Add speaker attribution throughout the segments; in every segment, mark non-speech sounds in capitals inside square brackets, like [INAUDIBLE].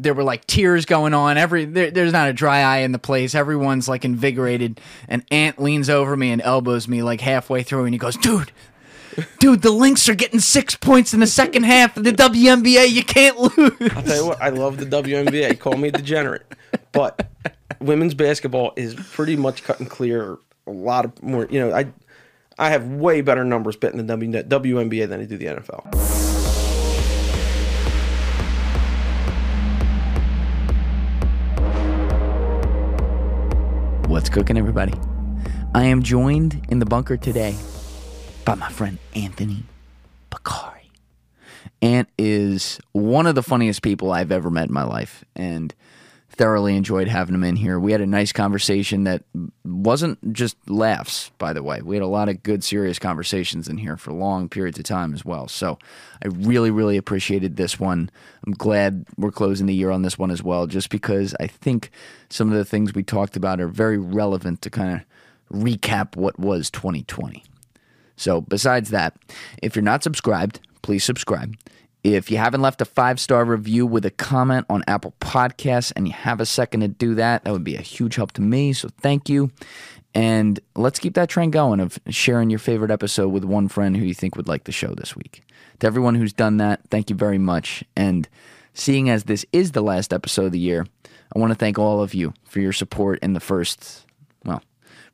Speaker 1: There were like tears going on. Every there, there's not a dry eye in the place. Everyone's like invigorated. And Ant leans over me and elbows me like halfway through, and he goes, "Dude, dude, the Lynx are getting six points in the second half of the WNBA. You can't lose." [LAUGHS]
Speaker 2: I'll tell you what, I love the WNBA. Call me degenerate, but women's basketball is pretty much cut and clear. A lot of more, you know, I I have way better numbers betting the W- WNBA than I do the NFL.
Speaker 1: What's cooking, everybody? I am joined in the bunker today by my friend Anthony Bakari. Ant is one of the funniest people I've ever met in my life, and thoroughly enjoyed having him in here. We had a nice conversation that wasn't just laughs, by the way. We had a lot of good, serious conversations in here for long periods of time as well. So I really, really appreciated this one. I'm glad we're closing the year on this one as well, just because I think some of the things we talked about are very relevant to kind of recap what was 2020. So, besides that, if you're not subscribed, please subscribe. If you haven't left a five star review with a comment on Apple Podcasts and you have a second to do that, that would be a huge help to me. So, thank you. And let's keep that trend going of sharing your favorite episode with one friend who you think would like the show this week. To everyone who's done that, thank you very much. And seeing as this is the last episode of the year, I want to thank all of you for your support in the first, well,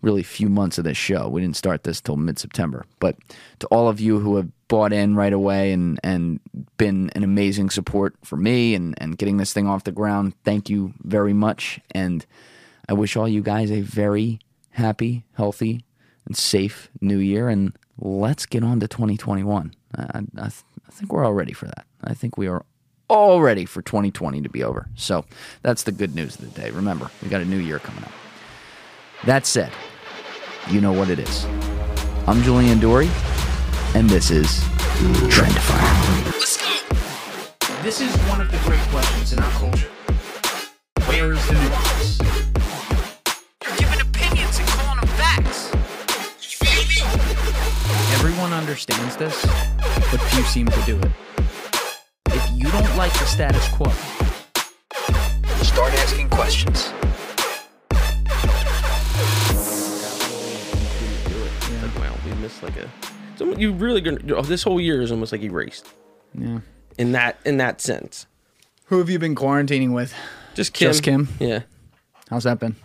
Speaker 1: really few months of this show. We didn't start this till mid September. But to all of you who have bought in right away and, and been an amazing support for me and, and getting this thing off the ground, thank you very much. And I wish all you guys a very happy, healthy, and safe new year. And let's get on to 2021. I, I, I th- I think we're all ready for that. I think we are all ready for 2020 to be over. So that's the good news of the day. Remember, we got a new year coming up. That said, you know what it is. I'm Julian Dory, and this is Trend Fire.
Speaker 3: This is one of the great questions in our culture. Where is the nuance? You're giving opinions and calling them facts. You feel me?
Speaker 1: Everyone understands this, but few seem to do it. If you don't like the status quo, start asking questions.
Speaker 2: It's like, wow, we missed like a. it's almo- You really gonna oh, this whole year is almost like erased
Speaker 1: Yeah.
Speaker 2: in that in that sense.
Speaker 1: Who have you been quarantining with?
Speaker 2: Just Kim.
Speaker 1: Just Kim.
Speaker 2: Yeah.
Speaker 1: How's that been?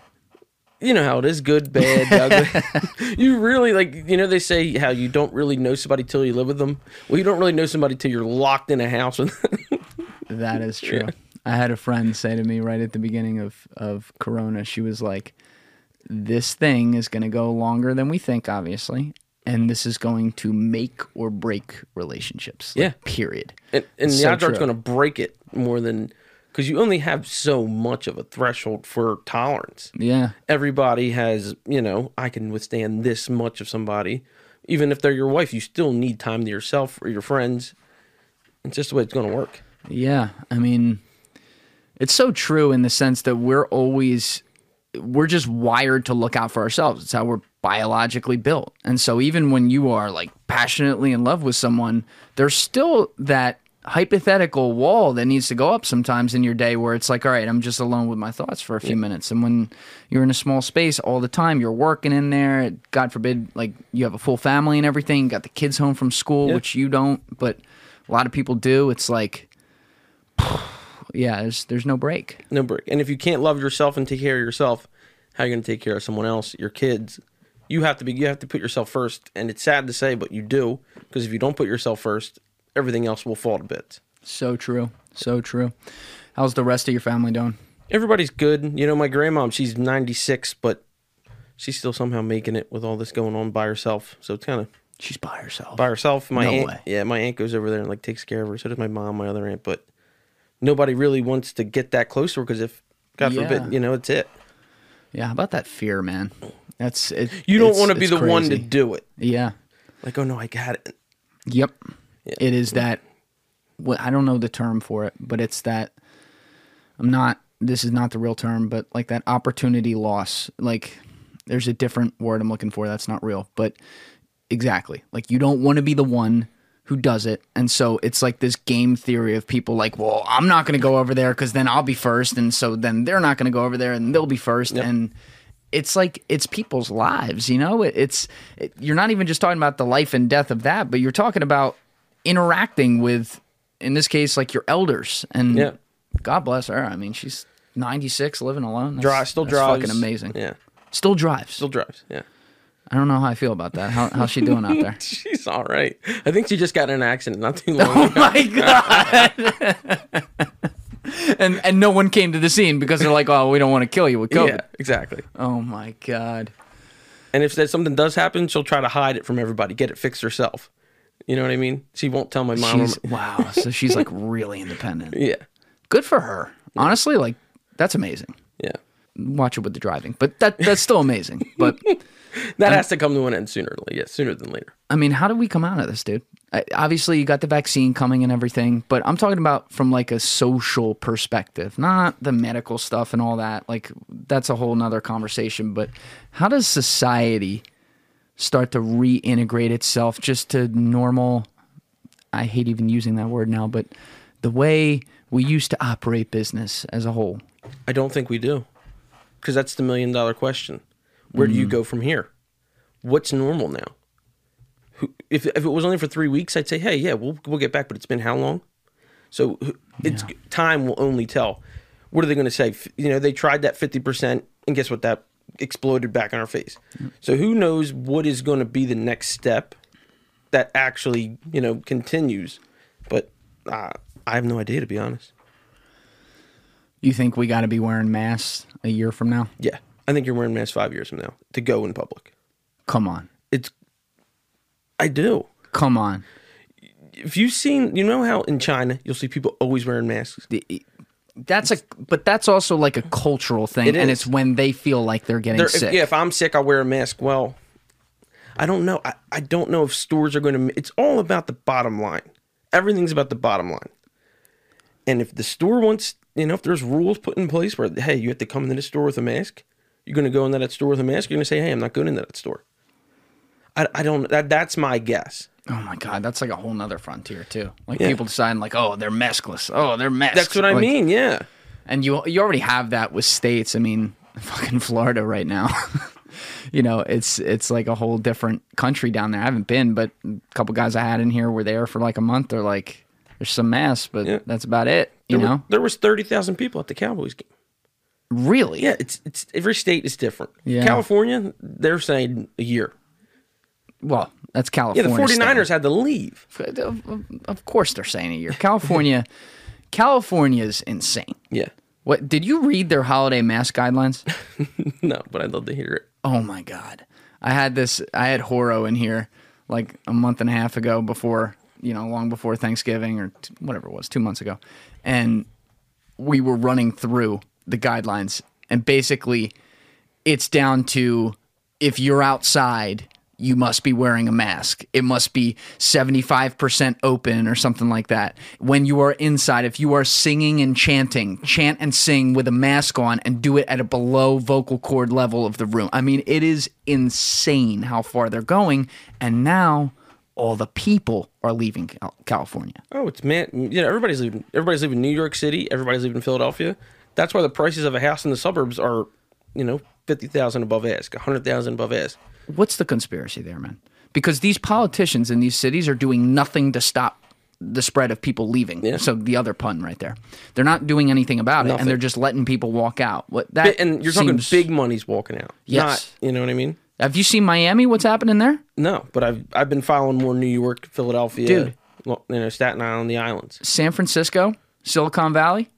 Speaker 2: you know how it is
Speaker 1: [LAUGHS]
Speaker 2: good bad ugly. you really like you know they say how you don't really know somebody till you live with them well you don't really know somebody till you're locked in a house with
Speaker 1: That is true. I had a friend say to me right at the beginning of, of Corona, she was like, This thing is going to go longer than we think, obviously. And this is going to make or break relationships. like,
Speaker 2: Yeah.
Speaker 1: Period.
Speaker 2: and, and
Speaker 1: So
Speaker 2: the odds are it's
Speaker 1: true.
Speaker 2: going to break it more than because you only have so much of a threshold for tolerance
Speaker 1: Yeah.
Speaker 2: everybody has you know i can withstand this much of somebody even if they're your wife you still need time to yourself or your friends it's just the way it's going to work
Speaker 1: Yeah, I mean, it's so true in the sense that we're always we're just wired to look out for ourselves. It's how we're biologically built. And so even when you are like passionately in love with someone, there's still that hypothetical wall that needs to go up sometimes in your day where it's like, all right, I'm just alone with my thoughts for a few minutes. And when you're in a small space all the time, you're working in there, God forbid, like you have a full family and everything, you got the kids home from school, which you don't, but a lot of people do. It's like yeah, there's there's no break.
Speaker 2: no break. And if you can't love yourself and take care of yourself, how are you going to take care of someone else, your kids? You have to be. You have to put yourself first. And it's sad to say, but you do because if you don't put yourself first, everything else will fall to bits.
Speaker 1: So true. So true. How's the rest of your family doing?
Speaker 2: Everybody's good. You know, my grandmom, she's 96, but she's still somehow making it with all this going on by herself. So it's kind of
Speaker 1: She's by herself.
Speaker 2: by herself. My
Speaker 1: No
Speaker 2: aunt,
Speaker 1: way.
Speaker 2: yeah, my aunt goes over there and like takes care of her. So does my mom, my other aunt. But nobody really wants to get that close to her because if God
Speaker 1: Yeah.
Speaker 2: forbid, you know, it's it.
Speaker 1: yeah, how about that fear, man. That's it.
Speaker 2: You don't
Speaker 1: it's-
Speaker 2: want to be
Speaker 1: it's
Speaker 2: the one to
Speaker 1: crazy.
Speaker 2: do it.
Speaker 1: Yeah.
Speaker 2: Like, oh no, I got it.
Speaker 1: Yep. It is that. Well, I don't know the term for it, but it's that. I'm not. This is not the real term, but like that opportunity loss. Like, there's a different word I'm looking for. That's not real, but exactly. Like you don't want to be the one who does it. And so it's like this game theory of people like, well, I'm not going to go over there because then I'll be first. And so then they're not going to go over there and they'll be first. And it's like, it's people's lives, you know? It, it's, it, you're not even just talking about the life and death of that, but you're talking about interacting with, in this case, like your elders. And
Speaker 2: Yeah.
Speaker 1: God bless her. I mean, she's 96, living alone. That's,
Speaker 2: Drive still
Speaker 1: that's
Speaker 2: drives.
Speaker 1: fucking amazing.
Speaker 2: Yeah.
Speaker 1: Still drives.
Speaker 2: Still drives. Yeah. [LAUGHS]
Speaker 1: I don't know how I feel about that. How, how's she doing out there?
Speaker 2: She's all right. I think she just got in an accident
Speaker 1: [LAUGHS]
Speaker 2: not too long ago.
Speaker 1: Oh my god [LAUGHS] and and no one came to the scene because they're like oh we don't want to kill you with covid
Speaker 2: Yeah, exactly.
Speaker 1: oh my god
Speaker 2: And if that something does happen, she'll try to hide it from everybody, get it fixed herself. You know what I mean? She won't tell my mom. Or
Speaker 1: she's,
Speaker 2: my,
Speaker 1: wow so she's like really
Speaker 2: [LAUGHS]
Speaker 1: independent
Speaker 2: yeah,
Speaker 1: good for her honestly like that's amazing
Speaker 2: yeah.
Speaker 1: watch it with the driving but that that's still amazing but
Speaker 2: That has to come to an end sooner than yeah, sooner than later.
Speaker 1: i mean how do we come out of this dude I, obviously you got the vaccine coming and everything but i'm talking about from like a social perspective not the medical stuff and all that like that's a whole nother conversation but how does society start to reintegrate itself just to normal I hate even using that word now, but the way we used to operate business as a whole.
Speaker 2: I don't think we do, because that's the million dollar question. Where do you go from here? What's normal now? Who, if if it was only for three weeks, I'd say, hey, yeah, we'll we'll get back. But it's been how long? So who- it's time will only tell. What are they going to say? F- You know, they tried that fifty percent, and guess what? That exploded back in our face. So who knows what is going to be the next step that actually you know continues? But uh, I have no idea to be honest.
Speaker 1: You think we got to be wearing masks a year from now?
Speaker 2: Yeah, I think you're wearing masks five years from now to go in public.
Speaker 1: Come on.
Speaker 2: It's, I do.
Speaker 1: Come on.
Speaker 2: If you've seen, you know how in China you'll see people always wearing masks.
Speaker 1: e, That's a but that's also like a cultural thing
Speaker 2: It
Speaker 1: and
Speaker 2: is.
Speaker 1: it's when they feel like they're getting
Speaker 2: They're- if-
Speaker 1: sick.
Speaker 2: yeah, if I'm sick, I wear a mask. Well, I don't know. I, I don't know if stores are going to. It's all about the bottom line. Everything's about the bottom line. And if the store wants, you know, if there's rules put in place where hey, you have to come into the store with a mask, you're going to go into that store with a mask. You're going to say, hey, I'm not going into that store. I, I don't. That, that's my guess.
Speaker 1: Oh my god, that's like a whole nother frontier too. Like people deciding like, oh, they're maskless. Oh, they're maskless.
Speaker 2: That's what I mean. Yeah.
Speaker 1: And you you already have that with states. I mean, [LAUGHS] fucking Florida right now. [LAUGHS] you know, it's it's like a whole different country down there. I haven't been, but a couple guys I had in here were there for like a month. They're like, there's some masks, but
Speaker 2: Yeah.
Speaker 1: that's about it. You
Speaker 2: there, were-
Speaker 1: know,
Speaker 2: there was thirty thousand people at the Cowboys game.
Speaker 1: really?
Speaker 2: Yeah, it's it's every state is different.
Speaker 1: Yeah.
Speaker 2: California, they're saying a year.
Speaker 1: Well, that's
Speaker 2: Yeah, the
Speaker 1: California.
Speaker 2: 49ers had to leave.
Speaker 1: standard. Of, of- of course, they're saying a year. California, [LAUGHS] California's insane.
Speaker 2: Yeah, [LAUGHS]
Speaker 1: What did you read their holiday mask guidelines?
Speaker 2: no, but I'd love to hear it.
Speaker 1: Oh my god. I had this I had Horo in here like a month and a half ago before, you know, long before Thanksgiving or t- whatever it was, 2 months ago. And we were running through the guidelines and basically it's down to if you're outside you must be wearing a mask. It must be 75% open or something like that. When you are inside, if you are singing and chanting, chant and sing with a mask on and do it at a below vocal cord level of the room. I mean, it is insane how far they're going. And now all the people are leaving Cal- California.
Speaker 2: Oh, it's man. You know, everybody's leaving. Everybody's leaving New York City. Everybody's leaving Philadelphia. That's why the prices of a house in the suburbs are, you know, fifty thousand above ask, hundred thousand above ask.
Speaker 1: What's the conspiracy there, man? Because these politicians in these cities are doing nothing to stop the spread of people leaving. So the other pun right there. They're not doing anything about it,
Speaker 2: Nothing.
Speaker 1: and they're just letting people walk out. What that
Speaker 2: And you're
Speaker 1: seems-
Speaker 2: talking big money's walking out.
Speaker 1: Yes.
Speaker 2: Not, you know what I mean?
Speaker 1: Have you seen Miami? What's happening there?
Speaker 2: No, but I've I've been following more New York, Philadelphia,
Speaker 1: Dude.
Speaker 2: lo- you know, Staten Island, the islands.
Speaker 1: San Francisco, Silicon Valley,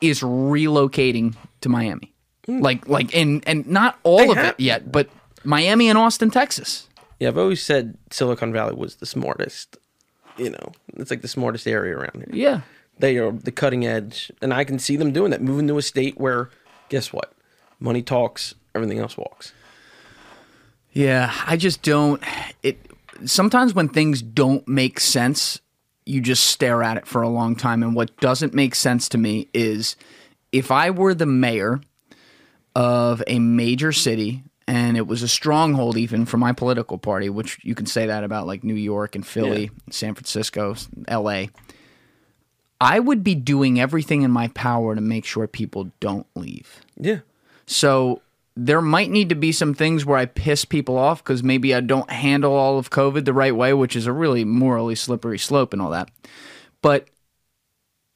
Speaker 1: is relocating to Miami. Like like and and not all of
Speaker 2: Hmm. have-
Speaker 1: it yet, but Miami and Austin, Texas.
Speaker 2: Yeah, I've always said Silicon Valley was the smartest. You know, it's like the smartest area around here.
Speaker 1: Yeah.
Speaker 2: They are the cutting edge, and I can see them doing that. Moving to a state where, guess what, money talks, everything else walks.
Speaker 1: Yeah, I just don't. It sometimes when things don't make sense, you just stare at it for a long time. And what doesn't make sense to me is if I were the mayor of a major city and it was a stronghold even for my political party, which you can say that about like New York and Philly, San Francisco, L.A. I would be doing everything in my power to make sure people don't leave.
Speaker 2: Yeah.
Speaker 1: So there might need to be some things where I piss people off because maybe I don't handle all of COVID the right way, which is a really morally slippery slope and all that. But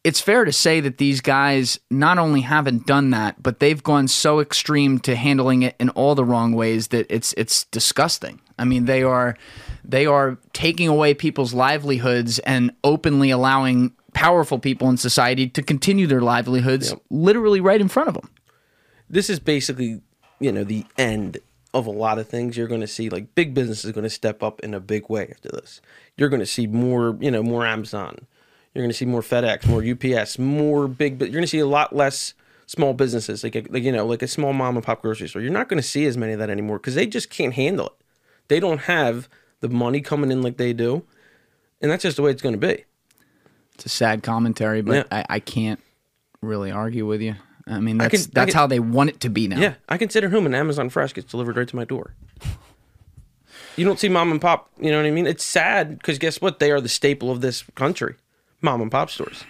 Speaker 1: it's fair to say that these guys not only haven't done that, but they've gone so extreme to handling it in all the wrong ways that it's it's disgusting. I mean, they are they are taking away people's livelihoods and openly allowing powerful people in society to continue their livelihoods literally right in front of them.
Speaker 2: this is basically you know the end of a lot of things you're going to see like big business is going to step up in a big way after this you're going to see more you know more amazon you're going to see more fedex more ups more big but you're going to see a lot less small businesses like a, like you know like a small mom and pop grocery store you're not going to see as many of that anymore because they just can't handle it they don't have the money coming in like they do and that's just the way it's going to be
Speaker 1: It's a sad commentary, but I, I can't really argue with you. I mean, that's
Speaker 2: can- I
Speaker 1: that's
Speaker 2: can-
Speaker 1: how they want it to be now.
Speaker 2: yeah i can sit at home and amazon fresh gets delivered right to my door you don't see mom and pop. You know what I mean? It's sad because guess what? They are the staple of this country, mom and pop stores.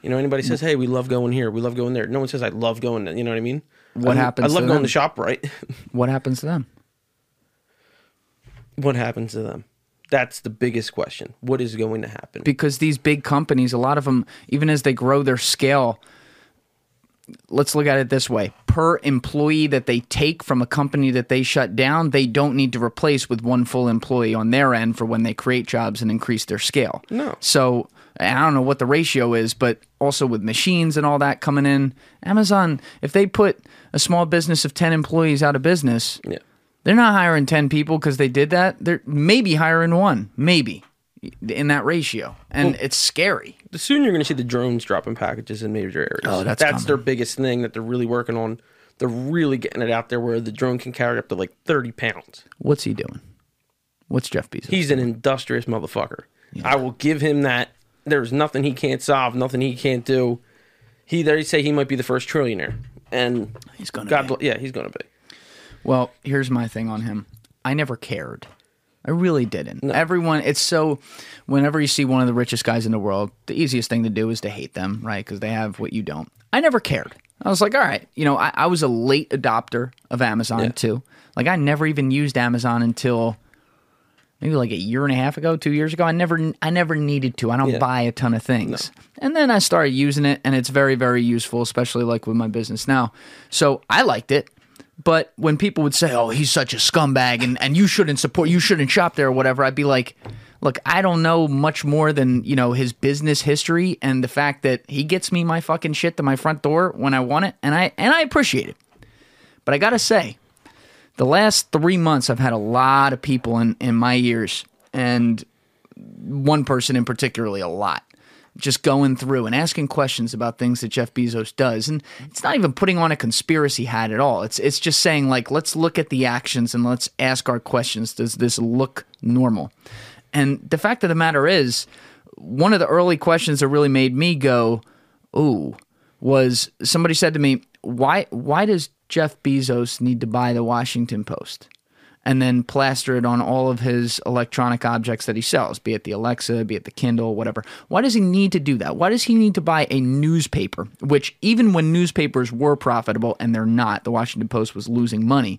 Speaker 2: You know, anybody says, "Hey, we love going here. We love going there." No one says, "I love going." there," You know what I mean?
Speaker 1: What
Speaker 2: I, lo-
Speaker 1: happens
Speaker 2: I love
Speaker 1: to
Speaker 2: going
Speaker 1: them?
Speaker 2: to shop. Right? [LAUGHS]
Speaker 1: What happens to them?
Speaker 2: what happens to them? That's the biggest question. What is going to happen?
Speaker 1: because these big companies, a lot of them, even as they grow their scale, let's look at it this way per employee that they take from a company that they shut down, they don't need to replace with one full employee on their end for when they create jobs and increase their scale.
Speaker 2: No.
Speaker 1: So and I don't know what the ratio is, but also with machines and all that coming in, Amazon, if they put a small business of 10 employees out of business,
Speaker 2: yeah,
Speaker 1: they're not hiring 10 people because they did that. They're maybe hiring one, maybe in that ratio. And it's scary.
Speaker 2: the soon you're going to see the drones dropping packages in major areas.
Speaker 1: Oh, that's
Speaker 2: that's
Speaker 1: coming.
Speaker 2: their biggest thing that they're really working on. They're really getting it out there where the drone can carry up to like thirty pounds.
Speaker 1: What's he doing? What's Jeff Bezos?
Speaker 2: He's an industrious motherfucker. I will give him that. There's nothing he can't solve, nothing he can't do. He they say he might be the first trillionaire, and
Speaker 1: He's gonna
Speaker 2: God,
Speaker 1: be.
Speaker 2: bl- yeah, he's gonna be.
Speaker 1: Well, here's my thing on him. I never cared. I really didn't. Everyone, it's so. Whenever you see one of the richest guys in the world, the easiest thing to do is to hate them, right? Because they have what you don't. I never cared. I was like, all right, you know, I, I was a late adopter of Amazon too. Like, I never even used Amazon until maybe like a year and a half ago, two years ago. I never, I never needed to. I don't buy a ton of things, and then I started using it, and it's very, very useful, especially like with my business now. So I liked it, but when people would say, "Oh, he's such a scumbag," and and you shouldn't support, you shouldn't shop there or whatever, I'd be like. Look, I don't know much more than, you know, his business history and the fact that he gets me my fucking shit to my front door when I want it and I and I appreciate it. But I gotta say, the last three months I've had a lot of people in, in my ears and one person in particularly a lot just going through and asking questions about things that Jeff Bezos does and it's not even putting on a conspiracy hat at all it's it's just saying like let's look at the actions and let's ask our questions does this look normal and the fact of the matter is one of the early questions that really made me go ooh was somebody said to me, "Why why does Jeff Bezos need to buy the Washington Post?" And then plaster it on all of his electronic objects that he sells, be it the Alexa, be it the Kindle, whatever. Why does he need to do that? Why does he need to buy a newspaper? Which, even when newspapers were profitable, and they're not, the Washington Post was losing money.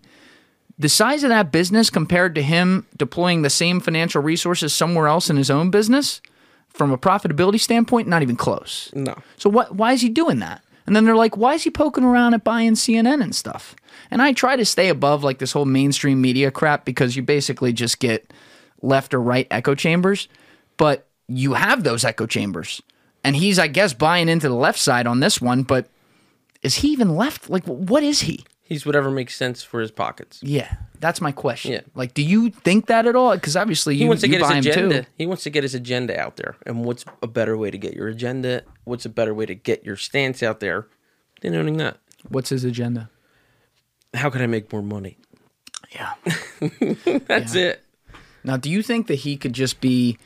Speaker 1: The size of that business compared to him deploying the same financial resources somewhere else in his own business, from a profitability standpoint, not even close.
Speaker 2: No,
Speaker 1: So what? Why is he doing that? And then they're like, why is he poking around at buying CNN and stuff? And I try to stay above like this whole mainstream media crap because you basically just get left or right echo chambers. But you have those echo chambers, and he's, I guess, buying into the left side on this one. But is he even left? Like, wh- what is he?
Speaker 2: he's whatever makes sense for his pockets.
Speaker 1: Yeah, that's my question.
Speaker 2: Yeah.
Speaker 1: Like, do you think that at all? Because obviously, you,
Speaker 2: He wants to
Speaker 1: you
Speaker 2: get
Speaker 1: buy
Speaker 2: his
Speaker 1: him too.
Speaker 2: agenda. He wants to get his agenda out there. And what's a better way to get your agenda? What's a better way to get your stance out there than owning that?
Speaker 1: What's his agenda?
Speaker 2: How can I make more money?
Speaker 1: Yeah.
Speaker 2: That's it.
Speaker 1: Now, do you think that he could just be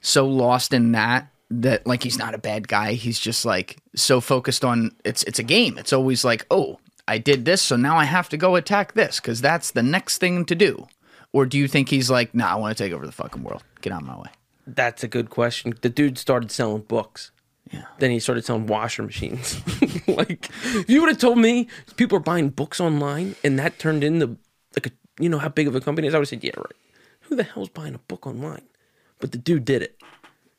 Speaker 1: so lost in that that like he's not a bad guy? He's just like so focused on it's it's a game. It's always like, oh, I did this, so now I have to go attack this because that's the next thing to do? Or do you think he's like, nah, I want to take over the fucking world. Get out of my way.
Speaker 2: That's a good question. The dude started selling books.
Speaker 1: Yeah.
Speaker 2: Then he started selling washer machines. [LAUGHS] like, if you would have told me people are buying books online and that turned into like a, you know how big of a company is, I would have said, yeah, right. Who the hell's buying a book online? But the dude did it.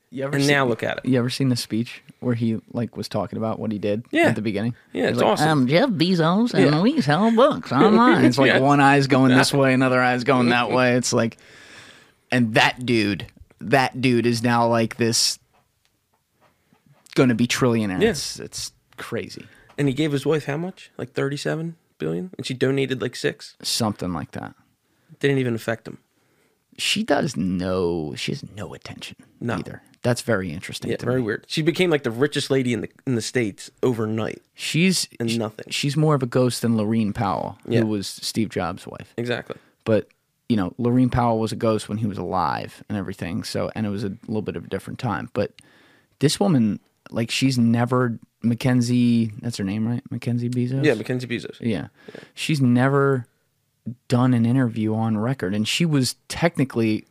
Speaker 1: You ever
Speaker 2: And
Speaker 1: seen,
Speaker 2: now look at it.
Speaker 1: You ever seen the speech where he like was talking about what he did
Speaker 2: Yeah.
Speaker 1: at the beginning?
Speaker 2: Yeah,
Speaker 1: He's
Speaker 2: it's
Speaker 1: like,
Speaker 2: awesome.
Speaker 1: I'm Jeff Bezos, and we sell
Speaker 2: [LAUGHS]
Speaker 1: books online. It's like
Speaker 2: Yeah.
Speaker 1: one eye's going this way, another eye's going
Speaker 2: [LAUGHS]
Speaker 1: that way. It's like, and that dude, that dude is now like this, going to be trillionaire.
Speaker 2: Yeah.
Speaker 1: It's it's crazy,
Speaker 2: And he gave his wife how much? Like 37 billion? And she donated like six.
Speaker 1: something like that.
Speaker 2: Didn't even affect him.
Speaker 1: She does no, she has no attention
Speaker 2: No.
Speaker 1: either. That's very interesting.
Speaker 2: Yeah,
Speaker 1: to
Speaker 2: very
Speaker 1: me.
Speaker 2: weird. She became like the richest lady in the in the states overnight.
Speaker 1: She's
Speaker 2: And
Speaker 1: sh-
Speaker 2: nothing.
Speaker 1: She's more of a ghost than Lorene Powell,
Speaker 2: Yeah.
Speaker 1: who was Steve Jobs' wife.
Speaker 2: Exactly.
Speaker 1: But you know, Lorene Powell was a ghost when he was alive and everything. So, and it was a little bit of a different time. But this woman, like, she's never Mackenzie. That's her name, right? Mackenzie Bezos.
Speaker 2: Yeah, Mackenzie Bezos.
Speaker 1: Yeah. She's never done an interview on record. And she was technically,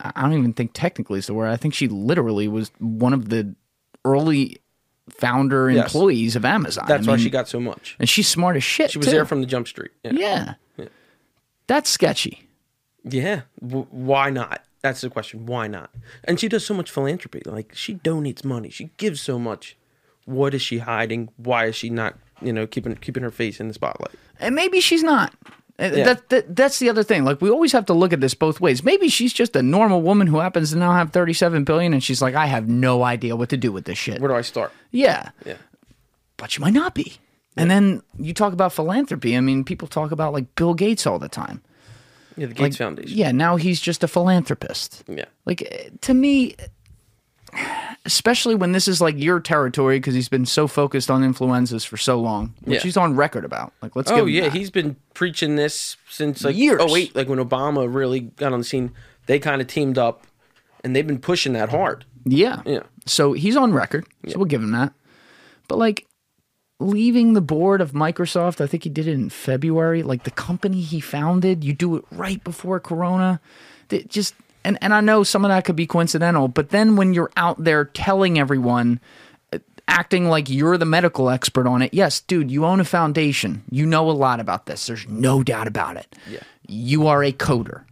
Speaker 1: I I don't even think technically is the word. I think she literally was one of the early founder
Speaker 2: Yes.
Speaker 1: employees of Amazon.
Speaker 2: That's
Speaker 1: I
Speaker 2: why
Speaker 1: mean,
Speaker 2: she got so much.
Speaker 1: And she's smart as shit.
Speaker 2: She was
Speaker 1: too.
Speaker 2: there from the jump street. Yeah.
Speaker 1: Yeah. That's sketchy.
Speaker 2: Yeah. W- why not? That's the question. Why not? And she does so much philanthropy. Like she donates money. She gives so much. What is she hiding? Why is she not, you know, keeping keeping her face in the spotlight?
Speaker 1: And maybe she's not. Uh,
Speaker 2: Yeah.
Speaker 1: That, that that's the other thing. Like we always have to look at this both ways. Maybe she's just a normal woman who happens to now have 37 billion and she's like I have no idea what to do with this shit.
Speaker 2: Where do I start?
Speaker 1: Yeah.
Speaker 2: Yeah.
Speaker 1: But you might not be. And then you talk about philanthropy. I mean, people talk about like Bill Gates all the time.
Speaker 2: Yeah, the
Speaker 1: Like,
Speaker 2: Gates Foundation.
Speaker 1: Yeah, now he's just a philanthropist.
Speaker 2: Yeah.
Speaker 1: Like eh, to me, especially when this is like your territory because he's been so focused on influenzas for so long, which
Speaker 2: Yeah.
Speaker 1: he's on record about. Like, let's
Speaker 2: Oh
Speaker 1: give him
Speaker 2: yeah,
Speaker 1: that.
Speaker 2: he's been preaching this since like
Speaker 1: Years.
Speaker 2: Oh wait, like when Obama really got on the scene, they kind of teamed up, and they've been pushing that hard.
Speaker 1: yeah
Speaker 2: Yeah.
Speaker 1: So he's on record, so we'll give him that. But like leaving the board of Microsoft, I think he did it in February. Like the company he founded, you do it right before Corona. It just and and I know some of that could be coincidental, but then when you're out there telling everyone uh, acting like you're the medical expert on it. Yes, dude, you own a foundation. You know a lot about this. There's no doubt about it.
Speaker 2: Yeah.
Speaker 1: You are a coder.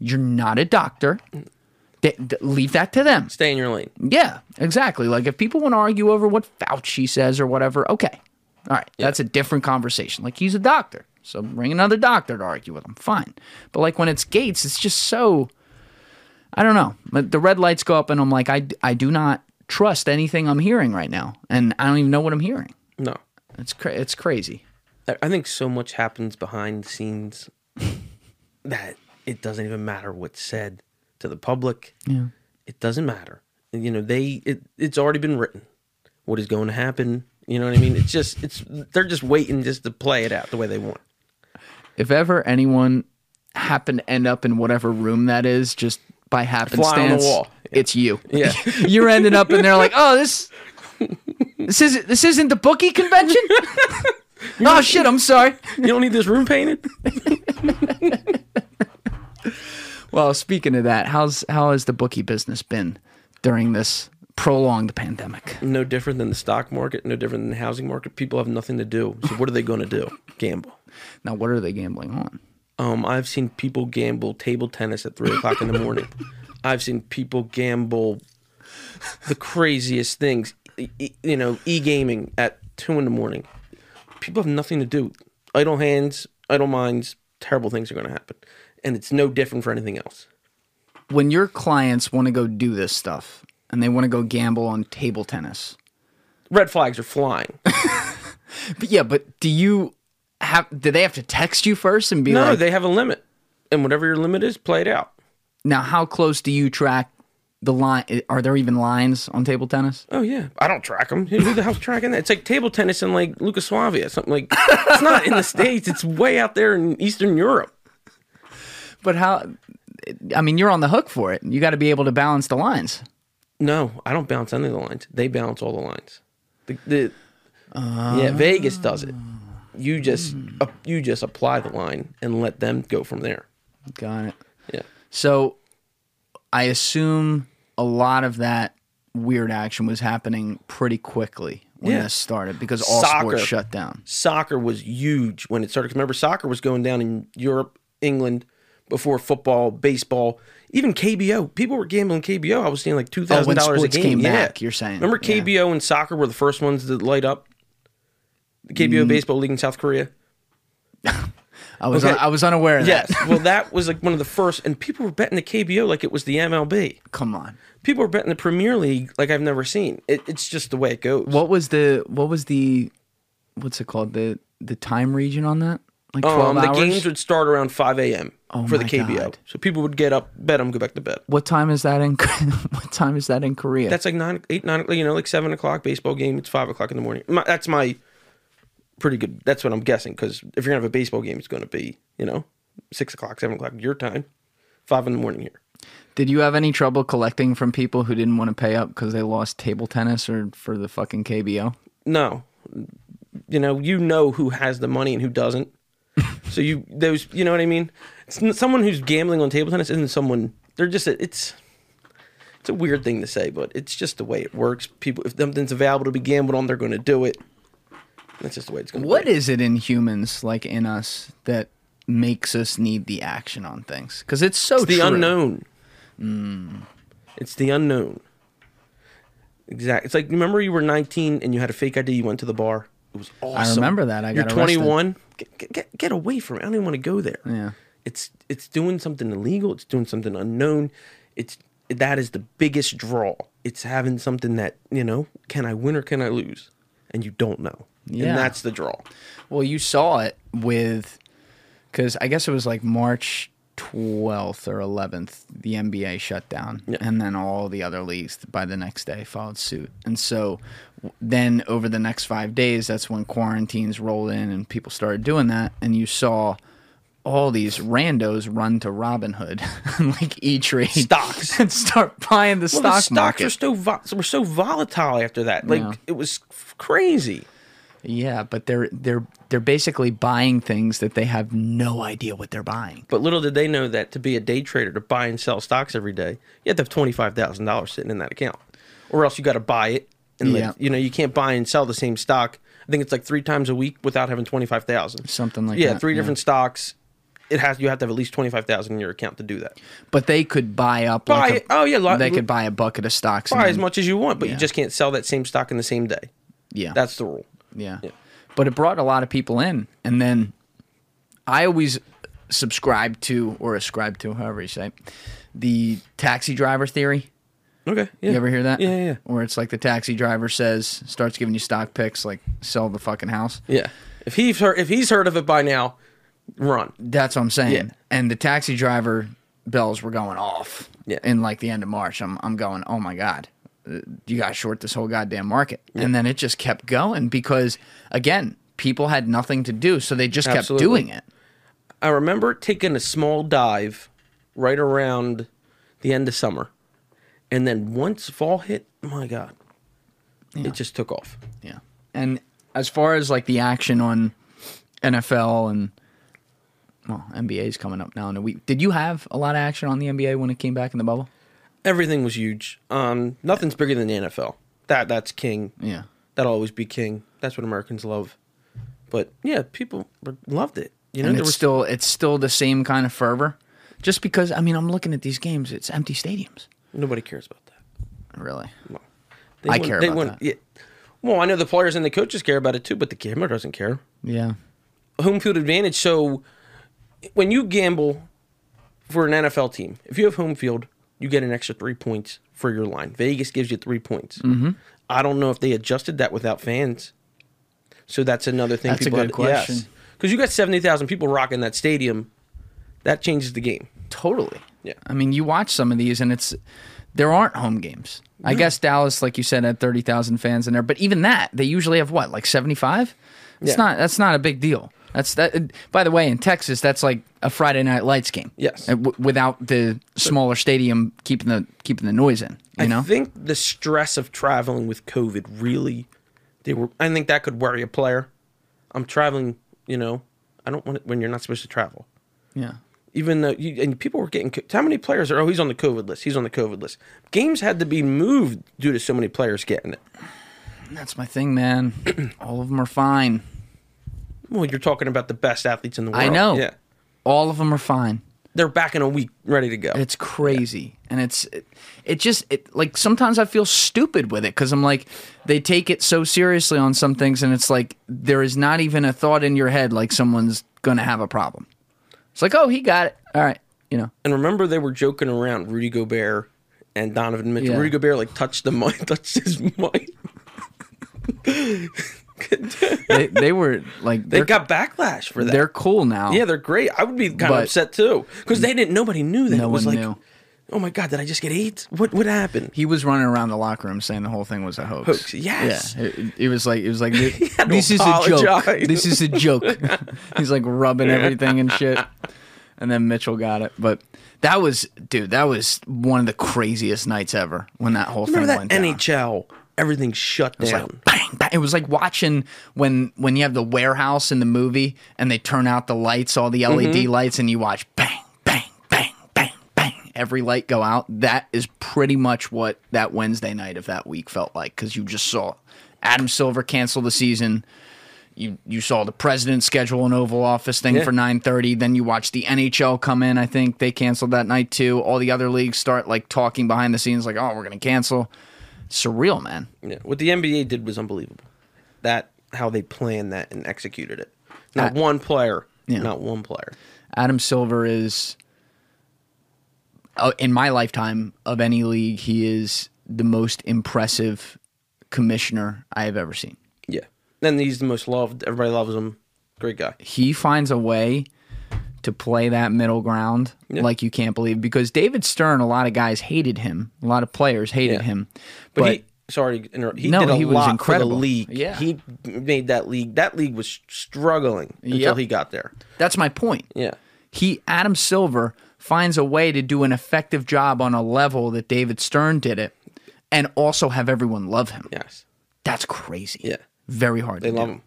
Speaker 1: You're not a doctor.
Speaker 2: Mm.
Speaker 1: Th- th- leave that to them.
Speaker 2: Stay in your lane.
Speaker 1: Yeah, exactly. Like if people want to argue over what Fauci says or whatever, okay. All right, that's a different conversation. Like he's a doctor, so bring another doctor to argue with him. Fine. But like when it's Gates, it's just so I don't know. But the red lights go up and I'm like I I do not trust anything I'm hearing right now and I don't even know what I'm hearing.
Speaker 2: No,
Speaker 1: It's cra- it's crazy.
Speaker 2: I I think so much happens behind the scenes [LAUGHS] that it doesn't even matter what's said to the public.
Speaker 1: Yeah.
Speaker 2: It doesn't matter. And, You know, they it, it's already been written. What is going to happen? You know what I mean? It's just it's they're just waiting just to play it out the way they want.
Speaker 1: If ever anyone happened to end up in whatever room that is just by happenstance,
Speaker 2: wall.
Speaker 1: it's you.
Speaker 2: Yeah.
Speaker 1: [LAUGHS] you're ending up and they're like, oh, this this isn't this isn't the bookie
Speaker 2: [LAUGHS]
Speaker 1: convention. oh shit, I'm sorry.
Speaker 2: you don't need this room painted. [LAUGHS]
Speaker 1: Well, speaking of that, how's how has the bookie business been during this prolonged pandemic?
Speaker 2: No different than the stock market. No different than the housing market. People have nothing to do. So what are they going to do? Gamble.
Speaker 1: Now, what are they gambling on?
Speaker 2: Um, I've seen people gamble table tennis at three o'clock in the morning. I've seen people gamble the craziest things. E- e- you know, e gaming at two in the morning. People have nothing to do. Idle hands, idle minds. Terrible things are going to happen, and it's no different for anything else.
Speaker 1: When your clients want to go do this stuff and they want to go gamble on table tennis.
Speaker 2: Red flags are flying.
Speaker 1: But yeah, but do you have do they have to text you first and be
Speaker 2: No,
Speaker 1: like
Speaker 2: they have a limit, and whatever your limit is, play it out.
Speaker 1: now how close do you track the line are there even lines on table tennis?
Speaker 2: Oh yeah, I don't track them. Who the hell's tracking that? It's like table tennis in like Yugoslavia, something like. It's not in the states. It's way out there in Eastern Europe.
Speaker 1: But how? I mean, you're on the hook for it. You got to be able to balance the lines.
Speaker 2: No, I don't bounce
Speaker 1: Ah.
Speaker 2: any of the lines. They bounce all the lines. The, the yeah, Vegas does it. You just uh, you just apply the line and let them go from there.
Speaker 1: Got it.
Speaker 2: Yeah.
Speaker 1: So I assume a lot of that weird action was happening pretty quickly when
Speaker 2: Yeah.
Speaker 1: this started because all
Speaker 2: Soccer.
Speaker 1: sports shut down.
Speaker 2: Soccer was huge when it started. 'Cause Remember, soccer was going down in Europe, England before football, baseball, even KBO. People were gambling KBO. I was seeing like two thousand dollars a
Speaker 1: Oh, sports
Speaker 2: game.
Speaker 1: came
Speaker 2: yeah.
Speaker 1: back, you're saying.
Speaker 2: Remember
Speaker 1: Yeah.
Speaker 2: KBO and soccer were the first ones to light up. The
Speaker 1: Mm.
Speaker 2: KBO baseball league in South Korea.
Speaker 1: I was
Speaker 2: Okay.
Speaker 1: I was unaware of
Speaker 2: Yes.
Speaker 1: that.
Speaker 2: well, that was like one of the first, and people were betting the KBO like it was the MLB.
Speaker 1: Come on.
Speaker 2: People were betting the Premier League like I've never seen. It, it's just the way it goes.
Speaker 1: What was the what was the what's it called? The the time region on that? Like
Speaker 2: Um,
Speaker 1: twelve
Speaker 2: the
Speaker 1: hours?
Speaker 2: games would start around 5 a.m.
Speaker 1: Oh
Speaker 2: for the
Speaker 1: my
Speaker 2: KBO.
Speaker 1: God.
Speaker 2: So people would get up, bet them, go back to bed.
Speaker 1: what time is that in [LAUGHS] what time is that in Korea?
Speaker 2: That's like 9, 8, 9, you know, like 7 o'clock baseball game. It's 5 o'clock in the morning. My, that's my pretty good, that's what I'm guessing. Because if you're going to have a baseball game, it's going to be, you know, 6 o'clock, 7 o'clock your time, 5 in the morning here.
Speaker 1: Did you have any trouble collecting from people who didn't want to pay up because they lost table tennis or for the fucking KBO?
Speaker 2: No. You know, you know who has the money and who doesn't. so you those you know what I mean? It's n- someone who's gambling on table tennis isn't someone they're just a, it's it's a weird thing to say, but it's just the way it works. People if something's available to be gambled on, they're going to do it. That's just the way it's going to
Speaker 1: What is it in humans, like in us, that makes us need the action on things? Because it's so
Speaker 2: It's the
Speaker 1: true.
Speaker 2: unknown.
Speaker 1: Hmm.
Speaker 2: It's the unknown. Exactly. It's like remember you were 19 and you had a fake ID. You went to the bar. It was awesome.
Speaker 1: remember that. I
Speaker 2: You're
Speaker 1: got arrested.
Speaker 2: 21. Get, get, get away from it. I don't even want to go there.
Speaker 1: Yeah.
Speaker 2: It's it's doing something illegal. It's doing something unknown. It's that is the biggest draw. It's having something that you know. Can I win or can I lose? And you don't know.
Speaker 1: Yeah.
Speaker 2: And that's
Speaker 1: [LAUGHS]
Speaker 2: the draw.
Speaker 1: Well, you saw it with, because I guess it was like March 12th or 11th, the NBA shut down. And then all the other leagues by the next day followed suit. And so w- then over the next five days, that's when quarantines rolled in and people started doing that. And you saw all these randos run to Robin Hood [LAUGHS] and like E Trade [LAUGHS]
Speaker 2: Stocks.
Speaker 1: and start buying the
Speaker 2: Well,
Speaker 1: stock
Speaker 2: the stocks
Speaker 1: market.
Speaker 2: are so vo- were so volatile after that. Like
Speaker 1: Yeah.
Speaker 2: it was f- crazy.
Speaker 1: yeah, but they're they're they're basically buying things that they have no idea what they're buying.
Speaker 2: But little did they know that to be a day trader to buy and sell stocks every day, you have to have twenty five thousand dollars sitting in that account, or else you got to buy it. And let-
Speaker 1: Yeah.
Speaker 2: you know you can't buy and sell the same stock. I think it's like three times a week without having twenty five thousand.
Speaker 1: Something like
Speaker 2: yeah,
Speaker 1: that,
Speaker 2: three
Speaker 1: yeah.
Speaker 2: different stocks. It has you have to have at least twenty five thousand in your account to do that.
Speaker 1: But they could buy up.
Speaker 2: Buy
Speaker 1: like
Speaker 2: it.
Speaker 1: a-
Speaker 2: Oh, yeah, li-
Speaker 1: they could buy a bucket of stocks. and
Speaker 2: Buy as
Speaker 1: then-
Speaker 2: much as you want, but
Speaker 1: yeah.
Speaker 2: you just can't sell that same stock in the same day.
Speaker 1: Yeah,
Speaker 2: That's the rule.
Speaker 1: yeah.
Speaker 2: yeah.
Speaker 1: But it brought a lot of people in, and then I always subscribe to or ascribe to, however you say, it, the taxi driver theory.
Speaker 2: Okay. Yeah.
Speaker 1: You ever hear that?
Speaker 2: Yeah, yeah, yeah.
Speaker 1: Where it's like the taxi driver says, starts giving you stock picks, like sell the fucking house.
Speaker 2: Yeah. If he's heard, if he's heard of it by now, run.
Speaker 1: That's what I'm saying.
Speaker 2: Yeah.
Speaker 1: And the taxi driver bells were going off.
Speaker 2: Yeah.
Speaker 1: In like the end of March, I'm I'm going, oh my god, uh, you got to short this whole goddamn market. And then it just kept going because again, people had nothing to do, so they just
Speaker 2: Absolutely.
Speaker 1: kept doing it.
Speaker 2: I remember taking a small dive right around the end of summer. And then once fall hit, my God, it just took off.
Speaker 1: Yeah. And as far as like the action on NFL and well, NBA's coming up now in a week. Did you have a lot of action on the NBA when it came back in the bubble?
Speaker 2: Everything was huge. Um, nothing's bigger than the NFL. That that's king.
Speaker 1: Yeah.
Speaker 2: That'll always be king. That's what Americans love. But yeah, people were- loved it. You know,
Speaker 1: and
Speaker 2: there
Speaker 1: it's
Speaker 2: was
Speaker 1: still it's still the same kind of fervor. Just because I mean I'm looking at these games, it's empty stadiums.
Speaker 2: nobody cares about that.
Speaker 1: Really?
Speaker 2: No. They
Speaker 1: I
Speaker 2: wouldn't-
Speaker 1: care
Speaker 2: they
Speaker 1: about
Speaker 2: wouldn't-
Speaker 1: that.
Speaker 2: Yeah. Well, I know the players and the coaches care about it too, but the camera doesn't care.
Speaker 1: Yeah.
Speaker 2: home field advantage. So when you gamble for an NFL team, if you have home field, you get an extra three points for your line. Vegas gives you three points. Mm-hmm. I don't know if they adjusted that without fans. So that's another thing.
Speaker 1: That's a
Speaker 2: people
Speaker 1: good question.
Speaker 2: Because you got seventy thousand people rocking that stadium, that changes the game.
Speaker 1: Totally.
Speaker 2: Yeah.
Speaker 1: I mean, you watch some of these and it's there aren't home games. I guess Dallas, like you said, had thirty thousand fans in there, but even that, they usually have what, like seventy five? It's
Speaker 2: Yeah.
Speaker 1: not that's not a big deal. That's that. uh, By the way, in Texas, that's like a Friday night lights game.
Speaker 2: Yes.
Speaker 1: Uh, W- without the smaller stadium keeping the keeping the noise in, you know.
Speaker 2: I think the stress of traveling with COVID really, they were. I think that could worry a player. I'm traveling You know, I don't want it when you're not supposed to travel.
Speaker 1: Yeah.
Speaker 2: Even though you and people were getting co- how many players are oh he's on the COVID list he's on the COVID list. Games had to be moved due to so many players getting it.
Speaker 1: That's my thing, man. [CLEARS THROAT] All of them are fine.
Speaker 2: Well, you're talking about the best athletes in the world.
Speaker 1: I know.
Speaker 2: Yeah,
Speaker 1: All of them are fine.
Speaker 2: they're back in a week, ready to go.
Speaker 1: It's crazy. And it's it, it just it like sometimes I feel stupid with it cuz I'm like they take it so seriously on some things and it's like there is not even a thought in your head like someone's going to have a problem. It's like, "Oh, he got it. All right." You know.
Speaker 2: And remember, they were joking around Rudy Gobert and Donovan Mitchell.
Speaker 1: Yeah.
Speaker 2: Rudy Gobert like touched the mic, [LAUGHS] touched his mic.
Speaker 1: They they were like
Speaker 2: They
Speaker 1: they're,
Speaker 2: got backlash for that.
Speaker 1: they're cool now.
Speaker 2: yeah, they're great. I would be kind of
Speaker 1: But-
Speaker 2: upset too because they didn't. Nobody knew that.
Speaker 1: no
Speaker 2: it was
Speaker 1: one
Speaker 2: like,
Speaker 1: knew.
Speaker 2: oh my god, did I just get eight? What what happened?
Speaker 1: He was running around the locker room saying the whole thing was a hoax.
Speaker 2: Hoax, yes.
Speaker 1: Yeah. It, it was like it was like
Speaker 2: [LAUGHS] had to
Speaker 1: this is a joke.
Speaker 2: apologize.
Speaker 1: This is a
Speaker 2: [LAUGHS]
Speaker 1: joke. He's like rubbing everything and shit. And then Mitchell got it, but that was dude. That was one of the craziest nights ever when that whole
Speaker 2: Remember
Speaker 1: thing
Speaker 2: that E
Speaker 1: went down.
Speaker 2: NHL? Everything shut
Speaker 1: It was
Speaker 2: down.
Speaker 1: like bang, bang. It was like watching when when you have the warehouse in the movie and they turn out the lights, all the LED lights, and you watch bang, bang, bang, bang, bang, every light go out. That is pretty much what that Wednesday night of that week felt like because you just saw Adam Silver cancel the season. You, you saw the president schedule an Oval Office thing
Speaker 2: Yeah.
Speaker 1: for 9:30. Then you watched the NHL come in. I think they canceled that night too. All the other leagues start like talking behind the scenes, like, "Oh, we're gonna cancel." Surreal, man.
Speaker 2: Yeah, what the NBA did was unbelievable. That how they planned that and executed it. Not
Speaker 1: I-
Speaker 2: one player.
Speaker 1: Yeah.
Speaker 2: Not one player.
Speaker 1: Adam Silver is, uh, in my lifetime of any league, he is the most impressive commissioner I have ever seen.
Speaker 2: Yeah. Then he's the most loved. Everybody loves him. Great guy.
Speaker 1: He finds a way to play that middle ground like you can't believe because David Stern, a lot of guys hated him, a lot of players hated
Speaker 2: Yeah.
Speaker 1: him,
Speaker 2: But,
Speaker 1: but,
Speaker 2: he, sorry, to interrupt. He
Speaker 1: No,
Speaker 2: did a
Speaker 1: he was
Speaker 2: lot for
Speaker 1: incredible.
Speaker 2: the league.
Speaker 1: Yeah.
Speaker 2: he made that league. That league was struggling until
Speaker 1: Yep.
Speaker 2: he got there.
Speaker 1: that's my point.
Speaker 2: Yeah,
Speaker 1: he Adam Silver finds a way to do an effective job on a level that David Stern did it and also have everyone love him.
Speaker 2: yes,
Speaker 1: That's crazy.
Speaker 2: Yeah.
Speaker 1: Very hard
Speaker 2: they
Speaker 1: to
Speaker 2: love
Speaker 1: do.
Speaker 2: him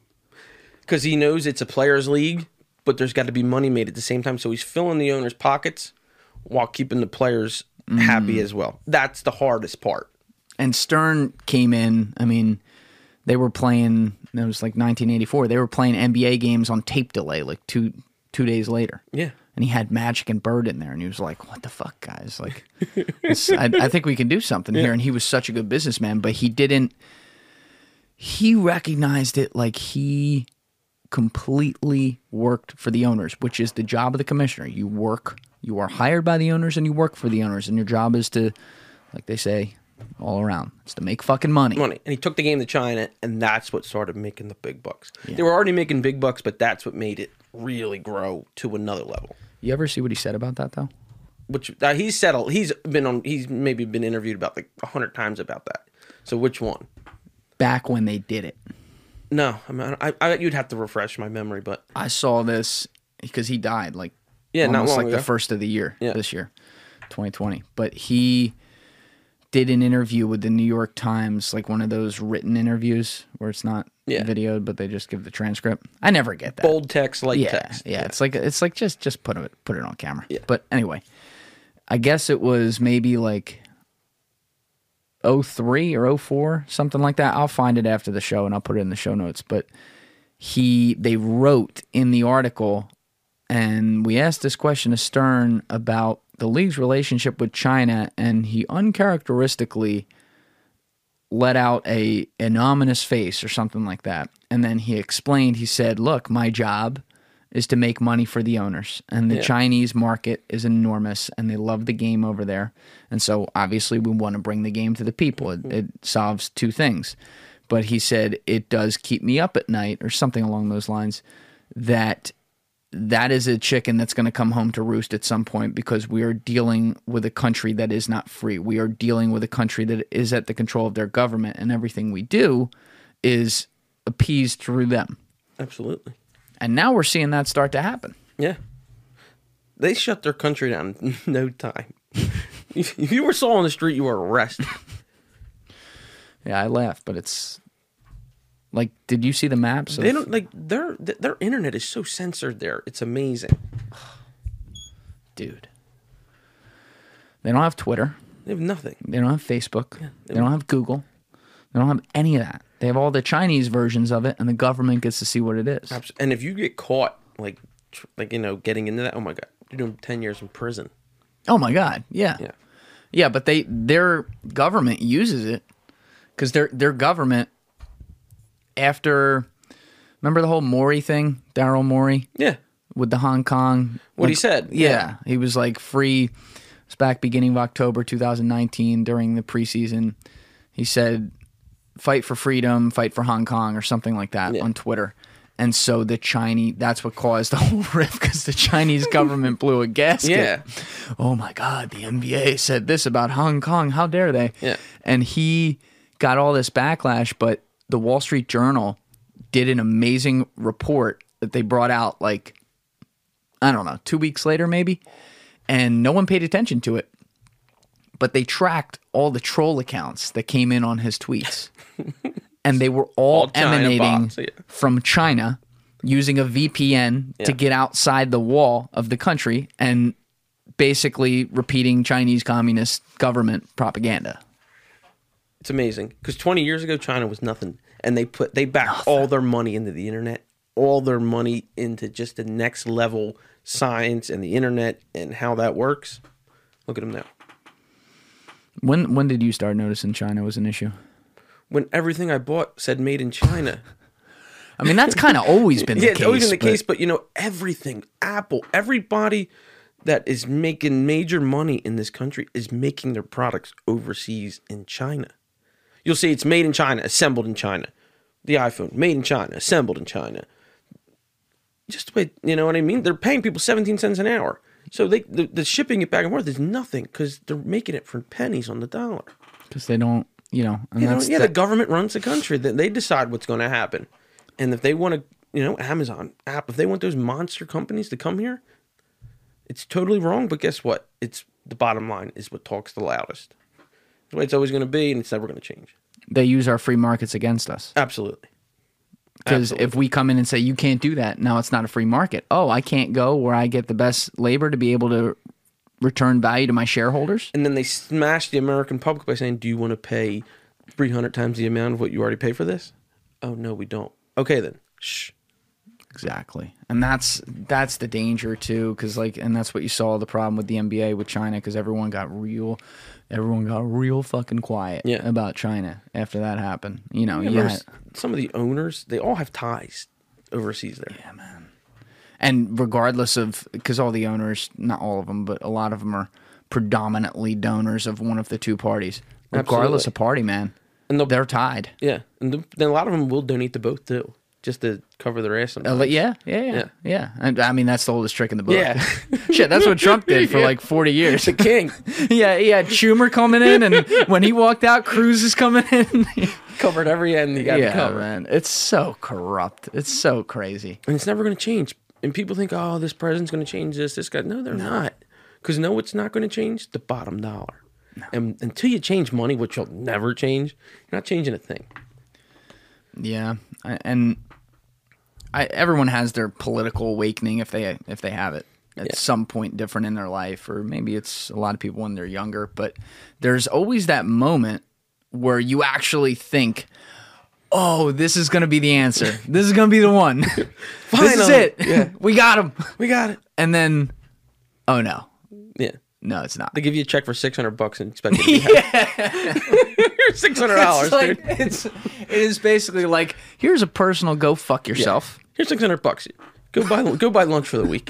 Speaker 2: because he knows it's a players' league, but there's got to be money made at the same time. So he's filling the owners' pockets while keeping the players
Speaker 1: Mm.
Speaker 2: happy as well. That's the hardest part.
Speaker 1: And Stern came in, I mean, they were playing it was like 1984. They were playing NBA games on tape delay like 2 2 days later.
Speaker 2: Yeah,
Speaker 1: And he had Magic and Bird in there, and he was like, "What the fuck, guys? Like, this, I, I think we can do something here." And he was such a good businessman, but he didn't. He recognized it like he completely worked for the owners, which is the job of the commissioner. You work, you are hired by the owners, and you work for the owners, and your job is to, like they say, all around, it's to make fucking money.
Speaker 2: money, and he took the game to China, and that's what started making the big bucks. They were already making big bucks, but that's what made it really grow to another level.
Speaker 1: You ever see what he said about that though?
Speaker 2: which uh, he's settled. He's been on. He's maybe been interviewed about like a hundred times about that. So which one?
Speaker 1: Back when they did it,
Speaker 2: No, I, mean, I, I you'd have to refresh my memory, but
Speaker 1: I saw this because he died like
Speaker 2: Yeah, not
Speaker 1: almost
Speaker 2: long
Speaker 1: like
Speaker 2: ago.
Speaker 1: the first of the year
Speaker 2: Yeah.
Speaker 1: this year, 2020. But he did an interview with the New York Times, like one of those written interviews where it's not
Speaker 2: Yeah.
Speaker 1: videoed, but they just give the transcript. I never get that.
Speaker 2: bold text, light
Speaker 1: yeah,
Speaker 2: text.
Speaker 1: yeah, It's like it's like just just put it put it on camera.
Speaker 2: Yeah.
Speaker 1: But anyway, I guess it was maybe like. 03 or 04 something like that i'll find it after the show and i'll put it in the show notes but he they wrote in the article and we asked this question to Stern about the league's relationship with China and he uncharacteristically let out a an ominous face or something like that and then he explained he said look my job is to make money for the owners and the Chinese market is enormous and they love the game over there and so obviously we want to bring the game to the people it, it solves two things but he said it does keep me up at night or something along those lines that that is a chicken that's going to come home to roost at some point because we are dealing with a country that is not free. We are dealing with a country that is at the control of their government, and everything we do is appeased through them.
Speaker 2: Absolutely.
Speaker 1: And now we're seeing that start to happen.
Speaker 2: Yeah, they shut their country down [LAUGHS] in no time. if, if you were saw on the street, you were arrested.
Speaker 1: Yeah, I laugh, but it's Like, did you see the maps? Of,
Speaker 2: They don't like their th- their internet is so censored there. It's amazing.
Speaker 1: dude. They don't have Twitter.
Speaker 2: They have nothing.
Speaker 1: They don't have Facebook. they don't have Google. They don't have any of that. They have all the Chinese versions of it, and the government gets to see what it is.
Speaker 2: Abs- And if you get caught, like, tr- like you know, getting into that, oh my god, you're doing ten years in prison.
Speaker 1: Oh my God! Yeah,
Speaker 2: Yeah.
Speaker 1: Yeah, but they their government uses it because their their government after remember the whole Maury thing, Daryl Morey
Speaker 2: Yeah.
Speaker 1: with the Hong Kong.
Speaker 2: What he
Speaker 1: like-
Speaker 2: said,
Speaker 1: Yeah.
Speaker 2: yeah.
Speaker 1: he was like free. It's back beginning of October 2019 during the preseason. He said, "Fight for freedom, fight for Hong Kong," or something like that
Speaker 2: Yeah.
Speaker 1: on Twitter. And so the Chinese, that's what caused the whole [LAUGHS] rift because the Chinese government blew a gasket
Speaker 2: Yeah.
Speaker 1: oh my God, the NBA said this about Hong Kong. How dare they?
Speaker 2: Yeah.
Speaker 1: And he got all this backlash, but the Wall Street Journal did an amazing report that they brought out like, I don't know, two weeks later maybe. And no one paid attention to it. But they tracked all the troll accounts that came in on his tweets. and they were all,
Speaker 2: All China
Speaker 1: emanating
Speaker 2: bots, yeah.
Speaker 1: from China using a VPN to
Speaker 2: Yeah.
Speaker 1: get outside the wall of the country and basically repeating Chinese communist government propaganda.
Speaker 2: It's amazing because 20 years ago China was nothing, and they put they backed all their money into the internet, all their money into just the next level science and the internet and how that works. Look at them now.
Speaker 1: When when did you start noticing China was an issue?
Speaker 2: When everything I bought said made in China.
Speaker 1: I mean, that's kind of
Speaker 2: [LAUGHS]
Speaker 1: always been
Speaker 2: yeah,
Speaker 1: the case.
Speaker 2: it's always been the
Speaker 1: but
Speaker 2: case, but you know everything. Apple, everybody that is making major money in this country is making their products overseas in China. You'll see it's made in China, assembled in China. The iPhone, made in China, assembled in China. Just the way you know what I mean. They're paying people seventeen cents an hour, so they the, the shipping it back and forth is nothing because they're making it for pennies on the dollar.
Speaker 1: because they don't, you know, and
Speaker 2: You know,
Speaker 1: that's
Speaker 2: yeah, the
Speaker 1: that-
Speaker 2: government runs the country. Then they decide what's going to happen, and if they want to, you know, Amazon app, if they want those monster companies to come here, it's totally wrong. But guess what? It's the bottom line is what talks the loudest. It's the way it's always going to be, and it's never going to change.
Speaker 1: they use our free markets against us.
Speaker 2: Absolutely.
Speaker 1: Because if we come in and say you can't do that, now it's not a free market. Oh, I can't go where I get the best labor to be able to return value to my shareholders.
Speaker 2: And then they smash the American public by saying, "Do you want to pay three hundred times the amount of what you already pay for this?" Oh no, we don't. Okay then. Shh.
Speaker 1: Exactly, and that's that's the danger too, because like, and that's what you saw the problem with the NBA with China, because everyone got real, everyone got real fucking quiet
Speaker 2: Yeah.
Speaker 1: about China after that happened. You know, yeah,
Speaker 2: There's- Some of the owners, they all have ties overseas there.
Speaker 1: and regardless of because all the owners, not all of them, but a lot of them are predominantly donors of one of the two parties, regardless
Speaker 2: Absolutely.
Speaker 1: of party, man.
Speaker 2: And they'll-
Speaker 1: they're tied.
Speaker 2: Yeah, and th- then a lot of them will donate to both too, just to cover their ass. sometimes.
Speaker 1: Uh, like, yeah, yeah, yeah,
Speaker 2: Yeah.
Speaker 1: yeah, And I mean, that's the oldest trick in the book.
Speaker 2: Yeah.
Speaker 1: [LAUGHS] shit, that's what Trump did for like forty years. [LAUGHS]
Speaker 2: [LAUGHS] the king
Speaker 1: Yeah, he had Schumer coming in, and when he walked out, Cruz is coming in. [LAUGHS]
Speaker 2: covered every end. You got to
Speaker 1: yeah,
Speaker 2: cover,
Speaker 1: man, it's so corrupt. It's so crazy.
Speaker 2: and it's never going to change. And people think, oh, this president's going to change this. This guy, no, they're not. Because no, it's not going to change the bottom dollar. And until you change money, which you'll never change, you're not changing a thing.
Speaker 1: Yeah, I, and I everyone has their political awakening if they if they have it at some point different in their life, or maybe it's a lot of people when they're younger. But there's always that moment where you actually think. Oh, this is going to be the
Speaker 2: [LAUGHS]
Speaker 1: answer. This is going to be the one. [LAUGHS] this is
Speaker 2: Finally.
Speaker 1: it. [LAUGHS] we got him.
Speaker 2: We got it.
Speaker 1: And then, oh no,
Speaker 2: Yeah,
Speaker 1: no, it's not.
Speaker 2: they give you a check for six hundred bucks and expect you [LAUGHS] to be [LAUGHS] six hundred dollars,
Speaker 1: It's like
Speaker 2: dude.
Speaker 1: it's it is basically like here's a personal go fuck yourself.
Speaker 2: Here's six hundred bucks. Go buy go buy lunch for the [LAUGHS] week.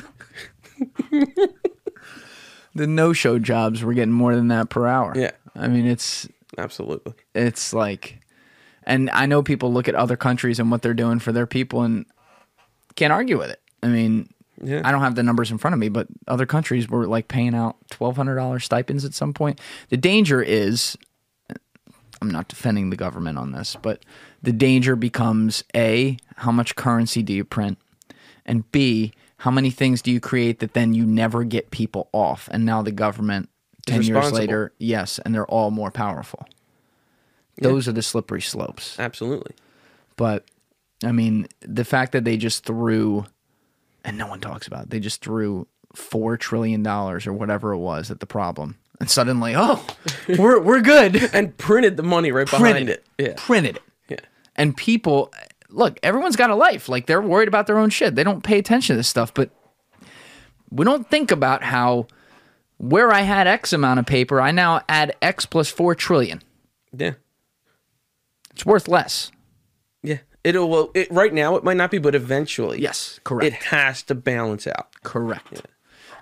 Speaker 1: The no show jobs were getting more than that per hour.
Speaker 2: Yeah.
Speaker 1: I mean it's
Speaker 2: Absolutely.
Speaker 1: it's like and I know people look at other countries and what they're doing for their people and can't argue with it. I mean
Speaker 2: Yeah.
Speaker 1: I don't have the numbers in front of me, but other countries were like paying out twelve hundred dollars stipends at some point. The danger is I'm not defending the government on this, but the danger becomes A, how much currency do you print? And B, how many things do you create that then you never get people off? And now the government, 10 years
Speaker 2: responsible.
Speaker 1: later, yes, and they're all more powerful. Those are the slippery slopes.
Speaker 2: Absolutely.
Speaker 1: But I mean, the fact that they just threw, and no one talks about it, they just threw $4 trillion or whatever it was at the problem. And suddenly,
Speaker 2: [LAUGHS]
Speaker 1: oh, we're, we're good.
Speaker 2: and printed the money right behind it. Yeah.
Speaker 1: Printed it.
Speaker 2: Yeah.
Speaker 1: And people, look, everyone's got a life. Like they're worried about their own shit. They don't pay attention to this stuff, but we don't think about how where I had X amount of paper, I now add X plus 4 trillion.
Speaker 2: Yeah.
Speaker 1: It's worth less.
Speaker 2: Yeah. It'll well, it, right now it might not be, but eventually.
Speaker 1: Yes, correct.
Speaker 2: It has to balance out.
Speaker 1: Correct.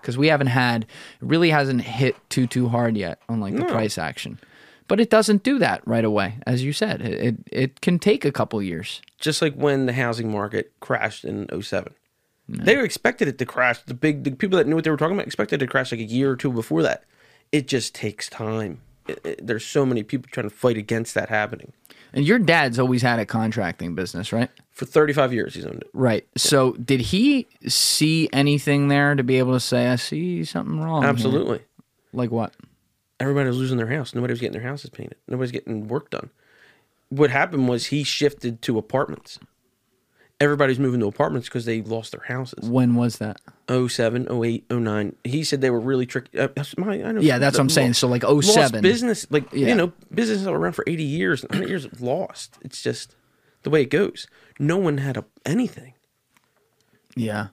Speaker 1: Because we haven't had, it really hasn't hit too, too hard yet on like the price action. But it doesn't do that right away, as you said. It, it, it can take a couple years.
Speaker 2: Just like when the housing market crashed in 07. They expected it to crash. The big the people that knew what they were talking about expected it to crash like a year or two before that. It just takes time. It- it- there's so many people trying to fight against that happening.
Speaker 1: And your dad's always had a contracting business, right?
Speaker 2: For 35 years he's owned it.
Speaker 1: Right. So did he see anything there to be able to say, I see something wrong? here"?
Speaker 2: Absolutely.
Speaker 1: Like what?
Speaker 2: everybody was losing their house. Nobody was getting their houses painted. Nobody's getting work done. What happened was he shifted to apartments. Everybody's moving to apartments because they lost their houses.
Speaker 1: When was that?
Speaker 2: 07, 08, 09. He said they were really tricky. Uh, that's my, I know
Speaker 1: Yeah, that's what I'm saying. So, like, 07.
Speaker 2: Lost business, like,
Speaker 1: Yeah.
Speaker 2: you know, businesses that were around for 80 years, 100 years lost. It's just the way it goes. No one had a, anything
Speaker 1: Yeah.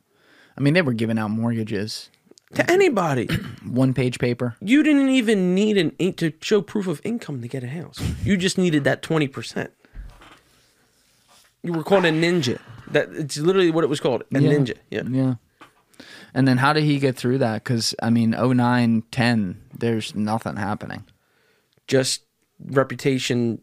Speaker 1: I mean, they were giving out mortgages, Mm-hmm.
Speaker 2: to anybody.
Speaker 1: one page paper.
Speaker 2: you didn't even need an in- to show proof of income to get a house. You just needed that twenty percent. You were called a ninja. That it's literally what it was called, a ninja. Yeah.
Speaker 1: Yeah. And then how did he get through that? Because, I mean, 09, 10, there's nothing happening.
Speaker 2: just reputation,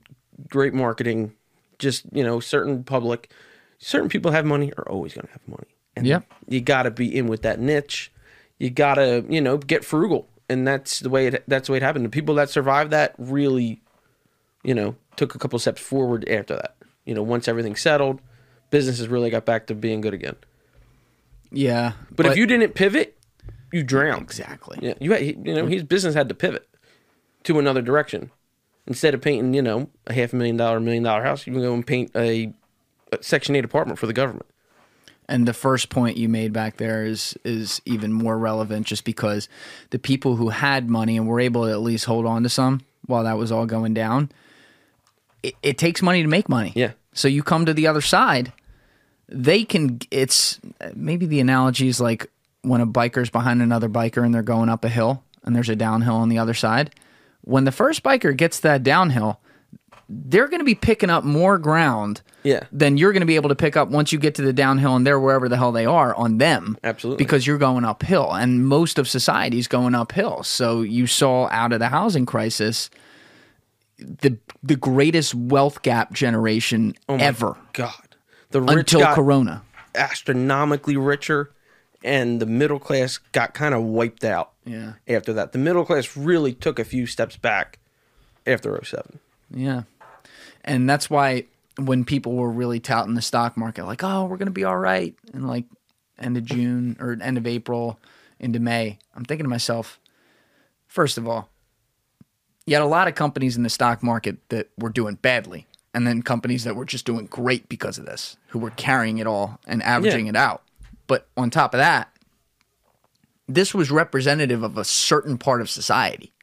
Speaker 2: great marketing, just you know, certain public, certain people have money are always going to have money, and
Speaker 1: Yep.
Speaker 2: you got to be in with that niche. You got to you know get frugal, and that's the way it that's the way it happened. The people that survived that really, you know, took a couple steps forward after that. You know, once everything settled, businesses really got back to being good again.
Speaker 1: Yeah.
Speaker 2: But, if you didn't pivot, you drowned.
Speaker 1: Exactly.
Speaker 2: Yeah, you had, he- you know his business had to pivot to another direction. Instead of painting, you know, a half million dollar, million dollar house, you can go and paint a, a Section Eight apartment for the government.
Speaker 1: And the first point you made back there is is even more relevant just because the people who had money and were able to at least hold on to some while that was all going down, it, it takes money to make money.
Speaker 2: Yeah.
Speaker 1: So you come to the other side, they can it's maybe the analogy is like when a biker's behind another biker and they're going up a hill and there's a downhill on the other side. When the first biker gets that downhill, they're going to be picking up more ground
Speaker 2: Yeah.
Speaker 1: then you're going to be able to pick up once you get to the downhill and they're wherever the hell they are on them.
Speaker 2: Absolutely.
Speaker 1: Because you're going uphill and most of society's going uphill. So you saw out of the housing crisis the the greatest wealth gap generation ever
Speaker 2: God, the Oh rich
Speaker 1: until
Speaker 2: got
Speaker 1: corona.
Speaker 2: astronomically richer, and the middle class got kind of wiped out.
Speaker 1: Yeah.
Speaker 2: After that, the middle class really took a few steps back after 07.
Speaker 1: Yeah. And that's why when people were really touting the stock market, like, oh, we're going to be all right. And like end of June or end of April into May, I'm thinking to myself, first of all, you had a lot of companies in the stock market that were doing badly. And then companies that were just doing great because of this, who were carrying it all and averaging
Speaker 2: Yeah.
Speaker 1: it out. But on top of that, this was representative of a certain part of society.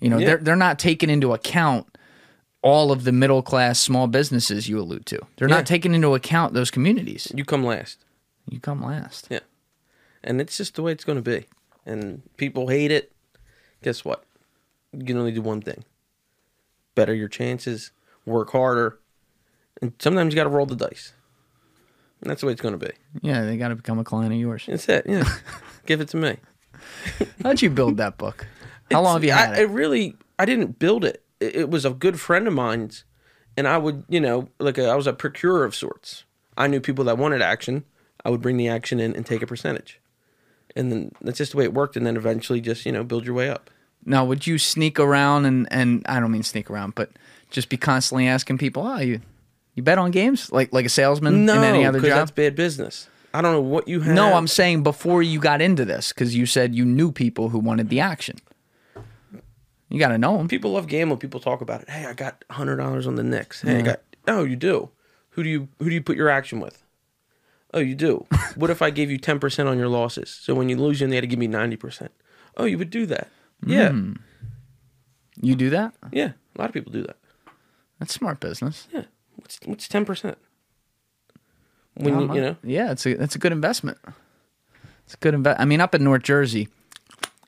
Speaker 1: You know,
Speaker 2: Yeah.
Speaker 1: they're they're not taking into account all of the middle class small businesses you allude to. They're
Speaker 2: Yeah.
Speaker 1: not taking into account those communities.
Speaker 2: You come last.
Speaker 1: You come last.
Speaker 2: Yeah. And it's just the way it's going to be. And people hate it. Guess what? You can only do one thing better your chances, work harder. And sometimes you got to roll the dice. And that's the way it's going to be.
Speaker 1: Yeah, they got to become a client of yours.
Speaker 2: That's
Speaker 1: [LAUGHS]
Speaker 2: it. Yeah. Give it to me.
Speaker 1: How'd you build that
Speaker 2: [LAUGHS]
Speaker 1: book? How long have you
Speaker 2: I,
Speaker 1: had
Speaker 2: I
Speaker 1: it?
Speaker 2: really, I didn't build it. it. It was a good friend of mine's, and I would, you know, like a, I was a procurer of sorts. I knew people that wanted action. I would bring the action in and take a percentage, and then that's just the way it worked. And then eventually, just you know, build your way up.
Speaker 1: Now, would you sneak around and and I don't mean sneak around, but just be constantly asking people, "Oh, you you bet on games like like a salesman
Speaker 2: No,
Speaker 1: in any other
Speaker 2: 'cause
Speaker 1: job?"
Speaker 2: that's bad business. I don't know what you have.
Speaker 1: No, I'm saying before you got into this because you said you knew people who wanted the action. You got to know them.
Speaker 2: people love gambling. People talk about it. Hey, I got hundred dollars on the Knicks. Hey, I got. Oh, you do. Who do you who do you put your action with? Oh,
Speaker 1: [LAUGHS]
Speaker 2: you do. what if I gave you ten percent on your losses? So when you lose, you only had to give me ninety percent. Oh, you would do that. Yeah,
Speaker 1: Hmm. You do that?
Speaker 2: yeah. A lot of people do that.
Speaker 1: That's smart business.
Speaker 2: Yeah. What's what's ten percent? When you, you know,
Speaker 1: Yeah, it's a that's a good investment. It's a good invest. I mean, up in North Jersey,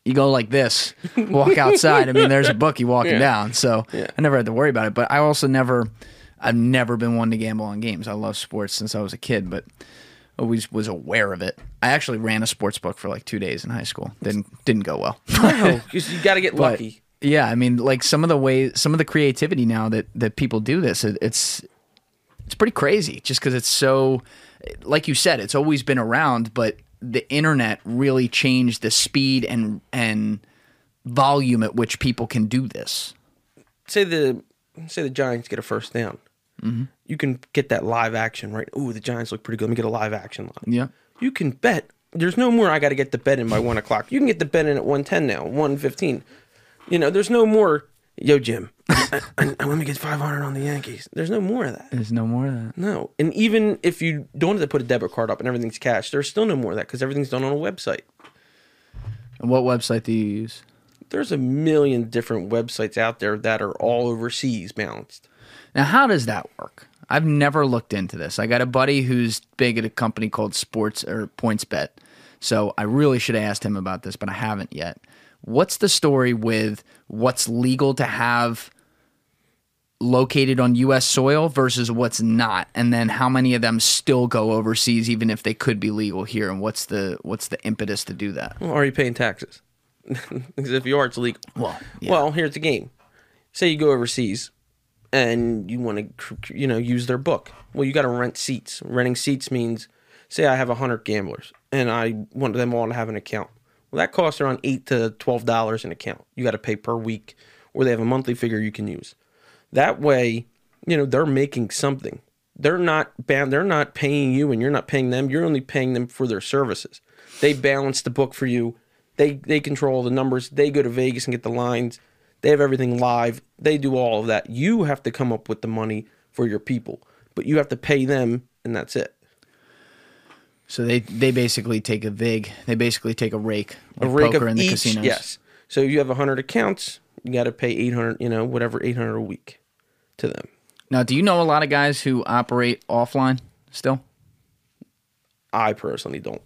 Speaker 1: you go like
Speaker 2: [LAUGHS]
Speaker 1: this, walk outside. I mean, there's a bookie walking
Speaker 2: Yeah.
Speaker 1: down, so
Speaker 2: Yeah.
Speaker 1: I never had to worry about it. But I also never, I've never been one to gamble on games. I love sports since I was a kid, but always was aware of it. I actually ran a sports book for like two days in high school. Didn't didn't go well. [LAUGHS]
Speaker 2: no, 'cause you got to get
Speaker 1: But,
Speaker 2: lucky.
Speaker 1: Yeah, I mean, like some of the ways, some of the creativity now that that people do this, it, it's it's pretty crazy. Just because it's so, like you said, it's always been around, but the internet really changed the speed and and volume at which people can do this.
Speaker 2: Say the say the Giants get a first down. You can get that live action right. Ooh, the Giants look pretty good. Let me get a live action line.
Speaker 1: Yeah.
Speaker 2: You can bet. There's no more. I got to get the bet in by one o'clock. You can get the bet in at one ten now, one fifteen. You know, there's no more. Yo, Jim, I, I, I want to get five hundred on the Yankees. There's no more of that.
Speaker 1: There's no more of that.
Speaker 2: No, and even if you don't have to put a debit card up and everything's cash, there's still no more of that because everything's done on a website.
Speaker 1: And what website do you use?
Speaker 2: There's a million different websites out there that are all overseas balanced.
Speaker 1: Now, how does that work? I've never looked into this. I got a buddy who's big at a company called Sports or PointsBet, so I really should have asked him about this, but I haven't yet. What's the story with what's legal to have located on U.S. soil versus what's not, and then how many of them still go overseas, even if they could be legal here? And what's the what's the impetus to do that?
Speaker 2: Well, are you paying taxes? [LAUGHS] because if you are, it's legal.
Speaker 1: Well, yeah.
Speaker 2: Well, here's the game. Say you go overseas and you want to, you know, use their book. Well, you got to rent seats. Renting seats means, say, I have hundred gamblers and I want them all to have an account. Well, that costs around eight to twelve dollars an account. You got to pay per week, or they have a monthly figure you can use. That way, you know, they're making something. They're not bound. They're not paying you, and you're not paying them. You're only paying them for their services. They balance the book for you. They they control the numbers. They go to Vegas and get the lines. They have everything live. They do all of that. You have to come up with the money for your people, but you have to pay them, and that's it.
Speaker 1: So they they basically take a vig, they basically take a rake,
Speaker 2: A
Speaker 1: like
Speaker 2: rake
Speaker 1: poker
Speaker 2: of
Speaker 1: in the
Speaker 2: each,
Speaker 1: casinos.
Speaker 2: yes. So you have hundred accounts. You got to pay eight hundred, you know, whatever eight hundred a week to them.
Speaker 1: Now, do you know a lot of guys who operate offline still?
Speaker 2: I personally don't.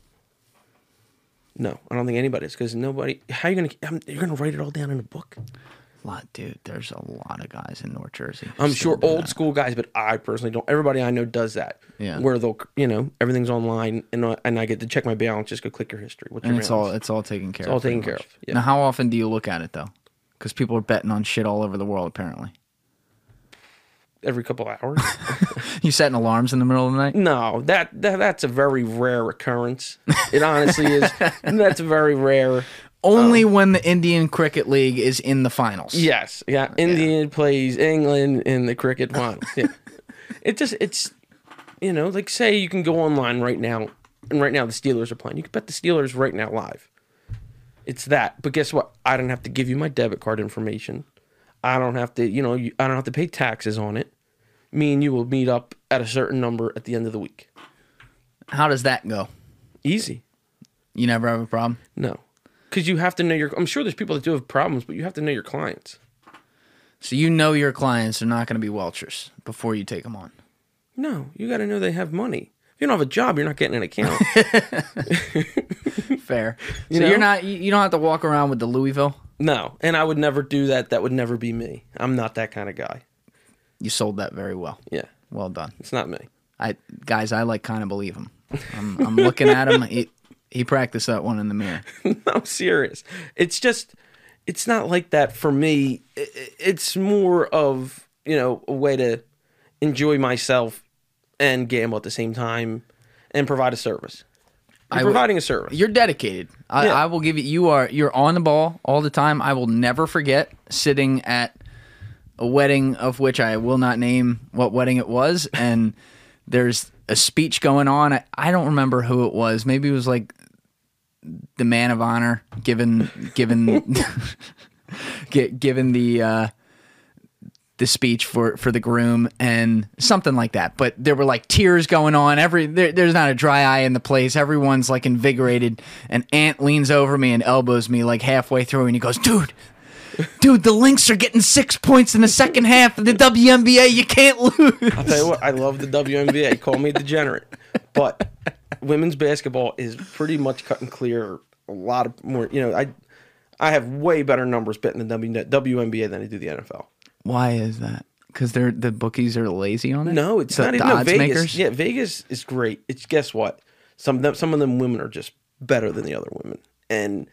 Speaker 2: No, I don't think anybody's because nobody. How you gonna? I'm, you're gonna write it all down in a book.
Speaker 1: A lot, dude. There's a lot of guys in North Jersey. who
Speaker 2: I'm
Speaker 1: still
Speaker 2: sure
Speaker 1: do
Speaker 2: old
Speaker 1: that.
Speaker 2: school guys, but I personally don't. Everybody I know does that.
Speaker 1: Yeah.
Speaker 2: Where they'll, you know, everything's online, and I, and I get to check my balance. Just go click your history. What's your
Speaker 1: and it's all
Speaker 2: balance?
Speaker 1: it's all taken care.
Speaker 2: all
Speaker 1: of pretty
Speaker 2: taken care
Speaker 1: much.
Speaker 2: of, yeah.
Speaker 1: Now, how often do you look at it though? Because people are betting on shit all over the world. Apparently, [LAUGHS]
Speaker 2: every couple hours.
Speaker 1: you setting alarms in the middle of the night.
Speaker 2: no, that, that that's a very rare occurrence. It honestly
Speaker 1: [LAUGHS]
Speaker 2: is. That's very rare.
Speaker 1: Only when the Indian Cricket League is in the finals.
Speaker 2: Yes, Oh. yeah. India plays England in the cricket finals. Yeah. it just it's you know like say you can go online right now, and right now the Steelers are playing. You can bet the Steelers right now live. It's that, but guess what? I don't have to give you my debit card information. I don't have to, you know, you, I don't have to pay taxes on it. Me and you will meet up at a certain number at the end of the week.
Speaker 1: How does that go?
Speaker 2: Easy.
Speaker 1: You never have a problem.
Speaker 2: No. Because you have to know your. I'm sure there's people that do have problems, but you have to know your clients.
Speaker 1: So you know your clients are not going to be welchers before you take them on.
Speaker 2: No, you got to know they have money. If you don't have a job, you're not getting an account. [LAUGHS]
Speaker 1: Fair.
Speaker 2: You
Speaker 1: so
Speaker 2: know?
Speaker 1: you're not. You, you don't have to walk around with the Louisville.
Speaker 2: no, and I would never do that. That would never be me. I'm not that kind of guy.
Speaker 1: You sold that very well.
Speaker 2: Yeah,
Speaker 1: Well done.
Speaker 2: it's not me. [LAUGHS]
Speaker 1: I guys, I like kind of believe him. I'm, I'm looking at him. He, he practiced that one in the mirror.
Speaker 2: I'm serious. It's just, it's not like that for me. I- I- It's more of you know a way to enjoy myself and gamble at the same time and provide a service. You're
Speaker 1: I would-
Speaker 2: providing a service.
Speaker 1: You're dedicated. I,
Speaker 2: Yeah.
Speaker 1: I will give you. You are you're on the ball all the time. I will never forget sitting at a wedding of which I will not name what wedding it was, and there's a speech going on. I, I don't remember who it was. Maybe it was like the man of honor [LAUGHS] given given gi- given the uh, the speech for for the groom and something like that. But there were like tears going on. Every there, there's not a dry eye in the place. Everyone's like invigorated. And Ant leans over me and elbows me like halfway through, and he goes, "Dude." Dude, the Lynx are getting six points in the second half of the WNBA. You can't lose.
Speaker 2: I'll [LAUGHS] tell you what, I love the WNBA. Call me degenerate, but women's basketball is pretty much cut and clear. A lot of more, you know, I I have way better numbers betting the W- WNBA than I do the NFL.
Speaker 1: Why is that? Because they're the bookies are lazy on it.
Speaker 2: No, it's
Speaker 1: The-
Speaker 2: not
Speaker 1: the
Speaker 2: even no,
Speaker 1: odds
Speaker 2: Vegas.
Speaker 1: makers?
Speaker 2: Yeah, Vegas is great. It's guess what? Some of them, some of them women are just better than the other women, and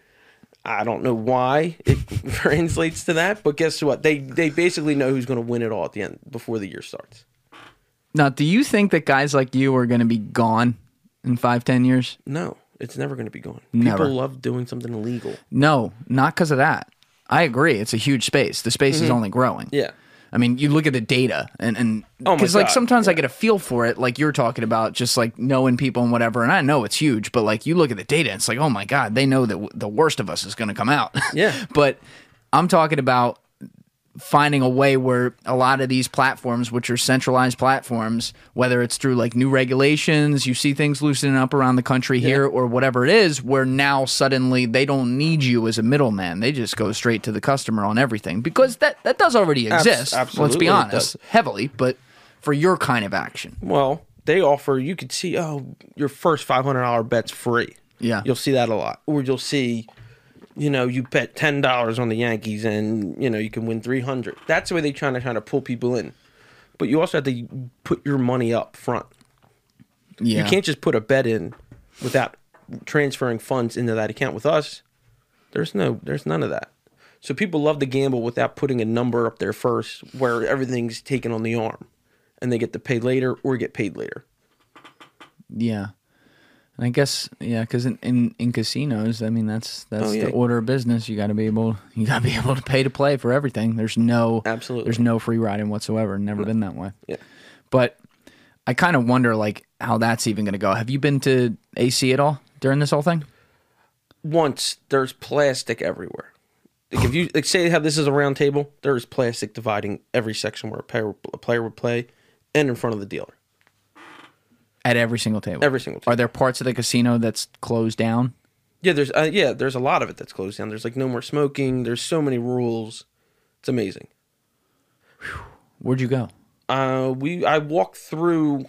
Speaker 2: I don't know why it [LAUGHS] translates to that. But guess what? They they basically know who's going to win it all at the end before the year starts.
Speaker 1: Now, do you think that guys like you are going to be gone in five, ten years?
Speaker 2: No, it's never going to be gone.
Speaker 1: Never.
Speaker 2: People love doing something illegal.
Speaker 1: No, not because of that. I agree. It's a huge space. The space is only growing.
Speaker 2: Mm-hmm. Yeah.
Speaker 1: I mean, you look at the data and and
Speaker 2: Oh my
Speaker 1: because like
Speaker 2: God,
Speaker 1: sometimes I get a feel for it, like you're talking about, just like knowing people and whatever. And I know it's huge, but like you look at the data, it's like, oh my god, they know that w- the worst of us is going to come out.
Speaker 2: Yeah.
Speaker 1: [LAUGHS] but I'm talking about finding a way where a lot of these platforms, which are centralized platforms, whether it's through like new regulations, you see things loosening up around the country here or whatever it is, where now suddenly they don't need you as a middleman. They just go straight to the customer on everything because that, that does already
Speaker 2: Abs-
Speaker 1: exist. let's
Speaker 2: absolutely
Speaker 1: be
Speaker 2: it
Speaker 1: honest,
Speaker 2: does.
Speaker 1: heavily, but for your kind of action.
Speaker 2: Well, they offer you could see oh your first five hundred dollar bet's free.
Speaker 1: Yeah.
Speaker 2: you'll see that a lot, or you'll see, you know, you bet ten dollars on the Yankees and you know you can win three hundred. That's the way they're trying to kind of pull people in, but you also have to put your money up front.
Speaker 1: Yeah.
Speaker 2: You can't just put a bet in without transferring funds into that account. With us, there's no, there's none of that. So people love to gamble without putting a number up there first, where everything's taken on the arm, and they get to pay later or get paid later.
Speaker 1: Yeah. And I guess yeah, because in, in in casinos, I mean that's that's
Speaker 2: Oh, yeah.
Speaker 1: the order of business. You got to be able you got to be [LAUGHS] able to pay to play for everything. There's no
Speaker 2: Absolutely. Mm.
Speaker 1: There's no free riding whatsoever. Never been that way.
Speaker 2: Yeah.
Speaker 1: But I kind of wonder like how that's even going to go. Have you been to AC at all during this whole thing?
Speaker 2: Once there's plastic everywhere. Like if you like say how this is a round table, there is plastic dividing every section where a player, a player would play, and in front of the dealer.
Speaker 1: At every single table.
Speaker 2: Every single
Speaker 1: Are there parts of the casino that's closed down?
Speaker 2: Yeah, there's uh, yeah, there's a lot of it that's closed down. There's like no more smoking. There's so many rules. It's amazing.
Speaker 1: Where'd you go?
Speaker 2: uh, we I walked through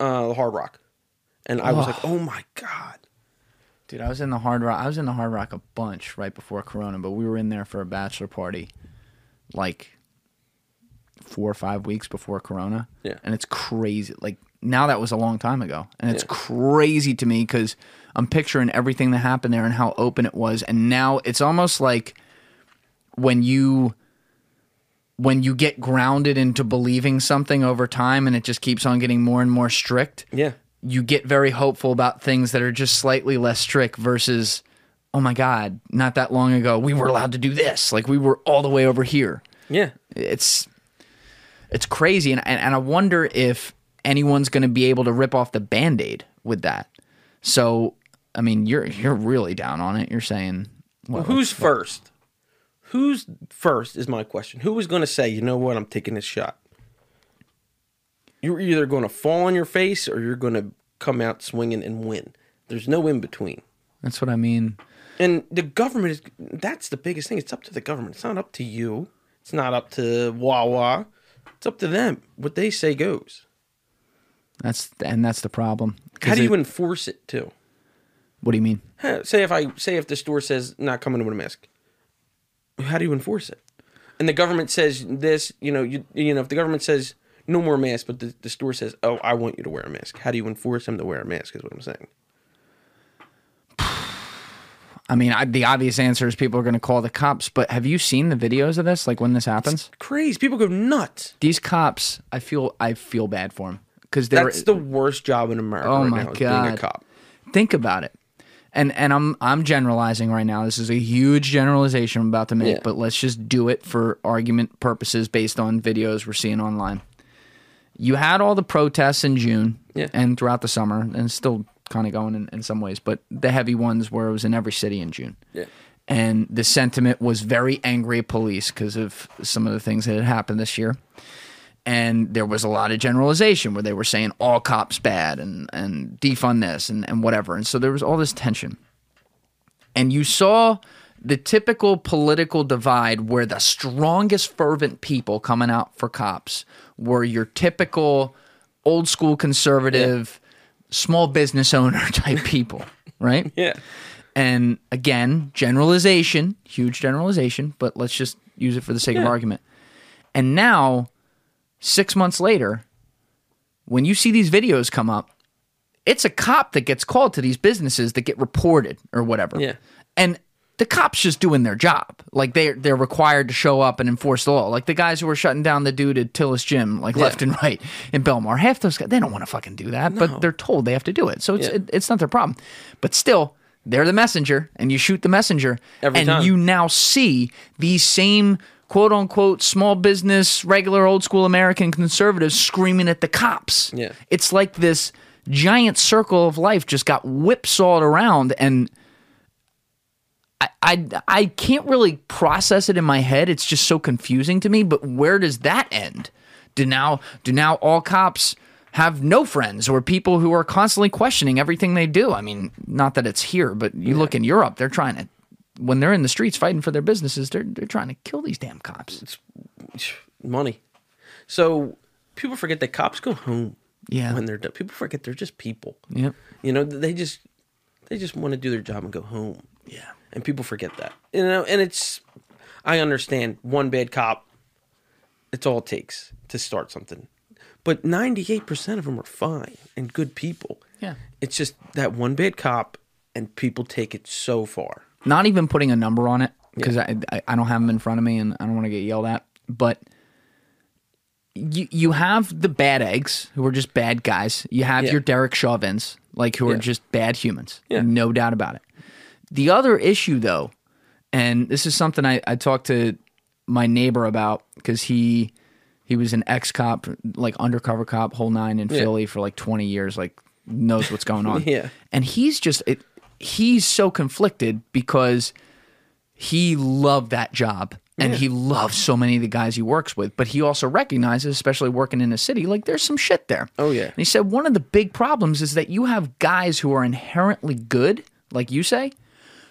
Speaker 2: uh, the Hard Rock, and I was like, "Oh my god!"
Speaker 1: Dude, I was in the Hard Rock. I was in the Hard Rock a bunch right before Corona, but we were in there for a bachelor party, like four or five weeks before Corona.
Speaker 2: Yeah.
Speaker 1: and it's crazy. Like now that was a long time ago, and it's crazy to me because I'm picturing everything that happened there and how open it was, and now it's almost like when you when you get grounded into believing something over time and it just keeps on getting more and more strict
Speaker 2: Yeah,
Speaker 1: you get very hopeful about things that are just slightly less strict versus oh my god not that long ago we were allowed to do this like we were all the way over here
Speaker 2: yeah.
Speaker 1: it's it's crazy and and, and i wonder if anyone's going to be able to rip off the band-aid with that so i mean you're you're really down on it you're saying well,
Speaker 2: Who's first? Who's first is my question. Who was going to say, "You know what? I'm taking this shot." You're either going to fall on your face or you're going to come out swinging and win. There's no in between.
Speaker 1: that's what i mean
Speaker 2: And the government is that's the biggest thing. It's up to the government. It's not up to you. It's not up to Wawa. It's up to them. What they say goes.
Speaker 1: that's and that's the problem 'Cause
Speaker 2: How do
Speaker 1: it-
Speaker 2: you enforce it too?
Speaker 1: what do you mean
Speaker 2: Huh, say if I say if the store says not coming with a mask, how do you enforce it? And the government says this, you know, you you know, if the government says no more masks, but the, the store says, oh, I want you to wear a mask. How do you enforce them to wear a mask? Is what I'm saying.
Speaker 1: i mean I, the obvious answer is people are going to call the cops but have you seen the videos of this like when this happens
Speaker 2: Crazy people go nuts.
Speaker 1: these cops i feel i feel bad for them because they're
Speaker 2: That's the worst job in America
Speaker 1: Oh
Speaker 2: right
Speaker 1: my
Speaker 2: now. Is being a
Speaker 1: God.
Speaker 2: cop.
Speaker 1: think about it and and i'm i'm generalizing right now this is a huge generalization i'm about to make
Speaker 2: Yeah.
Speaker 1: but let's just do it for argument purposes based on videos we're seeing online you had all the protests in june
Speaker 2: Yeah.
Speaker 1: and throughout the summer and it's still kind of going in, in some ways but the heavy ones where it was in every city in june
Speaker 2: Yeah.
Speaker 1: and the sentiment was very angry at police because of some of the things that had happened this year. And there was a lot of generalization where they were saying all cops bad and, and defund this and, and whatever. And so there was all this tension. And you saw the typical political divide where the strongest fervent people coming out for cops were your typical old school conservative small business owner [LAUGHS] type people, right?
Speaker 2: Yeah.
Speaker 1: And again, generalization, huge generalization, but let's just use it for the sake of argument. And now, six months later, when you see these videos come up, it's a cop that gets called to these businesses that get reported or whatever.
Speaker 2: Yeah.
Speaker 1: And the cops just doing their job. Like they they're required to show up and enforce the law. Like the guys who were shutting down the dude at Tillis Gym, like left and right in Belmar. Half those guys they don't want to fucking do that, but they're told they have to do it. So it's
Speaker 2: Yeah.
Speaker 1: it, it's not their problem. But still, they're the messenger, and you shoot the messenger,
Speaker 2: Every
Speaker 1: and
Speaker 2: time.
Speaker 1: you now see these same quote unquote small business, regular old school American conservatives screaming at the cops.
Speaker 2: Yeah.
Speaker 1: It's like this giant circle of life just got whipsawed around and I, I I can't really process it in my head. It's just so confusing to me. But where does that end? Do now do now all cops have no friends or people who are constantly questioning everything they do? I mean, not that it's here, but you look in Europe, they're trying to when they're in the streets fighting for their businesses, they're they're trying to kill these damn cops.
Speaker 2: [SIGHS] money. So people forget that cops go home.
Speaker 1: Yeah.
Speaker 2: When they're done, people forget they're just people.
Speaker 1: Yep.
Speaker 2: You know, they just they just want to do their job and go home.
Speaker 1: Yeah.
Speaker 2: And people forget that. You know, and it's I understand one bad cop. It's all it takes to start something. But 98% of them are fine and good people.
Speaker 1: Yeah.
Speaker 2: It's just that one bad cop and people take it so far.
Speaker 1: not even putting a number on it because I, I I don't have them in front of me and I don't want to get yelled at. But you you have the bad eggs who are just bad guys. You have
Speaker 2: Yeah.
Speaker 1: your Derek Chauvins like who are
Speaker 2: Yeah.
Speaker 1: just bad humans.
Speaker 2: Yeah.
Speaker 1: No doubt about it. The other issue though, and this is something I, I talked to my neighbor about because he he was an ex cop, like undercover cop, whole nine in
Speaker 2: Yeah.
Speaker 1: Philly for like twenty years, like knows what's
Speaker 2: [LAUGHS]
Speaker 1: going on.
Speaker 2: Yeah.
Speaker 1: And he's just it, he's so conflicted because he loved that job and he loves so many of the guys he works with, but he also recognizes, especially working in a city, like there's some shit there.
Speaker 2: Oh, yeah.
Speaker 1: And he said one of the big problems is that you have guys who are inherently good, like you say,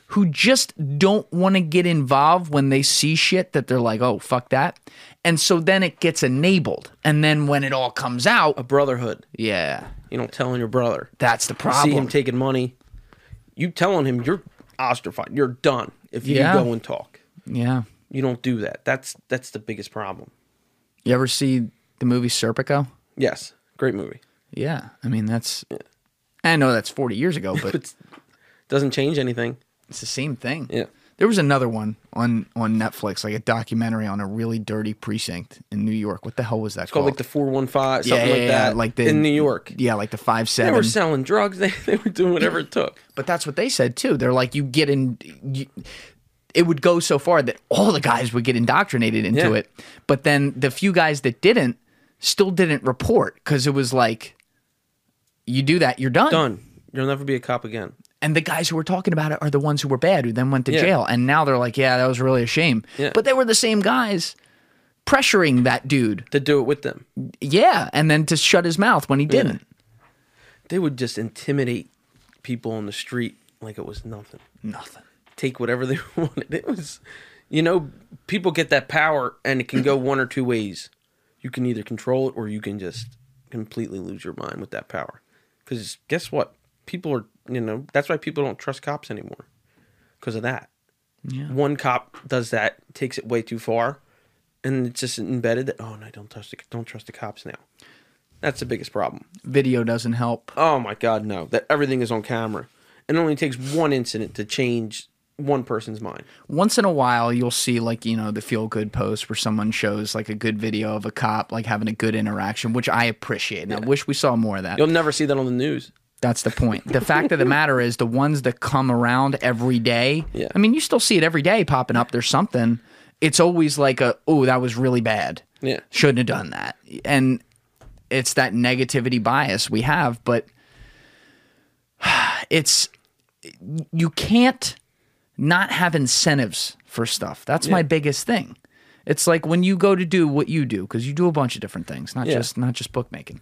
Speaker 1: who just don't want to get involved when they see shit that they're like, oh, fuck that. And so then it gets enabled. And then when it all comes
Speaker 2: A
Speaker 1: out,
Speaker 2: brotherhood.
Speaker 1: yeah,
Speaker 2: You don't tell on your brother.
Speaker 1: that's the
Speaker 2: see
Speaker 1: problem.
Speaker 2: him taking money, you telling him you're ostracized, you're done. If you
Speaker 1: Yeah.
Speaker 2: go and talk,
Speaker 1: yeah.
Speaker 2: you don't do that. That's that's the biggest problem.
Speaker 1: You ever see the movie Serpico?
Speaker 2: Yes, great movie.
Speaker 1: Yeah. I mean, that's, I know that's 40 years ago, but
Speaker 2: [LAUGHS] But doesn't change anything.
Speaker 1: It's the same thing.
Speaker 2: Yeah.
Speaker 1: There was another one on on Netflix, like a documentary on a really dirty precinct in New York. What the hell was that
Speaker 2: Called
Speaker 1: called?
Speaker 2: like the four one five,
Speaker 1: yeah,
Speaker 2: something
Speaker 1: yeah,
Speaker 2: like
Speaker 1: yeah,
Speaker 2: that,
Speaker 1: like the
Speaker 2: in New York.
Speaker 1: Yeah, like the five
Speaker 2: They
Speaker 1: seven.
Speaker 2: were selling drugs. [LAUGHS] They, they were doing whatever it
Speaker 1: [LAUGHS]
Speaker 2: took.
Speaker 1: but that's what they said too. They're like, you get in. You, it would go so far that all the guys would get indoctrinated into
Speaker 2: Yeah.
Speaker 1: it, but then the few guys that didn't still didn't report because it was like, you do that, you're done.
Speaker 2: Done. You'll never be a cop again.
Speaker 1: and the guys who were talking about it are the ones who were bad who then went to
Speaker 2: Yeah.
Speaker 1: jail and now they're like yeah that was really a shame
Speaker 2: Yeah.
Speaker 1: but they were the same guys pressuring that dude
Speaker 2: To do it with them,
Speaker 1: yeah and then to shut his mouth when he didn't
Speaker 2: they would just intimidate people on the street like it was nothing.
Speaker 1: nothing
Speaker 2: take whatever they [LAUGHS] wanted. It was, you know, people get that power and it can go one or two ways. You can either control it or you can just completely lose your mind with that power. Because guess what? People are, you know, that's why people don't trust cops anymore because of that.
Speaker 1: Yeah.
Speaker 2: One cop does that, takes it way too far, and it's just embedded that oh no, don't trust the, don't trust the cops now. That's the biggest problem.
Speaker 1: video doesn't help
Speaker 2: Oh my God, no! That everything is on camera, and it only takes one incident to change one person's mind.
Speaker 1: once in a while you'll see like you know the feel good post where someone shows like a good video of a cop like having a good interaction which i appreciate and i wish we saw more of that
Speaker 2: You'll never see that on the news.
Speaker 1: That's the point. The fact of the matter is, the ones that come around every day.
Speaker 2: Yeah.
Speaker 1: I mean, you still see it every day popping up. There's something. It's always like a, oh, that was really bad.
Speaker 2: Yeah.
Speaker 1: Shouldn't have done that. And it's that negativity bias we have, [SIGHS] but it's you can't not have incentives for stuff. That's my biggest thing. It's like when you go to do what you do because you do a bunch of different things, not
Speaker 2: Yeah.
Speaker 1: just not just bookmaking.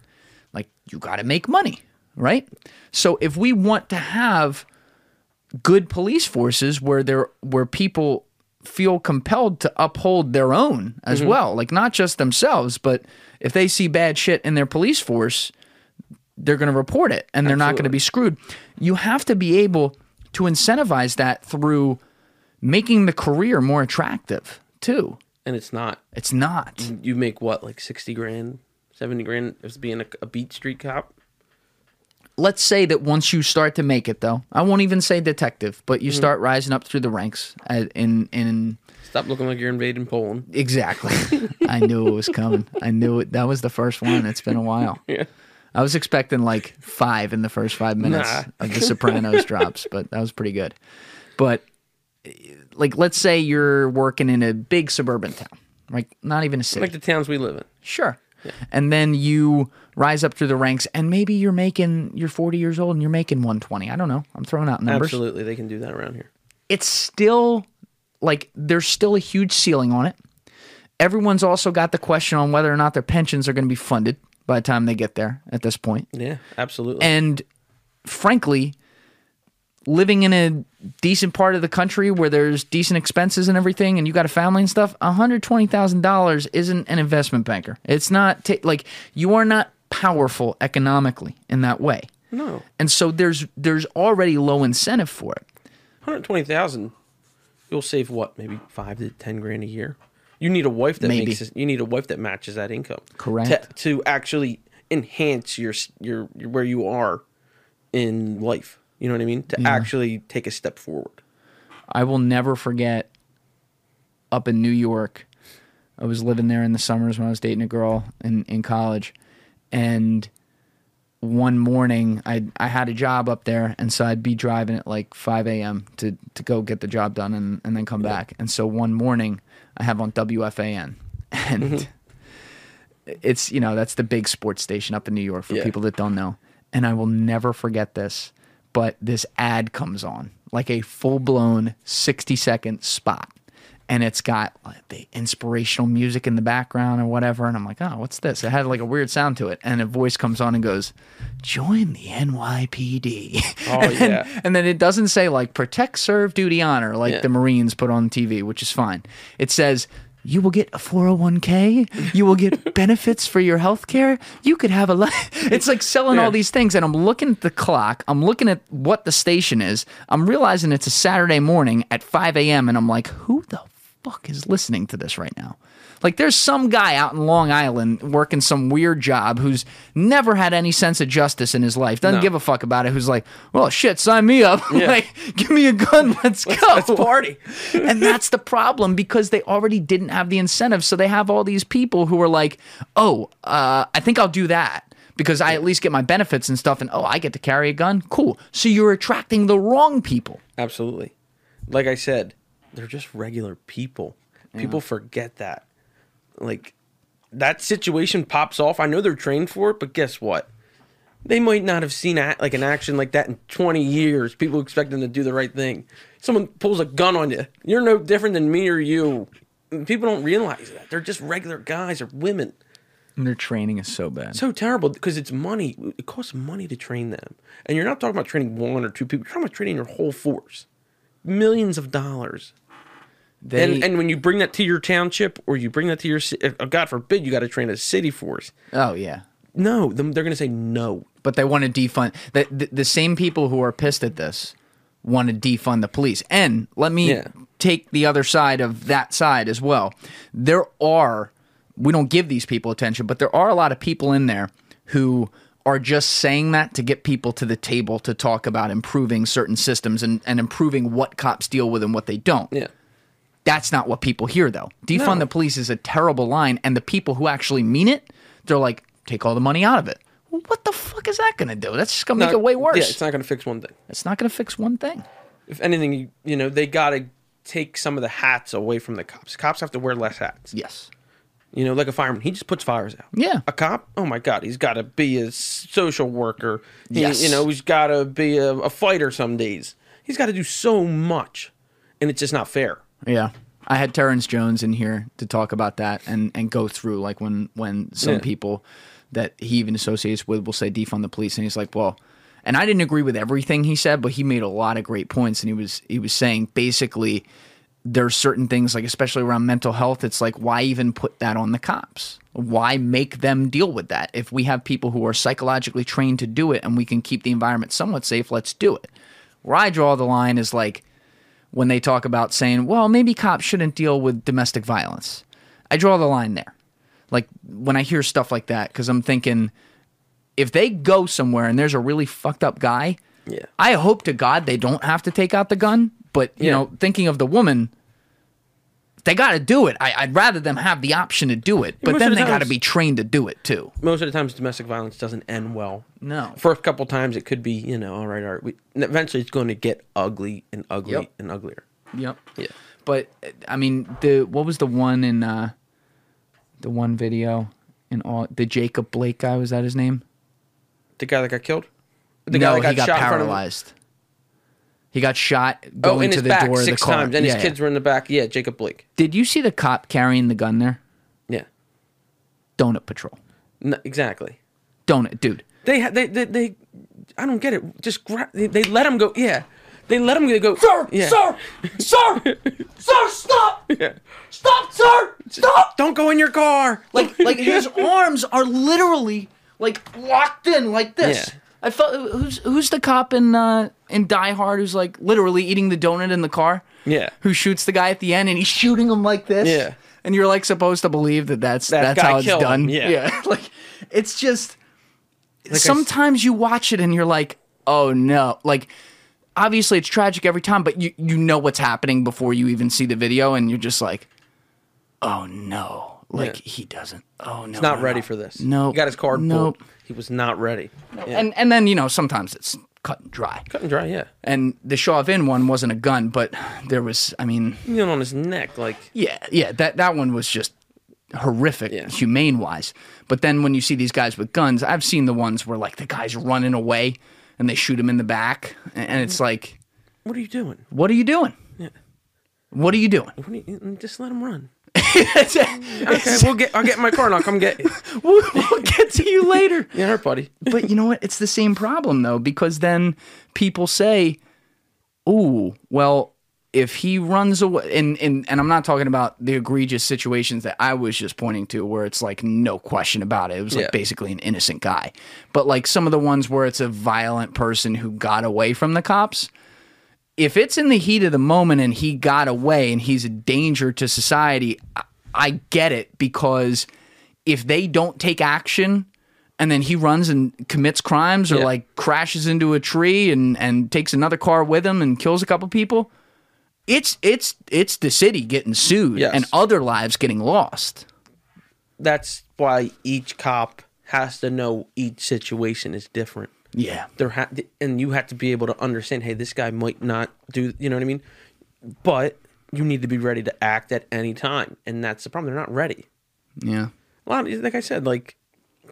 Speaker 1: Like you got to make money, right? So if we want to have good police forces where there where people feel compelled to uphold their own as well, like not just themselves, but if they see bad shit in their police force, they're going to report it and they're not going to be screwed. You have to be able to incentivize that through making the career more attractive too.
Speaker 2: and it's not.
Speaker 1: It's not.
Speaker 2: You make what, like sixty grand, seventy grand as being a, a beat street cop?
Speaker 1: Let's say that once you start to make it though, I won't even say detective, but you start rising up through the ranks at, in in
Speaker 2: Stop looking like you're invading Poland.
Speaker 1: exactly. I knew it was coming. I knew it. That was the first one. It's been a while.
Speaker 2: Yeah.
Speaker 1: I was expecting like five in the first five minutes
Speaker 2: Nah.
Speaker 1: of the
Speaker 2: [LAUGHS]
Speaker 1: Sopranos drops, but that was pretty good. But like, let's say you're working in a big suburban town, like not even a city.
Speaker 2: Like the towns we live in.
Speaker 1: Sure. And then you rise up through the ranks, and maybe you're making you're 40 years old and you're making 120. I don't know. I'm throwing out numbers.
Speaker 2: Absolutely, they can do that around here.
Speaker 1: It's still like there's still a huge ceiling on it. Everyone's also got the question on whether or not their pensions are going to be funded by the time they get there at this point.
Speaker 2: Yeah, absolutely.
Speaker 1: And frankly, living in a decent part of the country where there's decent expenses and everything, and you got a family and stuff, $120,000 isn't an investment banker. It's not ta- like you are not powerful economically in that way.
Speaker 2: no,
Speaker 1: And so there's there's already low incentive for it.
Speaker 2: hundred twenty thousand. You'll save what, maybe five to ten grand a year. You need a wife that
Speaker 1: Maybe.
Speaker 2: makes this, you need a wife that matches that income.
Speaker 1: Correct.
Speaker 2: To, to actually enhance your, s- your your where you are in life. You know what I mean? To actually take a step forward.
Speaker 1: I will never forget up in New York. I was living there in the summers when I was dating a girl in, in college. And one morning I I had a job up there and so I'd be driving at like five AM to, to go get the job done and, and then come back. And so one morning I have on WFAN [LAUGHS] and it's you know, that's the big sports station up in New York for
Speaker 2: Yeah.
Speaker 1: people that don't know. And I will never forget this, but this ad comes on like a full blown 60 second spot. And it's got like, the inspirational music in the background or whatever. And I'm like, oh, what's this? It had like a weird sound to it. And a voice comes on and goes, join the [LAUGHS] NYPD.
Speaker 2: Oh,
Speaker 1: and then-
Speaker 2: yeah.
Speaker 1: and then it doesn't say like protect, serve, duty, honor, like
Speaker 2: Yeah.
Speaker 1: the Marines put on TV, which is fine. It says you will get a 401k, you will
Speaker 2: [LAUGHS]
Speaker 1: get benefits for your health care, you could have a life. [LAUGHS] It's like selling
Speaker 2: Yeah.
Speaker 1: all these things. And I'm looking at the clock, I'm looking at what the station is, I'm realizing it's a Saturday morning at 5 a.m. And I'm like, who the fuck is listening to this right now? Like, there's some guy out in Long Island working some weird job who's never had any sense of justice in his life, doesn't
Speaker 2: No.
Speaker 1: give a fuck about it, who's like, well, shit, sign me up. [LAUGHS]
Speaker 2: Yeah.
Speaker 1: like, give me a gun, [LAUGHS] let's, go.
Speaker 2: [LAUGHS] Let's [LAUGHS] party.
Speaker 1: and that's the problem because they already didn't have the incentive. So they have all these people who are like, oh, uh, I think I'll do that because I at least get my benefits and stuff. And oh, I get to carry a gun. Cool. So you're attracting the wrong people.
Speaker 2: Absolutely. Like I said, they're just regular people. People forget that. Like that situation pops off. I know they're trained for it, but guess what? They might not have seen a like an action like that in 20 years. People expect them to do the right thing. Someone pulls a gun on you. You're no different than me or you. People don't realize that. They're just regular guys or women
Speaker 1: And their training is so bad.
Speaker 2: so terrible because it's money. It costs money to train them, and you're not talking about training one or two people. You're talking about training your whole force, millions of dollars.
Speaker 1: They,
Speaker 2: and and when you bring that to your township or you bring that to your, ci- uh, God forbid, you got to train a city force.
Speaker 1: oh, yeah.
Speaker 2: No, them- they're gonna say no.
Speaker 1: but they want to defund the, the the same people who are pissed at this want to defund the police. And let me
Speaker 2: Yeah.
Speaker 1: take the other side of that side as well. There are we don't give these people attention, but there are a lot of people in there who are just saying that to get people to the table to talk about improving certain systems and, and improving what cops deal with and what they don't.
Speaker 2: Yeah,
Speaker 1: That's not what people hear though. Defund
Speaker 2: No.
Speaker 1: the police is a terrible line, and the people who actually mean it, they're like, take all the money out of it. Well, what the fuck is that going to do? That's just going to make it way worse.
Speaker 2: Yeah,
Speaker 1: it's
Speaker 2: it's
Speaker 1: not,
Speaker 2: not gonna fix one thing.
Speaker 1: going to fix one thing.
Speaker 2: If anything, you, you know they gotta take some of the hats away from the cops. Cops have to wear less hats.
Speaker 1: Yes.
Speaker 2: You know, like a fireman, he just puts fires out.
Speaker 1: Yeah.
Speaker 2: A cop, oh my God, he's got to be a social worker. He-
Speaker 1: Yes.
Speaker 2: You know, he's got to be a, a fighter some days. He's got to do so much. and it's just not fair.
Speaker 1: Yeah. I had Terrence Jones in here to talk about that and, and go through like when when some
Speaker 2: Yeah.
Speaker 1: people that he even associates with will say defund the police and he's like, Well and I didn't agree with everything he said, but he made a lot of great points and he was he was saying basically there's certain things like especially around mental health, it's like why even put that on the cops? Why make them deal with that? If we have people who are psychologically trained to do it and we can keep the environment somewhat safe, let's do it. Where I draw the line is like when they talk about saying, well, maybe cops shouldn't deal with domestic violence. I draw the line there. Like when I hear stuff like that, because I'm thinking if they go somewhere and there's a really fucked up guy,
Speaker 2: Yeah.
Speaker 1: I hope to God they don't have to take out the gun. But, you
Speaker 2: Yeah.
Speaker 1: know, thinking of the woman, they got to do it. I, I'd rather them have the option to do it, but
Speaker 2: most
Speaker 1: then
Speaker 2: of the
Speaker 1: they got to
Speaker 2: times-
Speaker 1: be trained to do it too.
Speaker 2: Most of the times, domestic violence doesn't end well.
Speaker 1: No.
Speaker 2: First couple times, it could be you know, all right, all right. We, and eventually, it's going to get ugly and ugly
Speaker 1: Yep.
Speaker 2: and uglier.
Speaker 1: Yep.
Speaker 2: Yeah.
Speaker 1: But uh, I mean, the what was the one in uh, the one video in all the Jacob Blake guy was that his name?
Speaker 2: The guy that got killed.
Speaker 1: no,
Speaker 2: The guy that got,
Speaker 1: he got
Speaker 2: shot in front of him?
Speaker 1: paralyzed. He got shot
Speaker 2: Oh,
Speaker 1: going
Speaker 2: in
Speaker 1: to
Speaker 2: his
Speaker 1: the
Speaker 2: back
Speaker 1: door
Speaker 2: six
Speaker 1: of the car.
Speaker 2: times, and
Speaker 1: Yeah,
Speaker 2: his kids
Speaker 1: yeah.
Speaker 2: were in the back. Yeah, Jacob Blake.
Speaker 1: Did you see the cop carrying the gun there?
Speaker 2: Yeah,
Speaker 1: Donut patrol.
Speaker 2: no, exactly.
Speaker 1: Donut, dude.
Speaker 2: They, ha- they, they, they, I don't get it. Just gra- they, they let him go. Yeah, they let him go. Sir, yeah. sir, [LAUGHS] sir, sir, stop, yeah. stop, sir, stop. Don't go in your car. [LAUGHS]
Speaker 1: Like like his arms are literally like locked in like this.
Speaker 2: Yeah.
Speaker 1: I felt who's who's the cop in uh in Die Hard who's like literally eating the donut in the car?
Speaker 2: Yeah.
Speaker 1: Who shoots the guy at the end and he's shooting him like this.
Speaker 2: Yeah.
Speaker 1: And you're like supposed to believe that that's
Speaker 2: That
Speaker 1: that's
Speaker 2: guy
Speaker 1: how it's
Speaker 2: killed
Speaker 1: done.
Speaker 2: him, yeah.
Speaker 1: [LAUGHS] Like it's just sometimes you watch it and you're like, "Oh no." Like obviously it's tragic every time, but you you know what's happening before you even see the video and you're just like, "Oh no." Like he doesn't. Oh no.
Speaker 2: Not
Speaker 1: no,
Speaker 2: ready
Speaker 1: no.
Speaker 2: for this.
Speaker 1: No.
Speaker 2: he got his card
Speaker 1: No.
Speaker 2: pulled. He was not ready. Yeah.
Speaker 1: And and then, you know, sometimes it's cut and dry.
Speaker 2: Cut and dry. Yeah,
Speaker 1: And the Shaw Vin one wasn't a gun, but there was I mean,
Speaker 2: you know, on his neck, like
Speaker 1: Yeah, yeah, that that one was just horrific, humane wise. But then when you see these guys with guns, I've seen the ones where like the guy's running away and they shoot him in the back, a- and
Speaker 2: Mm.
Speaker 1: it's like,
Speaker 2: what are you doing?
Speaker 1: what are you doing? What are you
Speaker 2: [LAUGHS]
Speaker 1: doing? [LAUGHS]
Speaker 2: What are you, just let him [LAUGHS] run.
Speaker 1: It's-
Speaker 2: Okay, we'll get. I'll get in my car and I'll come get you.
Speaker 1: we'll, we'll get to you later.
Speaker 2: Yeah, all right, buddy.
Speaker 1: But you know what? It's the same problem though, because then people say, "Ooh, well, if he runs away," and and and I'm not talking about the egregious situations that I was just pointing to, where it's like no question about it. It was like
Speaker 2: Yeah.
Speaker 1: basically an innocent guy, but like some of the ones where it's a violent person who got away from the cops. If it's in the heat of the moment and he got away and he's a danger to society, I, I get it because if they don't take action and then he runs and commits crimes or
Speaker 2: Yeah.
Speaker 1: like crashes into a tree and and takes another car with him and kills a couple people it's it's it's the city getting sued
Speaker 2: Yes.
Speaker 1: and other lives getting lost
Speaker 2: that's why each cop has to know each situation is different.
Speaker 1: yeah
Speaker 2: There ha- and you have to be able to understand. Hey, this guy might not do. You know what I mean? But you need to be ready to act at any time, and that's the problem. They're not ready.
Speaker 1: yeah
Speaker 2: A lot, of, like I said, like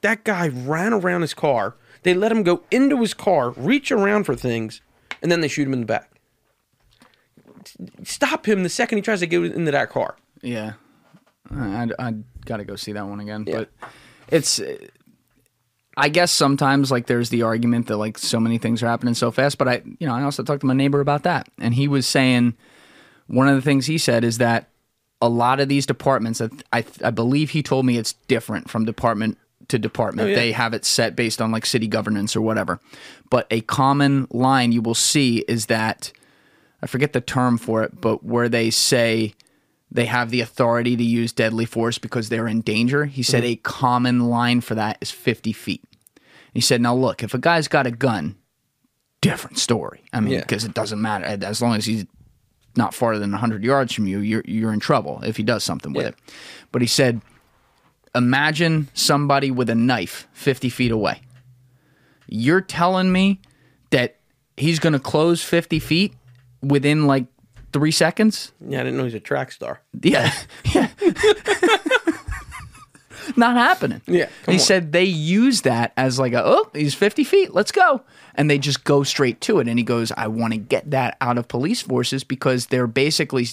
Speaker 2: that guy ran around his car. They let him go into his car, reach around for things, and then they shoot him in the back. S- Stop him the second he tries to get into that car.
Speaker 1: yeah i i, I gotta go see that one again
Speaker 2: Yeah.
Speaker 1: but it's uh, i guess sometimes like there's the argument that like so many things are happening so fast but i you know i also talked to my neighbor about that and he was saying one of the things he said is that a lot of these departments that I, I believe he told me it's different from department to department
Speaker 2: Oh, yeah.
Speaker 1: they have it set based on like city governance or whatever but a common line you will see is that i forget the term for it but where they say they have the authority to use deadly force because they're in danger he
Speaker 2: Mm-hmm.
Speaker 1: said a common line for that is 50 feet he said now look if a guy's got a gun different story i mean
Speaker 2: Yeah.
Speaker 1: because it doesn't matter as long as he's not farther than 100 yards from you, you're, you're in trouble if he does something with
Speaker 2: Yeah.
Speaker 1: it. But he said, imagine somebody with a knife 50 feet away. You're telling me that he's going to close 50 feet within like three seconds? [LAUGHS]
Speaker 2: Yeah, I didn't know he's a track star.
Speaker 1: Yeah. Yeah. Not happening.
Speaker 2: Yeah, come
Speaker 1: He
Speaker 2: on.
Speaker 1: said they use that as like a, oh, he's 50 feet, let's go. And they just go straight to it. And he goes, I want to get that out of police forces because they're basically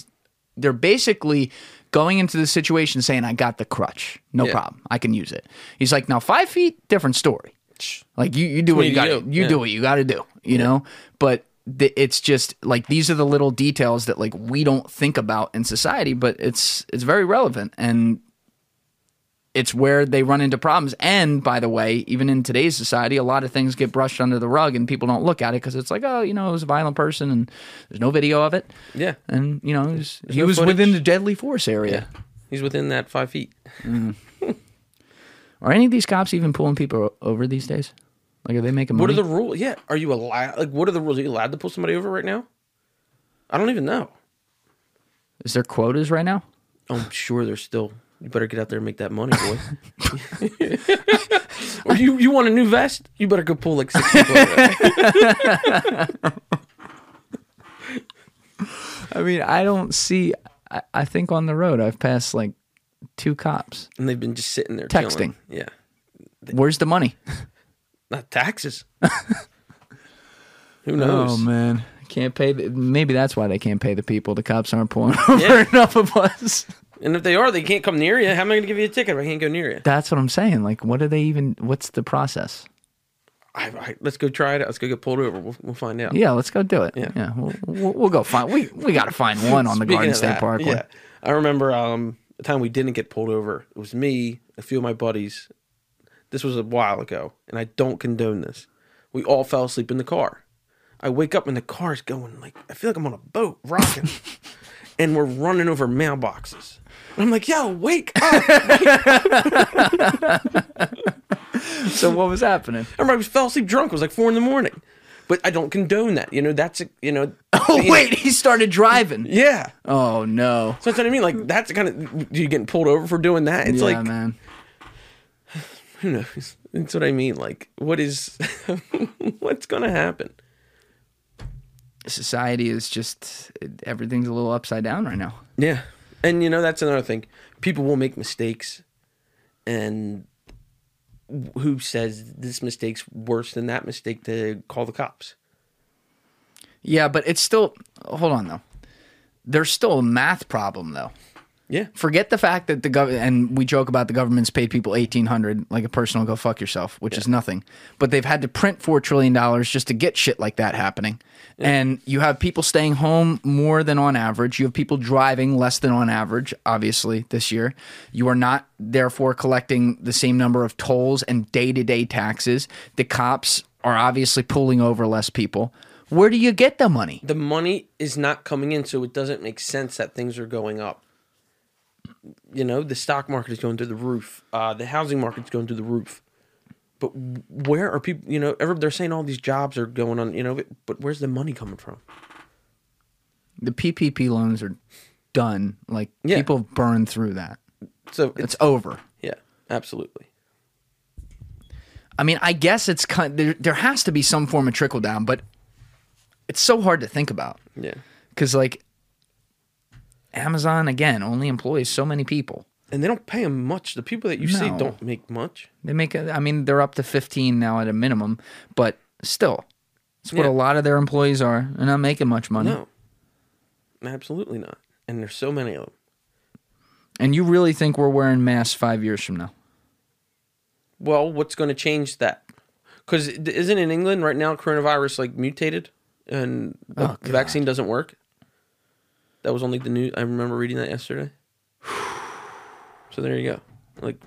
Speaker 1: they're basically going into the situation saying, I got the crutch. No
Speaker 2: Yeah.
Speaker 1: problem. I can use it. He's like, now five feet, different story. Like you, you do what
Speaker 2: what
Speaker 1: you
Speaker 2: you
Speaker 1: got.
Speaker 2: do.
Speaker 1: You
Speaker 2: Yeah.
Speaker 1: do what you got to do. You know, but th- it's just like these are the little details that like we don't think about in society, but it's it's very relevant and it's where they run into problems. And by the way, even in today's society, a lot of things get brushed under the rug and people don't look at it because it's like, oh, you know, it was a violent person and there's no video of it.
Speaker 2: Yeah.
Speaker 1: and you know, he was, he
Speaker 2: no
Speaker 1: was
Speaker 2: footage.
Speaker 1: within the deadly force area.
Speaker 2: He's within that five feet.
Speaker 1: Are any of these cops even pulling people o- over these days? Like, are they making money?
Speaker 2: What are the rules? Yeah. Are you allowed? Like, what are the rules? Are you allowed to pull somebody over right now? I don't even know.
Speaker 1: Is there quotas right now?
Speaker 2: I'm sure they're still. You better get out there and make that money, [LAUGHS] boy. or you, you want a new vest? You better go pull like six people. [LAUGHS] over.
Speaker 1: I mean, I don't see. I, I think on the road, I've passed like two cops.
Speaker 2: And they've been just sitting there
Speaker 1: Texting.
Speaker 2: Chilling. Yeah.
Speaker 1: Where's the money?
Speaker 2: Not [LAUGHS] taxes. Who knows?
Speaker 1: man, can't pay. The, maybe that's why they can't pay the people. The cops aren't pulling over [LAUGHS]
Speaker 2: Yeah.
Speaker 1: enough of us.
Speaker 2: And if they are, they can't come near you. How am I going to give you a ticket if I can't go near you?
Speaker 1: That's what I'm saying. Like, what are they even? What's the process?
Speaker 2: I, I, let's go try it out. Let's go get pulled over. We'll, we'll find out.
Speaker 1: Yeah, let's go do it.
Speaker 2: Yeah.
Speaker 1: we'll, we'll, we'll go find. We we got to find one on the
Speaker 2: Speaking
Speaker 1: Garden
Speaker 2: of
Speaker 1: State
Speaker 2: that,
Speaker 1: Parkway.
Speaker 2: Yeah. I remember um, the time we didn't get pulled over. It was me, a few of my buddies. This was a while ago, and I don't condone this. We all fell asleep in the car. I wake up and the car's going like I feel like I'm on a boat
Speaker 1: [LAUGHS]
Speaker 2: rocking, and we're running over mailboxes. And I'm like, yo, wake
Speaker 1: [LAUGHS]
Speaker 2: up! I
Speaker 1: [LAUGHS] So what was [LAUGHS] happening?
Speaker 2: remember I was fell asleep drunk. It was like four in the morning, but I don't condone that. You know, that's a, you know.
Speaker 1: [LAUGHS] Oh wait, he started driving.
Speaker 2: [LAUGHS] Yeah.
Speaker 1: [LAUGHS] Oh no.
Speaker 2: So that's what I mean. Like that's kind of you getting pulled over for doing that. It's
Speaker 1: yeah,
Speaker 2: like
Speaker 1: man.
Speaker 2: who knows? [LAUGHS] That's what I mean. Like, what is, [LAUGHS] what's gonna happen?
Speaker 1: Society is just everything's a little upside down right now.
Speaker 2: Yeah, and you know that's another thing. People will make mistakes, and who says this mistake's worse than that mistake to call the cops?
Speaker 1: Yeah, but it's still hold on though. There's still a math problem though.
Speaker 2: Yeah,
Speaker 1: Forget the fact that the government and we joke about the government's paid people eighteen hundred like a personal go fuck yourself, which is nothing. But they've had to print four trillion dollars just to get shit like that happening. And you have people staying home more than on average. You have people driving less than on average, obviously, this year. You are not therefore collecting the same number of tolls and day to day taxes. The cops are obviously pulling over less people. Where do you get the money?
Speaker 2: the money is not coming in, so it doesn't make sense that things are going up. You know, the stock market is going through the roof. Uh, the housing market's going through the roof. But where are people? You know, every, they're saying all these jobs are going on. You know, but, but where's the money coming from?
Speaker 1: the PPP loans are done. Like
Speaker 2: Yeah.
Speaker 1: people have burned through that.
Speaker 2: So it's,
Speaker 1: It's over.
Speaker 2: yeah, absolutely.
Speaker 1: I mean, I guess it's kind. There, there has to be some form of trickle down, but it's so hard to think about
Speaker 2: Yeah,
Speaker 1: because like Amazon again only employs so many people.
Speaker 2: and they don't pay them much. The people that you see
Speaker 1: No.
Speaker 2: don't make much.
Speaker 1: They make. I mean, they're up to fifteen now at a minimum, but still, it's what
Speaker 2: Yeah.
Speaker 1: a lot of their employees are. They're not making much money.
Speaker 2: No, absolutely not. And there's so many of them.
Speaker 1: And you really think we're wearing masks five years from now?
Speaker 2: Well, what's going to change that? Because isn't in England right now coronavirus like mutated and the
Speaker 1: Oh, God.
Speaker 2: vaccine doesn't work? That was only the news. I remember reading that yesterday. [SIGHS] So there you go. Like,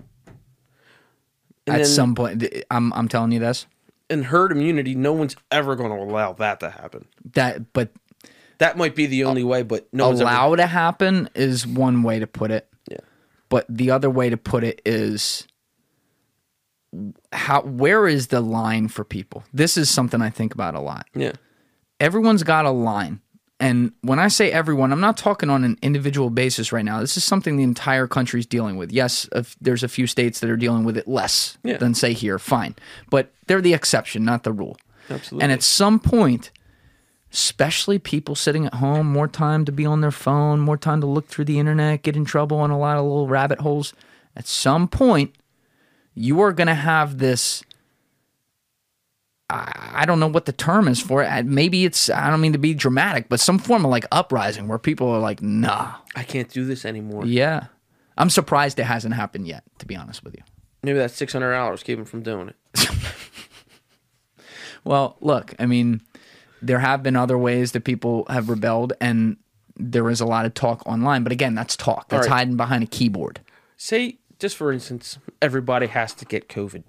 Speaker 2: and
Speaker 1: at
Speaker 2: then-
Speaker 1: some point, I'm I'm telling you this.
Speaker 2: and herd immunity, no one's ever going to allow that to happen.
Speaker 1: That, but
Speaker 2: That might be the only way, but no one's
Speaker 1: allow
Speaker 2: ever,
Speaker 1: to happen is one way to put it.
Speaker 2: Yeah.
Speaker 1: But the other way to put it is how where is the line for people? This is something I think about a lot.
Speaker 2: Yeah,
Speaker 1: Everyone's got a line. And when I say everyone, I'm not talking on an individual basis right now. This is something the entire country's dealing with. Yes, if there's a few states that are dealing with it less
Speaker 2: Yeah.
Speaker 1: than say here, fine. But they're the exception, not the rule.
Speaker 2: absolutely.
Speaker 1: And at some point, especially people sitting at home, more time to be on their phone, more time to look through the internet, get in trouble on a lot of little rabbit holes. at some point, you are going to have this. I I don't know what the term is for it. I- Maybe it's, I don't mean to be dramatic, but some form of like uprising where people are like, nah.
Speaker 2: I can't do this anymore.
Speaker 1: Yeah. I'm surprised it hasn't happened yet, to be honest with you.
Speaker 2: Maybe that six hundred dollars keep him from doing it.
Speaker 1: Well, look, I mean, there have been other ways that people have rebelled, and there is a lot of talk online. But again, that's talk. That's
Speaker 2: right.
Speaker 1: hiding behind a keyboard.
Speaker 2: Say, just for instance, everybody has to get COVID.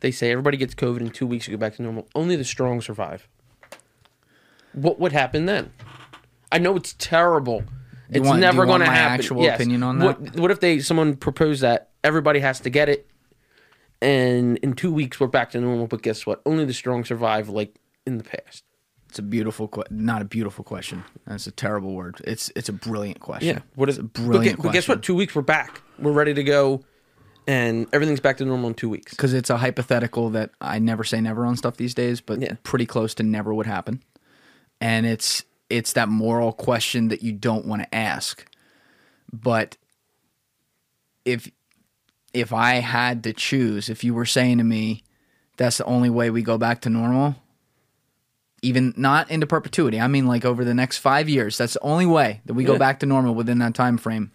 Speaker 2: They say everybody gets COVID in two weeks, you go back to normal. Only the strong survive. What would happen then? I know it's terrible. It's
Speaker 1: want- do
Speaker 2: never
Speaker 1: you
Speaker 2: going
Speaker 1: want
Speaker 2: to
Speaker 1: my
Speaker 2: happen.
Speaker 1: actual
Speaker 2: Yes.
Speaker 1: opinion on
Speaker 2: What, what if they someone proposed that everybody has to get it, and in two weeks we're back to normal? But guess what? Only the strong survive, like in the past.
Speaker 1: It's a beautiful, que- not a beautiful question. That's a terrible word. It's it's a brilliant question.
Speaker 2: Yeah. What is
Speaker 1: It's a
Speaker 2: it?
Speaker 1: brilliant
Speaker 2: But, gu- but guess what? Two weeks we're back. We're ready to go, and everything's back to normal in two weeks.
Speaker 1: Because it's a hypothetical that I never say never on stuff these days, but
Speaker 2: Yeah.
Speaker 1: pretty close to never would happen. And it's it's that moral question that you don't want to ask. But if if I had to choose, if you were saying to me, that's the only way we go back to normal, even not into perpetuity, I mean like over the next five years, that's the only way that we go
Speaker 2: Yeah.
Speaker 1: back to normal within that time frame.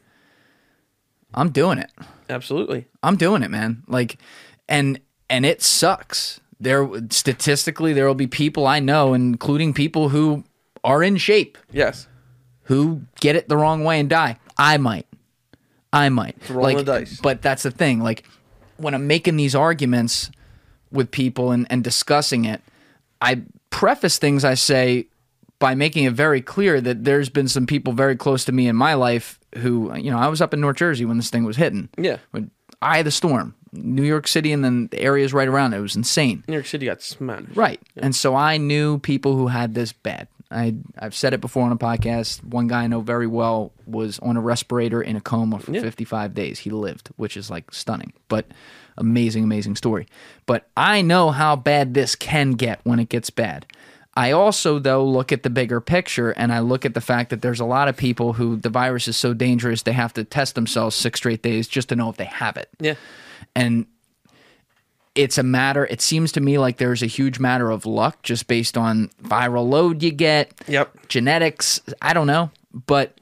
Speaker 1: I'm doing it.
Speaker 2: Absolutely.
Speaker 1: I'm doing it, man. Like, and and it sucks. There statistically, there will be people I know, including people who are in shape,
Speaker 2: Yes.
Speaker 1: who get it the wrong way and die. I might, I might.
Speaker 2: rolling
Speaker 1: like,
Speaker 2: the dice.
Speaker 1: But that's the thing. Like, when I'm making these arguments with people and and discussing it, I preface things I say by making it very clear that there's been some people very close to me in my life who, you know, I was up in North Jersey when this thing was hitting
Speaker 2: Yeah.
Speaker 1: when eye of the storm, New York City, and then the areas right around it. It was insane.
Speaker 2: New York City got smashed.
Speaker 1: Right. And so I knew people who had this bad. I I've said it before on a podcast. One guy I know very well was on a respirator in a coma for 55 days. He lived, which is like stunning, but amazing, amazing story. But I know how bad this can get when it gets bad. I also though look at the bigger picture and I look at the fact that there's a lot of people who the virus is so dangerous they have to test themselves six straight days just to know if they have it
Speaker 2: Yeah.
Speaker 1: and it's a matter it seems to me like there's a huge matter of luck just based on viral load you get
Speaker 2: Yep.
Speaker 1: genetics i don't know but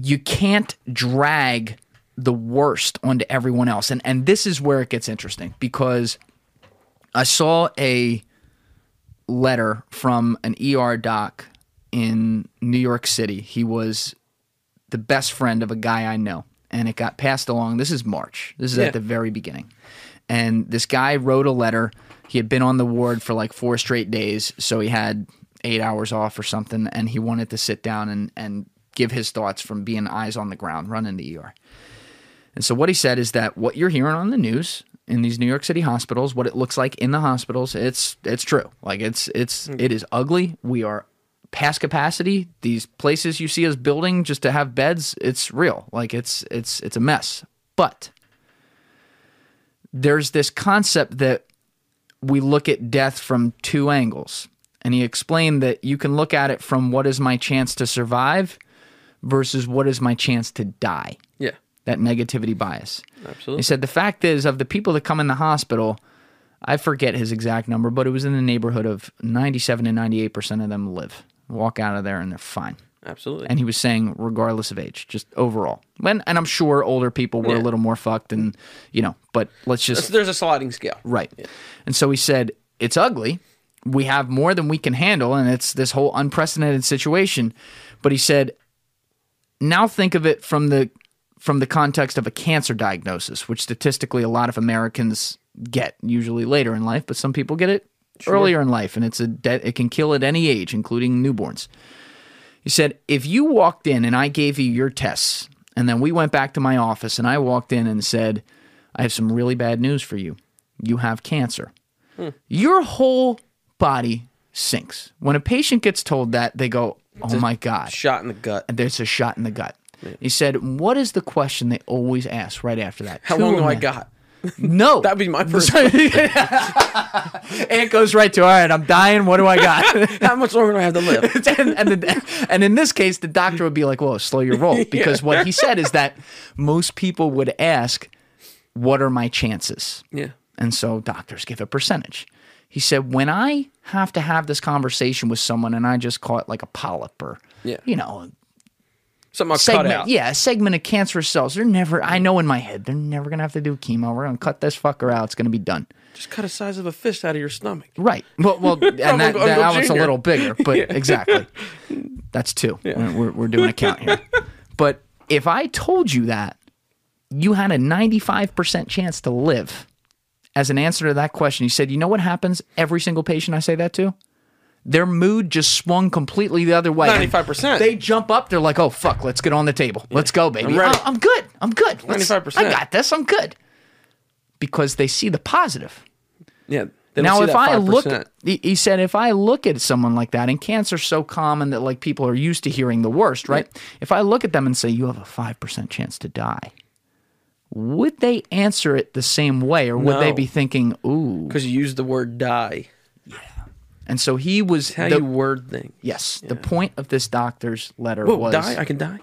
Speaker 1: you can't drag the worst onto everyone else and and this is where it gets interesting because i saw a letter from an er doc in new york city he was the best friend of a guy I know. And it got passed along. This is March. This is
Speaker 2: Yeah.
Speaker 1: at the very beginning. And this guy wrote a letter. He had been on the ward for like four straight days. So he had eight hours off or something. And he wanted to sit down and, and give his thoughts from being eyes on the ground, running the ER. And so what he said is that what you're hearing on the news in these New York City hospitals, what it looks like in the hospitals, it's it's true. Like it's it's it is ugly. We are past capacity. These places you see us building just to have beds, it's real. Like it's it's it's a mess. But there's this concept that we look at death from two angles. And he explained that you can look at it from what is my chance to survive versus what is my chance to die
Speaker 2: Yeah.
Speaker 1: that negativity bias. He
Speaker 2: Absolutely.
Speaker 1: said, The fact is, of the people that come in the hospital, I forget his exact number, but it was in the neighborhood of 97 to 98% of them live, walk out of there, and they're fine.
Speaker 2: Absolutely.
Speaker 1: And he was saying, regardless of age, just overall. When, and I'm sure older people were
Speaker 2: Yeah.
Speaker 1: a little more fucked, and, you know, but let's just.
Speaker 2: So there's a sliding scale.
Speaker 1: [LAUGHS] Right. And so he said, It's ugly. We have more than we can handle. And it's this whole unprecedented situation. But he said, Now think of it from the from the context of a cancer diagnosis, which statistically a lot of Americans get usually later in life, but some people get it earlier in life, and it's a de- it can kill at any age, including newborns. He said, if you walked in and I gave you your tests, and then we went back to my office and I walked in and said, I have some really bad news for you. You have cancer. Your whole body sinks. When a patient gets told that, they go, Oh my God
Speaker 2: Shot in the gut.
Speaker 1: there's a shot in the gut. He said, What is the question they always ask right after that?
Speaker 2: How
Speaker 1: Two
Speaker 2: long
Speaker 1: of
Speaker 2: do I
Speaker 1: them.
Speaker 2: got?
Speaker 1: No.
Speaker 2: [LAUGHS]
Speaker 1: [LAUGHS]
Speaker 2: That'd be my first.
Speaker 1: and it goes right to all right, I'm dying. What do I
Speaker 2: [LAUGHS]
Speaker 1: got?
Speaker 2: How much longer do I have to live?
Speaker 1: [LAUGHS] and, and, the, and in this case, the doctor would be like, "Whoa, slow your
Speaker 2: [LAUGHS]
Speaker 1: roll," because what he said is that most people would ask, "What are my chances?"
Speaker 2: Yeah.
Speaker 1: And so doctors give a percentage. He said, when I have to have this conversation with someone and I just caught like a polyp or,
Speaker 2: Yeah.
Speaker 1: you know,
Speaker 2: Something I'll
Speaker 1: segment,
Speaker 2: cut out.
Speaker 1: yeah, a segment of cancerous cells, they're never, I know in my head, they're never going to have to do chemo. We're going to cut this fucker out. It's going to be done.
Speaker 2: Just cut a size of a fist out of your stomach.
Speaker 1: Right. Well,
Speaker 2: [LAUGHS]
Speaker 1: well and that, that,
Speaker 2: Uncle
Speaker 1: one's a
Speaker 2: Junior.
Speaker 1: little bigger, but
Speaker 2: [LAUGHS]
Speaker 1: exactly. That's two. We're, we're, we're doing a count here. But if I told you that you had a 95% chance to live as an answer to that question, you said, you know what happens every single patient I say that to? Their mood just swung completely the other way.
Speaker 2: 95%.
Speaker 1: They jump up. They're like, oh, fuck, let's get on the table. Let's go, baby.
Speaker 2: I'm ready.
Speaker 1: Oh, I'm good. I'm good. Let's-
Speaker 2: 95%.
Speaker 1: I got this. I'm good. Because they see the positive
Speaker 2: Yeah. They don't
Speaker 1: now
Speaker 2: see
Speaker 1: if
Speaker 2: that
Speaker 1: i
Speaker 2: 5%.
Speaker 1: look at, he he said if i look at someone like that and cancer's so common that like people are used to hearing the worst right if i look at them and say you have a 5% chance to die would they answer it the same way or would they
Speaker 2: No.
Speaker 1: be thinking ooh
Speaker 2: because you use the word die.
Speaker 1: and so he was
Speaker 2: How
Speaker 1: the-
Speaker 2: you word thing.
Speaker 1: yes the point of this doctor's letter
Speaker 2: Whoa,
Speaker 1: was
Speaker 2: die? I can die.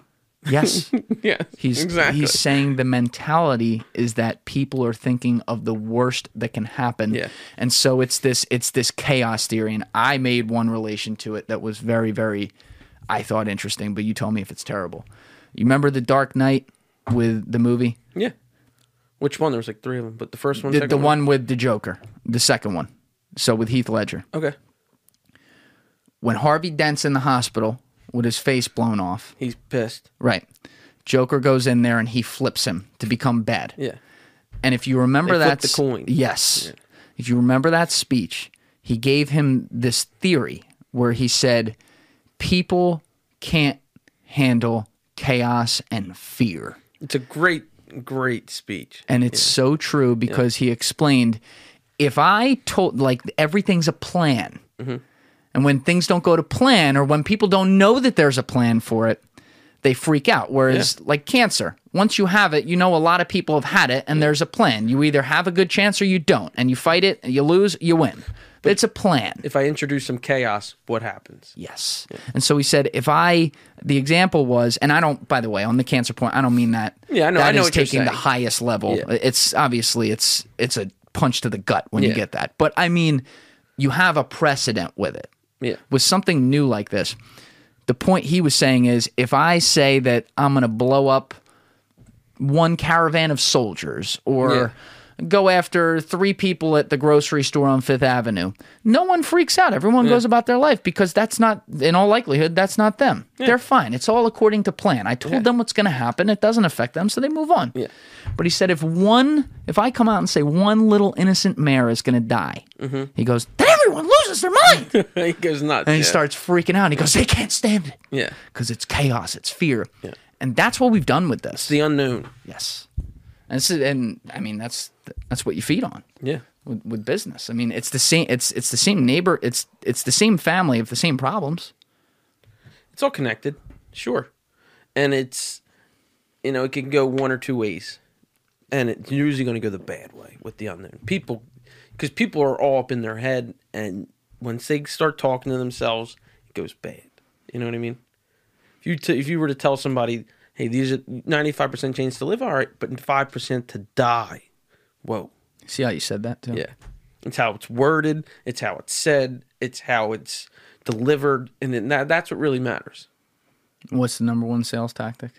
Speaker 2: [LAUGHS]
Speaker 1: yes
Speaker 2: Yeah.
Speaker 1: He's
Speaker 2: exactly.
Speaker 1: he's saying the mentality is that people are thinking of the worst that can happen.
Speaker 2: Yeah.
Speaker 1: And so it's this it's this chaos theory and I made one relation to it that was very very I thought interesting, but you tell me if it's terrible. You remember The Dark Knight with the movie?
Speaker 2: yeah. Which one? There was like three of them, but the first one,
Speaker 1: The,
Speaker 2: second
Speaker 1: the one with the Joker, the second one. So with Heath Ledger.
Speaker 2: Okay.
Speaker 1: When Harvey Dent's in the hospital with his face blown off,
Speaker 2: He's pissed.
Speaker 1: right. Joker goes in there and he flips him to become bad.
Speaker 2: Yeah.
Speaker 1: And if you remember
Speaker 2: They
Speaker 1: that
Speaker 2: flipped the
Speaker 1: s-
Speaker 2: coin.
Speaker 1: yes. If you remember that speech, he gave him this theory where he said people can't handle chaos and fear.
Speaker 2: It's a great, great speech.
Speaker 1: And it's so true because he explained if I told, like, everything's a plan. And when things don't go to plan or when people don't know that there's a plan for it, they freak out. Whereas, like cancer, once you have it, you know a lot of people have had it and there's a plan. You either have a good chance or you don't. And you fight it, and you lose, you win. it's a plan.
Speaker 2: if I introduce some chaos, what happens?
Speaker 1: Yes. And so he said, if I, the example was, and I don't, by the way, on the cancer point, I don't mean that.
Speaker 2: Yeah, I know- I
Speaker 1: that
Speaker 2: know
Speaker 1: is
Speaker 2: what you're
Speaker 1: taking the
Speaker 2: saying.
Speaker 1: highest level.
Speaker 2: Yeah.
Speaker 1: It's obviously it's it's a punch to the gut when you
Speaker 2: Yeah.
Speaker 1: get that. But I mean, you have a precedent with it. [LAUGHS]
Speaker 2: Yeah.
Speaker 1: With something new like this, the point he was saying is, if I say that I'm going to blow up one caravan of soldiers or go after three people at the grocery store on Fifth Avenue. No one freaks out. Everyone goes about their life because that's not, in all likelihood, that's not them. They're fine. It's all according to plan. I told them what's going to happen. It doesn't affect them, so they move on.
Speaker 2: Yeah.
Speaker 1: But he said, if one, if I come out and say one little innocent mare is going to die,
Speaker 2: Mm-hmm.
Speaker 1: he goes, then everyone loses their mind. and
Speaker 2: he goes nuts.
Speaker 1: he
Speaker 2: yeah.
Speaker 1: starts freaking out. He goes, they can't stand it.
Speaker 2: Yeah.
Speaker 1: Because it's chaos, it's fear. And that's what we've done with this.
Speaker 2: The unknown.
Speaker 1: Yes, and this is, and I mean that's that's what you feed on
Speaker 2: Yeah.
Speaker 1: with, with business. I mean it's the same it's it's the same neighbor it's it's the same family of the same problems.
Speaker 2: It's all connected. Sure. And it's, you know, it can go one or two ways. And it's usually going to go the bad way with the unknown. People, because people are all up in their head. And once they start talking to themselves, it goes bad. You know what I mean? If you, t- if you were to tell somebody, hey, these are 95% chance to live, all right, but 5% to die. Whoa.
Speaker 1: See how you said that too.
Speaker 2: Yeah. It's how it's worded, it's how it's said, it's how it's delivered, and then that, that's what really matters.
Speaker 1: What's the number one sales tactic?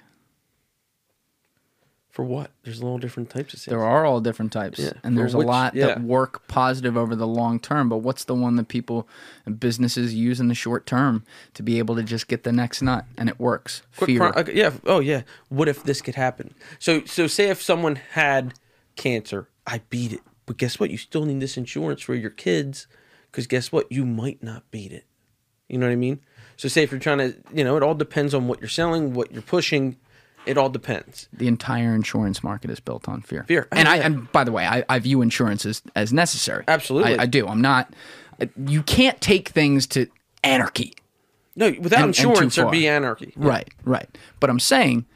Speaker 2: For what? There's all different types of sales.
Speaker 1: There are all different types,
Speaker 2: Yeah.
Speaker 1: and
Speaker 2: Or
Speaker 1: there's
Speaker 2: which-
Speaker 1: a lot
Speaker 2: yeah.
Speaker 1: that work positive over the long term. But what's the one that people and businesses use in the short term to be able to just get the next nut, and it works?
Speaker 2: Quick pro- okay, yeah. Oh yeah. What if this could happen? So so say if someone had cancer, I beat it. But guess what? You still need this insurance for your kids cuz guess what? You might not beat it. You know what I mean? So say if you're trying to, you know, it all depends on what you're selling, what you're pushing. It all depends.
Speaker 1: the entire insurance market is built on fear.
Speaker 2: Fear.
Speaker 1: And I
Speaker 2: Yeah.
Speaker 1: and by the way, I, I view insurance as, as necessary.
Speaker 2: Absolutely.
Speaker 1: I, I do. I'm not you can't take things to anarchy.
Speaker 2: No, without
Speaker 1: And- and too
Speaker 2: insurance there'd
Speaker 1: far.
Speaker 2: be anarchy.
Speaker 1: Right, right. But I'm saying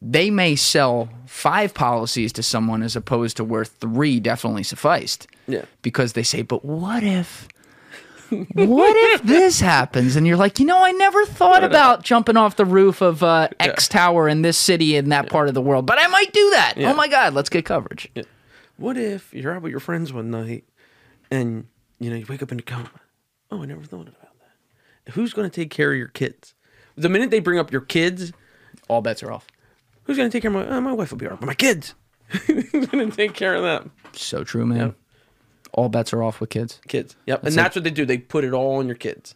Speaker 1: they may sell five policies to someone as opposed to where three definitely sufficed.
Speaker 2: Yeah.
Speaker 1: Because they say, but what if, what if
Speaker 2: [LAUGHS]
Speaker 1: this happens? And you're like, you know, I never thought about jumping off the roof of uh, X tower in this city in that part of the world, but I might do that.
Speaker 2: Yeah.
Speaker 1: Oh my God, let's get coverage.
Speaker 2: What if you're out with your friends one night and you know you wake up in a coma? Oh, I never thought about that. Who's going to take care of your kids? The minute they bring up your kids,
Speaker 1: All bets are off.
Speaker 2: who's going to take care of my? Oh, my wife will be all right, but my kids. [LAUGHS] who's going to take care of them?
Speaker 1: So true, man. All bets are off with kids.
Speaker 2: Kids. Yep. and that's what they do. They put it all on your kids.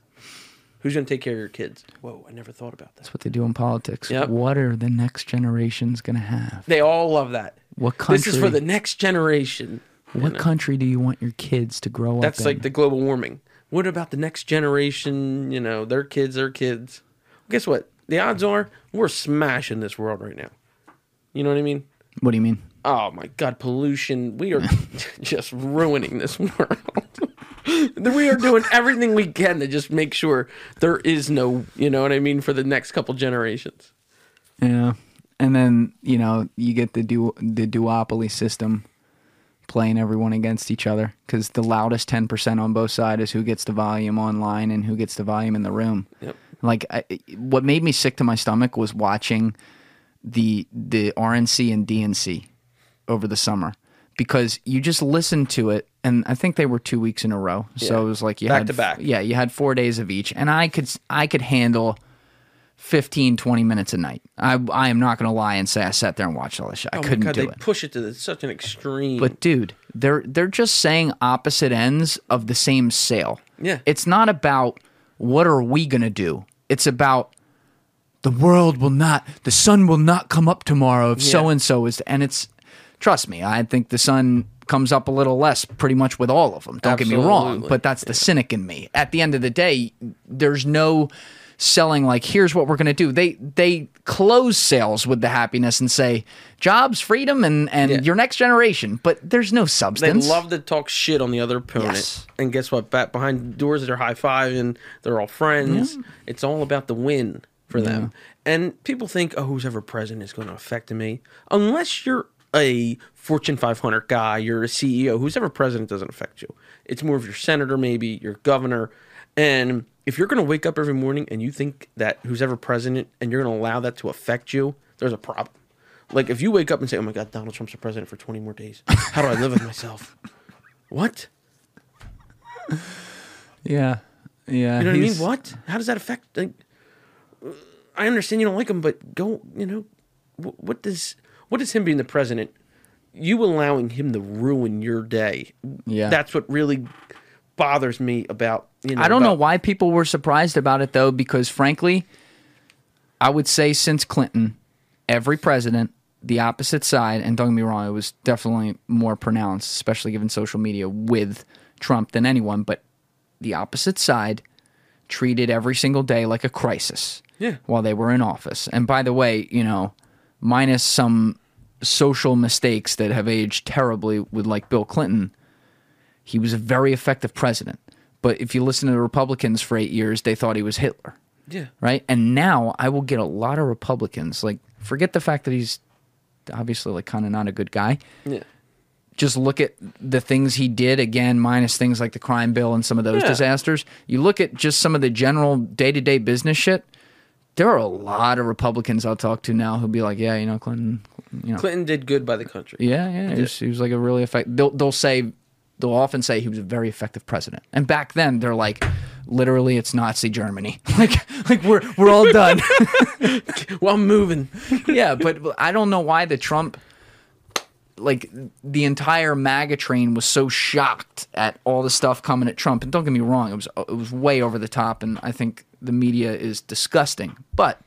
Speaker 2: Who's going to take care of your kids? Whoa, I never thought about that.
Speaker 1: That's what they do in politics.
Speaker 2: Yep.
Speaker 1: What are the next generations going to have?
Speaker 2: They all love that.
Speaker 1: What
Speaker 2: This is for
Speaker 1: country-
Speaker 2: the next generation.
Speaker 1: What country do you want your kids to grow up
Speaker 2: That's
Speaker 1: in?
Speaker 2: like the global warming. What about the next generation? You know, their kids, their kids. Guess what? The odds are we're smashing this world right now. You know what I mean?
Speaker 1: What do you mean?
Speaker 2: Oh my God, pollution. We are [LAUGHS] just ruining this [LAUGHS] world. we are doing everything we can to just make sure there is no, you know what I mean, for the next couple generations.
Speaker 1: Yeah. And then, you know, you get the du- the duopoly system playing everyone against each other cuz the loudest 10% on both sides is who gets the volume online and who gets the volume in the room.
Speaker 2: Yep.
Speaker 1: Like I, what made me sick to my stomach was watching the the RNC and DNC over the summer because you just listened to it and I think they were 2 weeks in a row. So it was like you
Speaker 2: Back
Speaker 1: had
Speaker 2: to back.
Speaker 1: yeah, you had 4 days of each and I could s- I could handle 15, 20 minutes a night. I, I am not going to lie and say I sat there and watched all this shit. I
Speaker 2: Oh my
Speaker 1: couldn't
Speaker 2: God,
Speaker 1: do
Speaker 2: they
Speaker 1: it.
Speaker 2: push it to the, such an extreme.
Speaker 1: But dude, they're they're just saying opposite ends of the same sale.
Speaker 2: Yeah.
Speaker 1: It's not about what are we going to do. It's about the world will not the sun will not come up tomorrow if so and so is and it's trust me, I think the sun comes up a little less pretty much with all of them. Don't get me wrong,
Speaker 2: Absolutely.
Speaker 1: but that's the cynic in me. At the end of the day, there's no selling like here's what we're going to do. They they close sales with the happiness and say jobs, freedom and and
Speaker 2: Yeah.
Speaker 1: your next generation, but there's no
Speaker 2: They
Speaker 1: substance.
Speaker 2: love to talk shit on the other opponent.
Speaker 1: Yes.
Speaker 2: And guess what? Back behind doors, they're high fiving. They're all friends. It's all about the win for them. And people think, oh, who's ever president is going to affect me. Unless you're a Fortune 500 guy, you're a CEO, who's ever president doesn't affect you. It's more of your senator, maybe your governor. And if you're going to wake up every morning and you think that who's ever president and you're going to allow that to affect you, there's a problem. Like if you wake up and say, "Oh my God, Donald Trump's the president for 20 more days. How do I live with myself?" What?
Speaker 1: yeah. Yeah.
Speaker 2: You know what I mean? What? How does that affect? Like, uh, I understand you don't like him, but go. You know, wh- what does what does him being the president? You allowing him to ruin your day?
Speaker 1: Yeah.
Speaker 2: that's what really bothers me about. You know,
Speaker 1: I don't know
Speaker 2: about-
Speaker 1: why people were surprised about it though, because frankly, I would say since Clinton, every president, the opposite side, and don't get me wrong, it was definitely more pronounced, especially given social media with Trump than anyone, but the opposite side treated every single day like a crisis
Speaker 2: Yeah.
Speaker 1: while they were in office. And by the way, you know, minus some social mistakes that have aged terribly with like Bill Clinton, he was a very effective president. But if you listen to the Republicans for eight years, they thought he was Hitler,
Speaker 2: Yeah,
Speaker 1: right? And now I will get a lot of Republicans like forget the fact that he's obviously like kind of not a good guy.
Speaker 2: yeah.
Speaker 1: Just look at the things he did again, minus things like the crime bill and some of those
Speaker 2: Yeah.
Speaker 1: disasters. You look at just some of the general day to day business shit. There are a lot of Republicans I'll talk to now who'll be like, yeah, you know, Clinton, you know,
Speaker 2: Clinton did good by the country.
Speaker 1: yeah, yeah. He was, he was like a really effective. They'll, they'll say, they'll often say he was a very effective president. And back then, they're like, literally, it's Nazi Germany. [LAUGHS] Like, like we're we're all done.
Speaker 2: Well, I'm moving.
Speaker 1: yeah, but I don't know why the Trump, like the entire MAGA train was so shocked at all the stuff coming at Trump. And don't get me wrong, it was uh, it was way over the top, and I think the media is disgusting. But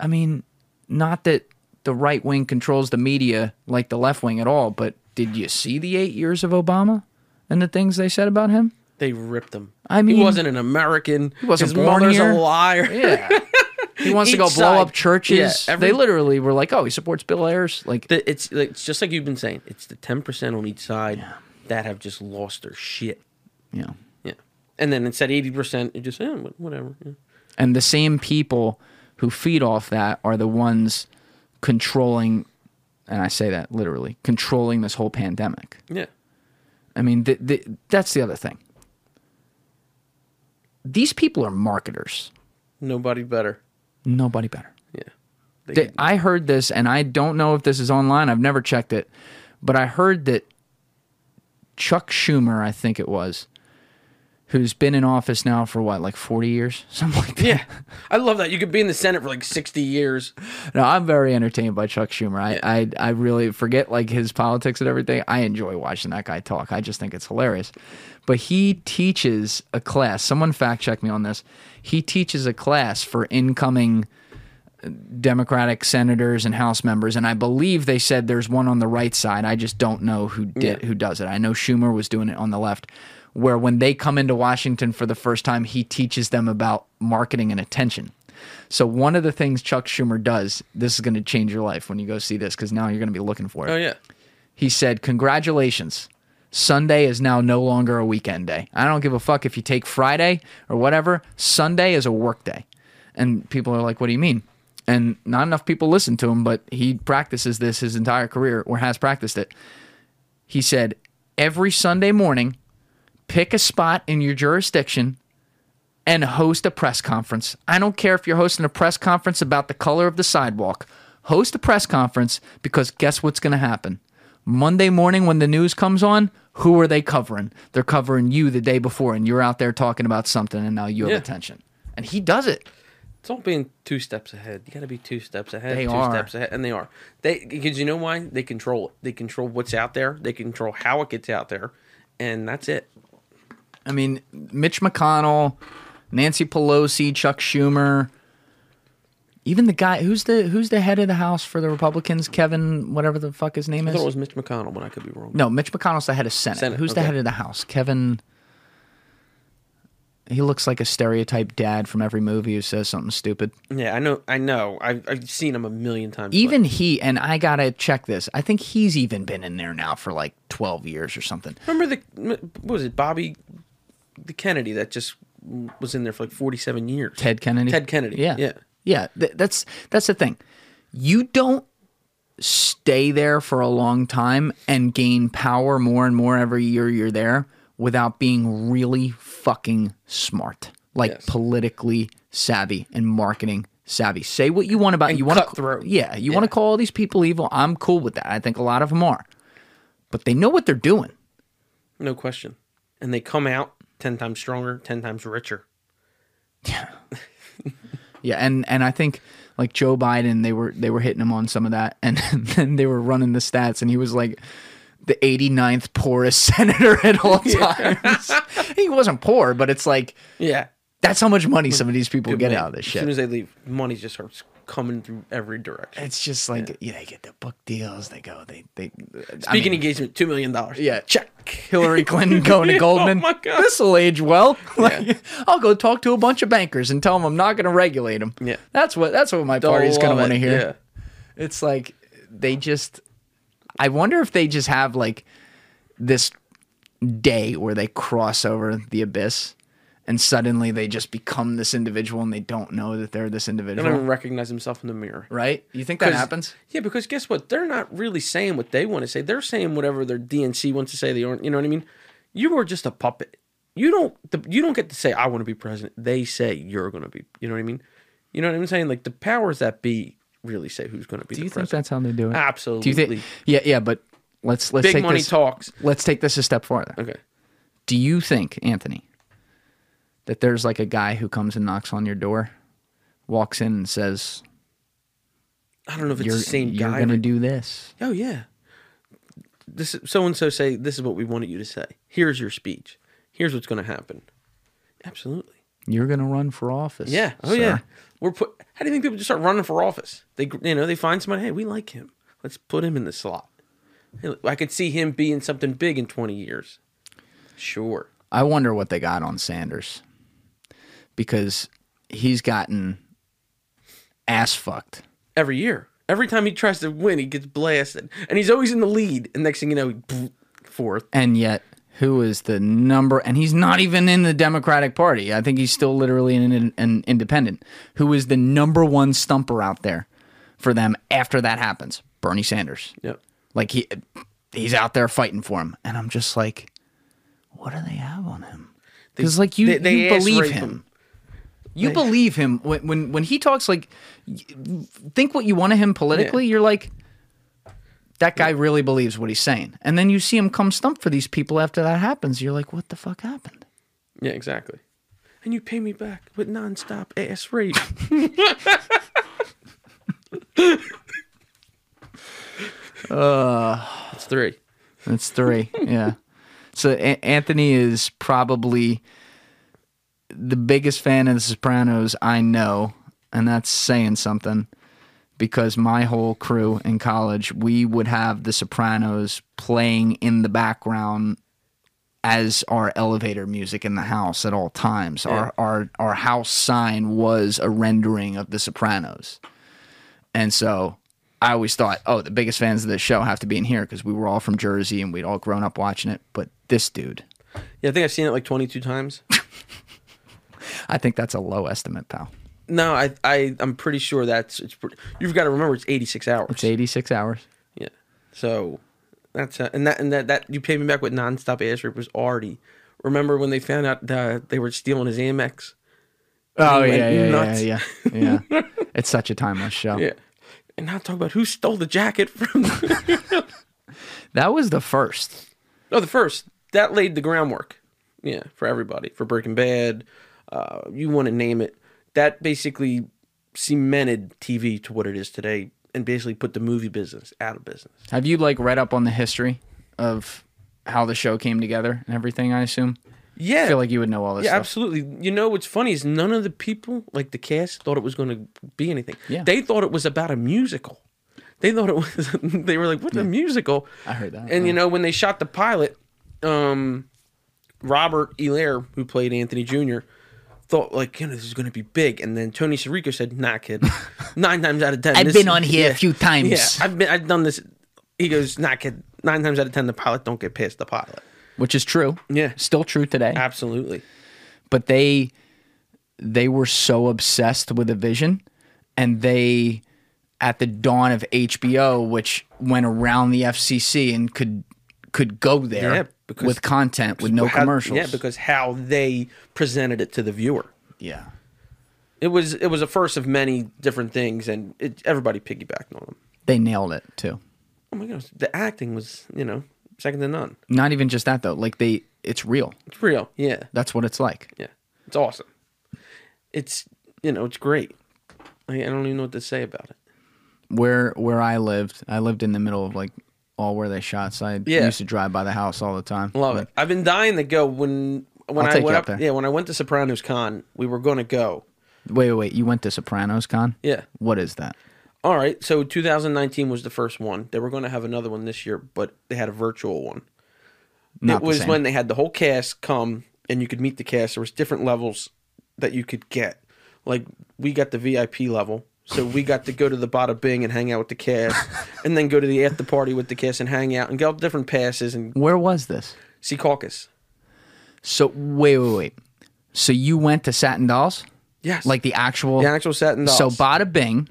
Speaker 1: I mean, not that the right wing controls the media like the left wing at all. But did you see the eight years of Obama and the things they said about him?
Speaker 2: They ripped him.
Speaker 1: I mean-
Speaker 2: he wasn't an American. He
Speaker 1: wasn't
Speaker 2: His
Speaker 1: born
Speaker 2: mother's
Speaker 1: here.
Speaker 2: a liar.
Speaker 1: Yeah. He wants to
Speaker 2: Each
Speaker 1: go blow
Speaker 2: side.
Speaker 1: up churches.
Speaker 2: Yeah, every-
Speaker 1: they literally were like, "Oh, he supports Bill Ayers." Like,
Speaker 2: [LAUGHS] the- it's like it's just like you've been saying. It's the ten percent on each side that have just lost their shit.
Speaker 1: you know.
Speaker 2: Yeah, and then it's at eighty percent. It just eh, wha- whatever. Yeah.
Speaker 1: And the same people who feed off that are the ones controlling, and I say that literally, controlling this whole pandemic.
Speaker 2: Yeah.
Speaker 1: I mean, th- th- that's the other thing. These people are marketers.
Speaker 2: Nobody better.
Speaker 1: Nobody better.
Speaker 2: Yeah. They
Speaker 1: They-
Speaker 2: could-
Speaker 1: I heard this, and I don't know if this is online. I've never checked it, but I heard that Chuck Schumer, I think it was, who's been in office now for what, like forty years, [LAUGHS] something like that.
Speaker 2: yeah. [LAUGHS] I love that. You could be in the Senate for like 60 years.
Speaker 1: No, I'm very entertained by Chuck Schumer. I, I I really forget like his politics and everything. I enjoy watching that guy talk. I just think it's hilarious. But he teaches a class. Someone fact check me on this. He teaches a class for incoming Democratic senators and House members, and I believe they said there's one on the right side. I just don't know who did who does it. I know Schumer was doing it on the left, where when they come into Washington for the first time, he teaches them about marketing and attention. So one of the things Chuck Schumer does, this is going to change your life when you go see this because now you're going to be looking for it.
Speaker 2: Oh, yeah.
Speaker 1: He said, Congratulations. Sunday is now no longer a weekend day. I don't give a fuck if you take Friday or whatever. Sunday is a work day. And people are like, What do you mean? And not enough people listen to him, but he practices this his entire career or has practiced it. He said, Every Sunday morning, pick a spot in your jurisdiction and host a press conference. I don't care if you're hosting a press conference about the color of the sidewalk. Host a press conference because guess what's going to happen? Monday morning when the news comes on, who are they covering? They're covering you the day before and you're out there talking about something and now you have
Speaker 2: Yeah.
Speaker 1: attention. And he does it.
Speaker 2: It's all being two steps ahead. You got to be two steps ahead.
Speaker 1: They
Speaker 2: two
Speaker 1: are.
Speaker 2: steps ahead, and they are. They because you know why they control it. They control what's out there. They control how it gets out there, and that's it.
Speaker 1: I mean, Mitch McConnell, Nancy Pelosi, Chuck Schumer, even the guy who's the who's the head of the house for the Republicans, Kevin, whatever the fuck his name
Speaker 2: I
Speaker 1: is.
Speaker 2: thought it was Mitch McConnell, but I could be wrong.
Speaker 1: No, Mitch McConnell's the head of Senate.
Speaker 2: Senate,
Speaker 1: Who's the
Speaker 2: okay.
Speaker 1: head of the House? Kevin. He looks like a stereotype dad from every movie who says something stupid.
Speaker 2: Yeah, I know. I know. I've, I've seen him a million times. but
Speaker 1: Even he, and I gotta check this. I think he's even been in there now for like twelve years or something.
Speaker 2: remember the what was it Bobby, the Kennedy that just was in there for like forty-seven years.
Speaker 1: Ted Kennedy.
Speaker 2: Ted Kennedy.
Speaker 1: Yeah.
Speaker 2: Yeah.
Speaker 1: Yeah. Th- that's that's the thing. You don't stay there for a long time and gain power more and more every year you're there without being really fucking smart. Like
Speaker 2: Yes.
Speaker 1: politically savvy and marketing savvy. Say what you want about you want
Speaker 2: cutthroat.
Speaker 1: Yeah, you want to call all these people evil. I'm cool with that. I think a lot of them are. But they know what they're doing.
Speaker 2: No question. And they come out ten times stronger, ten times richer.
Speaker 1: Yeah, and and I think like Joe Biden, they were they were hitting him on some of that, and [LAUGHS] then they were running the stats, and he was like the 89th poorest [LAUGHS] senator at all times. [LAUGHS] he wasn't poor, but it's like
Speaker 2: Yeah.
Speaker 1: that's how much money some of these people get
Speaker 2: Man,
Speaker 1: out of this
Speaker 2: As soon
Speaker 1: shit.
Speaker 2: as they leave, money just starts coming through every direction.
Speaker 1: It's just like yeah. they get the book deals. They go. They they. I
Speaker 2: Speaking
Speaker 1: mean,
Speaker 2: engagement, two million dollars.
Speaker 1: yeah,
Speaker 2: check.
Speaker 1: [LAUGHS] Hillary Clinton going to
Speaker 2: Yeah, [LAUGHS] oh
Speaker 1: Goldman.
Speaker 2: my God.
Speaker 1: This will age well.
Speaker 2: [LAUGHS]
Speaker 1: Like, I'll go talk to a bunch of bankers and tell them I'm not going to regulate them.
Speaker 2: Yeah.
Speaker 1: that's what that's what my party's
Speaker 2: They'll
Speaker 1: going to
Speaker 2: love
Speaker 1: want to
Speaker 2: it,
Speaker 1: hear.
Speaker 2: yeah.
Speaker 1: It's like they just. I wonder if they just have like this day where they cross over the abyss and suddenly they just become this individual and they don't know that they're this
Speaker 2: They
Speaker 1: individual.
Speaker 2: don't even recognize themselves in the mirror.
Speaker 1: Right? You think that
Speaker 2: 'Cause-
Speaker 1: happens?
Speaker 2: Yeah, because guess what? They're not really saying what they want to say. They're saying whatever their DNC wants to say. They aren't. You know what I mean? You are just a puppet. You don't. The, you don't get to say I want to be president. They say you're going to be. You know what I mean? You know what I'm saying? Like the powers that be really say who's going to be.
Speaker 1: Do
Speaker 2: the
Speaker 1: you think
Speaker 2: president.
Speaker 1: that's how they do it?
Speaker 2: Absolutely.
Speaker 1: Do you think? Yeah, yeah, but let's let's
Speaker 2: Big
Speaker 1: take
Speaker 2: money
Speaker 1: this,
Speaker 2: talks.
Speaker 1: Let's take this a step farther.
Speaker 2: Okay.
Speaker 1: Do you think, Anthony, that there's like a guy who comes and knocks on your door, walks in and says,
Speaker 2: I don't know if it's
Speaker 1: "You're
Speaker 2: the same
Speaker 1: you're
Speaker 2: guy.
Speaker 1: gonna
Speaker 2: that-
Speaker 1: do this"?
Speaker 2: Oh yeah. This so and so say this is what we wanted you to say. Here's your speech. Here's what's going to happen. Absolutely.
Speaker 1: You're gonna run for office.
Speaker 2: Yeah. Oh
Speaker 1: sir."
Speaker 2: yeah. We're put. How do you think people just start running for office? They you know they find somebody. Hey, we like him. Let's put him in the slot. Hey, I could see him being something big in twenty years. Sure.
Speaker 1: I wonder what they got on Sanders because he's gotten ass fucked.
Speaker 2: Every year, every time he tries to win, he gets blasted, and he's always in the lead. And next thing you know, he, fourth.
Speaker 1: and yet who is the number and he's not even in the democratic party i think he's still literally an, an independent who is the number one stumper out there for them after that happens. Bernie Sanders.
Speaker 2: Yep.
Speaker 1: Like he he's out there fighting for him. And I'm just like, what do they have on him? Because like you,
Speaker 2: they- they
Speaker 1: you
Speaker 2: ass
Speaker 1: believe
Speaker 2: rape
Speaker 1: him.
Speaker 2: him.
Speaker 1: You believe him when, when when he talks like y- think what you want of him politically, you're like that guy really believes what he's saying. And then you see him come stump for these people after that happens. You're like, what the fuck happened?
Speaker 2: Yeah, exactly. And you pay me back with nonstop ass rape. That's three.
Speaker 1: That's three. yeah. So a- Anthony is probably the biggest fan of The Sopranos I know, and that's saying something because my whole crew in college, we would have The Sopranos playing in the background as our elevator music in the house at all times. Our our our house sign was a rendering of The Sopranos. And so I always thought, oh, the biggest fans of this show have to be in here because we were all from Jersey and we'd all grown up watching it. But this dude,
Speaker 2: Yeah, I think I've seen it like 22 times.
Speaker 1: I think that's a low estimate, pal.
Speaker 2: No, I, I, I'm pretty sure that's. It's. Pretty, you've got to remember, it's 86 hours.
Speaker 1: It's 86 hours.
Speaker 2: Yeah. So that's uh, and that and that that you paid me back with nonstop ass rape was already. Remember when they found out that they were stealing his Amex?
Speaker 1: Oh,
Speaker 2: went
Speaker 1: yeah, yeah,
Speaker 2: nuts.
Speaker 1: yeah, yeah, [LAUGHS] yeah. It's such a timeless show.
Speaker 2: Yeah. And now talk about who stole the jacket from. [LAUGHS]
Speaker 1: That was the first.
Speaker 2: no, the first that laid the groundwork. Yeah, for everybody, for Breaking Bad, uh, you want to name it. That basically cemented TV to what it is today, and basically put the movie business out of business.
Speaker 1: Have you like read up on the history of how the show came together and everything? I assume.
Speaker 2: Yeah,
Speaker 1: I feel like you would know all this
Speaker 2: Yeah,
Speaker 1: stuff.
Speaker 2: absolutely. You know what's funny is none of the people, like the cast, thought it was going to be anything.
Speaker 1: Yeah.
Speaker 2: They thought it was about a musical. They thought it [LAUGHS] was. they were like, "What's a musical?"
Speaker 1: I heard that,
Speaker 2: And
Speaker 1: yeah.
Speaker 2: you know when they shot the pilot, um, Robert Elair, who played Anthony Jr., thought like, you know, this is going to be big. And then Tony Sirico said,
Speaker 1: [LAUGHS]
Speaker 2: "Nah, kid. Nine times out of ten,
Speaker 1: I've
Speaker 2: this-
Speaker 1: been on here a
Speaker 2: [LAUGHS] yeah,
Speaker 1: few times.
Speaker 2: Yeah, I've been. I've done this." He goes, "Nah, kid. Nine times out of ten, the pilot don't get past the pilot."
Speaker 1: Which is true.
Speaker 2: Yeah.
Speaker 1: Still true today.
Speaker 2: Absolutely.
Speaker 1: but they they were so obsessed with a vision and they at the dawn of HBO which went around the FCC and could could go there
Speaker 2: Yeah, because-
Speaker 1: with content with no
Speaker 2: how-
Speaker 1: commercials
Speaker 2: Yeah, because how they presented it to the viewer.
Speaker 1: yeah
Speaker 2: It was it was a first of many different things, and it, everybody piggybacked on them.
Speaker 1: they nailed it too
Speaker 2: Oh my gosh, the acting was you know second to none.
Speaker 1: not even just that though like they it's real
Speaker 2: It's real, yeah,
Speaker 1: that's what it's like
Speaker 2: yeah. It's awesome. It's you know it's great. I, I don't even know what to say about it.
Speaker 1: where where I lived I lived in the middle of like all where they shot so I
Speaker 2: Yeah.
Speaker 1: used to drive by the house all the time
Speaker 2: Love it. I've been dying to go when when
Speaker 1: I'll
Speaker 2: I
Speaker 1: take
Speaker 2: went
Speaker 1: you
Speaker 2: up.
Speaker 1: up there.
Speaker 2: Yeah, when I went to Sopranos Con, we were going to go.
Speaker 1: wait wait wait you went to Sopranos con
Speaker 2: Yeah.
Speaker 1: what is that
Speaker 2: All right, so 2019 was the first one. They were going to have another one this year, but they had a virtual one.
Speaker 1: Not
Speaker 2: it
Speaker 1: the
Speaker 2: was
Speaker 1: same.
Speaker 2: when they had the whole cast come and you could meet the cast. There was different levels that you could get. Like we got the VIP level, so we got to go to the Bada Bing and hang out with the
Speaker 1: [LAUGHS]
Speaker 2: cast, and then go to the after party with the cast and hang out and get different passes and
Speaker 1: where was this
Speaker 2: see caucus.
Speaker 1: So wait, wait, wait. So you went to Satin Dolls,
Speaker 2: Yes,
Speaker 1: like the actual,
Speaker 2: the actual set and
Speaker 1: So
Speaker 2: dolls.
Speaker 1: Bada Bing,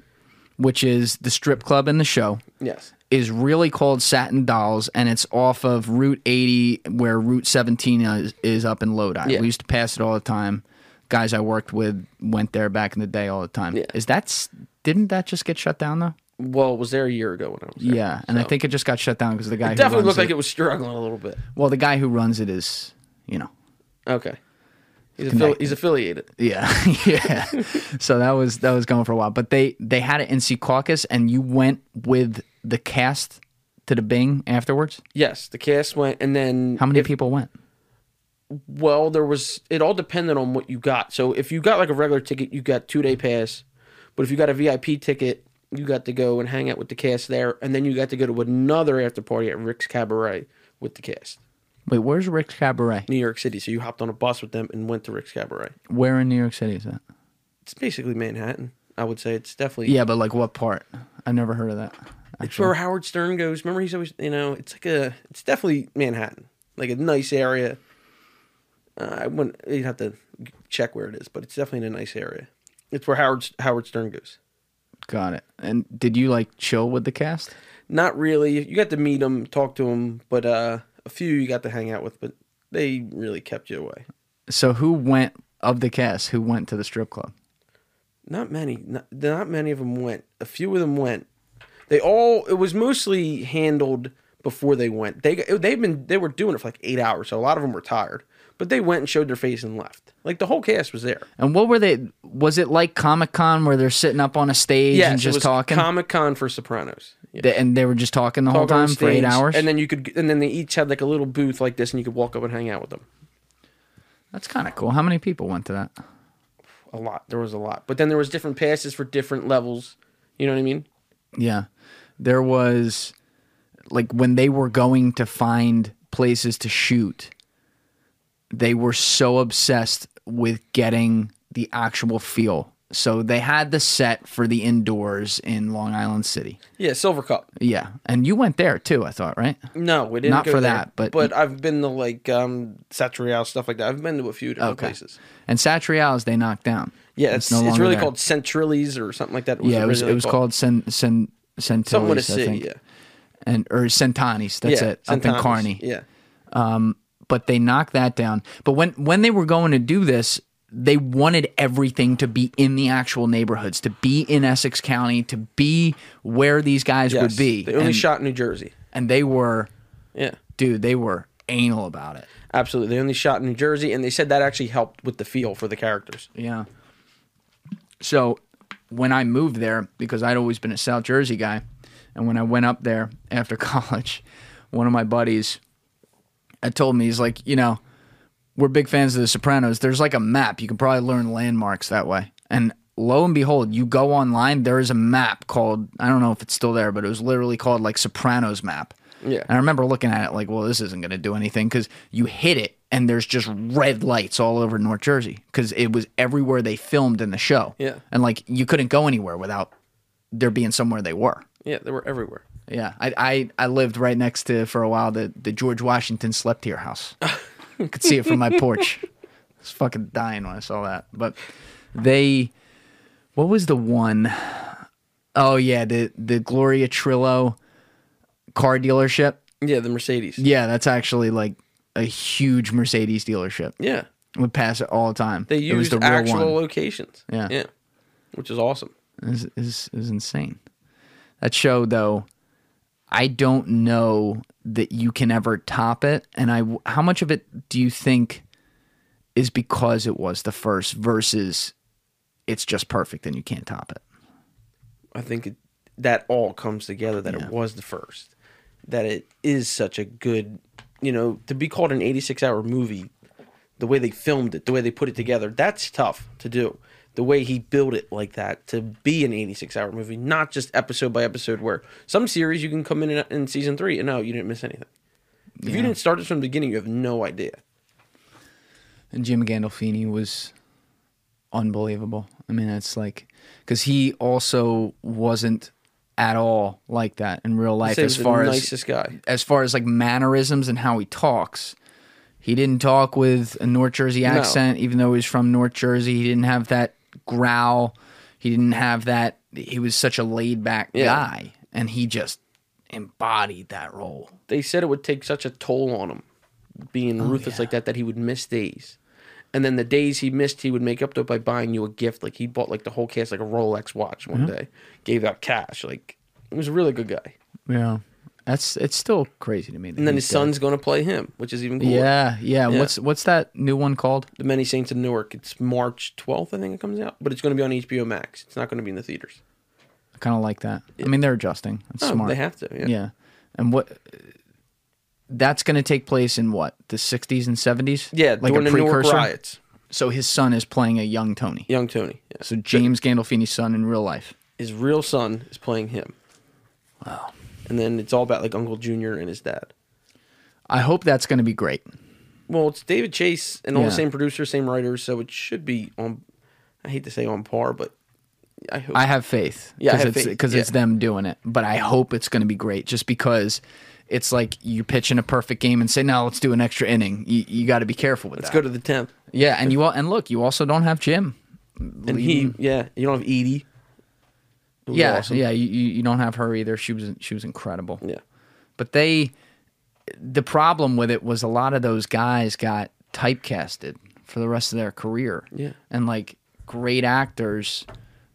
Speaker 1: which is the strip club in the show,
Speaker 2: yes,
Speaker 1: is really called Satin Dolls, and it's off of Route 80, where Route 17 is, is up in Lodi.
Speaker 2: Yeah.
Speaker 1: We used to pass it all the time. Guys I worked with went there back in the day all the time.
Speaker 2: Yeah.
Speaker 1: Is that s- didn't that just get shut down though?
Speaker 2: well, it was there a year ago when I was there.
Speaker 1: Yeah, and I think it just got shut down because the guy who
Speaker 2: definitely
Speaker 1: runs
Speaker 2: looked
Speaker 1: it,
Speaker 2: like it was struggling a little bit.
Speaker 1: well, the guy who runs it is you know
Speaker 2: Okay, he's, affi- he's affiliated.
Speaker 1: Yeah, [LAUGHS] yeah. so that was that was going for a while, but they they had it in C caucus, and you went with the cast to the Bing afterwards.
Speaker 2: Yes, the cast went, and then
Speaker 1: How many people went?
Speaker 2: Well, there was. It all depended on what you got. So if you got like a regular ticket, you got two day pass. But if you got a VIP ticket, you got to go and hang out with the cast there, and then you got to go to another after party at Rick's Cabaret with the cast,
Speaker 1: Wait, where's Rick's Cabaret?
Speaker 2: New York City. So you hopped on a bus with them and went to Rick's Cabaret.
Speaker 1: Where in New York City is that?
Speaker 2: It's basically Manhattan. I would say it's definitely
Speaker 1: Yeah, but like what part? I've never heard of that.
Speaker 2: It's where Howard Stern goes. Remember, he's always you know, it's like a, it's definitely Manhattan, like a nice area. Uh, I wouldn't, you'd have to check where it is, but it's definitely in a nice area. It's where Howard Howard Stern goes.
Speaker 1: Got it. And did you like chill with the cast?
Speaker 2: Not really. You got to meet them, talk to them, but uh, a few you got to hang out with, but they really kept you away.
Speaker 1: So who went of the cast? Who went to the strip club?
Speaker 2: Not many. Not, not many of them went. A few of them went. They all. It was mostly handled before they went. They they've been they were doing it for like eight hours, so a lot of them were tired. But they went and showed their face and left. Like the whole cast was there.
Speaker 1: And what were they? Was it like Comic Con where they're sitting up on a stage and just talking?
Speaker 2: Comic Con for Sopranos. Yeah.
Speaker 1: Th- and they were just talking the whole
Speaker 2: Talk on
Speaker 1: time for eight
Speaker 2: stage,
Speaker 1: hours.
Speaker 2: and then you could and then they each had like a little booth like this, and you could walk up and hang out with them.
Speaker 1: That's kind of cool. How many people went to that?
Speaker 2: A lot. There was a lot, but then there was different passes for different levels. You know what I mean?
Speaker 1: Yeah. There was like when they were going to find places to shoot, they were so obsessed with getting the actual feel. So they had the set for the indoors in Long Island City.
Speaker 2: Yeah, Silver Cup.
Speaker 1: Yeah. And you went there too, I thought, right?
Speaker 2: No, we didn't.
Speaker 1: Not
Speaker 2: go
Speaker 1: for
Speaker 2: there,
Speaker 1: that, but-
Speaker 2: but I've been to like um Satrial stuff like that. I've been to a few different
Speaker 1: Okay.
Speaker 2: places.
Speaker 1: And Satrials they knocked down.
Speaker 2: Yeah, it's,
Speaker 1: no
Speaker 2: it's,
Speaker 1: longer
Speaker 2: really
Speaker 1: there.
Speaker 2: called Centrillies or something like that.
Speaker 1: Yeah, it was
Speaker 2: originally
Speaker 1: it was called Sen Sen
Speaker 2: something with a
Speaker 1: Centilis, I
Speaker 2: C.
Speaker 1: think.
Speaker 2: Yeah,
Speaker 1: And or Centani's, that's
Speaker 2: yeah,
Speaker 1: it. Up in
Speaker 2: Centonis,
Speaker 1: Kearney.
Speaker 2: Yeah,
Speaker 1: but they knocked that down. But when when they were going to do this, they wanted everything to be in the actual neighborhoods, to be in Essex County, to be where these guys
Speaker 2: yes.
Speaker 1: would be.
Speaker 2: They only
Speaker 1: and,
Speaker 2: shot in New Jersey.
Speaker 1: and they were,
Speaker 2: Yeah,
Speaker 1: dude, they were anal about it.
Speaker 2: absolutely. They only shot in New Jersey, and they said that actually helped with the feel for the characters.
Speaker 1: Yeah. So when I moved there, because I'd always been a South Jersey guy, and when I went up there after [LAUGHS] college, one of my buddies had told me, he's like, you know, we're big fans of The Sopranos. There's like a map. You can probably learn landmarks that way. And lo and behold, you go online, there is a map called, I don't know if it's still there, but it was literally called like Sopranos map.
Speaker 2: Yeah.
Speaker 1: And I remember looking at it like, well, this isn't going to do anything because you hit it and there's just red lights all over North Jersey because it was everywhere they filmed in the show.
Speaker 2: Yeah.
Speaker 1: And like you couldn't go anywhere without there being somewhere they were.
Speaker 2: Yeah, they were everywhere.
Speaker 1: Yeah. I, I, I lived right next to, for a while, the, the George Washington slept here house. I could see it from my porch. I was fucking dying when I saw that. But they, what was the one? Oh, yeah. The, the Gloria Trillo car dealership.
Speaker 2: Yeah, the Mercedes.
Speaker 1: Yeah, that's actually like a huge Mercedes dealership.
Speaker 2: Yeah,
Speaker 1: We pass it all the time.
Speaker 2: they
Speaker 1: it was
Speaker 2: used
Speaker 1: the real
Speaker 2: actual
Speaker 1: one.
Speaker 2: locations.
Speaker 1: Yeah.
Speaker 2: yeah, which is awesome.
Speaker 1: Is is is insane. That show though, I don't know that you can ever top it. And I, how much of it do you think is because it was the first versus it's just perfect and you can't top it?
Speaker 2: I think it, that all comes together that it was the first, that it is such a good, you know, to be called an 86 hour movie, the way they filmed it, the way they put it together, that's tough to do. The way he built it like that to be an 86 hour movie, not just episode by episode, where some series you can come in in season three and no, you didn't miss anything. If you didn't start it from the beginning, you have no idea.
Speaker 1: And Jim Gandolfini was unbelievable. I mean, it's like because he also wasn't at all like that in real life.
Speaker 2: Say he
Speaker 1: As
Speaker 2: was the
Speaker 1: far as
Speaker 2: nicest guy.
Speaker 1: as far as like mannerisms and how he talks, he didn't talk with a North Jersey accent, even though he was from North Jersey. He didn't have that growl. He didn't have that. He was such a laid back
Speaker 2: Yeah.
Speaker 1: guy, and he just embodied that role.
Speaker 2: they said it would take such a toll on him
Speaker 1: Oh,
Speaker 2: being ruthless like that that he would miss days and then the days he missed he would make up to it by buying you a gift like he bought like the whole cast like a rolex watch one
Speaker 1: Uh-huh.
Speaker 2: day gave out cash like he was a really good guy
Speaker 1: Yeah, that's it's still crazy to me.
Speaker 2: and then his son's going to play him which is even cooler
Speaker 1: Yeah, yeah,
Speaker 2: Yeah.
Speaker 1: What's what's that new one called?
Speaker 2: the many saints of newark it's march 12th i think it comes out but it's going to be on hbo max it's not going to be in the theaters
Speaker 1: I kind of like that. I mean, they're adjusting. It's
Speaker 2: Oh,
Speaker 1: smart.
Speaker 2: they have to yeah.
Speaker 1: yeah. And what? That's going to take place in what the '60s and '70s.
Speaker 2: Yeah,
Speaker 1: like
Speaker 2: during
Speaker 1: a
Speaker 2: the Newark
Speaker 1: precursor.
Speaker 2: riots
Speaker 1: So his son is playing a young Tony.
Speaker 2: young tony yeah.
Speaker 1: So James Gandolfini's son in real life.
Speaker 2: his real son is playing him wow and then it's all about like uncle junior and his dad
Speaker 1: I hope that's going to be great.
Speaker 2: Well, it's David Chase and all
Speaker 1: Yeah.
Speaker 2: the same producers, same writers, so it should be on. I hate to say on par, but I hope.
Speaker 1: I have faith.
Speaker 2: Yeah, I have
Speaker 1: it's,
Speaker 2: faith,
Speaker 1: Because it's
Speaker 2: yeah.
Speaker 1: them doing it. But I hope it's going to be great just because it's like you pitch in a perfect game and say, no, let's do an extra inning. You, you got to be careful with
Speaker 2: let's
Speaker 1: that.
Speaker 2: go to the tenth.
Speaker 1: yeah. And you all, and look, you also don't have Jim.
Speaker 2: And he, yeah, you don't have Edie. It was
Speaker 1: yeah,
Speaker 2: awesome.
Speaker 1: yeah. You, you you don't have her either. She was she was incredible.
Speaker 2: Yeah.
Speaker 1: But they, the problem with it was a lot of those guys got typecasted for the rest of their career.
Speaker 2: Yeah.
Speaker 1: And like great actors,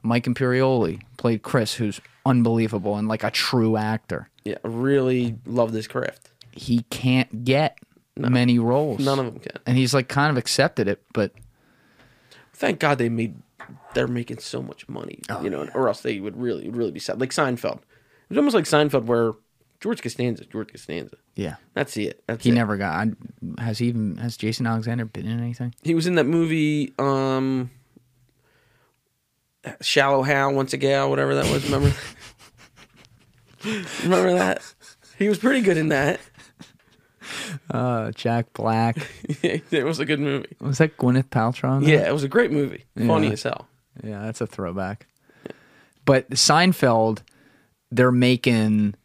Speaker 1: Mike Imperioli played Chris, who's unbelievable and like a true actor.
Speaker 2: Yeah. I really love this craft.
Speaker 1: He can't get many roles.
Speaker 2: None of them can.
Speaker 1: And he's like kind of accepted it, but
Speaker 2: Thank God they made. They're making so much money,
Speaker 1: Oh,
Speaker 2: you know, or else they would really, would really be sad. Like Seinfeld. It was almost like Seinfeld, where George Costanza, George Costanza.
Speaker 1: yeah.
Speaker 2: That's it. That's
Speaker 1: He
Speaker 2: it.
Speaker 1: never got. I, has he even has Jason Alexander been in anything?
Speaker 2: He was in that movie, um, Shallow Hal once a gal, whatever that was. Remember? [LAUGHS] remember that? He was pretty good in that.
Speaker 1: Uh, Jack Black
Speaker 2: [LAUGHS]
Speaker 1: [LAUGHS]
Speaker 2: it was a good movie.
Speaker 1: was that Gwyneth Paltrow? in that?
Speaker 2: Yeah, it was a great movie. Funny
Speaker 1: Yeah.
Speaker 2: as hell.
Speaker 1: Yeah, that's a throwback. But Seinfeld, they're making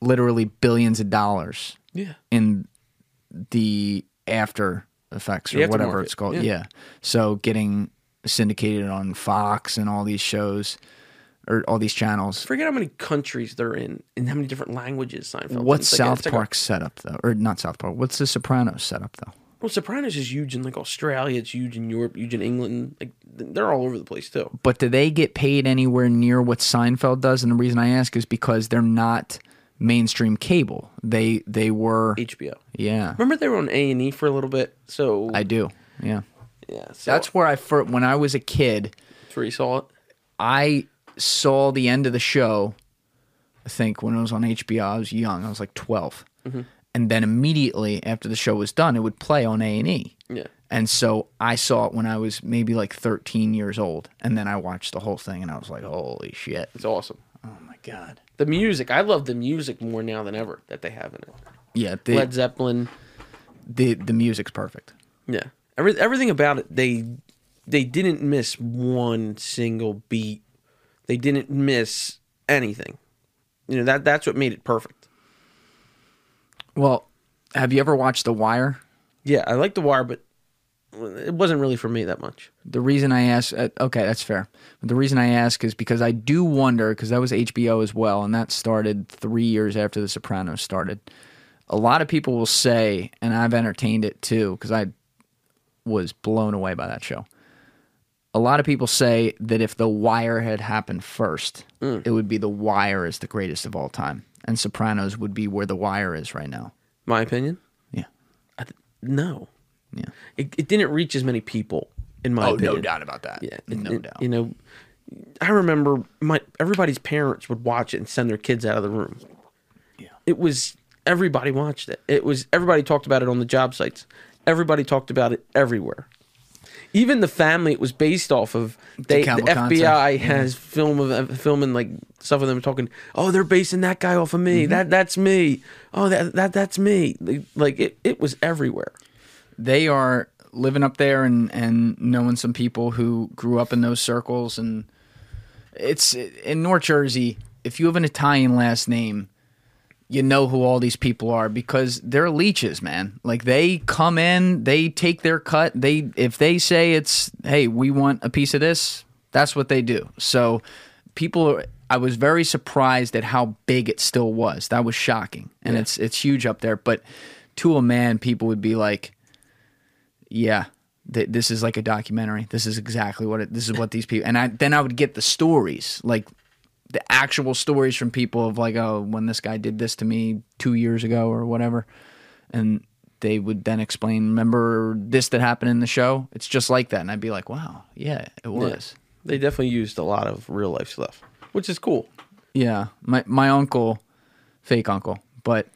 Speaker 1: literally billions of dollars
Speaker 2: Yeah.
Speaker 1: in the after effects or
Speaker 2: The
Speaker 1: whatever
Speaker 2: aftermarket,
Speaker 1: it's called.
Speaker 2: yeah.
Speaker 1: Yeah. So getting syndicated on Fox and all these shows or all these channels.
Speaker 2: Forget how many countries they're in and how many different languages Seinfeld's in.
Speaker 1: What's
Speaker 2: It's like-
Speaker 1: South
Speaker 2: it's like a-
Speaker 1: Park's setup though? Or not South Park. What's the Sopranos setup though?
Speaker 2: well, Sopranos is huge in like Australia. It's huge in Europe. Huge in England. Like th- they're all over the place too.
Speaker 1: but do they get paid anywhere near what Seinfeld does? And the reason I ask is because they're not mainstream cable. They they were
Speaker 2: HBO.
Speaker 1: yeah.
Speaker 2: Remember they were on A and E for a little bit. So
Speaker 1: I do. Yeah.
Speaker 2: yeah, so
Speaker 1: That's where I first, when I was a kid,
Speaker 2: that's where you saw it.
Speaker 1: I saw the end of the show. I think when it was on HBO, I was young. I was like 12. And then immediately after the show was done, it would play on A&E.
Speaker 2: Yeah.
Speaker 1: And so I saw it when I was maybe like 13 years old. And then I watched the whole thing and I was like, holy shit.
Speaker 2: It's awesome.
Speaker 1: Oh my God.
Speaker 2: The music, I love the music more now than ever that they have in it.
Speaker 1: Yeah. The,
Speaker 2: Led Zeppelin,
Speaker 1: the the music's perfect.
Speaker 2: yeah, Every, everything about it. They they didn't miss one single beat. They didn't miss anything. You know that that's what made it perfect.
Speaker 1: Well, have you ever watched The Wire?
Speaker 2: Yeah, I like The Wire, but it wasn't really for me that much.
Speaker 1: The reason I ask, uh, okay, that's fair. But the reason I ask is because I do wonder, because that was HBO as well, and that started three years after The Sopranos started. A lot of people will say, and I've entertained it too, because I was blown away by that show. A lot of people say that if The Wire had happened first, it would be The Wire is the greatest of all time, and Sopranos would be where The Wire is right now.
Speaker 2: My opinion,
Speaker 1: Yeah.
Speaker 2: I th- no,
Speaker 1: Yeah.
Speaker 2: it, it didn't reach as many people. In my
Speaker 1: Oh,
Speaker 2: opinion.
Speaker 1: no doubt about that.
Speaker 2: Yeah, it-
Speaker 1: no
Speaker 2: it-
Speaker 1: doubt.
Speaker 2: You know, I remember my everybody's parents would watch it and send their kids out of the room.
Speaker 1: Yeah.
Speaker 2: It was everybody watched it. It was everybody talked about it on the job sites. Everybody talked about it everywhere. Even the family it was based off of, they, the
Speaker 1: cowboy
Speaker 2: FBI
Speaker 1: content.
Speaker 2: has film of uh, filming like stuff of them talking. Oh, they're basing that guy off of
Speaker 1: Mm-hmm.
Speaker 2: me. That that's me. Oh, that that that's me. Like it, it was everywhere.
Speaker 1: they are living up there and and knowing some people who grew up in those circles and it's in North Jersey if you have an Italian last name you know who all these people are because they're leeches man like they come in they take their cut they if they say it's hey we want a piece of this that's what they do so people are- I was very surprised at how big it still was that was shocking and it's it's huge up there but to a man people would be like yeah th- this is like a documentary this is exactly what it this is what these people and I, then i would get the stories like the actual stories from people of like oh when this guy did this to me two years ago or whatever and they would then explain remember this that happened in the show it's just like that and i'd be like wow yeah it was
Speaker 2: They definitely used a lot of real life stuff, which is cool.
Speaker 1: Yeah, my my uncle, fake uncle, but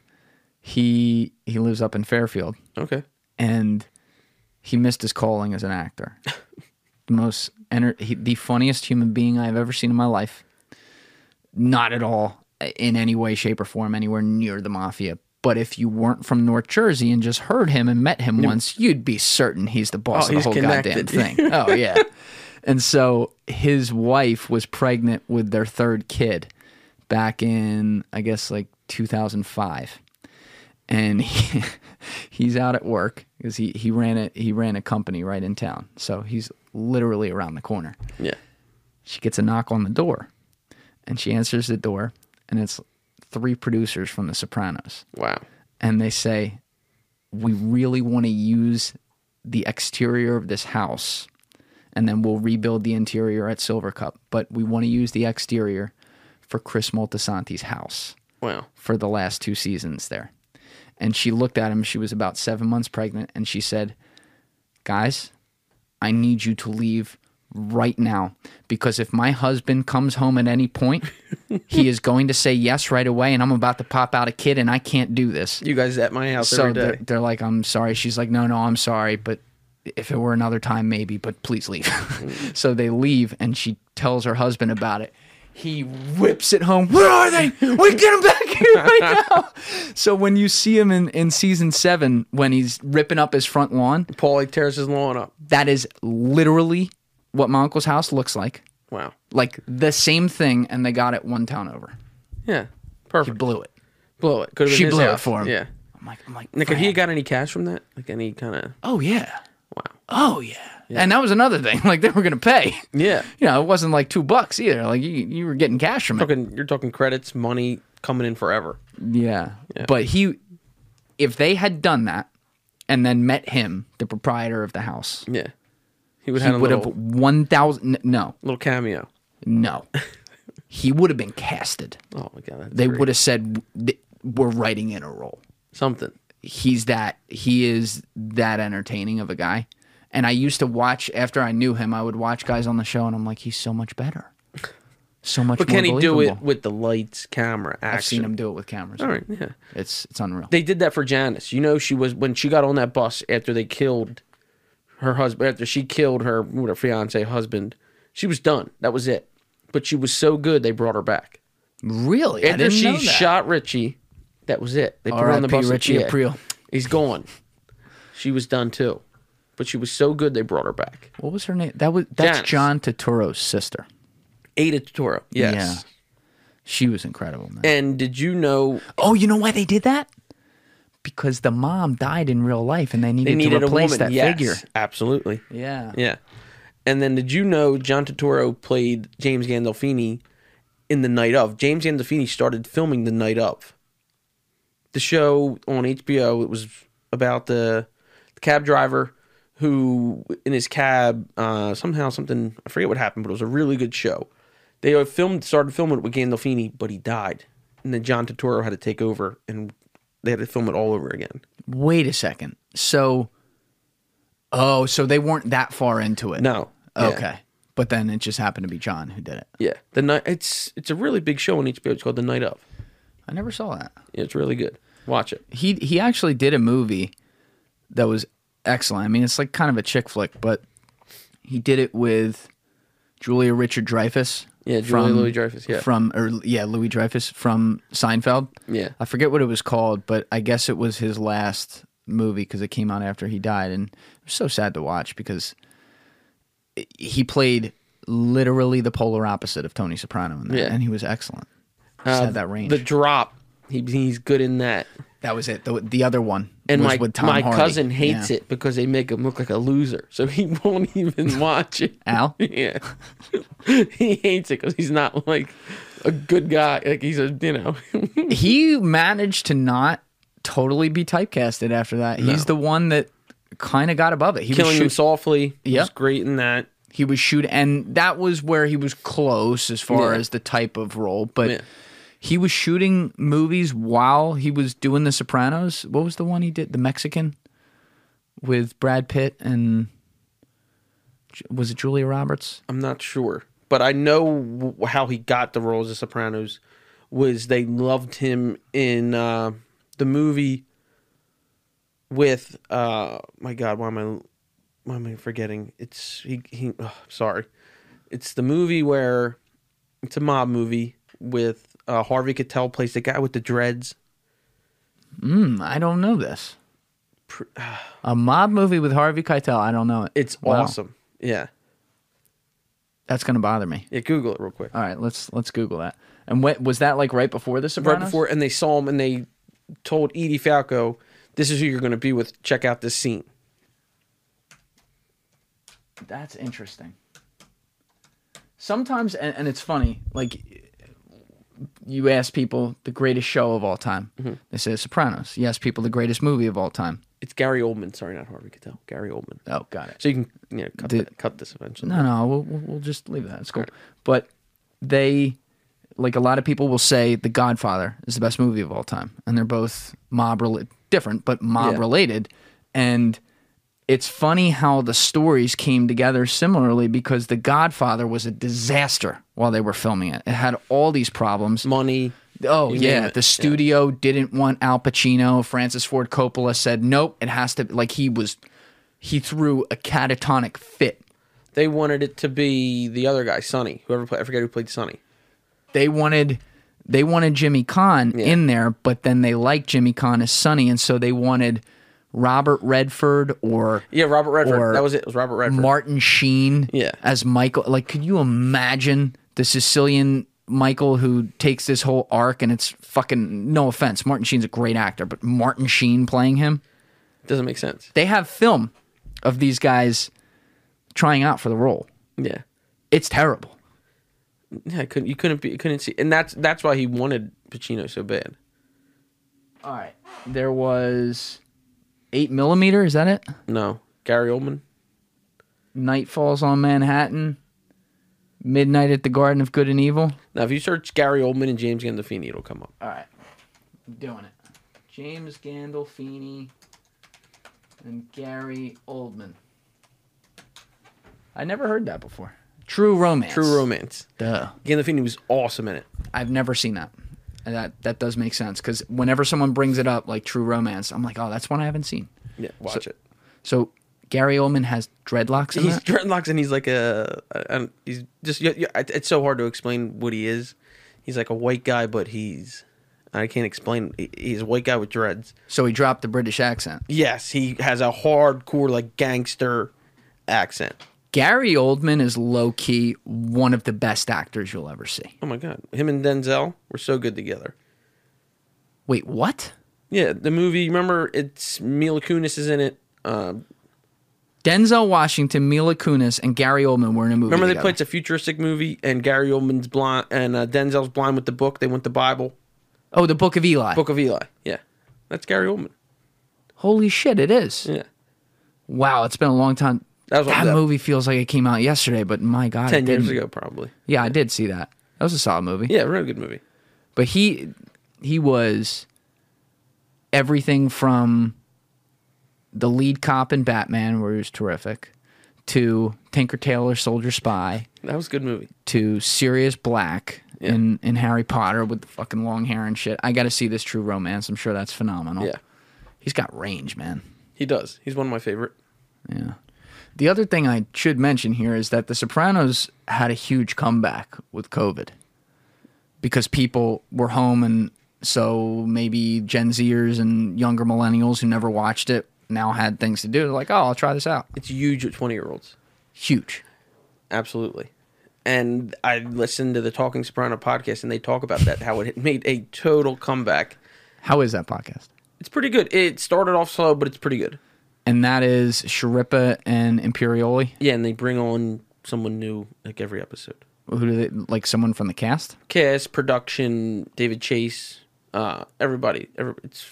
Speaker 1: he he lives up in Fairfield,
Speaker 2: Okay.
Speaker 1: and he missed his calling as an actor. the most ener- he, the funniest human being I've ever seen in my life. Not at all uh, in any way, shape, or form anywhere near the mafia. But if you weren't from North Jersey and just heard him and met him once, you'd be certain he's the boss
Speaker 2: Oh,
Speaker 1: of the
Speaker 2: he's
Speaker 1: whole
Speaker 2: connected.
Speaker 1: goddamn
Speaker 2: [LAUGHS]
Speaker 1: thing. Oh yeah. And so his wife was pregnant with their third kid back in, I guess, like 2005. And [LAUGHS] he, he's out at work because he, he ran a, he ran a company right in town. So he's literally around the corner.
Speaker 2: Yeah.
Speaker 1: She gets a knock on the door. and she answers the door, and it's three producers from The Sopranos,
Speaker 2: Wow.
Speaker 1: and they say, "We really want to use the exterior of this house, and then we'll rebuild the interior at Silver Cup, but we want to use the exterior for Chris Moltisanti's house."
Speaker 2: Wow.
Speaker 1: for the last two seasons there. And she looked at him. She was about seven months pregnant. And she said, Guys, I need you to leave right now because if my husband comes home at any point, he is going to say yes right away. And I'm about to pop out a kid and I can't do this.
Speaker 2: You guys at my house
Speaker 1: So
Speaker 2: every
Speaker 1: they're,
Speaker 2: day.
Speaker 1: they're like, I'm sorry. She's like, No, no, I'm sorry. But if it were another time, maybe, but please leave. [LAUGHS] so they leave and she tells her husband about it. He whips it home. Where are they? We get them back here
Speaker 2: [LAUGHS]
Speaker 1: right now. so when you see him in, in season seven, when he's ripping up his front lawn,
Speaker 2: Paulie tears his lawn up.
Speaker 1: that is literally what my uncle's house looks like.
Speaker 2: Wow.
Speaker 1: Like the same thing, and they got it one town over.
Speaker 2: Yeah.
Speaker 1: He
Speaker 2: Perfect.
Speaker 1: blew it.
Speaker 2: Blew it. Could have
Speaker 1: She
Speaker 2: been his
Speaker 1: blew it
Speaker 2: house.
Speaker 1: for him.
Speaker 2: Yeah.
Speaker 1: I'm like, I'm like,
Speaker 2: Nick, have
Speaker 1: "Man."
Speaker 2: you got any cash from that? Like any kind of
Speaker 1: Oh yeah.
Speaker 2: Wow.
Speaker 1: Oh yeah. And that was another thing. [LAUGHS] Like they were gonna pay.
Speaker 2: Yeah.
Speaker 1: You know, it wasn't like two bucks either. Like you, you were getting cash from it.
Speaker 2: Talking, you're talking credits, money coming in forever.
Speaker 1: Yeah. But he, if they had done that, and then met him, the proprietor of the house,
Speaker 2: Yeah. He would
Speaker 1: he
Speaker 2: have a
Speaker 1: would
Speaker 2: little,
Speaker 1: have one thousand. No,
Speaker 2: little cameo. [LAUGHS]
Speaker 1: no. he would have been casted.
Speaker 2: Oh my god. That's
Speaker 1: They
Speaker 2: great.
Speaker 1: would have said, "Th- "We're writing in a role."
Speaker 2: something.
Speaker 1: he's that he is that entertaining of a guy. And I used to watch after I knew him, I would watch guys on the show, and I'm like, he's so much better, so much.
Speaker 2: But
Speaker 1: more
Speaker 2: can he do it
Speaker 1: believable.
Speaker 2: with the lights, camera, action?
Speaker 1: I've seen him do it with cameras.
Speaker 2: All right, yeah.
Speaker 1: it's it's unreal.
Speaker 2: They did that for Janice. You know, she was when she got on that bus after they killed her husband. After she killed her, what, her fiance husband, she was done. That was it. But she was so good, they brought her back.
Speaker 1: really, I
Speaker 2: After
Speaker 1: didn't know
Speaker 2: she
Speaker 1: that.
Speaker 2: shot Richie, that was it. They put her on the
Speaker 1: R.I.P.
Speaker 2: bus.
Speaker 1: Richie Aprile.
Speaker 2: He's gone. She was done too, but she was so good they brought her back.
Speaker 1: What was her name? That was that's
Speaker 2: Janice.
Speaker 1: John Turturro's sister.
Speaker 2: Ada Toro. Yes.
Speaker 1: Yeah. She was incredible. Man.
Speaker 2: And did you know
Speaker 1: oh, you know why they did that? Because the mom died in real life, and they needed,
Speaker 2: they needed
Speaker 1: to
Speaker 2: a
Speaker 1: replace
Speaker 2: woman?
Speaker 1: that
Speaker 2: Yes,
Speaker 1: figure.
Speaker 2: Absolutely.
Speaker 1: Yeah.
Speaker 2: Yeah. And then did you know John Turturro played James Gandolfini in The Night of? James Gandolfini started filming The Night of. The show on HBO, it was about the, the cab driver who, in his cab, uh, somehow something, I forget what happened, but it was a really good show. They uh, filmed, started filming it with Gandolfini, but he died. And then John Turturro had to take over and they had to film it all over again.
Speaker 1: Wait a second. So, oh, so they weren't that far into it.
Speaker 2: No. Yeah.
Speaker 1: Okay. But then it just happened to be John who did it.
Speaker 2: Yeah. The night it's it's a really big show on HBO. It's called The Night of.
Speaker 1: I never saw that.
Speaker 2: It's really good. Watch it.
Speaker 1: He he actually did a movie that was excellent. I mean, it's like kind of a chick flick, but he did it with Julia Richard Dreyfus.
Speaker 2: Yeah, Julia Louis-Dreyfus, yeah.
Speaker 1: From or yeah, Louis Dreyfus from Seinfeld.
Speaker 2: Yeah.
Speaker 1: I forget what it was called, but I guess it was his last movie because it came out after he died, and it was so sad to watch because it- he played literally the polar opposite of Tony Soprano in that,
Speaker 2: Yeah. Uh,
Speaker 1: and he was excellent. Just had that range.
Speaker 2: The drop. He, he's good in that.
Speaker 1: that was it. The, the other one
Speaker 2: And
Speaker 1: was
Speaker 2: my
Speaker 1: with Tom
Speaker 2: my
Speaker 1: Hardy.
Speaker 2: cousin hates
Speaker 1: Yeah.
Speaker 2: it because they make him look like a loser, so he [LAUGHS] won't even
Speaker 1: [LAUGHS]
Speaker 2: watch it. [LAUGHS]
Speaker 1: Al?
Speaker 2: Yeah, he hates it because he's not like a good guy. Like he's a you know. [LAUGHS]
Speaker 1: he managed to not totally be typecasted after that. He's the one that kind of got above it. He was
Speaker 2: Killing
Speaker 1: shoot-
Speaker 2: him softly.
Speaker 1: Yeah.
Speaker 2: he's great in that.
Speaker 1: he was shoot and that was where he was close as far
Speaker 2: Yeah.
Speaker 1: as the type of role but
Speaker 2: Yeah.
Speaker 1: he was shooting movies while he was doing the sopranos what was the one he did the mexican with brad pitt and Ju- was it julia roberts
Speaker 2: I'm not sure, but I know w- how he got the role as The Sopranos was they loved him in uh, the movie with uh my God, why am I why am I forgetting? It's he he. Oh, sorry, it's the movie where it's a mob movie with uh, Harvey Keitel plays the guy with the dreads.
Speaker 1: Hmm, i don't know this a mob movie with harvey keitel i don't know it
Speaker 2: It's
Speaker 1: Wow.
Speaker 2: awesome. Yeah,
Speaker 1: that's gonna bother me
Speaker 2: yeah. Google it real quick.
Speaker 1: all right let's let's google that and what was that like right before the sopranos
Speaker 2: right before, and they saw him, and they told Edie Falco, "This is who you're going to be with. Check out this scene."
Speaker 1: That's interesting. Sometimes, and, and it's funny, like you ask people the greatest show of all time, they say The Sopranos. You ask people the greatest movie of all time.
Speaker 2: It's Gary Oldman. Sorry, not Harvey Keitel. Gary Oldman.
Speaker 1: Oh, got it.
Speaker 2: So you can you know cut,
Speaker 1: Did-
Speaker 2: that- cut this eventually.
Speaker 1: No, no, we'll, we'll we'll just leave that. It's cool. But they, like a lot of people will say, The Godfather is the best movie of all time, and they're both mob related, different, but mob
Speaker 2: Yeah.
Speaker 1: related. And it's funny how the stories came together similarly because The Godfather was a disaster while they were filming it. It had all these problems.
Speaker 2: Money.
Speaker 1: Oh
Speaker 2: You name
Speaker 1: yeah,
Speaker 2: it,
Speaker 1: the
Speaker 2: yeah.
Speaker 1: studio didn't want Al Pacino. Francis Ford Coppola said nope. It has to like he was, he threw a catatonic fit.
Speaker 2: They wanted it to be the other guy, Sonny. Whoever played, I forget who played Sonny.
Speaker 1: They wanted, they wanted Jimmy Kahn in there, but then they liked Jimmy Kahn as Sonny, and so they wanted Robert Redford or
Speaker 2: Yeah, Robert Redford.
Speaker 1: Or
Speaker 2: that was it. It was Robert Redford.
Speaker 1: Martin Sheen
Speaker 2: Yeah.
Speaker 1: as Michael. Like, could you imagine the Sicilian Michael who takes this whole arc and it's fucking no offense, Martin Sheen's a great actor, but Martin Sheen playing him.
Speaker 2: Doesn't make sense.
Speaker 1: they have film of these guys trying out for the role.
Speaker 2: Yeah.
Speaker 1: It's terrible.
Speaker 2: Yeah, I couldn't you couldn't be you couldn't see and that's that's why he wanted Pacino so bad.
Speaker 1: All right. There was eight millimeter. Is that it?
Speaker 2: No. Gary Oldman.
Speaker 1: Night falls on Manhattan. Midnight at the Garden of Good and Evil.
Speaker 2: Now if you search Gary Oldman and James Gandolfini, it'll come up.
Speaker 1: All right. I'm doing it. James Gandolfini and Gary Oldman. I never heard that before. True Romance.
Speaker 2: True romance.
Speaker 1: Duh.
Speaker 2: Gandolfini was awesome in it.
Speaker 1: I've never seen that. And that that does make sense because whenever someone brings it up, like True Romance, I'm like, oh, that's one I haven't seen.
Speaker 2: Yeah, watch it.
Speaker 1: So Gary Oldman has dreadlocks in
Speaker 2: He's
Speaker 1: that.
Speaker 2: dreadlocks and he's like a, a and he's just you, you, it- it's so hard to explain what he is. He's like a white guy, but he's I can't explain. he- He's a white guy with dreads.
Speaker 1: So he dropped the British accent.
Speaker 2: Yes, he has a hardcore like gangster accent.
Speaker 1: Gary Oldman is low key one of the best actors you'll ever see.
Speaker 2: Oh my god, him and Denzel were so good together.
Speaker 1: Wait, what?
Speaker 2: Yeah, the movie. Remember, it's Mila Kunis is in it. Uh,
Speaker 1: Denzel Washington, Mila Kunis, and Gary Oldman were in a movie.
Speaker 2: remember, they
Speaker 1: together.
Speaker 2: played it's a futuristic movie, and Gary Oldman's blind, and uh, Denzel's blind with the book. They want the Bible,
Speaker 1: Oh, the Book of Eli.
Speaker 2: Book of Eli. Yeah, that's Gary Oldman.
Speaker 1: Holy shit, it is.
Speaker 2: Yeah,
Speaker 1: Wow, it's been a long time.
Speaker 2: That was what- that-
Speaker 1: movie feels like it came out yesterday, but my god,
Speaker 2: ten
Speaker 1: it
Speaker 2: years
Speaker 1: didn't.
Speaker 2: ago, probably.
Speaker 1: Yeah, I did see that. That was a solid movie.
Speaker 2: Yeah, real good movie.
Speaker 1: but he he was everything from the lead cop in Batman, where he was terrific, to Tinker Tailor Soldier Spy,
Speaker 2: That was a good movie.
Speaker 1: to Sirius Black in in Harry Potter with the fucking long hair and shit. I got to see this True Romance. I'm sure that's phenomenal.
Speaker 2: Yeah,
Speaker 1: he's got range, man.
Speaker 2: he does. He's one of my favorite.
Speaker 1: Yeah. The other thing I should mention here is that The Sopranos had a huge comeback with COVID because people were home, and so maybe Gen Zers and younger millennials who never watched it now had things to do. They're like, oh, I'll try this out.
Speaker 2: It's huge with twenty year olds.
Speaker 1: Huge.
Speaker 2: Absolutely. And I listened to the Talking Soprano podcast, and they talk about that how it had made a total comeback.
Speaker 1: How is that podcast?
Speaker 2: It's pretty good. It started off slow, but it's pretty good.
Speaker 1: And that is Sharippa and Imperioli.
Speaker 2: Yeah, and they bring on someone new like every episode.
Speaker 1: Who do they like? Someone from the cast?
Speaker 2: Cast, production, David Chase, uh, everybody, every, it's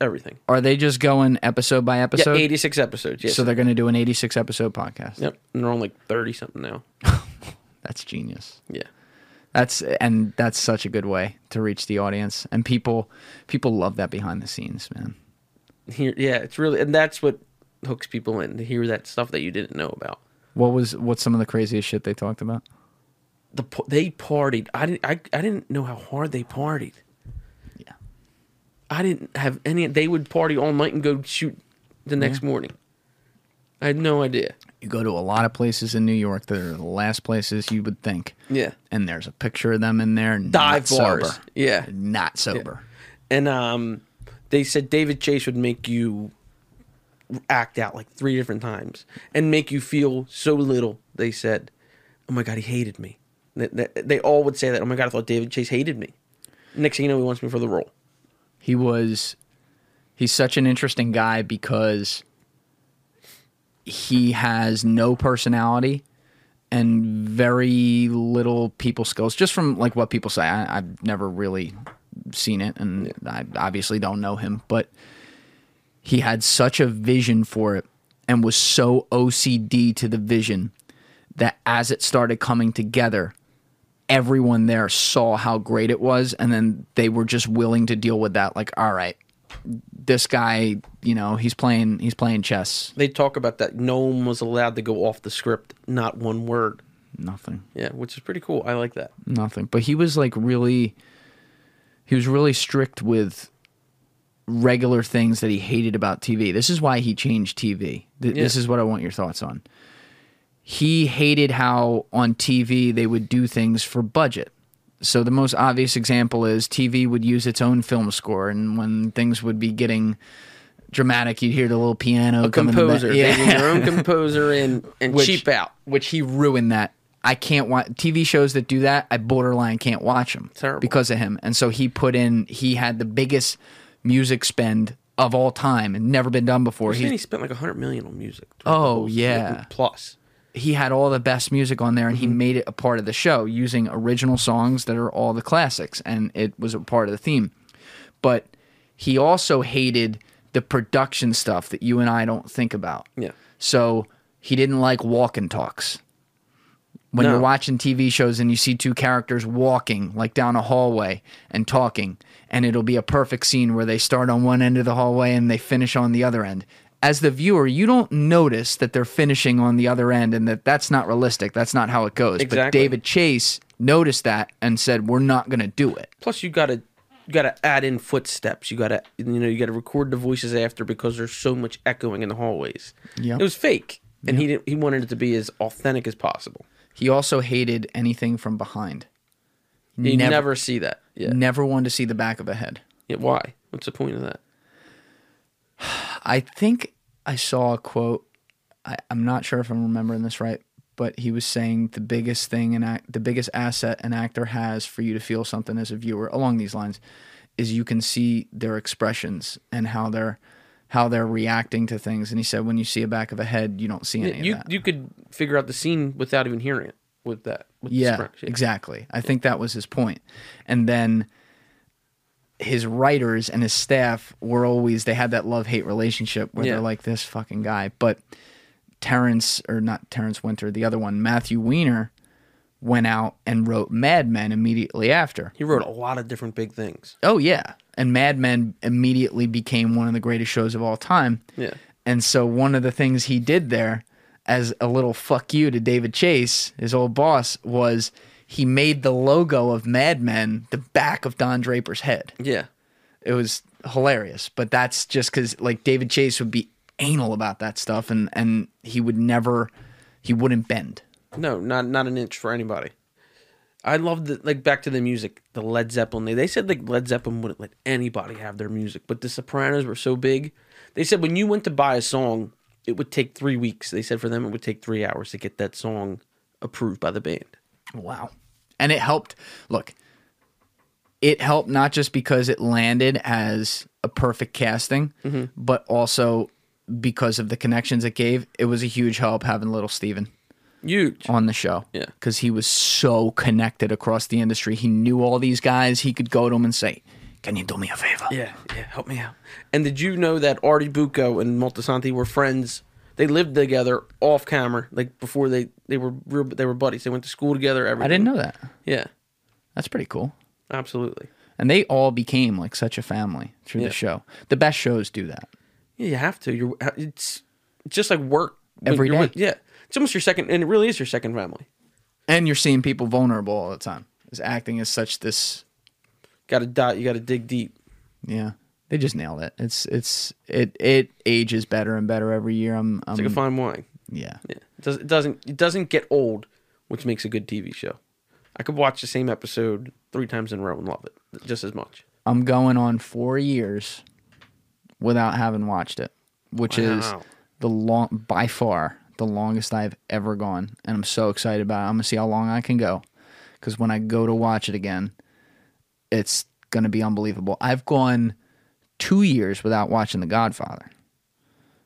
Speaker 2: everything.
Speaker 1: Are they just going episode by
Speaker 2: Yeah,
Speaker 1: episode?
Speaker 2: eighty six episodes. Yes.
Speaker 1: so they're going to do an 86 episode podcast.
Speaker 2: yep. And they're on like thirty something now.
Speaker 1: That's genius.
Speaker 2: Yeah.
Speaker 1: That's and that's such a good way to reach the audience, and people people love that behind the scenes, man.
Speaker 2: Here, yeah, it's really, and that's what hooks people in to hear that stuff that you didn't know about.
Speaker 1: What was what's some of the craziest shit they talked about?
Speaker 2: The pa- they partied. I didn't. I, I didn't know how hard they partied.
Speaker 1: Yeah.
Speaker 2: I didn't have any. They would party all night and go shoot the next morning. I had no idea.
Speaker 1: You go to a lot of places in New York that are the last places you would think,
Speaker 2: Yeah.
Speaker 1: and there's a picture of them in there, not
Speaker 2: Dive bars.
Speaker 1: sober.
Speaker 2: Yeah.
Speaker 1: not sober.
Speaker 2: And um, they said David Chase would make you act out like three different times and make you feel so little. They said, "Oh my God, he hated me." They, they, they all would say that. Oh my God, I thought David Chase hated me. Next thing you know, he wants me for the role.
Speaker 1: He was he's such an interesting guy because he has no personality and very little people skills, just from like what people say. I, I've never really seen it, and I obviously don't know him, but he had such a vision for it and was so OCD to the vision that as it started coming together, everyone there saw how great it was, and then they were just willing to deal with that. Like, all right, this guy, you know, he's playing, he's playing chess.
Speaker 2: They talk about that. No one was allowed to go off the script, not one word.
Speaker 1: Nothing.
Speaker 2: Yeah, which is pretty cool. I like that.
Speaker 1: nothing. But he was like really, he was really strict with regular things that he hated about TV. This is why he changed TV. Th- This
Speaker 2: Yeah.
Speaker 1: is what I want your thoughts on. He hated how on TV they would do things for budget. So the most obvious example is TV would use its own film score, and when things would be getting dramatic, you'd hear the little piano. come in the ba-
Speaker 2: Composer. They need
Speaker 1: [LAUGHS]
Speaker 2: their own composer and, and
Speaker 1: Which-
Speaker 2: cheap out.
Speaker 1: which he ruined that. I can't watch TV shows that do that. I borderline can't watch them
Speaker 2: Terrible.
Speaker 1: because of him. And so he put in. He had the biggest music spend of all time and never been done before.
Speaker 2: He,
Speaker 1: He
Speaker 2: he spent like a hundred million on music.
Speaker 1: Oh, yeah.
Speaker 2: plus.
Speaker 1: he had all the best music on there, and he made it a part of the show using original songs that are all the classics, and it was a part of the theme. But he also hated the production stuff that you and I don't think about.
Speaker 2: Yeah.
Speaker 1: So he didn't like walk and talks. When
Speaker 2: No.
Speaker 1: you're watching TV shows and you see two characters walking like down a hallway and talking, and it'll be a perfect scene where they start on one end of the hallway and they finish on the other end. As the viewer, you don't notice that they're finishing on the other end and that that's not realistic. That's not how it goes. But
Speaker 2: Exactly.
Speaker 1: David Chase noticed that and said, "We're not going to do it."
Speaker 2: Plus, you gotta you gotta add in footsteps. You gotta you know you gotta record the voices after because there's so much echoing in the hallways.
Speaker 1: Yep.
Speaker 2: it was fake, and he didn't, he wanted it to be as authentic as possible.
Speaker 1: He also hated anything from behind.
Speaker 2: You never, see that. Yeah.
Speaker 1: never wanted to see the back of a head.
Speaker 2: yeah. Why? What's the point of that?
Speaker 1: I think I saw a quote. I, I'm not sure if I'm remembering this right, but he was saying the biggest thing and the biggest asset an actor has for you to feel something as a viewer along these lines is you can see their expressions and how they're how they're reacting to things. And he said when you see a back of a head, you don't see any
Speaker 2: you
Speaker 1: of that.
Speaker 2: you could figure out the scene without even hearing it with that. With the
Speaker 1: yeah,
Speaker 2: script,
Speaker 1: exactly. I think that was his point. And then his writers and his staff were always they had that love hate relationship where
Speaker 2: Yeah.
Speaker 1: they're like this fucking guy. But Terrence or not Terrence Winter, the other one, Matthew Weiner, went out and wrote Mad Men immediately after.
Speaker 2: He wrote a lot of different big things.
Speaker 1: Oh yeah, and Mad Men immediately became one of the greatest shows of all time.
Speaker 2: Yeah.
Speaker 1: And so one of the things he did there as a little fuck you to David Chase, his old boss, was he made the logo of Mad Men the back of Don Draper's head.
Speaker 2: Yeah.
Speaker 1: It was hilarious, but that's just cuz like David Chase would be anal about that stuff and and he would never he wouldn't bend.
Speaker 2: No, not not an inch for anybody. I love the like back to the music, the Led Zeppelin. They, they said like Led Zeppelin wouldn't let anybody have their music, but the Sopranos were so big. They said when you went to buy a song, it would take three weeks. They said for them it would take three hours to get that song approved by the band.
Speaker 1: Wow. And it helped. Look, it helped not just because it landed as a perfect casting,
Speaker 2: Mm-hmm.
Speaker 1: but also because of the connections it gave. It was a huge help having little Steven
Speaker 2: Huge.
Speaker 1: on the show.
Speaker 2: Yeah.
Speaker 1: Because he was so connected across the industry. He knew all these guys. He could go to them and say, Can you do me a favor?
Speaker 2: Yeah, yeah, help me out. And did you know that Artie Bucco and Multisanti were friends? They lived together off camera, like before they they were real, they were buddies. They went to school together. Everything.
Speaker 1: I didn't know that.
Speaker 2: Yeah,
Speaker 1: That's pretty cool.
Speaker 2: absolutely.
Speaker 1: And they all became like such a family through
Speaker 2: Yeah.
Speaker 1: the show. The best shows do that.
Speaker 2: Yeah, you have to. You're uh, it's it's just like work When
Speaker 1: Every
Speaker 2: you're
Speaker 1: day.
Speaker 2: with- Yeah, it's almost your second, and it really is your second family.
Speaker 1: And you're seeing people vulnerable all the time. Is acting as such this
Speaker 2: Got to dot. You got to dig deep.
Speaker 1: Yeah. They just nailed it. It's it's it it ages better and better every year. I'm, I'm
Speaker 2: It's like a fine wine.
Speaker 1: yeah.
Speaker 2: Yeah, it, does, it doesn't it doesn't get old, which makes a good TV show. I could watch the same episode three times in a row and love it just as much.
Speaker 1: I'm going on 4 years without having watched it, which is
Speaker 2: Wow.
Speaker 1: the long by far the longest I've ever gone and I'm so excited about it. I'm going to see how long I can go cuz when I go to watch it again, it's going to be unbelievable. I've gone 2 years without watching The Godfather.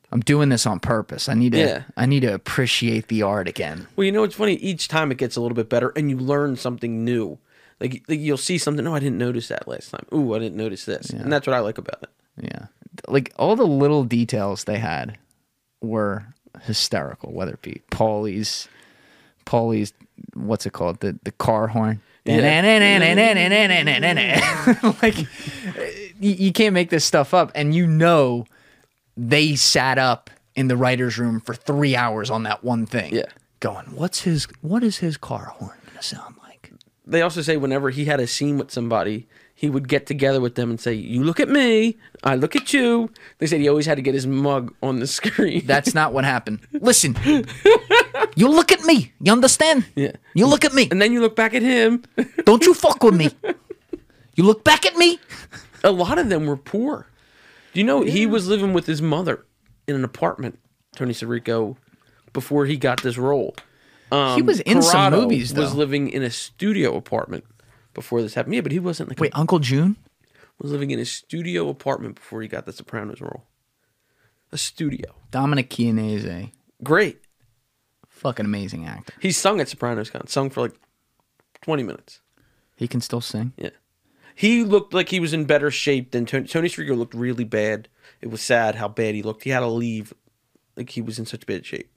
Speaker 1: I'm I'm doing this on purpose. I need to
Speaker 2: Yeah.
Speaker 1: I need to appreciate the art again.
Speaker 2: Well, you know, it's funny. Each time it gets a little bit better, and you learn something new. Like, like you'll see something. Oh, I didn't notice that last time. Ooh, I didn't notice this, and that's what I like about it.
Speaker 1: Yeah. Like all the little details they had were hysterical, whether it be Paulie's Paulie's what's it called? The the car horn. [LAUGHS] like you, you can't make this stuff up and you know they sat up in the writer's room for three hours on that one thing.
Speaker 2: Yeah.
Speaker 1: Going, what's his what is his car horn gonna sound like?
Speaker 2: They also say whenever he had a scene with somebody, he would get together with them and say, "You look at me, I look at you." They said he always had to get his mug on the [LAUGHS] screen.
Speaker 1: That's not what happened.
Speaker 2: [LAUGHS]
Speaker 1: Listen, you look at me. You understand?
Speaker 2: Yeah.
Speaker 1: You look at me.
Speaker 2: and then you look back at him.
Speaker 1: Don't you fuck with me. [LAUGHS] You look back at me.
Speaker 2: a lot of them were poor. Do you know he was living with his mother in an apartment, Tony Sirico, before he got this role. Um,
Speaker 1: was in some
Speaker 2: Corrado
Speaker 1: movies,
Speaker 2: Was
Speaker 1: though.
Speaker 2: living in a studio apartment before this happened. Yeah, but he wasn't like
Speaker 1: Wait, Uncle June?
Speaker 2: was living in a studio apartment before he got the Sopranos role. A studio,
Speaker 1: Dominic Chianese.
Speaker 2: great.
Speaker 1: Fucking amazing actor.
Speaker 2: He sung at Sopranos Con, sung for like twenty minutes.
Speaker 1: He can still sing.
Speaker 2: Yeah. He looked like he was in better shape than Tony. Tony Strigo looked really bad. It was sad how bad he looked. He had to leave. Like he was in such bad shape.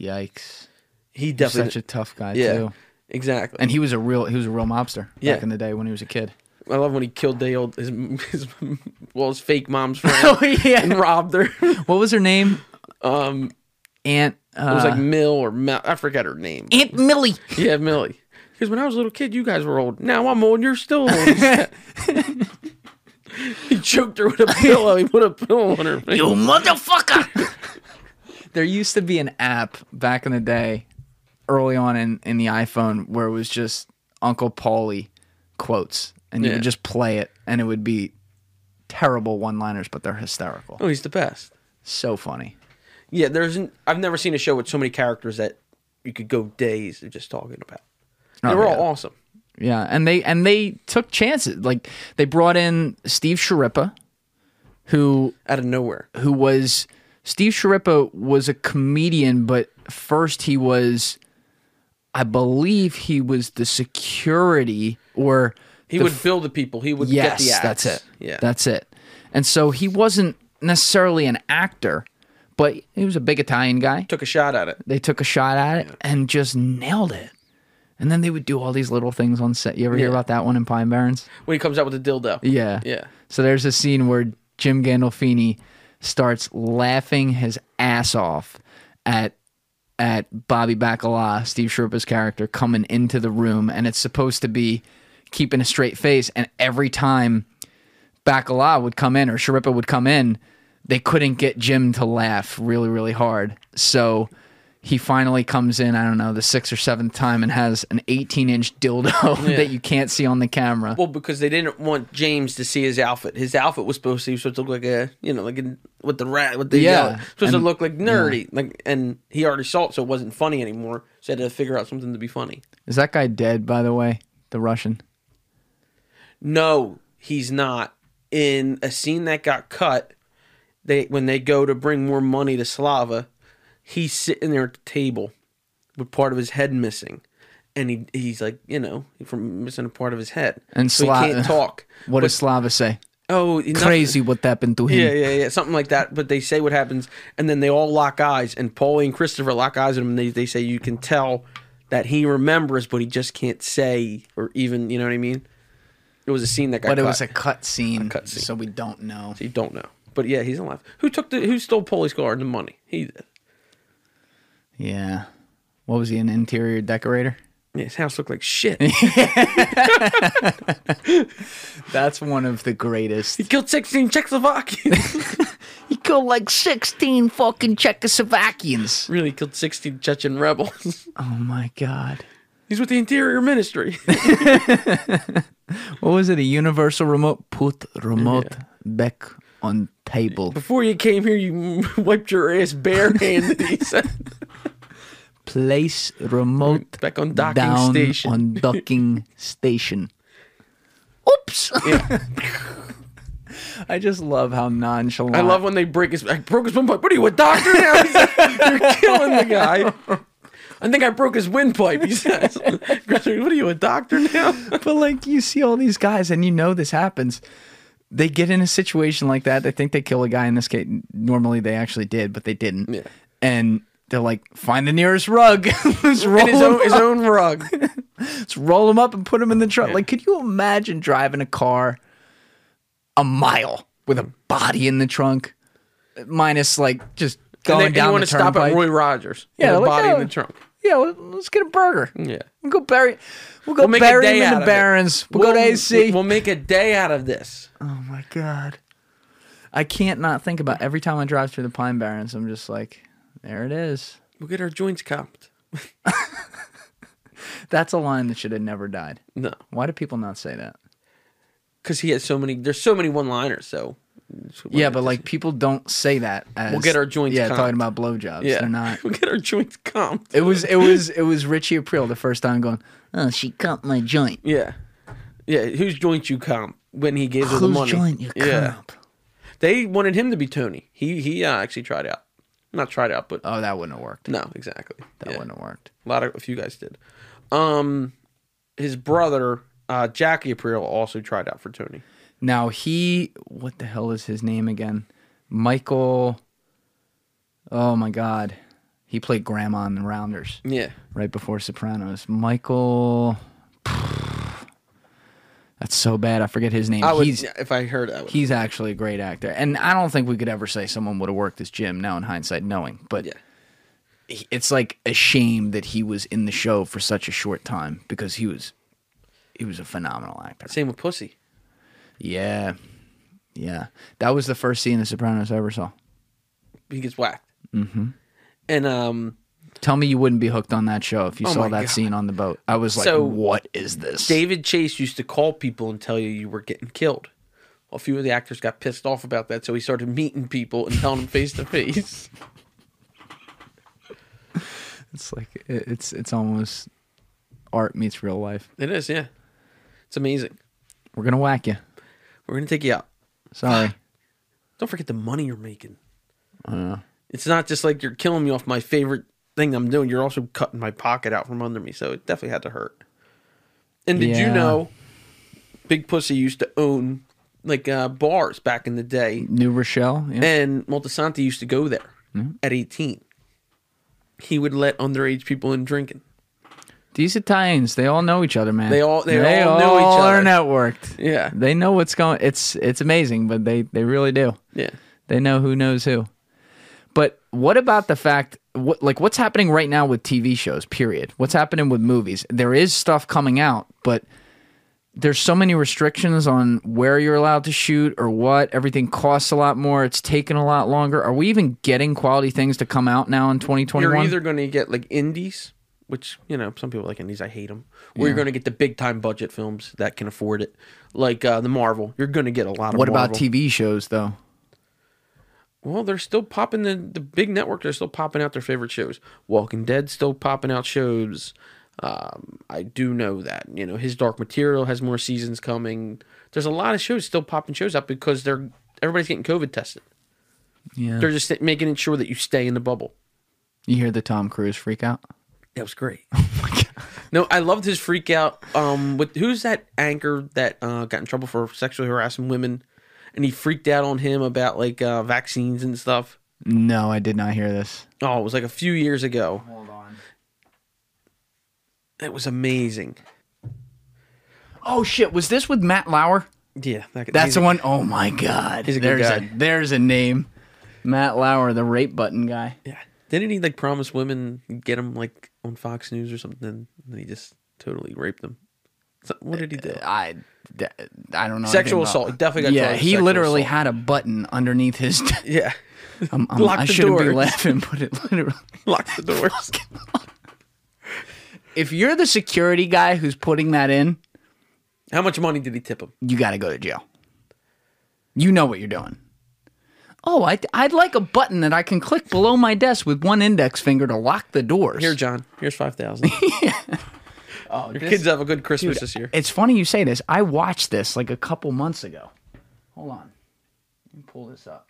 Speaker 1: Yikes.
Speaker 2: He
Speaker 1: He's
Speaker 2: definitely.
Speaker 1: Such a tough guy
Speaker 2: yeah.
Speaker 1: too.
Speaker 2: Exactly.
Speaker 1: And he was a real he was a real mobster
Speaker 2: Yeah.
Speaker 1: back in the day when he was a [LAUGHS] kid.
Speaker 2: I love when he killed the old his, his well his
Speaker 1: [LAUGHS]
Speaker 2: fake mom's friend
Speaker 1: Oh, yeah.
Speaker 2: and robbed
Speaker 1: [LAUGHS]
Speaker 2: her. it
Speaker 1: What was her name?
Speaker 2: Um,
Speaker 1: Aunt uh,
Speaker 2: was like Mill or Mel. I forget her name.
Speaker 1: Aunt Millie.
Speaker 2: yeah, Millie. Because when I was a little kid, you guys were old. Now I'm old. You're still [LAUGHS] old. he choked her with a pillow. He put a pillow on her face.
Speaker 1: You motherfucker! [LAUGHS] there used to be an app back in the day, early on in, in the iPhone, where it was just Uncle Paulie quotes, and you
Speaker 2: Yeah.
Speaker 1: would just play it, and it would be terrible one liners, but they're hysterical.
Speaker 2: Oh, he's the best.
Speaker 1: So funny.
Speaker 2: Yeah, there's. An, I've never seen a show with so many characters that you could go days of just talking about. They
Speaker 1: Oh,
Speaker 2: were
Speaker 1: yeah.
Speaker 2: all awesome.
Speaker 1: Yeah, and they and they took chances. Like they brought in Steve Sharippa, who
Speaker 2: Out of nowhere,
Speaker 1: who was Steve Sharippa was a comedian, but first he was, I believe he was the security or
Speaker 2: he would bill the people. He would
Speaker 1: yes,
Speaker 2: get the acts.
Speaker 1: that's it,
Speaker 2: Yeah,
Speaker 1: that's it. And so he wasn't necessarily an actor, but he was a big Italian guy.
Speaker 2: took a shot at it.
Speaker 1: They took a shot at it and just nailed it. And then they would do all these little things on set. You ever hear
Speaker 2: Yeah.
Speaker 1: about that one in Pine Barrens?
Speaker 2: When he comes out with the dildo.
Speaker 1: Yeah.
Speaker 2: yeah.
Speaker 1: So there's a scene where Jim Gandolfini starts laughing his ass off at at Bobby Bacala, Steve Sherpa's character, coming into the room, and it's supposed to be keeping a straight face. And every time Bacala would come in or Sharippa would come in, they couldn't get Jim to laugh really, really hard. So he finally comes in, I don't know, the sixth or seventh time and has an 18 inch dildo [LAUGHS] that you can't see on the camera.
Speaker 2: Well, because they didn't want James to see his outfit. His outfit was supposed to, he was supposed to look like a, you know, like a, with the rat, with the
Speaker 1: Yeah.
Speaker 2: yellow. Supposed
Speaker 1: And-
Speaker 2: to look like nerdy, like, and he already saw it, so it wasn't funny anymore. So he had to figure out something to be funny.
Speaker 1: Is that guy dead, by the way? The Russian?
Speaker 2: No, he's not. In a scene that got cut, they when they go to bring more money to Slava, he's sitting there at the table with part of his head missing. And he he's like, you know, from missing a part of his head.
Speaker 1: And
Speaker 2: so
Speaker 1: Sla-
Speaker 2: he
Speaker 1: [LAUGHS]
Speaker 2: can't talk.
Speaker 1: What does Slava say?
Speaker 2: Oh, nothing-
Speaker 1: Crazy what happened to him.
Speaker 2: Yeah, yeah, yeah. Something like that. But they say what happens and then they all lock eyes and Paulie and Christopher lock eyes at him and they, they say you can tell that he remembers but he just can't say or even you know what I mean? It was a scene that got
Speaker 1: But it
Speaker 2: cut.
Speaker 1: was a cut scene,
Speaker 2: cut scene.
Speaker 1: so we don't know.
Speaker 2: You don't know. But yeah, he's alive. Who took the who stole Police Guard the money? He did.
Speaker 1: Yeah. What was he, an interior decorator?
Speaker 2: Yeah, His house looked like
Speaker 1: [LAUGHS]
Speaker 2: shit.
Speaker 1: That's one of the greatest.
Speaker 2: he killed sixteen [LAUGHS] Czechoslovakians.
Speaker 1: [LAUGHS] He killed like 16 fucking Czechoslovakians.
Speaker 2: really killed sixteen Chechen rebels. [LAUGHS]
Speaker 1: Oh my God.
Speaker 2: he's with the Interior Ministry. [LAUGHS]
Speaker 1: What was it, a universal remote? Put remote back on table.
Speaker 2: Before you came here, you [LAUGHS] wiped your ass barehanded. He said,
Speaker 1: Place remote
Speaker 2: "Back on docking
Speaker 1: down
Speaker 2: station." [LAUGHS]
Speaker 1: on docking station. Oops. [LAUGHS] I just love how nonchalant.
Speaker 2: I love when they break his. I broke his windpipe. What are you, a doctor now? He's like, You're killing the guy. I think I broke his windpipe. He says, [LAUGHS] "What are you, a doctor now?"
Speaker 1: but like you see all these guys, and you know this happens. They get in a situation like that. They think they kill a guy. In this case, normally they actually did, but they didn't.
Speaker 2: Yeah.
Speaker 1: And they're like, find the nearest rug. [LAUGHS] Let's roll
Speaker 2: In his
Speaker 1: him
Speaker 2: own, his
Speaker 1: up.
Speaker 2: own rug.
Speaker 1: Let's roll him up and put him in the truck. Like, could you imagine driving a car a mile with a body in the trunk, minus like just
Speaker 2: And
Speaker 1: going
Speaker 2: they, and
Speaker 1: down
Speaker 2: you want
Speaker 1: the
Speaker 2: to stop
Speaker 1: turnpike?
Speaker 2: at Roy Rogers.
Speaker 1: Yeah,
Speaker 2: with a
Speaker 1: like,
Speaker 2: body
Speaker 1: oh.
Speaker 2: in the trunk.
Speaker 1: yeah, let- let's get a burger.
Speaker 2: Yeah.
Speaker 1: We'll go bury. We'll go
Speaker 2: Mm. We'll make a
Speaker 1: bury
Speaker 2: day
Speaker 1: him
Speaker 2: out
Speaker 1: in the
Speaker 2: of it.
Speaker 1: Barrens. We'll, go to AC.
Speaker 2: We'll make a day out of this.
Speaker 1: oh my god, I can't not think about every time I drive through the Pine Barrens. I'm just like, there it is.
Speaker 2: We'll get our joints comped.
Speaker 1: That's a line that should have never died.
Speaker 2: No,
Speaker 1: Why do people not say that?
Speaker 2: because he has so many. There's so many one-liners. So
Speaker 1: Yeah, but like people don't say that. As,
Speaker 2: We'll get our joints
Speaker 1: Yeah,
Speaker 2: comped.
Speaker 1: talking about blowjobs. They're not.
Speaker 2: we'll get our joints comped.
Speaker 1: It was it was it was Richie April the first time going. Oh, she cut my joint.
Speaker 2: Yeah. Yeah, whose joint you comp when he gives her the
Speaker 1: Whose
Speaker 2: money?
Speaker 1: joint you
Speaker 2: yeah.
Speaker 1: cup?
Speaker 2: They wanted him to be Tony. He he uh, actually tried out. Not tried out, but
Speaker 1: Oh, that wouldn't have worked.
Speaker 2: no, exactly.
Speaker 1: That
Speaker 2: Yeah.
Speaker 1: wouldn't have worked.
Speaker 2: A lot of a few guys did. Um his brother, uh Jackie Aprile also tried out for Tony.
Speaker 1: Now he, what the hell is his name again? Michael. Oh my God, he played Grandma in The Rounders
Speaker 2: Yeah.
Speaker 1: right before Sopranos. Michael. [SIGHS] That's so bad. I forget his name.
Speaker 2: I would
Speaker 1: he's
Speaker 2: if I heard I would
Speaker 1: he's actually a great actor, and I don't think we could ever say someone would have worked this gym. Now in hindsight, knowing, but
Speaker 2: Yeah.
Speaker 1: he- it's like a shame that he was in the show for such a short time because he was he was a phenomenal actor.
Speaker 2: Same with Pussy.
Speaker 1: Yeah. Yeah. That was the first scene of Sopranos I ever saw.
Speaker 2: He gets whacked. Mm-hmm. And um
Speaker 1: Tell me you wouldn't be hooked on that show if you
Speaker 2: Oh
Speaker 1: saw
Speaker 2: my
Speaker 1: that
Speaker 2: God.
Speaker 1: scene on the boat. I was like,
Speaker 2: So,
Speaker 1: what is this?
Speaker 2: David Chase used to call people and tell you you were getting killed. Well, a few of the actors got pissed off about that, so he started meeting people and telling them face
Speaker 1: [LAUGHS]
Speaker 2: to face.
Speaker 1: It's like it- it's it's almost art meets real life.
Speaker 2: It is, yeah. It's amazing.
Speaker 1: We're gonna whack you.
Speaker 2: We're gonna take you out. [SIGHS]
Speaker 1: Sorry.
Speaker 2: Don't forget the money you're making. It's not just like you're killing me off my favorite thing I'm doing. You're also cutting my pocket out from under me, so it definitely had to hurt. And did you
Speaker 1: Yeah.
Speaker 2: know Big Pussy used to own like uh, bars back in the day?
Speaker 1: New Rochelle. Yeah.
Speaker 2: And Moltisanti used to go there at 18. He would let underage people in drinking.
Speaker 1: These Italians, they all know each other, man.
Speaker 2: They all- they all know each
Speaker 1: all
Speaker 2: other.
Speaker 1: are networked.
Speaker 2: Yeah.
Speaker 1: They know what's going it's it's amazing, but they, they really do.
Speaker 2: Yeah.
Speaker 1: They know who knows who. But what about the fact what like what's happening right now with TV shows, period? What's happening with movies? There is stuff coming out, but there's so many restrictions on where you're allowed to shoot or what. Everything costs a lot more. It's taking a lot longer. Are we even getting quality things to come out now in 2021?
Speaker 2: You're either going to get like indies, which you know some people like indies. I hate them. Or you're going to get the big time budget films that can afford it, like uh, the Marvel. You're going to get a lot of.
Speaker 1: what about
Speaker 2: Marvel.
Speaker 1: TV shows though?
Speaker 2: Well, they're still popping the the big network. They're still popping out their favorite shows. Walking Dead still popping out shows. Um, I do know that you know his Dark Material has more seasons coming. There's a lot of shows still popping shows up because they're everybody's getting COVID tested.
Speaker 1: Yeah.
Speaker 2: They're just making it sure that you stay in the bubble.
Speaker 1: you hear the Tom Cruise freak out?
Speaker 2: That was [LAUGHS] great. No, I loved his freak out. Um, with who's that anchor that uh, got in trouble for sexually harassing women, and he freaked out on him about like uh, vaccines and stuff.
Speaker 1: No, I did not hear this.
Speaker 2: Oh, it was like a few years ago.
Speaker 1: Hold on.
Speaker 2: It was amazing.
Speaker 1: Oh shit, was this with Matt Lauer?
Speaker 2: Yeah, that,
Speaker 1: That's
Speaker 2: he's
Speaker 1: the
Speaker 2: a-
Speaker 1: one oh my god.
Speaker 2: he's a good
Speaker 1: there's
Speaker 2: guy.
Speaker 1: a there's a name. Matt Lauer, the rape button guy.
Speaker 2: Yeah, didn't he like promise women get him like on Fox News or something? And then he just totally raped them. So, what did he do?
Speaker 1: I d- Uh, I don't know.
Speaker 2: Sexual
Speaker 1: anything about-
Speaker 2: assault. He definitely got
Speaker 1: yeah,
Speaker 2: charged with
Speaker 1: he
Speaker 2: sexual
Speaker 1: literally
Speaker 2: assault.
Speaker 1: had a button underneath his.
Speaker 2: Yeah, [LAUGHS]
Speaker 1: I'm, I'm,
Speaker 2: Lock
Speaker 1: I
Speaker 2: the
Speaker 1: shouldn't be
Speaker 2: doors.
Speaker 1: laughing, but it literally.
Speaker 2: lock the doors.
Speaker 1: If you're the security guy who's putting that in,
Speaker 2: How much money did he tip him?
Speaker 1: you got to go to jail. You know what you're doing. Oh, I, I'd like a button that I can click below my desk with one index finger to lock the doors.
Speaker 2: Here, John. Here's five
Speaker 4: [LAUGHS]
Speaker 2: thousand.
Speaker 1: oh,
Speaker 2: Your
Speaker 1: this-
Speaker 2: kids have a good Christmas this year.
Speaker 1: It's funny you say this. I watched this like a couple months ago. Hold on. Let me pull this up.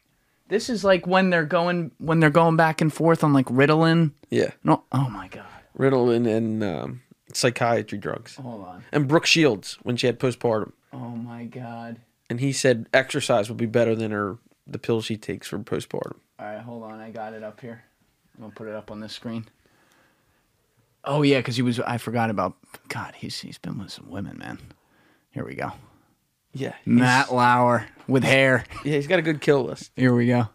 Speaker 1: This is like when they're going when they're going back and forth on like Ritalin.
Speaker 2: Yeah,
Speaker 1: No, oh my god.
Speaker 2: Ritalin and um, psychiatry drugs.
Speaker 4: Oh.
Speaker 1: Hold on.
Speaker 2: And Brooke Shields when she had postpartum,
Speaker 1: Oh my god.
Speaker 2: and he said exercise would be better than her the pills she takes for postpartum.
Speaker 1: All right, hold on. I got it up here. I'm gonna put it up on this screen. Oh yeah, because he was. I forgot about. God, he's he's been with some women, man. Here we go.
Speaker 2: Yeah, he's-
Speaker 1: Matt Lauer with hair.
Speaker 2: Yeah, he's got a good kill list.
Speaker 1: Here we go.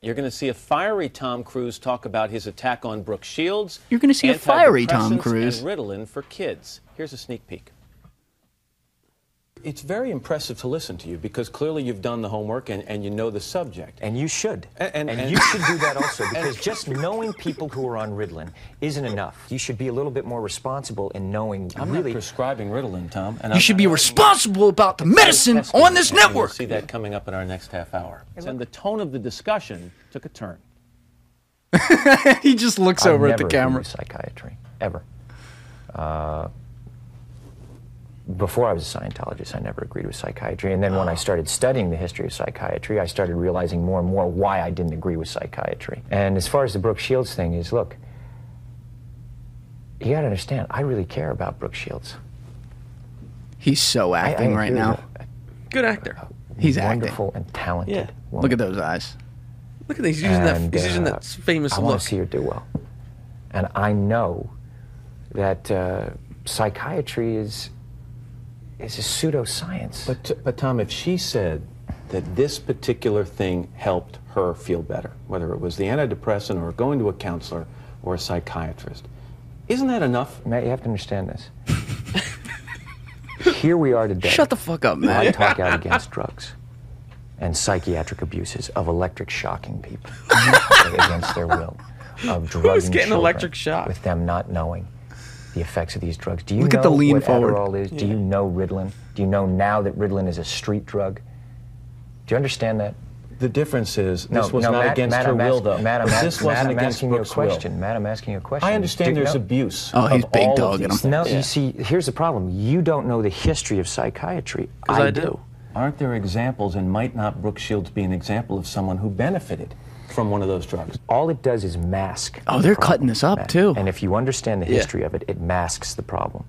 Speaker 5: You're going to see a fiery Tom Cruise talk about his attack on Brooke Shields.
Speaker 1: You're gonna see a fiery Tom
Speaker 5: antidepressants,
Speaker 1: Cruise.
Speaker 5: And Ritalin for kids. Here's a sneak peek. It's very impressive to listen to you because clearly you've done the homework and, and you know the subject.
Speaker 4: And you should.
Speaker 5: A- and- [LAUGHS] and-
Speaker 4: you should do that also because just knowing people who are on Ritalin isn't enough. You should be a little bit more responsible in knowing
Speaker 5: I'm
Speaker 4: really.
Speaker 5: not prescribing Ritalin, Tom. And
Speaker 1: You should be responsible about the medicine on this
Speaker 5: We'll
Speaker 1: network.
Speaker 5: see that coming up in our next half hour. And the tone of the discussion took a turn.
Speaker 1: He just looks
Speaker 4: I've
Speaker 1: over at the
Speaker 4: never
Speaker 1: camera.
Speaker 4: abused Psychiatry ever. Uh, before I was a Scientologist, I never agreed with psychiatry. And then when I started studying the history of psychiatry, I started realizing more and more why I didn't agree with psychiatry. And as far as the Brooke Shields thing is, look, you gotta understand, I really care about Brooke Shields.
Speaker 1: He's so
Speaker 4: I- I
Speaker 1: acting right
Speaker 4: agree with
Speaker 1: now.
Speaker 4: her.
Speaker 2: Good actor.
Speaker 1: He's acting.
Speaker 4: wonderful and talented.
Speaker 2: Yeah.
Speaker 4: woman.
Speaker 1: Look at those eyes.
Speaker 2: Look at that. He's using that.
Speaker 4: And,
Speaker 2: He's using
Speaker 4: uh,
Speaker 2: that famous
Speaker 4: I want
Speaker 2: look.
Speaker 4: to see her do well, and I know that uh, psychiatry is is a pseudoscience.
Speaker 5: But, t- but Tom, if she said that this particular thing helped her feel better, whether it was the antidepressant or going to a counselor or a psychiatrist, isn't that enough?
Speaker 4: Matt, you have to
Speaker 2: [LAUGHS]
Speaker 4: understand this. Here we are today.
Speaker 1: Shut the fuck up,
Speaker 5: [LAUGHS]
Speaker 4: I
Speaker 1: Matt.
Speaker 4: talk out against drugs and psychiatric abuses of electric
Speaker 5: [LAUGHS]
Speaker 4: shocking people against their will, of drugging
Speaker 2: getting
Speaker 4: children
Speaker 2: electric shock?
Speaker 4: with them not knowing the effects of these drugs. Do you
Speaker 1: Look
Speaker 4: know
Speaker 1: at the lean
Speaker 4: what
Speaker 1: forward.
Speaker 4: Adderall is? Do you know Ritalin? Do you know now that Ritalin is a street drug? Do you understand that?
Speaker 5: The difference is
Speaker 4: No,
Speaker 5: this was
Speaker 4: no,
Speaker 5: not
Speaker 4: Matt,
Speaker 5: against
Speaker 4: Matt,
Speaker 5: her
Speaker 4: I'm
Speaker 5: will,
Speaker 4: ask-
Speaker 5: though.
Speaker 4: Matt, I'm,
Speaker 5: But
Speaker 4: ask-
Speaker 5: this
Speaker 4: Matt,
Speaker 5: wasn't
Speaker 4: I'm
Speaker 5: against
Speaker 4: asking you a
Speaker 5: Brooke's
Speaker 4: question.
Speaker 5: will.
Speaker 4: Matt, I'm asking you a question.
Speaker 5: I understand
Speaker 4: Do you
Speaker 5: there's
Speaker 4: know-
Speaker 5: abuse.
Speaker 1: Oh, he's
Speaker 5: of
Speaker 1: big
Speaker 5: all of
Speaker 1: dogging
Speaker 5: these
Speaker 1: him.
Speaker 4: No,
Speaker 5: things.
Speaker 4: you see, here's the problem. You don't know the history of psychiatry.
Speaker 2: I do.
Speaker 5: Aren't there examples, and might not Brooke Shields be an example of someone who benefited from one of those drugs?
Speaker 4: All it does is mask.
Speaker 1: Oh,
Speaker 4: the
Speaker 1: they're
Speaker 4: problem,
Speaker 1: cutting this up,
Speaker 4: Matt.
Speaker 1: too.
Speaker 4: And if you understand the history of it, it masks the problem.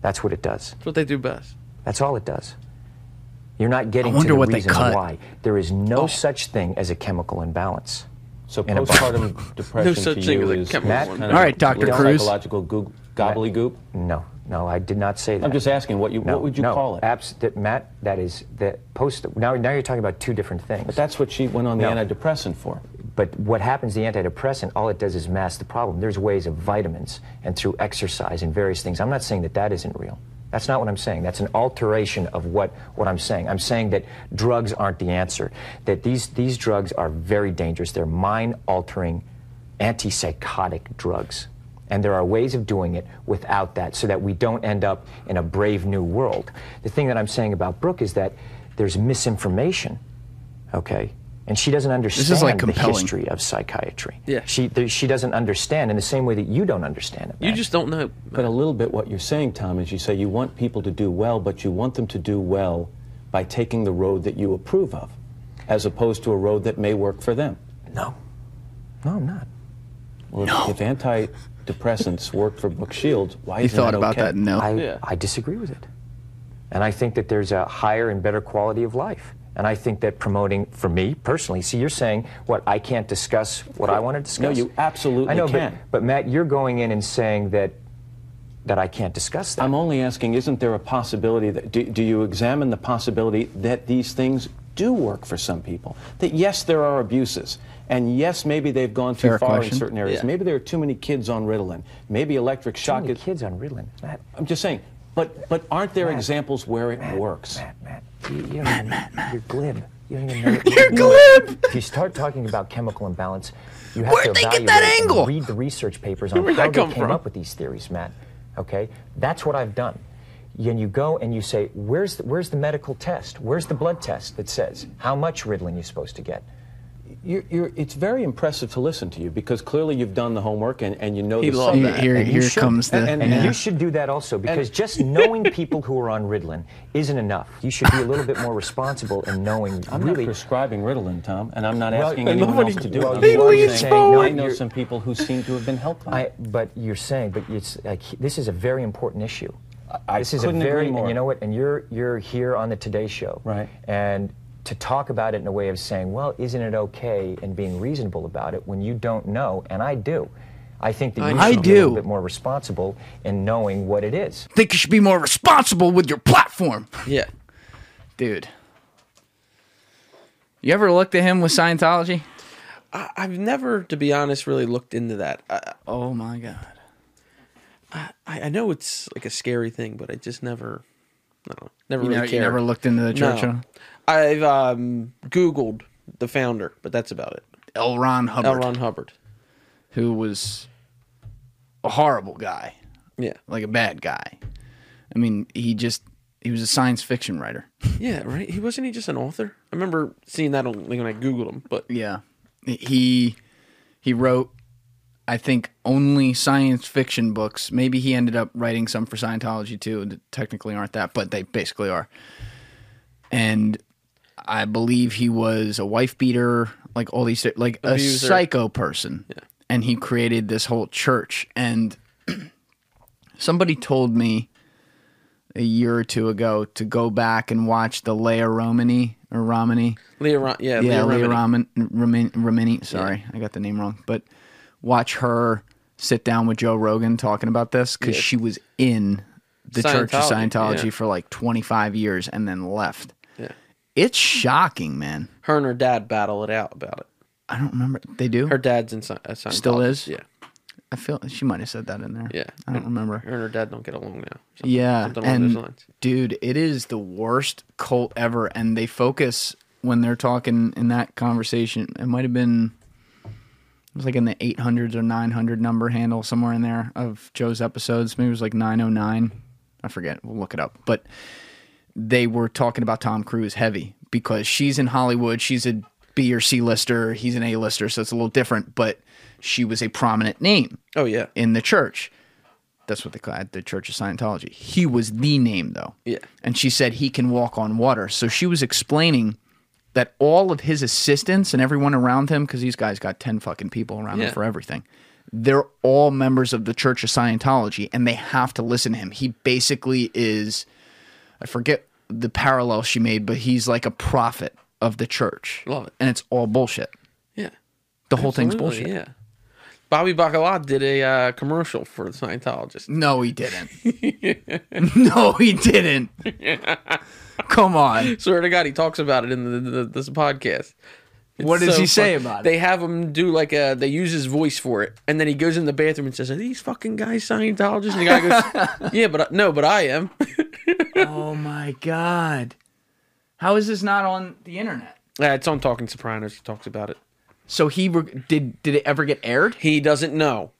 Speaker 4: That's what it does.
Speaker 2: That's what they do best.
Speaker 4: That's all it does. You're not getting
Speaker 1: wonder
Speaker 4: to the
Speaker 1: what they
Speaker 4: reason
Speaker 1: cut. Oh.
Speaker 4: why. There is no such thing as a chemical imbalance.
Speaker 5: So
Speaker 4: In a box.
Speaker 5: postpartum depression
Speaker 2: No such
Speaker 5: to
Speaker 2: thing
Speaker 5: you
Speaker 2: as a
Speaker 5: is
Speaker 2: chemical
Speaker 5: kind
Speaker 2: one.
Speaker 5: of
Speaker 2: All
Speaker 1: right, Dr.
Speaker 5: little
Speaker 1: Cruz.
Speaker 5: Psychological goog- gobbledygook.
Speaker 4: No, no, I did not say that.
Speaker 5: I'm just asking what you
Speaker 4: No,
Speaker 5: what would you
Speaker 4: no,
Speaker 5: call it?
Speaker 4: Abs- that, Matt, that is the post. Now, now you're talking about two different things.
Speaker 5: But that's what she went on the
Speaker 4: No.
Speaker 5: antidepressant for.
Speaker 4: But what happens to the antidepressant, all it does is mask the problem. There's ways of vitamins and through exercise and various things. I'm not saying that that isn't real. That's not what I'm saying. That's an alteration of what, what I'm saying. I'm saying that drugs aren't the answer, that these, these drugs are very dangerous. They're mind altering antipsychotic drugs. And there are ways of doing it without that so that we don't end up in a brave new world. The thing that I'm saying about Brooke is that there's misinformation, okay? And she doesn't understand
Speaker 1: is, like,
Speaker 4: the
Speaker 1: compelling.
Speaker 4: history of psychiatry.
Speaker 2: Yeah.
Speaker 4: She, there, she doesn't understand in the same way that you don't understand it.
Speaker 2: You just don't know.
Speaker 5: But a little bit what you're saying, Tom, is you say you want people to do well, but you want them to do well by taking the road that you approve of, as opposed to a road that may work for them.
Speaker 4: No. No, I'm not.
Speaker 5: Well, if- if, antidepressants worked for Brooke Shields, why
Speaker 1: He
Speaker 5: isn't
Speaker 1: thought
Speaker 5: that
Speaker 1: about
Speaker 5: okay?
Speaker 1: that. No.
Speaker 4: I, I disagree with it. And I think that there's a higher and better quality of life. And I think that promoting, for me personally, see, you're saying, what, I can't discuss what I want to discuss?
Speaker 5: No, you absolutely
Speaker 4: I know,
Speaker 5: can.
Speaker 4: But, but Matt, you're going in and saying that, that I can't discuss that.
Speaker 5: I'm only asking, isn't there a possibility that, do, do you examine the possibility that these things do work for some people? That yes, there are abuses. And yes, maybe they've gone too
Speaker 1: Fair
Speaker 5: far
Speaker 1: question.
Speaker 5: in certain areas.
Speaker 2: Yeah.
Speaker 5: Maybe there are too many kids on Ritalin. Maybe electric
Speaker 4: How
Speaker 5: shock
Speaker 4: many
Speaker 5: is.
Speaker 4: kids on Ritalin? Matt,
Speaker 5: I'm just saying. But but aren't there examples where it works?
Speaker 4: Matt, Matt, you, you don't even, you're glib. You don't even know what you're
Speaker 1: glib!
Speaker 4: If you start talking about chemical imbalance, you have
Speaker 1: Where'd
Speaker 4: to
Speaker 1: they get
Speaker 4: evaluate
Speaker 1: that
Speaker 4: and
Speaker 1: angle?
Speaker 4: read the research papers on
Speaker 2: Where'd
Speaker 4: how
Speaker 2: that
Speaker 4: they
Speaker 2: come
Speaker 4: came
Speaker 2: from?
Speaker 4: up with these theories, Matt. Okay, that's what I've done. And you go and you say, where's the, where's the medical test? Where's the blood test that says how much Ritalin you're supposed to get?
Speaker 5: You're, you're, it's very impressive to listen to you because clearly you've done the homework and, and you know
Speaker 2: He
Speaker 5: the
Speaker 2: loved
Speaker 5: subject.
Speaker 2: that.
Speaker 6: Here,
Speaker 5: And you
Speaker 6: here
Speaker 5: should.
Speaker 6: comes the.
Speaker 5: And- and
Speaker 6: yeah.
Speaker 4: You should do that also because just knowing people who are on Ritalin isn't enough. You should be a little bit more responsible in knowing
Speaker 5: I'm not
Speaker 4: really.
Speaker 5: prescribing Ritalin, Tom, and I'm not asking
Speaker 4: I love
Speaker 5: anyone
Speaker 4: when
Speaker 5: else
Speaker 4: he-
Speaker 5: to do
Speaker 4: well,
Speaker 5: it. I'm
Speaker 4: he
Speaker 5: just
Speaker 4: leans
Speaker 5: saying,
Speaker 4: forward.
Speaker 5: I know
Speaker 4: You're-
Speaker 5: some people who seem to have been helped by
Speaker 4: I,
Speaker 5: it.
Speaker 4: but you're saying, but it's like this is a very important issue.
Speaker 5: I
Speaker 4: this is a
Speaker 5: couldn't agree
Speaker 4: very,
Speaker 5: more.
Speaker 4: and you know what? And you're you're here on the Today Show,
Speaker 5: Right.
Speaker 4: And to talk about it in a way of saying, well, isn't it okay? And being reasonable about it when you don't know, and I do. I think that you
Speaker 1: I
Speaker 4: should be a little
Speaker 1: do.
Speaker 4: bit more responsible in knowing what it is.
Speaker 1: Think you should be more responsible with your platform.
Speaker 2: Yeah.
Speaker 1: Dude. You ever looked at him with Scientology?
Speaker 2: I, I've never, to be honest, really looked into that. I,
Speaker 1: Oh my god.
Speaker 2: I, I know it's like a scary thing, but I just never, no, never
Speaker 1: You,
Speaker 2: really
Speaker 1: never,
Speaker 2: cared.
Speaker 1: you never looked into the church
Speaker 2: No.
Speaker 1: on
Speaker 2: I've um, Googled the founder, but that's about it.
Speaker 1: L. Ron Hubbard,
Speaker 2: L. Ron Hubbard.
Speaker 1: who was a horrible guy,
Speaker 2: Yeah.
Speaker 1: like a bad guy. I mean, he just he was a science fiction writer.
Speaker 2: Yeah, right? He wasn't he just an author? I remember seeing that on, like, when I Googled him, but
Speaker 1: Yeah. He he wrote I think only science fiction books. Maybe he ended up writing some for Scientology too, that technically aren't that, but they basically are. And I believe he was a wife beater, like all these like
Speaker 2: Abuser.
Speaker 1: a psycho person. And he created this whole church and [CLEARS THROAT] somebody told me a year or two ago to go back and watch the Leia Romani or Romani
Speaker 2: Leah Ron, yeah,
Speaker 1: yeah,
Speaker 2: Leah
Speaker 1: Leah
Speaker 2: Remini.
Speaker 1: Ramin, Ramin, Ramini. Sorry, I got the name wrong. But watch her sit down with Joe Rogan talking about this because she was in the Church of
Speaker 2: Scientology,
Speaker 1: Scientology
Speaker 2: yeah.
Speaker 1: for like 25 years and then left.
Speaker 2: Yeah.
Speaker 1: It's shocking, man.
Speaker 2: Her and her dad battle it out about it.
Speaker 1: I don't remember. They do.
Speaker 2: Her dad's in Sci- uh, Scientology.
Speaker 1: Still is?
Speaker 2: Yeah,
Speaker 1: I feel she might have said that in there.
Speaker 2: yeah.
Speaker 1: I don't remember.
Speaker 2: Her and her dad don't get along now. Something-
Speaker 1: Yeah,
Speaker 2: something along
Speaker 1: and
Speaker 2: those lines.
Speaker 1: dude, it is the worst cult ever. And they focus when they're talking in that conversation. It might have been it was like in the 800s or 900 number handle somewhere in there of Joe's episodes. Maybe it was like 909. I forget. We'll look it up. But they were talking about Tom Cruise heavy because she's in Hollywood. She's a B or C lister. He's an A lister, so it's a little different. But she was a prominent name
Speaker 2: Oh yeah,
Speaker 1: in the church. That's what they call it, the Church of Scientology. He was the name, though.
Speaker 2: Yeah.
Speaker 1: And she said he can walk on water. So she was explaining that all of his assistants and everyone around him, because these guys got 10 fucking people around
Speaker 2: Yeah.
Speaker 1: him for everything, they're all members of the Church of Scientology and they have to listen to him. He basically is, I forget the parallel she made, but he's like a prophet of the church.
Speaker 2: Love it.
Speaker 1: And it's all bullshit.
Speaker 2: yeah.
Speaker 1: The whole thing's
Speaker 2: Absolutely,
Speaker 1: bullshit.
Speaker 2: Yeah. Bobby Bacala did a uh, commercial for the Scientologist.
Speaker 1: No, he didn't. [LAUGHS] no, he didn't. Come on.
Speaker 2: Swear to God, he talks about it in the, the, this podcast. It's
Speaker 1: What does
Speaker 2: so
Speaker 1: he say
Speaker 2: fun.
Speaker 1: about it?
Speaker 2: They have him do like a. They use his voice for it, and then he goes in the bathroom and says, "Are these fucking guys Scientologists?" And the guy
Speaker 1: [LAUGHS]
Speaker 2: goes, "Yeah, but I, no, but I am." Uh,
Speaker 1: Oh my god. How is this not on the internet?
Speaker 2: Uh, it's on Talking Sopranos. He talks about it.
Speaker 1: So he re- did. Did it ever get aired?
Speaker 2: He doesn't know.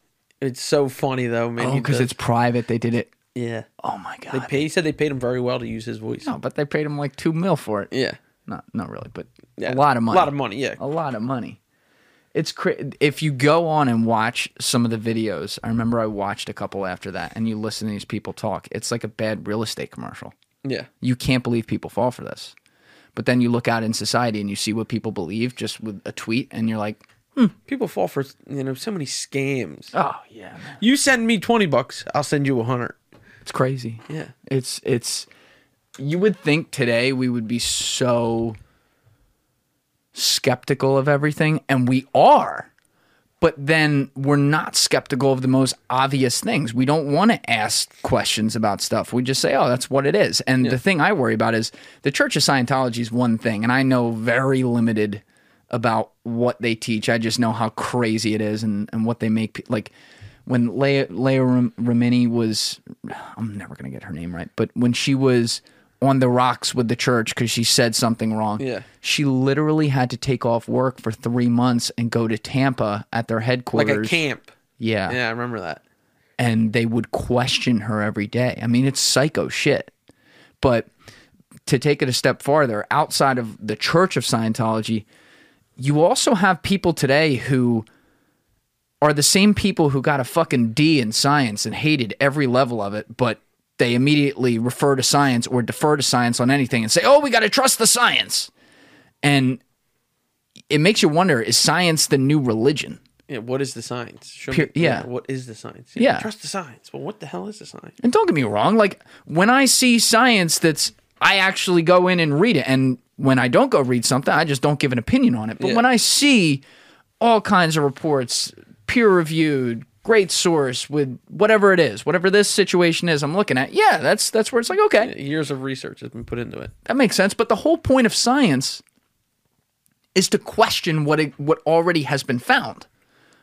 Speaker 2: It's so funny though, man.
Speaker 1: Oh,
Speaker 2: He
Speaker 1: because
Speaker 2: does-
Speaker 1: it's private. They did it.
Speaker 2: yeah.
Speaker 1: Oh my
Speaker 2: They
Speaker 1: god.
Speaker 2: pay, he said they paid him very well to use his voice.
Speaker 1: no, but they paid him like two mil for it.
Speaker 2: Yeah.
Speaker 1: Not not really, but a
Speaker 2: yeah.
Speaker 1: lot of money. Oh.
Speaker 2: A lot of money. Yeah.
Speaker 1: a lot of money. It's cra- if you go on and watch some of the videos. I remember I watched a couple after that, and you listen to these people talk. It's like a bad real estate commercial.
Speaker 2: Yeah.
Speaker 1: You can't believe people fall for this. But then you look out in society and you see what people believe just with a tweet, and you're like,
Speaker 2: People fall for you know so many scams.
Speaker 1: oh yeah, man.
Speaker 2: You send me twenty bucks, I'll send you a hundred.
Speaker 1: it's crazy.
Speaker 2: Yeah.
Speaker 1: it's it's. You would think today we would be so skeptical of everything, and we are. But then we're not skeptical of the most obvious things. We don't want to ask questions about stuff. We just say, oh, that's what it is. And the thing I worry about is the Church of Scientology is one thing, and I know very limited about what they teach. I just know how crazy it is and, and what they make. pe- Like when Leia, Leia Ram- Ramini was, I'm never going to get her name right, but when she was on the rocks with the church because she said something wrong,
Speaker 2: Yeah.
Speaker 1: she literally had to take off work for three months and go to Tampa at their
Speaker 2: Like
Speaker 1: headquarters.
Speaker 2: a camp.
Speaker 1: Yeah.
Speaker 2: Yeah, I remember that.
Speaker 1: And they would question her every day. I mean, it's psycho shit. But to take it a step farther, outside of the Church of Scientology, you also have people today who are the same people who got a fucking D in science and hated every level of it, but they immediately refer to science or defer to science on anything and say, "Oh, we got to trust the science." And it makes you wonder: Is science the new religion?
Speaker 2: Yeah, what is the science? Show
Speaker 1: Pure- yeah.
Speaker 2: What is the science?
Speaker 1: Yeah.
Speaker 2: Trust the science. Well, what the hell is the science?
Speaker 1: And don't get me wrong, like when I see science that's I actually go in and read it and when I don't go read something, I just don't give an opinion on it. But
Speaker 2: Yeah.
Speaker 1: when I see all kinds of reports, peer reviewed, great source with whatever it is, whatever this situation is I'm looking at, yeah, that's that's where it's like, okay,
Speaker 2: Years of research has been put into it.
Speaker 1: that makes sense. But the whole point of science is to question what it, what already has been found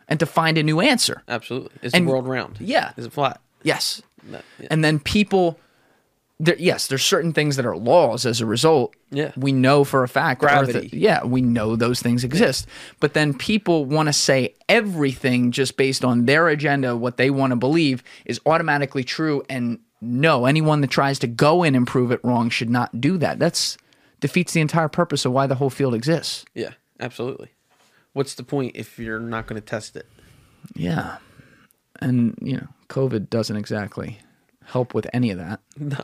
Speaker 1: and to find a new answer.
Speaker 2: Absolutely. Is
Speaker 1: And-
Speaker 2: the world round?
Speaker 1: yeah.
Speaker 2: Is it flat?
Speaker 1: Yes.
Speaker 2: No, yeah.
Speaker 1: And then people, there, yes, there's certain things that are laws as a result.
Speaker 2: Yeah.
Speaker 1: We know for a fact. that
Speaker 2: Gravity.
Speaker 1: yeah, we know those things exist. But then people want to say everything just based on their agenda, what they want to believe is automatically true. And no, anyone that tries to go in and prove it wrong should not do that. That's defeats the entire purpose of why the whole field exists.
Speaker 2: Yeah, absolutely. What's the point if you're not going to test it? [LAUGHS]
Speaker 1: Yeah. And, you know, COVID doesn't exactly help with any of that.
Speaker 2: No.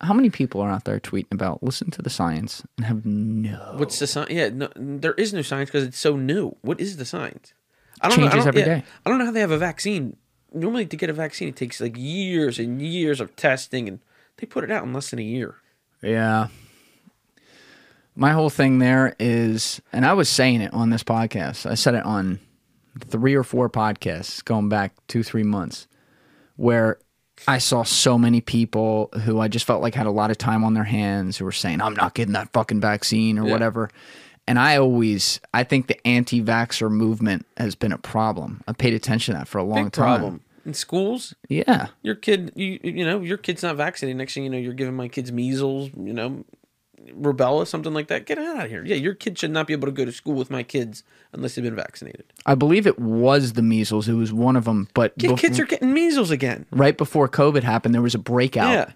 Speaker 1: How many people are out there tweeting about listen to the science and have no?
Speaker 2: What's the science? Yeah, no, there is no science because it's so new. What is the science? I don't
Speaker 1: Changes
Speaker 2: know. I don't,
Speaker 1: every day.
Speaker 2: I don't know how they have a vaccine. Normally, to get a vaccine, it takes like years and years of testing, and they put it out in less than a year.
Speaker 1: Yeah. My whole thing there is, and I was saying it on this podcast. I said it on three or four podcasts going back two, three months, where I saw so many people who I just felt like had a lot of time on their hands who were saying, I'm not getting that fucking vaccine or whatever. And I always, I think the anti vaxxer movement has been a problem. I paid attention to that for a long
Speaker 2: Big
Speaker 1: time.
Speaker 2: problem in schools.
Speaker 1: Yeah.
Speaker 2: Your kid, you you know, your kid's not vaccinated. Next thing you know, you're giving my kids measles. You know, rubella, something like that. Get out of here. Yeah, your kid should not be able to go to school with my kids unless they've been vaccinated.
Speaker 1: I believe it was the measles. It was one of them. But
Speaker 2: Kid,
Speaker 1: bef-
Speaker 2: kids are getting measles again.
Speaker 1: right before COVID happened, there was a breakout
Speaker 2: Yeah.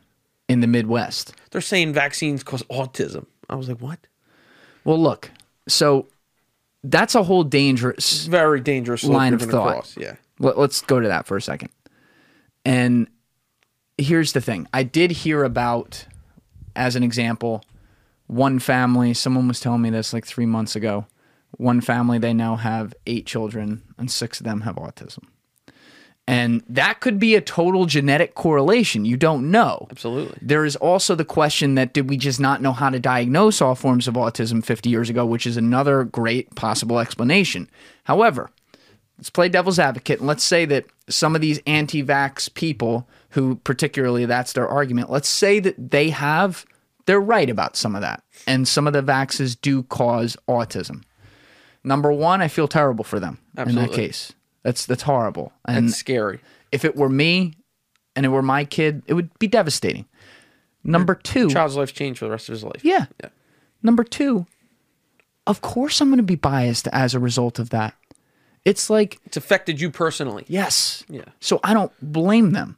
Speaker 1: in the Midwest.
Speaker 2: They're saying vaccines cause autism. I was like, what?
Speaker 1: Well, look, so that's a whole dangerous
Speaker 2: Very dangerous slope
Speaker 1: line
Speaker 2: you're
Speaker 1: of
Speaker 2: gonna
Speaker 1: thought.
Speaker 2: cross. Yeah.
Speaker 1: Let, let's go to that for a second. And here's the thing I did hear about, as an example, one family, someone was telling me this like three months ago. One family, they now have eight children, and six of them have autism. And that could be a total genetic correlation. You don't know.
Speaker 2: Absolutely.
Speaker 1: There is also the question that did we just not know how to diagnose all forms of autism 50 years ago, which is another great possible explanation. However, let's play devil's advocate and let's say that some of these anti vax people, who particularly that's their argument, let's say that they have, they're right about some of that. And some of the vaxes do cause autism. Number one, I feel terrible for them in that
Speaker 2: Absolutely.
Speaker 1: case. That's that's horrible. And
Speaker 2: That's scary.
Speaker 1: if it were me and it were my kid, it would be devastating. Number two,
Speaker 2: Child's life's changed for the rest of his life.
Speaker 1: yeah.
Speaker 2: Yeah.
Speaker 1: Number two, of course I'm going to be biased as a result of that. It's like,
Speaker 2: It's affected you personally.
Speaker 1: yes.
Speaker 2: Yeah.
Speaker 1: So I don't blame them.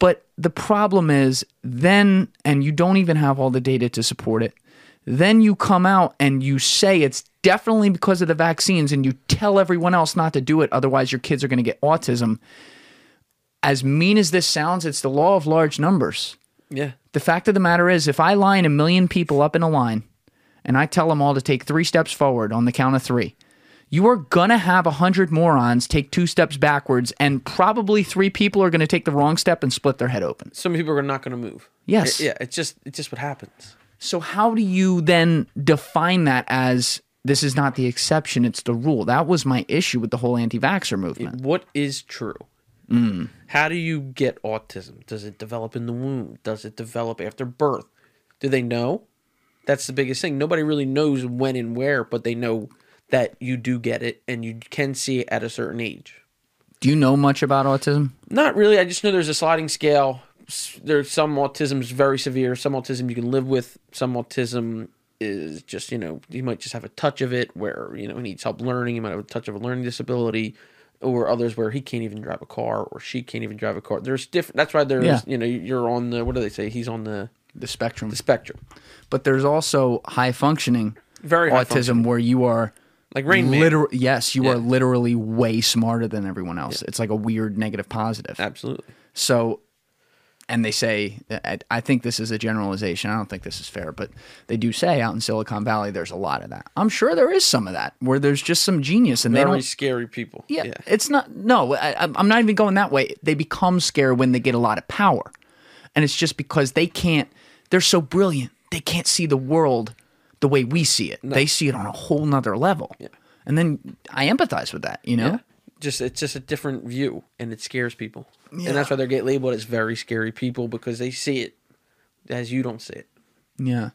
Speaker 1: But the problem is then, and you don't even have all the data to support it, then you come out and you say it's definitely because of the vaccines and you tell everyone else not to do it. Otherwise, your kids are going to get autism. As mean as this sounds, it's the law of large numbers.
Speaker 2: Yeah.
Speaker 1: The fact of the matter is, if I line a million people up in a line and I tell them all to take three steps forward on the count of three, you are going to have a 100 morons take two steps backwards, and probably three people are going to take the wrong step and split their head open.
Speaker 2: Some people are not going to move.
Speaker 1: Yes.
Speaker 2: Yeah. It's just it's just what happens.
Speaker 1: So, how do you then define that as this is not the exception, it's the rule? That was my issue with the whole anti vaxxer movement.
Speaker 2: What is true? How do you get autism? Does it develop in the womb? Does it develop after birth? Do they know? That's the biggest thing. Nobody really knows when and where, but they know that you do get it and you can see it at a certain age.
Speaker 1: Do you know much about autism?
Speaker 2: Not really. I just know there's a sliding scale. S- There's some autism's very severe. Some autism you can live with. Some autism is just you know you might just have a touch of it where you know he needs help learning. He might have a touch of a learning disability, or others where he can't even drive a car or she can't even drive a car. There's different. That's why there's
Speaker 1: Yeah.
Speaker 2: you know you're on the what do they say? He's on the
Speaker 1: The spectrum.
Speaker 2: the spectrum.
Speaker 1: But there's also high functioning
Speaker 2: Very high
Speaker 1: autism where you are
Speaker 2: Like Rain Man.
Speaker 1: liter- yes, you
Speaker 2: Yeah.
Speaker 1: are literally way smarter than everyone else. It's like a weird negative positive.
Speaker 2: Absolutely.
Speaker 1: So, and they say, I- I think this is a generalization. I don't think this is fair, but they do say out in Silicon Valley, there's a lot of that. I'm sure there is some of that where there's just some genius and they
Speaker 2: Very
Speaker 1: don't.
Speaker 2: scary people.
Speaker 1: Yeah, it's not. No, I, I'm- I'm not even going that way. They become scared when they get a lot of power, and it's just because they can't. They're so brilliant, they can't see the world the way we see it. They see it on a whole nother level. Yeah. And then I empathize with that. You know.
Speaker 2: Just it's just a different view and it scares people.
Speaker 1: Yeah.
Speaker 2: And that's why they get labeled as very scary people because they see it as you don't see it.
Speaker 1: Yeah.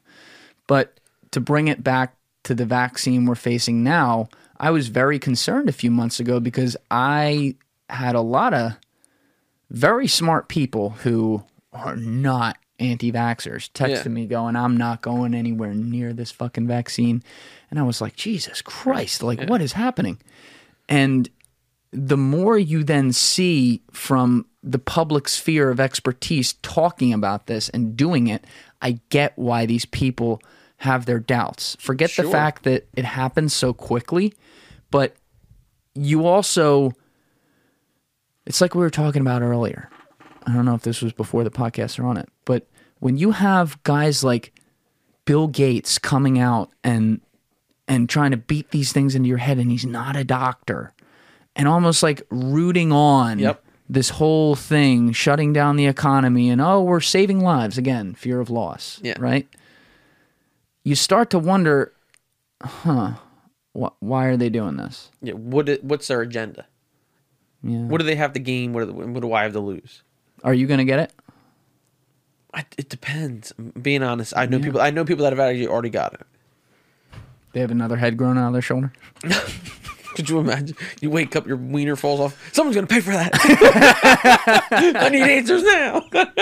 Speaker 1: But to bring it back to the vaccine we're facing now, I was very concerned a few months ago because I had a lot of very smart people who are not anti vaxxers texting
Speaker 2: Yeah.
Speaker 1: me going, I'm not going anywhere near this fucking vaccine. And I was like, Jesus Christ, like what is happening? And the more you then see from the public sphere of expertise talking about this and doing it, I get why these people have their doubts. Forget the fact that it happens so quickly, but you also, it's like we were talking about earlier. I don't know if this was before the podcast or on it, but when you have guys like Bill Gates coming out and and trying to beat these things into your head and he's not a doctor and almost like rooting on
Speaker 2: Yep.
Speaker 1: this whole thing shutting down the economy and oh we're saving lives again fear of loss
Speaker 2: Yeah.
Speaker 1: right you start to wonder huh wh- why are they doing this
Speaker 2: Yeah. What i- what's their agenda?
Speaker 1: yeah
Speaker 2: What do they have to gain? What do, what do I have to lose?
Speaker 1: are you gonna get it
Speaker 2: I, it depends. I'm being honest, I know people. I know people that have actually already got it. [LAUGHS]
Speaker 1: they have another head grown out of their shoulder
Speaker 2: Could you imagine? You wake up, your wiener falls off. Someone's gonna pay for that. [LAUGHS] I need answers now. [LAUGHS]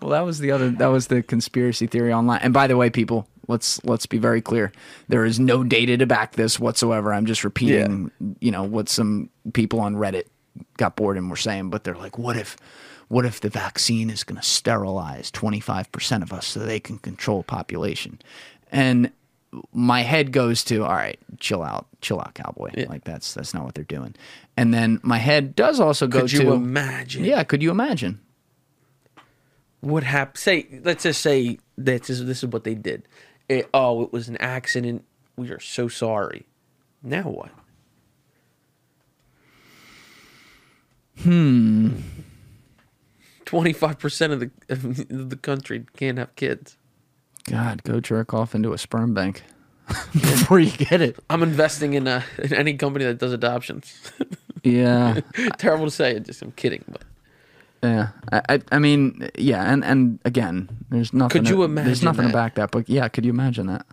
Speaker 1: Well, that was the other. That was the conspiracy theory online. And by the way, people, let's let's be very clear. There is no data to back this whatsoever. I'm just repeating, you know, what some people on Reddit got bored and were saying. But they're like, what if, what if the vaccine is going to sterilize 25 percent of us so they can control population? And my head goes to, all right, chill out, chill out, cowboy. Like that's that's not what they're doing. And then my head does also go
Speaker 2: Could
Speaker 1: to,
Speaker 2: you imagine?
Speaker 1: yeah, could you imagine?
Speaker 2: What happened? Say, let's just say that this, this is what they did. It, oh, it was an accident. We are so sorry. Now what? Hmm. Twenty-five percent of the of the country can't have kids.
Speaker 1: God, go jerk off into a sperm bank [LAUGHS] before you get it.
Speaker 2: I'm investing in uh, in any company that does adoptions. [LAUGHS]
Speaker 1: Yeah,
Speaker 2: Terrible to say. Just I'm kidding, but
Speaker 1: yeah. I, I, I mean, yeah. And, and again, there's nothing.
Speaker 2: Could you
Speaker 1: to- There's
Speaker 2: imagine
Speaker 1: nothing to
Speaker 2: that?
Speaker 1: back that. But yeah, could you imagine that?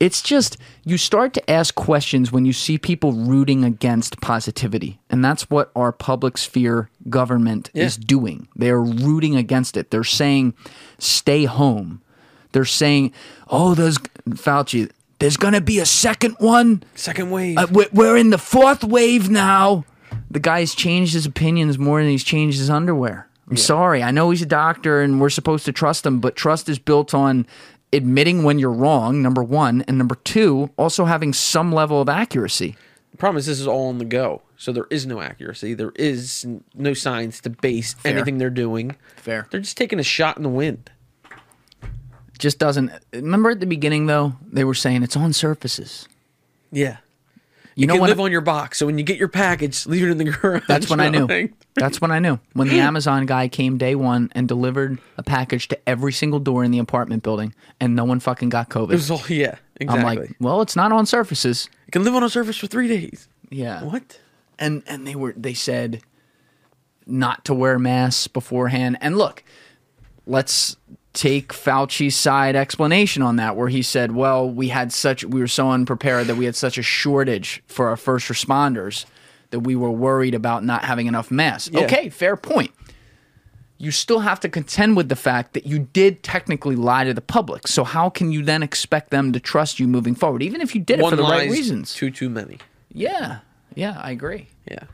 Speaker 1: It's just you start to ask questions when you see people rooting against positivity, and that's what our public sphere government is doing. They are rooting against it. They're saying, "Stay home." They're saying, "Oh, those Fauci." There's gonna be a second one.
Speaker 2: second wave.
Speaker 1: Uh, we're, we're in the fourth wave now. The guy's changed his opinions more than he's changed his underwear. I'm sorry. I know he's a doctor and we're supposed to trust him, but trust is built on admitting when you're wrong, number one. And number two, also having some level of accuracy.
Speaker 2: The problem is this is all on the go, so there is no accuracy. There is n- no science to base anything they're doing.
Speaker 1: Fair.
Speaker 2: They're just taking a shot in the wind.
Speaker 1: Just doesn't. Remember at the beginning, though, they were saying it's on surfaces.
Speaker 2: Yeah.
Speaker 1: You,
Speaker 2: You
Speaker 1: know
Speaker 2: can
Speaker 1: when
Speaker 2: live on your box, so when you get your package, leave it in the [LAUGHS] garage.
Speaker 1: That's when I knew.
Speaker 2: [LAUGHS] Like,
Speaker 1: That's when I knew. When the Amazon guy came day one and delivered a package to every single door in the apartment building, and no one fucking got COVID.
Speaker 2: It was all yeah, exactly.
Speaker 1: I'm like, well, it's not on surfaces.
Speaker 2: you can live on a surface for three days.
Speaker 1: Yeah.
Speaker 2: What?
Speaker 1: And and they were they said not to wear masks beforehand. And look, let's take Fauci's side explanation on that, where he said, "Well, we had such we were so unprepared that we had such a shortage for our first responders that we were worried about not having enough masks." Okay, fair point. You still have to contend with the fact that you did technically lie to the public. So how can you then expect them to trust you moving forward, even if you did it
Speaker 2: One
Speaker 1: for the
Speaker 2: lie
Speaker 1: right
Speaker 2: is
Speaker 1: reasons?
Speaker 2: Too too many.
Speaker 1: Yeah, yeah, I agree.
Speaker 2: Yeah.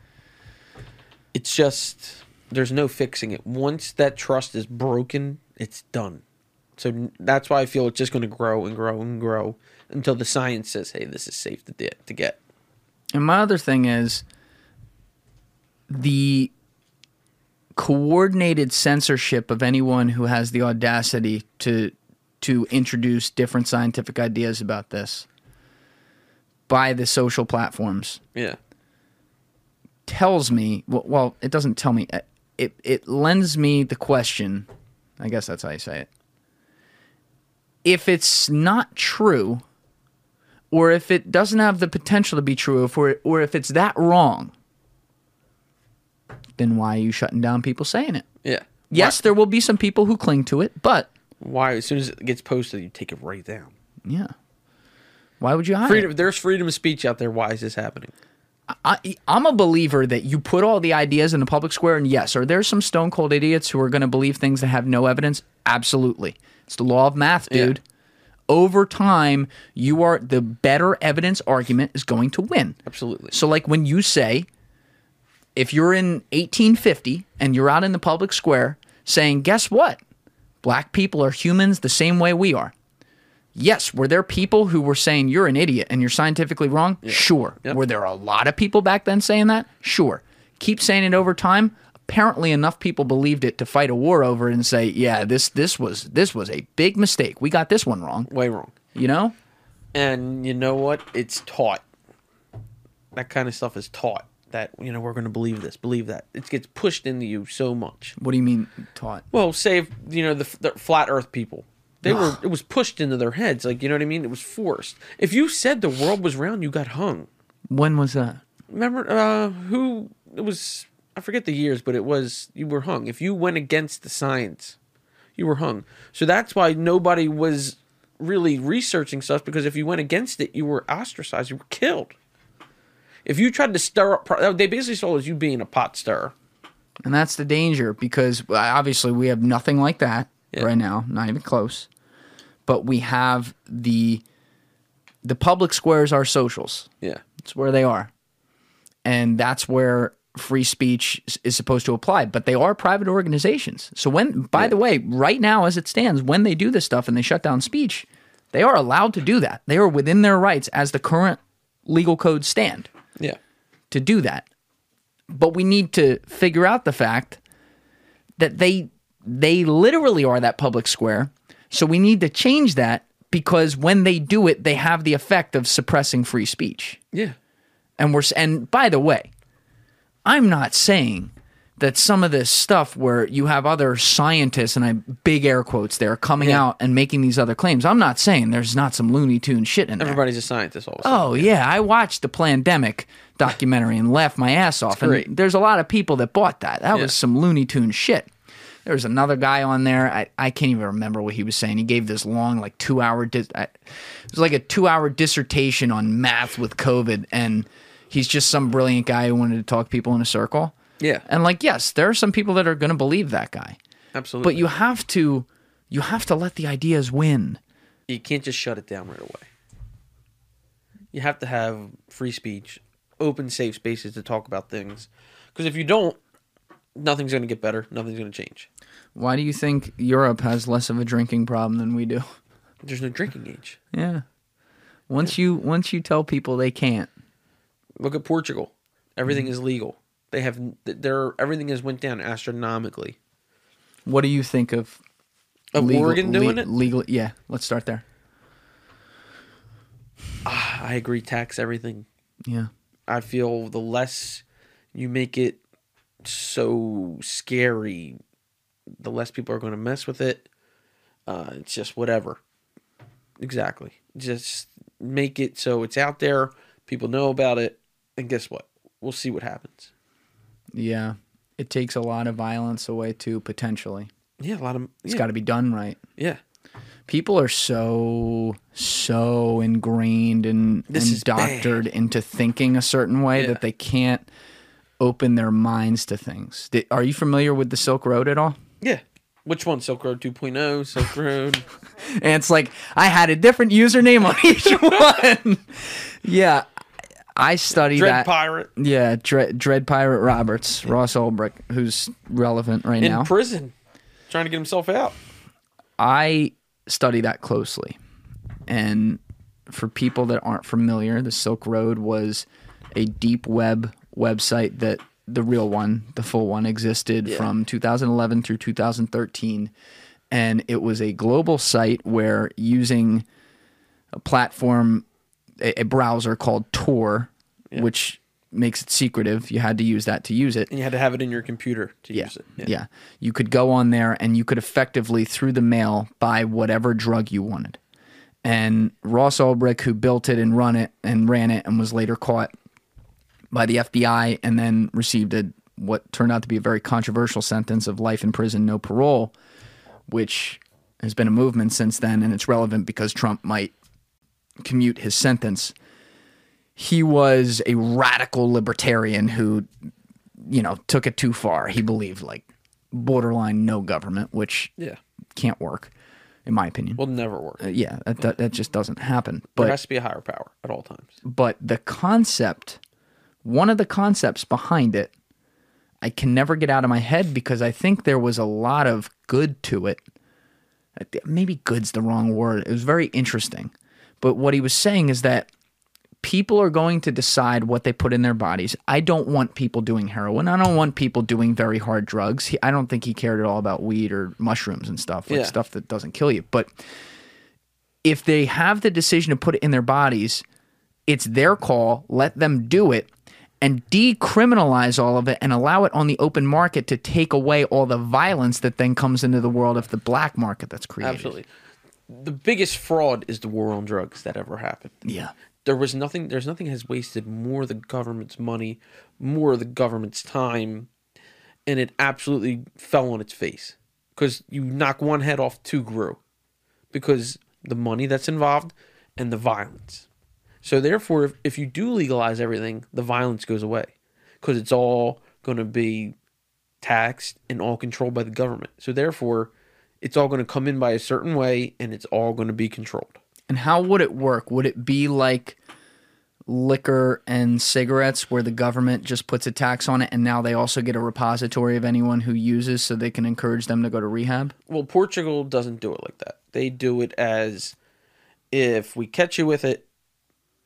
Speaker 2: It's just there's no fixing it. Once that trust is broken, it's done. So that's why I feel it's just going to grow and grow and grow until the science says, "Hey, this is safe to di- to get."
Speaker 1: And my other thing is the coordinated censorship of anyone who has the audacity to to introduce different scientific ideas about this by the social platforms
Speaker 2: Yeah.
Speaker 1: tells me well, well it doesn't tell me Uh, it it lends me the question i guess that's how you say it if it's not true or if it doesn't have the potential to be true if we're, or if it's that wrong then why are you shutting down people saying it
Speaker 2: Yeah.
Speaker 1: yes there will be some people who cling to it but
Speaker 2: Why? As soon as it gets posted, you take it right down.
Speaker 1: yeah why would you hide it?
Speaker 2: Freedom. There's freedom of speech out there. Why is this happening?
Speaker 1: I, I'm a believer that you put all the ideas in the public square, and yes, are there some stone cold idiots who are going to believe things that have no evidence? Absolutely. It's the law of math,
Speaker 2: Yeah.
Speaker 1: dude. Over time, you are the better evidence argument is going to win.
Speaker 2: Absolutely.
Speaker 1: So, like when you say, if you're in 1850 and you're out in the public square saying, guess what? Black people are humans the same way we are. Yes, were there people who were saying you're an idiot and you're scientifically wrong? Sure.
Speaker 2: Yep.
Speaker 1: Were there a lot of people back then saying that? Sure. Keep saying it over time. Apparently enough people believed it to fight a war over it and say, yeah, this this was this was a big mistake. We got this one wrong.
Speaker 2: Way wrong.
Speaker 1: You know?
Speaker 2: And you know what? It's taught. That kind of stuff is taught. That you know we're going to believe this, believe that. It gets pushed into you so much.
Speaker 1: What do you mean taught?
Speaker 2: Well, say if, you know the, f- the flat Earth people. They were. It was pushed into their heads. Like you know what I mean. It was forced. If you said the world was round, you got hung.
Speaker 1: When was that?
Speaker 2: Remember uh, who it was? I forget the years, but it was you were hung. If you went against the science, you were hung. So that's why nobody was really researching stuff because if you went against it, you were ostracized. You were killed. If you tried to stir up, pro- they basically saw it as you being a pot stirrer.
Speaker 1: And that's the danger because uh, obviously we have nothing like that
Speaker 2: Yeah.
Speaker 1: right now, not even close. But we have the the public squares are socials.
Speaker 2: Yeah.
Speaker 1: It's where they are. And that's where free speech is- is supposed to apply, but they are private organizations. So when by the way, right now as it stands, when they do this stuff and they shut down speech, they are allowed to do that. They are within their rights as the current legal codes stand
Speaker 2: Yeah.
Speaker 1: to do that. But we need to figure out the fact that they they literally are that public square. So we need to change that because when they do it, they have the effect of suppressing free speech.
Speaker 2: Yeah.
Speaker 1: And we're s- and by the way, I'm not saying that some of this stuff where you have other scientists and I big air quotes there coming
Speaker 2: Yeah.
Speaker 1: out and making these other claims. I'm not saying there's not some Looney Tune shit in there.
Speaker 2: Everybody's a scientist. All of a sudden.
Speaker 1: Oh yeah, I watched the Plandemic documentary and laughed my ass off.
Speaker 2: great.
Speaker 1: And there's a lot of people that bought that. That
Speaker 2: Yeah.
Speaker 1: was some Looney Tune shit. There was another guy on there. I, I can't even remember what he was saying. He gave this long, like two hour. Dis- I, it was like a two hour dissertation on math with COVID, and he's just some brilliant guy who wanted to talk people in a circle.
Speaker 2: Yeah.
Speaker 1: And like, yes, there are some people that are going to believe that guy,
Speaker 2: Absolutely.
Speaker 1: but you have to, you have to let the ideas win.
Speaker 2: you can't just shut it down right away. You have to have free speech, open, safe spaces to talk about things. Because if you don't, nothing's going to get better. Nothing's going to change.
Speaker 1: Why do you think Europe has less of a drinking problem than we do?
Speaker 2: There's no drinking age.
Speaker 1: Yeah. Once you once you tell people they can't.
Speaker 2: Look at Portugal. Everything
Speaker 1: Mm-hmm.
Speaker 2: is legal. They have their everything has went down astronomically.
Speaker 1: What do you think of
Speaker 2: Of
Speaker 1: legal-
Speaker 2: Oregon doing
Speaker 1: le-
Speaker 2: it,
Speaker 1: Legal yeah, let's start there.
Speaker 2: Ah, I agree. Tax everything.
Speaker 1: Yeah.
Speaker 2: I feel the less you make it so scary, the less people are going to mess with it. Uh, it's just whatever. Exactly. Just make it so it's out there, people know about it, and guess what? We'll see what happens.
Speaker 1: Yeah. It takes a lot of violence away too, potentially.
Speaker 2: Yeah, a lot of
Speaker 1: It's
Speaker 2: yeah,
Speaker 1: gotta be done right.
Speaker 2: yeah.
Speaker 1: People are so so ingrained and,
Speaker 2: This
Speaker 1: and
Speaker 2: is bad.
Speaker 1: doctored into thinking a certain way
Speaker 2: Yeah.
Speaker 1: that they can't open their minds to things. Di- Are you familiar with the Silk Road at all?
Speaker 2: Yeah. Which one? Silk Road
Speaker 1: [LAUGHS]
Speaker 2: 2.0, Silk Road.
Speaker 1: And it's like I had a different username on [LAUGHS] each one. yeah, I study
Speaker 2: Dread
Speaker 1: that.
Speaker 2: Pirate.
Speaker 1: yeah, Dread, Dread Pirate Roberts, Ross Ulbricht, who's relevant right
Speaker 2: In
Speaker 1: now.
Speaker 2: prison. Trying to get himself out.
Speaker 1: I study that closely. And for people that aren't familiar, the Silk Road was a deep web website that the real one, the full one, existed from 2011 through 2013. And it was a global site where using a platform, a, a browser called Tor, which makes it secretive, you had to use that to use it
Speaker 2: And you had to have it in your computer to use it.
Speaker 1: yeah. You could go on there and you could effectively, through the mail, buy whatever drug you wanted. And Ross Ulbricht, who built it and run it and ran it and was later caught by the FBI and then received a what turned out to be a very controversial sentence of life in prison, no parole, which has been a movement since then, and it's relevant because Trump might commute his sentence. He was a radical libertarian who you know, took it too far. He believed like borderline no government, which
Speaker 2: Yeah.
Speaker 1: can't work, in my opinion.
Speaker 2: Will never work.
Speaker 1: Uh, yeah, that, that, that just doesn't happen.
Speaker 2: There
Speaker 1: But
Speaker 2: has to be a higher power at all times.
Speaker 1: but the concept, one of the concepts behind it, I can never get out of my head because I think there was a lot of good to it. I thi- Maybe good's the wrong word. It was very interesting. But what he was saying is that people are going to decide what they put in their bodies. I don't want people doing heroin. I don't want people doing very hard drugs. He, I don't think he cared at all about weed or mushrooms and stuff, like
Speaker 2: Yeah.
Speaker 1: stuff that doesn't kill you. But if they have the decision to put it in their bodies, it's their call. Let them do it and decriminalize all of it and allow it on the open market to take away all the violence that then comes into the world of the black market that's created.
Speaker 2: Absolutely. The biggest fraud is the war on drugs that ever happened.
Speaker 1: Yeah.
Speaker 2: There was nothing there's nothing has wasted more of the government's money, more of the government's time, and it absolutely fell on its face. Because you knock one head off, two grew. Because the money that's involved and the violence. So therefore, if, if you do legalize everything, the violence goes away. Because it's all gonna be taxed and all controlled by the government. So therefore, it's all going to come in by a certain way and it's all going to be controlled.
Speaker 1: And how would it work? Would it be like liquor and cigarettes where the government just puts a tax on it and now they also get a repository of anyone who uses so they can encourage them to go to rehab?
Speaker 2: Well, Portugal doesn't do it like that. They do it as if we catch you with it,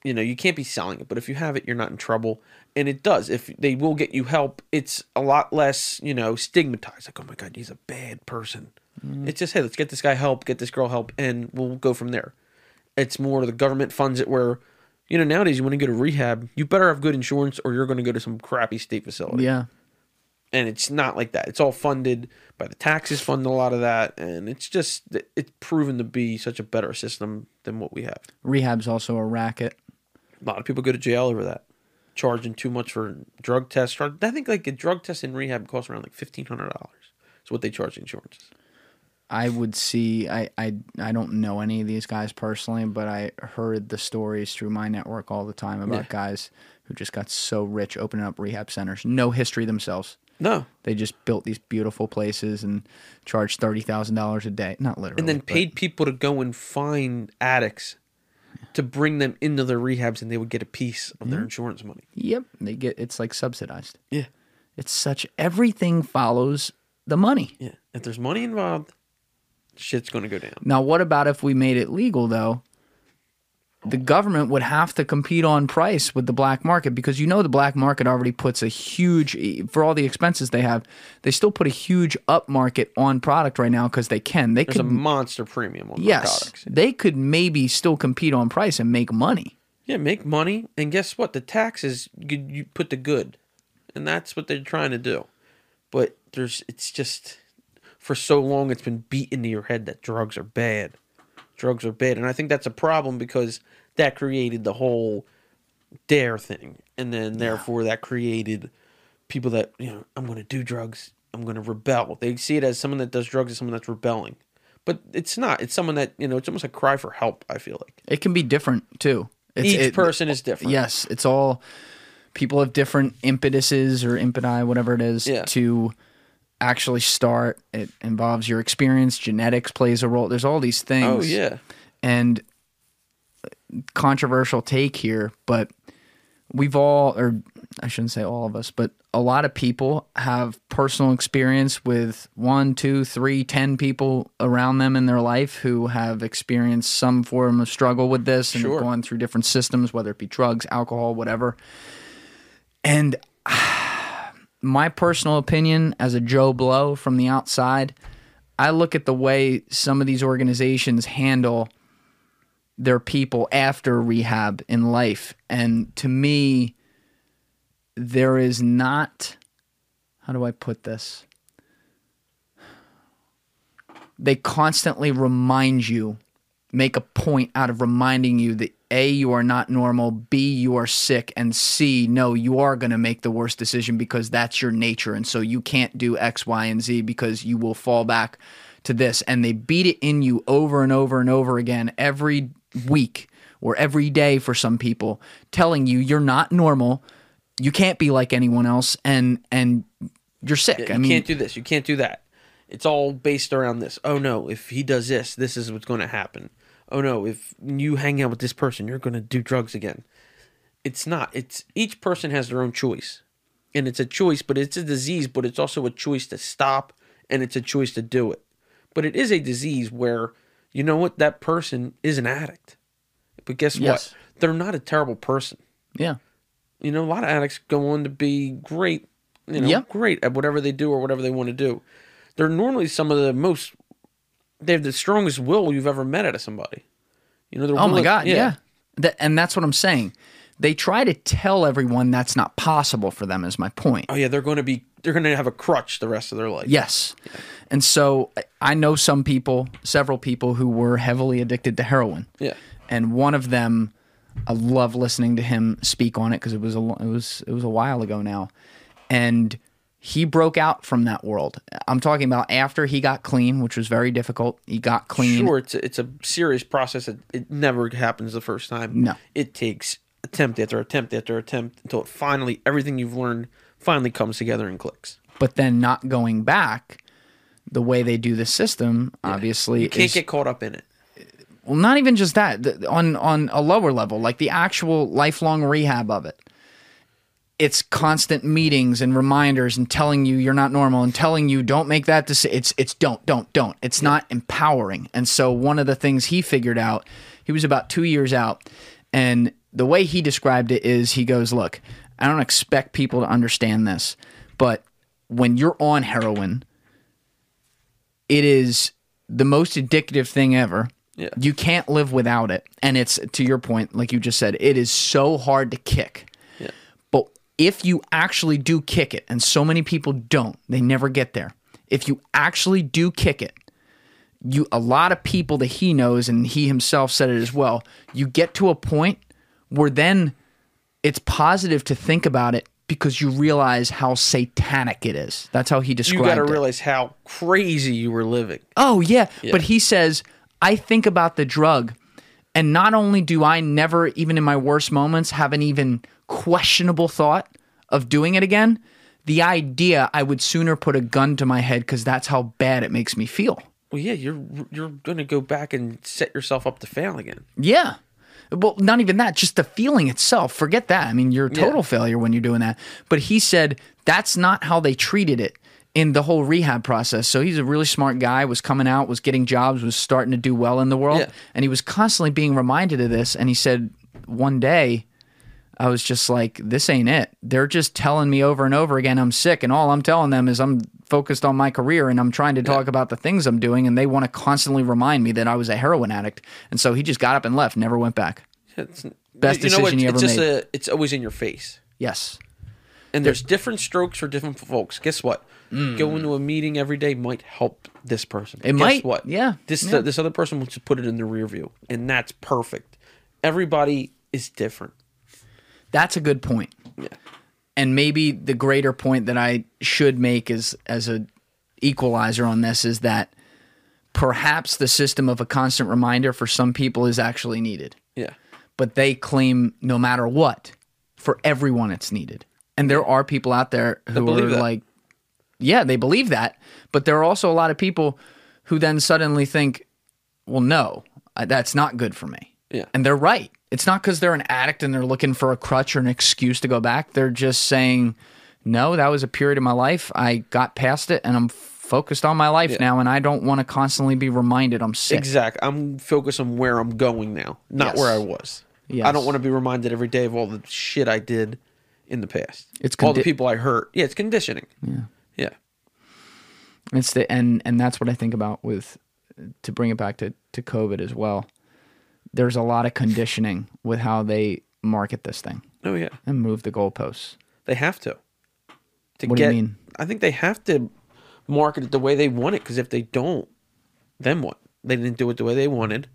Speaker 2: you know, you can't be selling it, but if you have it, you're not in trouble. And it does. If they will get you help, it's a lot less, you know, stigmatized. Like, oh my God, he's a bad person. It's just, hey, let's get this guy help, get this girl help, and we'll go from there. It's more the government funds it where, you know, nowadays you want to go to rehab, you better have good insurance or you're going to go to some crappy state facility.
Speaker 1: Yeah.
Speaker 2: and it's not like that. It's all funded by the taxes fund a lot of that, and it's just it's proven to be such a better system than what we have.
Speaker 1: Rehab's also a racket.
Speaker 2: A lot of people go to jail over that, charging too much for drug tests. Charge- I think like a drug test in rehab costs around like fifteen hundred dollars. It's what they charge insurances.
Speaker 1: I would see. I, I I don't know any of these guys personally, but I heard the stories through my network all the time about
Speaker 2: Yeah.
Speaker 1: guys who just got so rich opening up rehab centers, no history themselves.
Speaker 2: No,
Speaker 1: They just built these beautiful places and charged thirty thousand dollars a day, not literally,
Speaker 2: and then
Speaker 1: but-
Speaker 2: paid people to go and find addicts to bring them into their rehabs, and they would get a piece of their insurance money.
Speaker 1: Yep, they get it's like subsidized.
Speaker 2: Yeah,
Speaker 1: It's such everything follows the money.
Speaker 2: yeah. If there's money involved, shit's gonna go down.
Speaker 1: Now, what about if we made it legal though? The government would have to compete on price with the black market because you know the black market already puts a huge e, for all the expenses they have. They still put a huge up market on product right now because they can. They
Speaker 2: There's a
Speaker 1: could
Speaker 2: monster premium on
Speaker 1: yes,
Speaker 2: narcotics.
Speaker 1: they could maybe still compete on price and make money.
Speaker 2: Yeah, make money, and guess what? The taxes you, you put the good, and that's what they're trying to do. But there's, it's just for so long it's been beat into your head that drugs are bad, drugs are bad, and I think that's a problem because that created the whole dare thing, and then therefore that created people that you know I'm going to do drugs, I'm going to rebel. They see it as someone that does drugs as someone that's rebelling, but it's not. It's someone that you know. It's almost a cry for help. I feel like
Speaker 1: It can be different too. It's,
Speaker 2: each
Speaker 1: it-
Speaker 2: person is different.
Speaker 1: Yes, it's all people have different impetuses or impeti, whatever it is,
Speaker 2: Yeah.
Speaker 1: to actually start. It involves your experience, genetics plays a role. There's all these
Speaker 2: Oh
Speaker 1: things.
Speaker 2: yeah.
Speaker 1: And controversial take here, but we've all, or I shouldn't say all of us, but a lot of people have personal experience with one, two, three, ten people around them in their life who have experienced some form of struggle with this and
Speaker 2: Sure.
Speaker 1: have gone through different systems, whether it be drugs, alcohol, whatever. And [SIGHS] my personal opinion as a Joe Blow from the outside, I look at the way some of these organizations handle their people after rehab in life. And to me, there is not, how do I put this? They constantly remind you, make a point out of reminding you that A, you are not normal, B, you are sick, and C, no, you are going to make the worst decision because that's your nature. And so you can't do X, Y, and Z because you will fall back to this. And they beat it in you over and over and over again every week or every day for some people, telling you you're not normal. You can't be like anyone else, and and you're sick.
Speaker 2: you
Speaker 1: I mean,
Speaker 2: can't do this. You can't do that. It's all based around this. Oh no, if he does this, this is what's going to happen. Oh no, if you hang out with this person, you're going to do drugs again. It's not. It's each person has their own choice. And it's a choice, but it's a disease, but it's also a choice to stop and it's a choice to do it. But it is a disease where you know what that person is an addict. But guess
Speaker 1: Yes.
Speaker 2: what? They're not a terrible person
Speaker 1: yeah.
Speaker 2: you know, a lot of addicts go on to be great, you know,
Speaker 1: Yeah.
Speaker 2: great at whatever they do or whatever they want to do. They're normally some of the most, they have the strongest will you've ever met out of somebody. You know, they're
Speaker 1: Oh my
Speaker 2: willing-
Speaker 1: god, yeah. That- and that's what I'm saying. They try to tell everyone that's not possible for them. Is my point.
Speaker 2: Oh yeah, they're going to be, they're going to have a crutch the rest of their life.
Speaker 1: Yes. And so I- I know some people, several people who were heavily addicted to heroin.
Speaker 2: Yeah.
Speaker 1: And one of them, I love listening to him speak on it because it was a lo- it was it was a while ago now, and he broke out from that world. I'm talking about after he got clean, which was very difficult. He got clean.
Speaker 2: Sure, it's a, it's a serious process. It, it never happens the first time.
Speaker 1: No.
Speaker 2: It takes attempt after attempt after attempt until it finally, everything you've learned finally comes together and clicks.
Speaker 1: but then not going back. The way they do the system, obviously,
Speaker 2: You can't
Speaker 1: is-
Speaker 2: get caught up in it.
Speaker 1: well, not even just that the, on on a lower level like the actual lifelong rehab of it it's constant meetings and reminders and telling you you're not normal and telling you don't make that decision it's it's don't don't don't it's not empowering and so one of the things he figured out he was about 2 years out and the way he described it is he goes look i don't expect people to understand this but when you're on heroin it is the most addictive thing ever.
Speaker 2: Yeah.
Speaker 1: You can't live without it. And it's to your point, like you just said, it is so hard to kick.
Speaker 2: Yeah.
Speaker 1: But if you actually do kick it, and so many people don't, they never get there. If you actually do kick it, you a lot of people that he knows and he himself said it as well, you get to a point where then it's positive to think about it because you realize how satanic it is. That's how he
Speaker 2: You
Speaker 1: described
Speaker 2: got to
Speaker 1: it.
Speaker 2: realize how crazy you were living.
Speaker 1: Oh yeah. But he says, I think about the drug, and not only do I never, even in my worst moments, have an even questionable thought of doing it again, the idea I would sooner put a gun to my head because that's how bad it makes me feel.
Speaker 2: Well, yeah, you're you're gonna go back and set yourself up to fail again.
Speaker 1: Yeah. Well, not even that, just the feeling itself. Forget that. I mean, you're a total
Speaker 2: Yeah.
Speaker 1: failure when you're doing that. But he said that's not how they treated it in the whole rehab process. So he's a really smart guy, was coming out, was getting jobs, was starting to do well in the world.
Speaker 2: Yeah.
Speaker 1: And he was constantly being reminded of this. And he said, one day, I was just like, this ain't it. They're just telling me over and over again I'm sick, and all I'm telling them is I'm focused on my career and I'm trying to talk about the things I'm doing, and they want to constantly remind me that I was a heroin addict. And so he just got up and left, never went back.
Speaker 2: It's,
Speaker 1: Best decision you
Speaker 2: it's
Speaker 1: ever
Speaker 2: just
Speaker 1: made.
Speaker 2: A, it's always in your face,
Speaker 1: Yes.
Speaker 2: and there's different strokes for different folks. Guess what?
Speaker 1: Mm.
Speaker 2: Going to a meeting every day might help this person. It Guess
Speaker 1: might,
Speaker 2: What?
Speaker 1: yeah,
Speaker 2: This
Speaker 1: yeah.
Speaker 2: this other person wants to put it in the rear view, and that's perfect. Everybody is different.
Speaker 1: That's a good point. And maybe the greater point that I should make is as a equalizer on this is that perhaps the system of a constant reminder for some people is actually needed.
Speaker 2: Yeah.
Speaker 1: but they claim no matter what, for everyone it's needed. And there are people out there who are
Speaker 2: believe that.
Speaker 1: like, yeah, they believe that. But there are also a lot of people who then suddenly think, well, no, I- uh, that's not good for me.
Speaker 2: Yeah.
Speaker 1: And they're right. It's not because they're an addict and they're looking for a crutch or an excuse to go back. They're just saying, no, that was a period of my life. I got past it and I'm focused on my life now and I don't want to constantly be reminded I'm sick.
Speaker 2: Exactly. I'm focused on where I'm going now, not
Speaker 1: Yes.
Speaker 2: where I was.
Speaker 1: Yes.
Speaker 2: I don't want to be reminded every day of all the shit I did in the past.
Speaker 1: It's
Speaker 2: all the
Speaker 1: condi-
Speaker 2: people I hurt. Yeah, it's conditioning. Yeah. Yeah.
Speaker 1: It's the and and that's what I think about with to bring it back to to COVID as well. There's a lot of conditioning with how they market this thing
Speaker 2: Oh yeah.
Speaker 1: and move the goalposts.
Speaker 2: They have to. to
Speaker 1: What do you mean?
Speaker 2: I think they have to market it the way they want it because if they don't, then what? They didn't do it the way they wanted,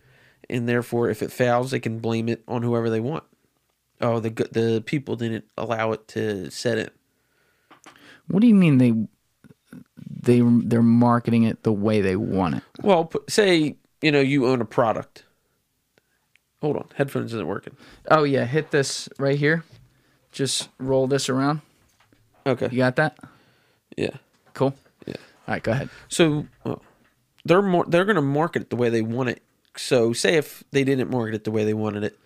Speaker 2: and therefore, if it fails, they can blame it on whoever they want. Oh, the go- the people didn't allow it to set in.
Speaker 1: What do you mean they they they're marketing it the way they want it?
Speaker 2: Well, p- say you know you own a product. Hold on, headphones isn't working.
Speaker 1: Oh yeah, hit this right here. Just roll this around. You
Speaker 2: Okay,
Speaker 1: got that?
Speaker 2: yeah.
Speaker 1: Cool. Yeah. All right, go ahead.
Speaker 2: So well, they're more they're going to market it the way they want it. So say if they didn't market it the way they wanted it,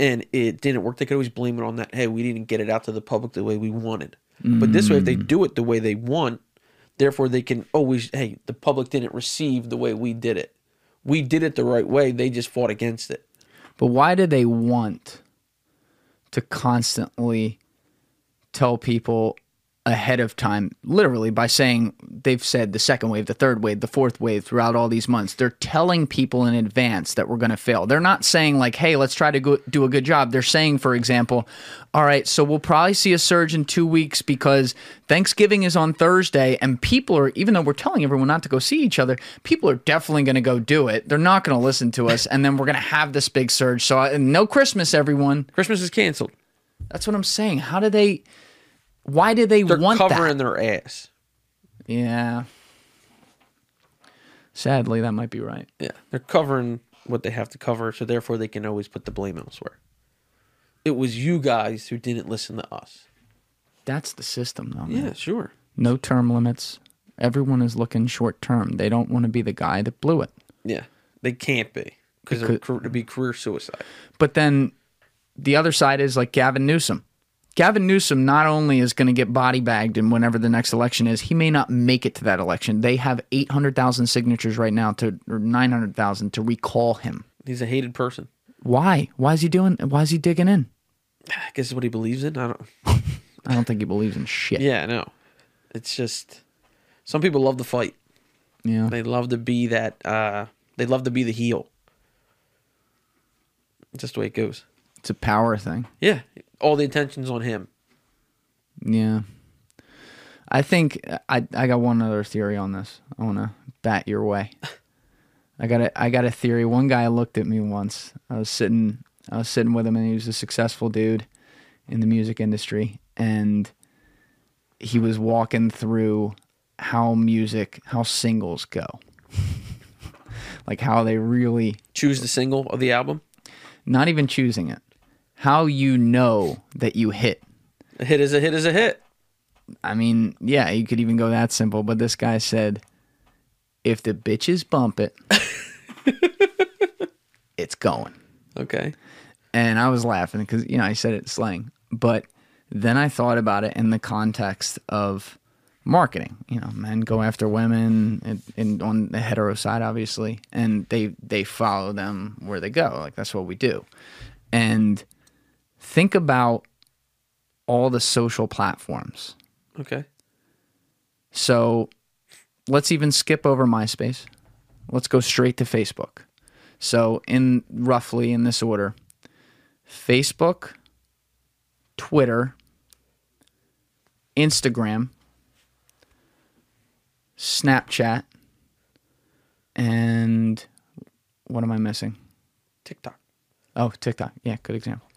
Speaker 2: and it didn't work, they could always blame it on that. Hey, we didn't get it out to the public the way we wanted. But this way, if
Speaker 1: Mm.
Speaker 2: they do it the way they want, therefore they can always hey the public didn't receive the way we did it. We did it the right way. They just fought against it.
Speaker 1: But why do they want to constantly tell people ahead of time, literally by saying they've said the second wave, the third wave, the fourth wave throughout all these months? They're telling people in advance that we're going to fail. They're not saying, like, hey, let's try to go- do a good job. They're saying, for example, all right, so we'll probably see a surge in two weeks because Thanksgiving is on Thursday, and people are, even though we're telling everyone not to go see each other, people are definitely going to go do it. They're not going to listen to us, and then we're going to have this big surge. So, I, and no Christmas, everyone.
Speaker 2: Christmas is canceled.
Speaker 1: That's what I'm saying. How do they? Why do they
Speaker 2: They're
Speaker 1: want
Speaker 2: covering
Speaker 1: that?
Speaker 2: their ass.
Speaker 1: Yeah. Sadly, that might be right.
Speaker 2: Yeah, they're covering what they have to cover, so therefore they can always put the blame elsewhere. It was you guys who didn't listen to us.
Speaker 1: That's the system, though. man.
Speaker 2: Yeah, sure.
Speaker 1: No term limits. Everyone is looking short term. They don't want to be the guy that blew it.
Speaker 2: Yeah, they can't be because
Speaker 1: Because-
Speaker 2: it'd be career suicide.
Speaker 1: But then the other side is like Gavin Newsom. Gavin Newsom not only is going to get body bagged in whenever the next election is, he may not make it to that election. They have 800,000 signatures right now to or 900,000 to recall him.
Speaker 2: He's a hated person.
Speaker 1: Why? Why is he doing why is he digging in?
Speaker 2: I guess it's what he believes in. I don't.
Speaker 1: I don't think he believes in shit.
Speaker 2: Yeah, I know. It's just some people love to fight.
Speaker 1: Yeah.
Speaker 2: They love to be that. uh They love to be the heel. Just the way it goes.
Speaker 1: It's a power thing.
Speaker 2: Yeah, all the attention's on him.
Speaker 1: Yeah. I think I I got one other theory on this. I want to bat your way. I got a I got a theory. One guy looked at me once. I was sitting I was sitting with him and he was a successful dude in the music industry and he was walking through how music, how singles go. [LAUGHS] like how they really
Speaker 2: Choose the single of the album.
Speaker 1: not even choosing it. How you know that you hit
Speaker 2: A hit is a hit is a hit.
Speaker 1: I mean, yeah, you could even go that simple, but this guy said, if the bitches bump it, it's going.
Speaker 2: Okay.
Speaker 1: And I was laughing because, you know, I said it slang. But then I thought about it in the context of marketing. You know, men go after women and, and on the hetero side, obviously, and they, they follow them where they go. Like, that's what we do. And think about all the social platforms.
Speaker 2: Okay.
Speaker 1: So let's even skip over MySpace. Let's go straight to Facebook. So, in roughly in this order Facebook, Twitter, Instagram, Snapchat, and what am I missing?
Speaker 2: TikTok.
Speaker 1: Oh, TikTok. Yeah, good example.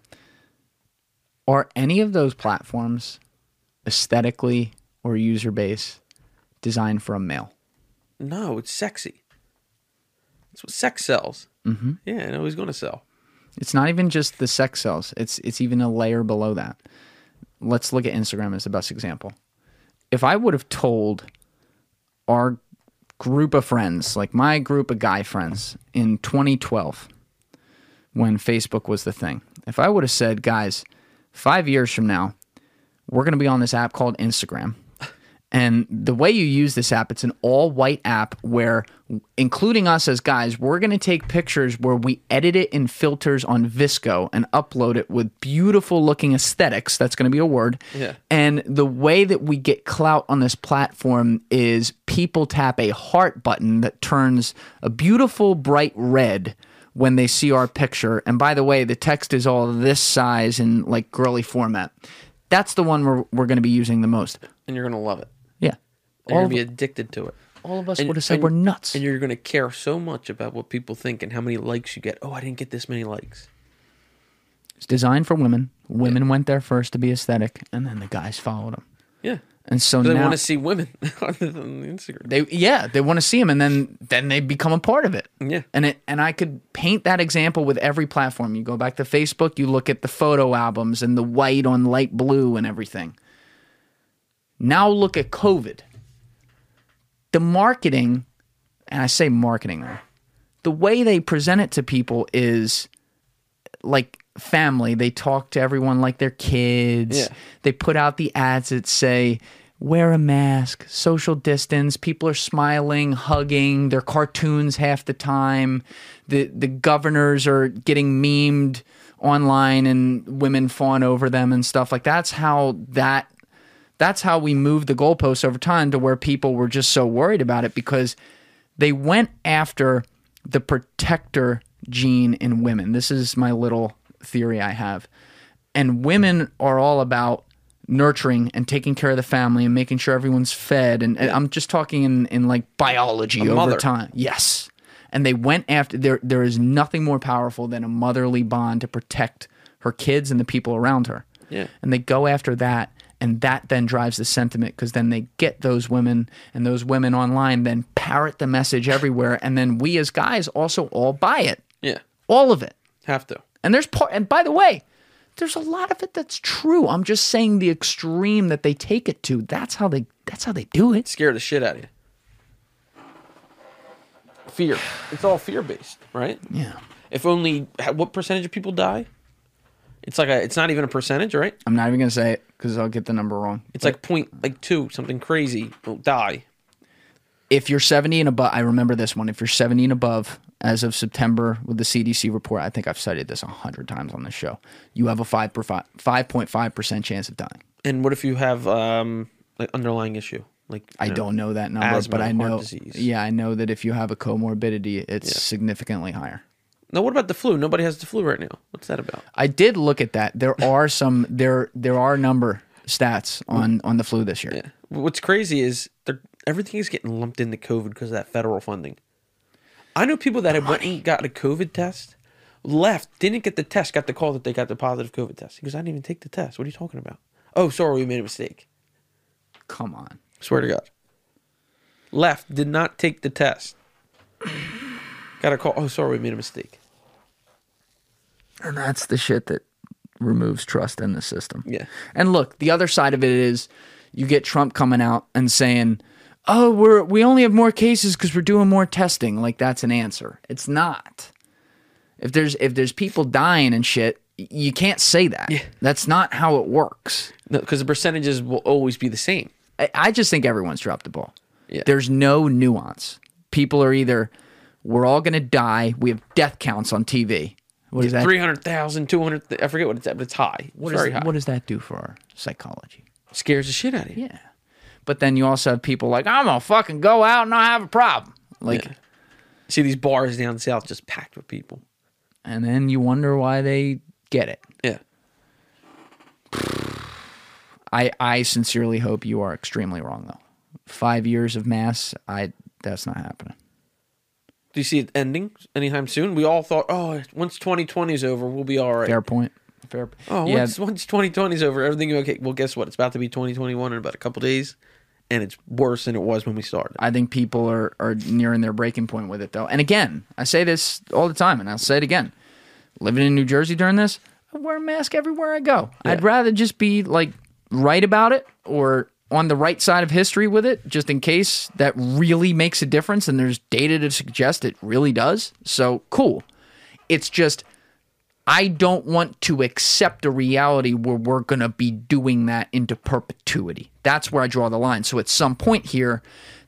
Speaker 1: Are any of those platforms aesthetically or user base designed for a male?
Speaker 2: No, it's sexy. That's what sex sells. Mm-hmm. Yeah, and always going to sell.
Speaker 1: It's not even just the sex cells. It's it's even a layer below that. Let's look at Instagram as the best example. If I would have told our group of friends, like my group of guy friends in 2012, when Facebook was the thing. If I would have said, guys, five years from now, we're going to be on this app called Instagram. And the way you use this app, it's an all white app where, including us as guys, we're going to take pictures where we edit it in filters on Visco and upload it with beautiful looking aesthetics. That's going to be a word.
Speaker 2: Yeah.
Speaker 1: And the way that we get clout on this platform is people tap a heart button that turns a beautiful bright red when they see our picture. And by the way, the text is all this size in like girly format. That's the one we're, we're going to be using the most.
Speaker 2: and you're gonna love it.
Speaker 1: Yeah.
Speaker 2: And you're
Speaker 1: All
Speaker 2: gonna be
Speaker 1: of,
Speaker 2: addicted to it.
Speaker 1: all of us
Speaker 2: and-
Speaker 1: would have said
Speaker 2: and-
Speaker 1: we're nuts.
Speaker 2: And you're gonna care so much about what people think and how many likes you get. Oh, I didn't get this many likes.
Speaker 1: It's designed for women. Women went there first to be aesthetic, and then the guys followed them.
Speaker 2: Yeah.
Speaker 1: And so
Speaker 2: They
Speaker 1: now
Speaker 2: want to see women [LAUGHS] on the on the Instagram.
Speaker 1: they yeah they want to see them, and then then they become a part of it.
Speaker 2: Yeah.
Speaker 1: And it and I could paint that example with every platform. You go back to Facebook, you look at the photo albums and the white on light blue and everything. Now look at COVID. The marketing, and I say marketing there, the way they present it to people is like family. They talk to everyone like their kids.
Speaker 2: Yeah.
Speaker 1: They put out the ads that say, wear a mask, social distance, people are smiling, hugging, they're cartoons half the time. The the governors are getting memed online and women fawn over them and stuff like that's how that that's how we moved the goalposts over time to where people were just so worried about it because they went after the protector gene in women. This is my little theory I have. And women are all about nurturing and taking care of the family and making sure everyone's fed. And, and I'm just talking in, in like biology over
Speaker 2: mother.
Speaker 1: time. Yes. And they went after there there is nothing more powerful than a motherly bond to protect her kids and the people around her
Speaker 2: Yeah.
Speaker 1: and they go after that and that then drives the sentiment because then they get those women and those women online then parrot the message everywhere and then we as guys also all buy it
Speaker 2: Yeah.
Speaker 1: all of it
Speaker 2: Have to.
Speaker 1: and there's part and by the way there's a lot of it that's true i'm just saying the extreme that they take it to that's how they that's how they do it
Speaker 2: Scare the shit out of you. Fear. It's all fear based, right?
Speaker 1: yeah
Speaker 2: If only ha- what percentage of people die? It's like a, it's not even a percentage, right?
Speaker 1: i'm not even gonna say it because i'll get the number wrong
Speaker 2: It's like point like two something crazy will die.
Speaker 1: if you're 70 and above, I remember this one. If you're 70 and above, as of September with the CDC report, I think I've cited this a hundred times on this show. You have a five five point five percent chance of dying.
Speaker 2: And what if you have um like underlying issue? Like you
Speaker 1: I don't know that number,
Speaker 2: asthma,
Speaker 1: but I
Speaker 2: heart
Speaker 1: know.
Speaker 2: disease.
Speaker 1: Yeah, I know that if you have a comorbidity, it's significantly higher.
Speaker 2: Now what about the flu? Nobody has the flu right now. What's that about?
Speaker 1: I did look at that. There are some there there are number stats on on the flu this year.
Speaker 2: What's crazy is they're, everything is getting lumped into COVID because of that federal funding. I know people that had went and got a COVID test, left, didn't get the test, got the call that they got the positive COVID test. He goes, I didn't even take the test. What are you talking about? Oh, sorry, we made a mistake.
Speaker 1: Come on.
Speaker 2: Swear to God. Left, did not take the test. got a call. Oh, sorry, we made a mistake.
Speaker 1: And that's the shit that removes trust in the system.
Speaker 2: Yeah.
Speaker 1: And look, the other side of it is you get Trump coming out and saying, "Oh, we're we only have more cases cuz we're doing more testing." Like that's an answer. It's not. If there's if there's people dying and shit, y- you can't say that. That's not how it works.
Speaker 2: Because the percentages will always be the same.
Speaker 1: I, I just think everyone's dropped the ball.
Speaker 2: Yeah.
Speaker 1: There's no nuance. People are either we're all going to die. We have death counts on TV. What is that?
Speaker 2: 300,000, 200, I forget what it's at, but it's high.
Speaker 1: What,
Speaker 2: it's
Speaker 1: is-
Speaker 2: very high.
Speaker 1: what does that do for our psychology?
Speaker 2: Scares the shit out of you.
Speaker 1: Yeah. But then you also have people like, I'm gonna fucking go out and not have a problem. Like
Speaker 2: Yeah. See these bars down south just packed with people.
Speaker 1: and then you wonder why they get it.
Speaker 2: Yeah.
Speaker 1: I, I sincerely hope you are extremely wrong though. Five years of mass, I that's not happening.
Speaker 2: Do you see it ending anytime soon? We all thought, oh, once 2020 is over, we'll be all right.
Speaker 1: Fair point. Fair p-
Speaker 2: Oh,
Speaker 1: yeah,
Speaker 2: once, once 2020 is over, everything okay. Well, guess what? It's about to be 2021 in about a couple days, and it's worse than it was when we started.
Speaker 1: I think people are, are nearing their breaking point with it though. And again, I say this all the time and I'll say it again. Living in New Jersey during this, I wear a mask everywhere I go. I'd rather just be like right about it or on the right side of history with it, just in case that really makes a difference and there's data to suggest it really does. So cool. It's just I don't want to accept a reality where we're going to be doing that into perpetuity. That's where I draw the line. So at some point here,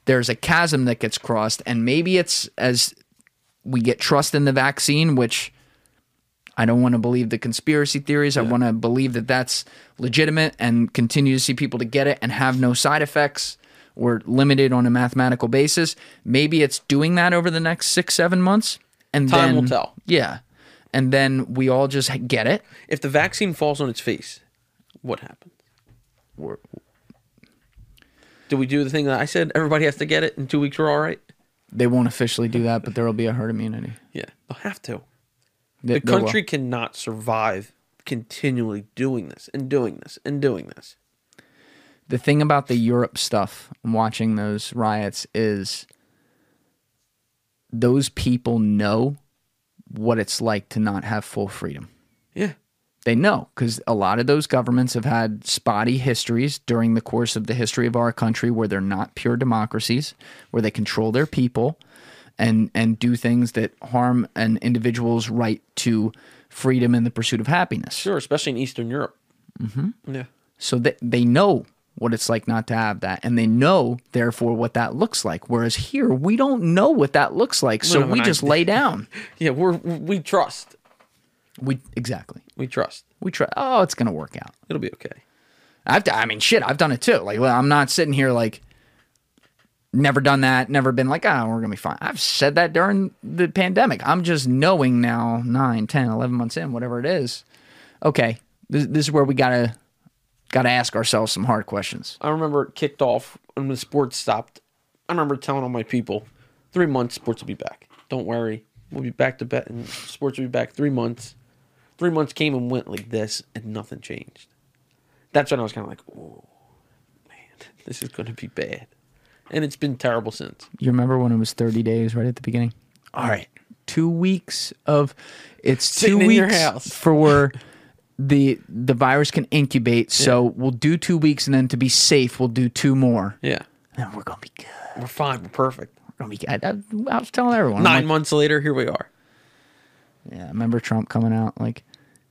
Speaker 1: there's a chasm that gets crossed, and maybe it's as we get trust in the vaccine, which I don't want to believe the conspiracy theories. I want to believe that that's legitimate and continue to see people to get it and have no side effects or limited on a mathematical basis. Maybe it's doing that over the next six, seven months. And
Speaker 2: Time will
Speaker 1: then-
Speaker 2: tell.
Speaker 1: Yeah. And then we all just get it.
Speaker 2: If the vaccine falls on its face, what happens?
Speaker 1: We're-
Speaker 2: Do we do the thing that I said? Everybody has to get it in two weeks. We're all right.
Speaker 1: They won't officially do that, but there will be a herd immunity.
Speaker 2: Yeah, they'll have to.
Speaker 1: Th-
Speaker 2: The
Speaker 1: there will.
Speaker 2: country cannot survive continually doing this and doing this and doing this.
Speaker 1: the thing about the Europe stuff and watching those riots is those people know what it's like to not have full freedom.
Speaker 2: Yeah.
Speaker 1: They know because a lot of those governments have had spotty histories during the course of the history of our country where they're not pure democracies, where they control their people and, and do things that harm an individual's right to freedom and the pursuit of happiness.
Speaker 2: Sure, especially in Eastern Europe. Mm-hmm. Yeah.
Speaker 1: So they, they know what it's like not to have that. And they know, therefore, what that looks like. Whereas here, we don't know what that looks like. So
Speaker 2: don't have
Speaker 1: we
Speaker 2: an
Speaker 1: just
Speaker 2: idea.
Speaker 1: lay down.
Speaker 2: Yeah, we're we trust.
Speaker 1: We Exactly.
Speaker 2: We trust.
Speaker 1: We try. Oh, it's going to work out.
Speaker 2: It'll be okay.
Speaker 1: I've, d- I mean, shit, I've done it too. Like, well, I'm not sitting here like, never done that, never been like, oh, we're going to be fine. I've said that during the pandemic. I'm just knowing now, 9, 10, 11 months in, whatever it is. Okay, this, this is where we got to. Got to ask ourselves some hard questions.
Speaker 2: I remember it kicked off when the sports stopped. I remember telling all my people, three months, sports will be back. Don't worry. We'll be back to bet and sports will be back three months. Three months came and went like this and nothing changed. That's when I was kind of like, oh, man, [LAUGHS] this is going to be bad. And it's been terrible since.
Speaker 1: You remember when it was 30 days right at the beginning?
Speaker 2: All right.
Speaker 1: two weeks of
Speaker 2: [LAUGHS]
Speaker 1: it's two
Speaker 2: Sitting in
Speaker 1: weeks
Speaker 2: your house. [LAUGHS]
Speaker 1: for the the virus can incubate. So we'll do two weeks, and then to be safe, we'll do two more.
Speaker 2: Yeah.
Speaker 1: And we're gonna be good.
Speaker 2: We're fine. We're perfect.
Speaker 1: We're gonna be. I, I, I was telling everyone. I'm
Speaker 2: Nine months later, here we are.
Speaker 1: like, yeah, I remember Trump coming out like,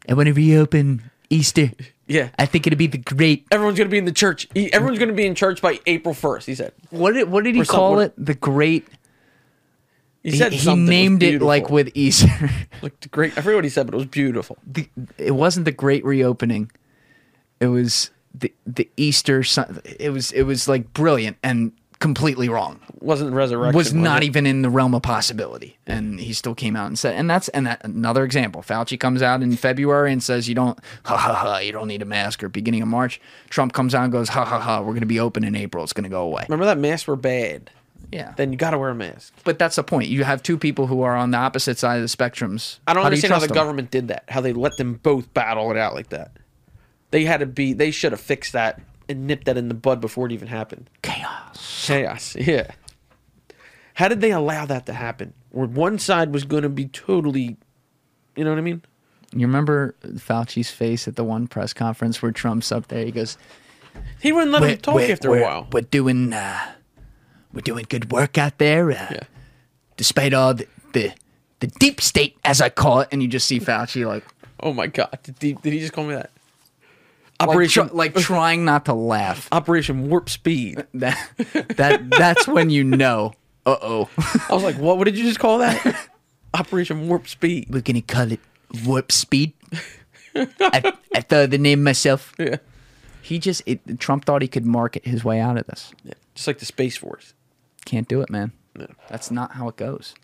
Speaker 1: "I want to reopen Easter.
Speaker 2: [LAUGHS] Yeah.
Speaker 1: I think it'll be the great.
Speaker 2: Everyone's going to be in the church. E- Everyone's going to be in church by April 1st, he said.
Speaker 1: What did what did he
Speaker 2: Or some-
Speaker 1: call
Speaker 2: what-
Speaker 1: it? The great.
Speaker 2: He
Speaker 1: He,
Speaker 2: said
Speaker 1: he
Speaker 2: something was
Speaker 1: named it like
Speaker 2: beautiful.
Speaker 1: with Easter. [LAUGHS]
Speaker 2: Looked great. I forget what he said, but it was beautiful.
Speaker 1: the it wasn't the great reopening. It was the the Easter. Sun, it was it was like brilliant and completely wrong.
Speaker 2: Wasn't resurrection.
Speaker 1: Was not
Speaker 2: it?
Speaker 1: even in the realm of possibility, and he still came out and said. And that's and that another example. Fauci comes out in February and says you don't ha ha ha you don't need a mask. Or beginning of March, Trump comes out and goes ha ha ha we're going to be open in April. It's going to go away.
Speaker 2: Remember that masks were bad.
Speaker 1: Yeah,
Speaker 2: Then you got to wear a mask.
Speaker 1: but that's the point. You have two people who are on the opposite side of the spectrums.
Speaker 2: I don't
Speaker 1: How do you
Speaker 2: understand how the
Speaker 1: trust them?
Speaker 2: government did that. How they let them both battle it out like that. They had to be. They should have fixed that and nipped that in the bud before it even happened.
Speaker 1: chaos.
Speaker 2: Chaos. [LAUGHS] Yeah. How did they allow that to happen? Where one side was going to be totally, you know what I mean?
Speaker 1: You remember Fauci's face at the one press conference where Trump's up there? He goes,
Speaker 2: He wouldn't let him talk after
Speaker 1: we're-
Speaker 2: a while.
Speaker 1: We're doing, uh, we're doing good work out there, uh, despite all the, the the deep state, as I call it." And you just see Fauci like,
Speaker 2: oh my god! Did he, did he just call me that?
Speaker 1: like, tr-
Speaker 2: Operation [LAUGHS]
Speaker 1: like trying not to laugh.
Speaker 2: Operation Warp Speed.
Speaker 1: That that that's when you know. Uh oh,
Speaker 2: I was like, what? What did you just call that? [LAUGHS] Operation Warp Speed.
Speaker 1: we're gonna call it warp
Speaker 2: [LAUGHS]
Speaker 1: speed. I, I thought of the name myself.
Speaker 2: Yeah.
Speaker 1: He just it, Trump thought he could market his way out of this.
Speaker 2: Yeah, just like the Space Force.
Speaker 1: can't do it, man. That's not how it goes.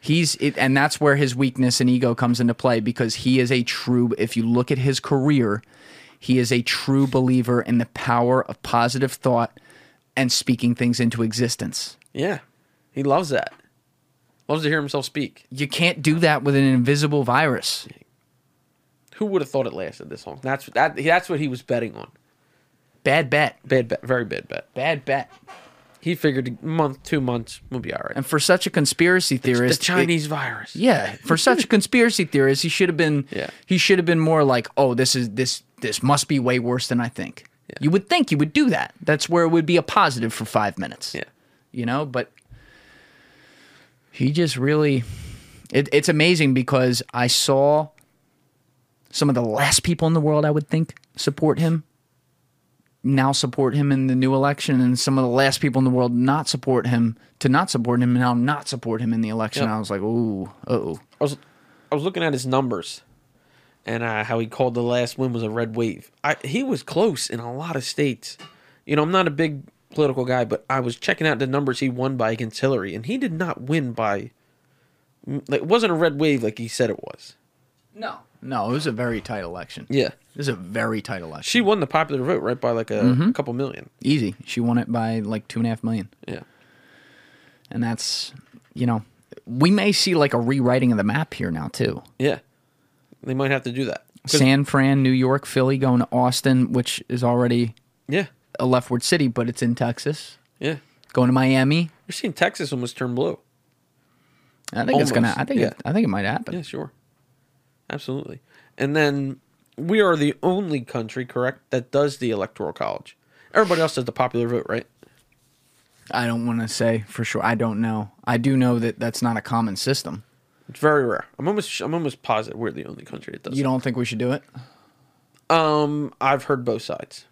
Speaker 1: He's it, and that's where his weakness and ego comes into play because he is a true. If you look at his career, he is a true believer in the power of positive thought and speaking things into existence.
Speaker 2: Yeah, he loves that. Loves to hear himself speak.
Speaker 1: You can't do that with an invisible virus.
Speaker 2: Who would have thought it lasted this long? That's that. That's what he was betting on.
Speaker 1: Bad bet.
Speaker 2: Bad bet, very bad bet.
Speaker 1: Bad bet.
Speaker 2: He figured a month, two months, we'll be all right.
Speaker 1: And for such a conspiracy
Speaker 2: the
Speaker 1: theorist, it-
Speaker 2: Chinese virus.
Speaker 1: Yeah, for such a conspiracy theorist, he should have been.
Speaker 2: Yeah.
Speaker 1: He should have been more like, "Oh, this is this this must be way worse than I think." You would think you would do that. That's where it would be a positive for five minutes.
Speaker 2: Yeah.
Speaker 1: You know, but he just really. It, it's amazing because I saw some of the last people in the world I would think support him now support him in the new election, and some of the last people in the world not support him to not support him, and now not support him in the election. I was like, ooh, oh,
Speaker 2: I was I was looking at his numbers, and uh, how he called the last win was a red wave. I he was close in a lot of states. You know, I'm not a big political guy, but I was checking out the numbers he won by against Hillary, and he did not win by. Like, it wasn't a red wave like he said it was.
Speaker 1: no, no, it was a very tight election.
Speaker 2: Yeah,
Speaker 1: it was a very tight election.
Speaker 2: she won the popular vote right by like a couple million.
Speaker 1: Easy, she won it by like two and a half million,
Speaker 2: Yeah,
Speaker 1: and that's you know, we may see like a rewriting of the map here now too.
Speaker 2: yeah, they might have to do that. 'Cause-
Speaker 1: San Fran, New York, Philly, going to Austin, which is already
Speaker 2: Yeah,
Speaker 1: a leftward city, but it's in Texas.
Speaker 2: yeah.
Speaker 1: Going to Miami.
Speaker 2: You're seeing Texas almost turn blue.
Speaker 1: I think it's gonna.
Speaker 2: Almost,
Speaker 1: I think.
Speaker 2: yeah.
Speaker 1: It, I think it might happen.
Speaker 2: Yeah, sure. Absolutely. And then we are the only country, correct, that does the electoral college. Everybody else does the popular vote, right?
Speaker 1: I don't want to say for sure. I don't know. I do know that that's not a common system.
Speaker 2: It's very rare. I'm almost I'm almost positive we're the only country that does.
Speaker 1: You don't think we should do it?
Speaker 2: it. Um I've heard both sides.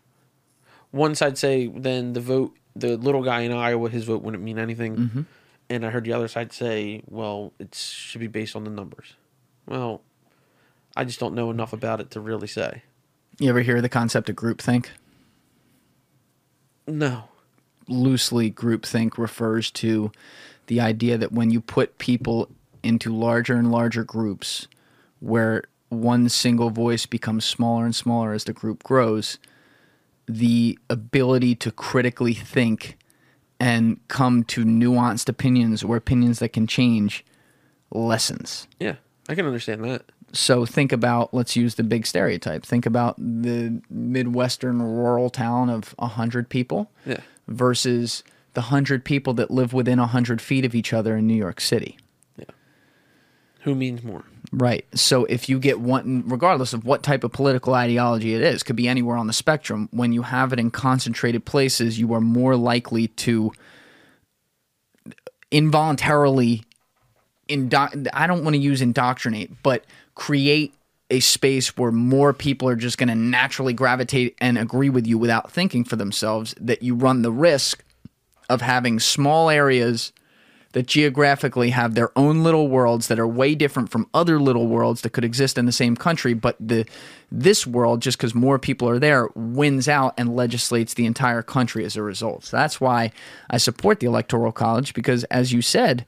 Speaker 2: One side say then the vote the little guy in Iowa his vote wouldn't mean anything. And I heard the other side say, well, it should be based on the numbers. Well, I just don't know enough about it to really say.
Speaker 1: You ever hear the concept of groupthink?
Speaker 2: No.
Speaker 1: Loosely, groupthink refers to the idea that when you put people into larger and larger groups, where one single voice becomes smaller and smaller as the group grows, the ability to critically think and come to nuanced opinions or opinions that can change lessens.
Speaker 2: Yeah. I can understand that.
Speaker 1: So think about let's use the big stereotype. Think about the midwestern rural town of 100 people
Speaker 2: Yeah.
Speaker 1: versus the 100 people that live within 100 feet of each other in New York City.
Speaker 2: Who means more?
Speaker 1: Right. So if you get one, regardless of what type of political ideology it is, could be anywhere on the spectrum, when you have it in concentrated places, you are more likely to involuntarily, indo- I don't want to use indoctrinate, but create a space where more people are just going to naturally gravitate and agree with you without thinking for themselves, that you run the risk of having small areas that geographically have their own little worlds that are way different from other little worlds that could exist in the same country but the this world just because more people are there wins out and legislates the entire country as a result so that's why i support the electoral college because as you said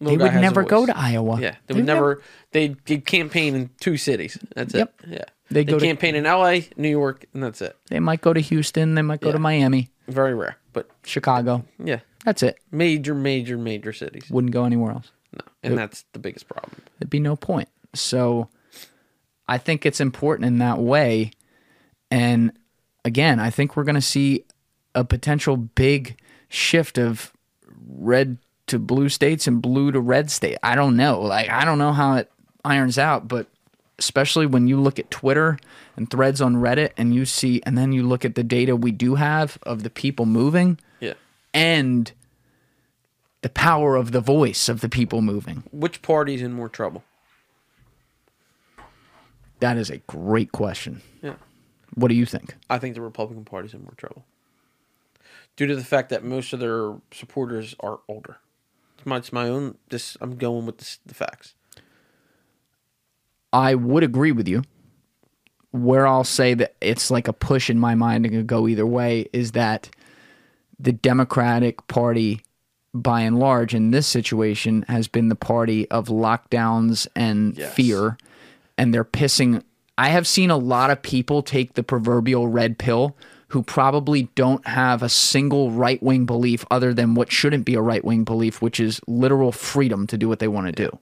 Speaker 2: Little
Speaker 1: they
Speaker 2: guy
Speaker 1: would
Speaker 2: has a
Speaker 1: never go
Speaker 2: voice.
Speaker 1: to iowa
Speaker 2: Yeah, they would never. They they campaign in two cities. That's
Speaker 1: Yep.
Speaker 2: it. Yeah,
Speaker 1: They
Speaker 2: they,
Speaker 1: go to-
Speaker 2: campaign in L.A., New York, and that's it.
Speaker 1: they might go to houston they might go to miami
Speaker 2: Very rare, but
Speaker 1: chicago
Speaker 2: yeah,
Speaker 1: that's it
Speaker 2: major, major, major cities.
Speaker 1: wouldn't go anywhere else
Speaker 2: No, and that's the biggest problem.
Speaker 1: There'd be no point. So I think it's important in that way. And again, I think we're going to see a potential big shift of red to blue states and blue to red state. I don't know. Like I don't know how it irons out, but especially when you look at Twitter and threads on Reddit and you see and then you look at the data we do have of the people moving
Speaker 2: Yeah,
Speaker 1: and the power of the voice of the people moving.
Speaker 2: which party's in more trouble?
Speaker 1: That is a great question.
Speaker 2: Yeah,
Speaker 1: What do you think?
Speaker 2: I think the Republican Party's in more trouble due to the fact that most of their supporters are older. It's my, it's my own. This I'm going with this, the facts.
Speaker 1: I would agree with you. Where I'll say that it's like a push in my mind and could go either way is that the Democratic Party, by and large, in this situation, has been the party of lockdowns and
Speaker 2: Yes.
Speaker 1: fear. And they're pissing. I have seen a lot of people take the proverbial red pill who probably don't have a single right wing belief other than what shouldn't be a right wing belief, which is literal freedom to do what they want to do.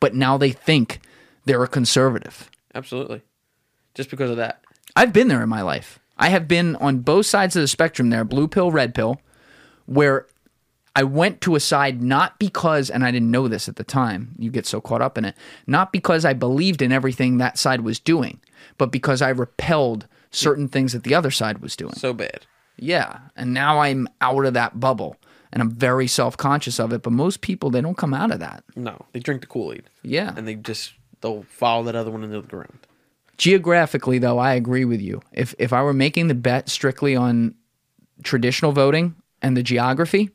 Speaker 1: But now they think they're a conservative.
Speaker 2: Absolutely, just because of that.
Speaker 1: I've been there in my life. I have been on both sides of the spectrum there, blue pill, red pill, where I went to a side not because, and I didn't know this at the time, you get so caught up in it, not because I believed in everything that side was doing, but because I repelled certain things that the other side was doing.
Speaker 2: So bad.
Speaker 1: Yeah. And now I'm out of that bubble and I'm very self conscious of it. But most people, they don't come out of that.
Speaker 2: No, they drink the Kool Aid.
Speaker 1: Yeah.
Speaker 2: and they just they'll follow that other one into the ground.
Speaker 1: Geographically, though, I agree with you. If if I were making the bet strictly on traditional voting and the geography,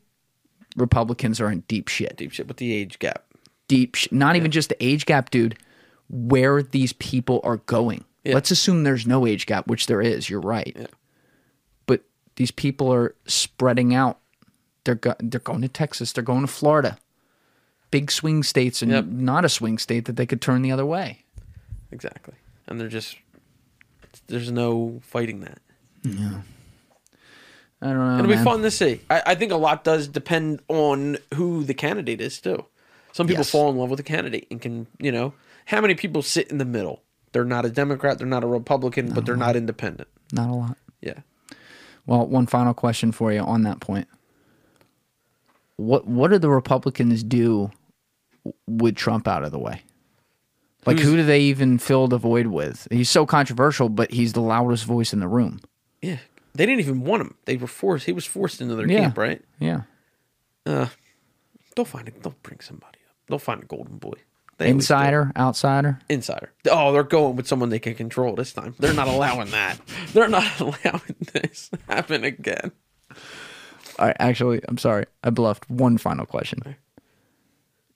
Speaker 1: Republicans are in deep shit.
Speaker 2: Deep shit with the age gap.
Speaker 1: deep, sh- not even just the age gap, dude, where these people are going. Let's assume there's no age gap, which there is. You're right. But these people are spreading out. They're, go- they're going to Texas. They're going to Florida. Big swing states and
Speaker 2: Yep.
Speaker 1: not a swing state that they could turn the other way.
Speaker 2: Exactly. And they're just there's no fighting that.
Speaker 1: I don't know.
Speaker 2: It'll be
Speaker 1: Oh, man.
Speaker 2: fun to see. I, I think a lot does depend on who the candidate is too. Some people
Speaker 1: Yes.
Speaker 2: fall in love with a candidate and can you know how many people sit in the middle? They're not a Democrat, they're not a Republican, but they're not independent.
Speaker 1: Not a lot.
Speaker 2: Yeah.
Speaker 1: Well, one final question for you on that point. What what do the Republicans do w- with Trump out of the way? Like who do they even fill the void with? He's so controversial, but he's the loudest voice in the room.
Speaker 2: Yeah. They didn't even want him. They were forced he was forced into their
Speaker 1: Yeah.
Speaker 2: camp, right?
Speaker 1: Yeah.
Speaker 2: They'll find it they'll bring somebody up. They'll find a golden boy. They always do.
Speaker 1: Insider, outsider.
Speaker 2: Insider. Oh, they're going with someone they can control this time. They're not allowing that. They're not [LAUGHS] allowing this to happen again.
Speaker 1: All right, actually, I'm sorry. I bluffed. One final question.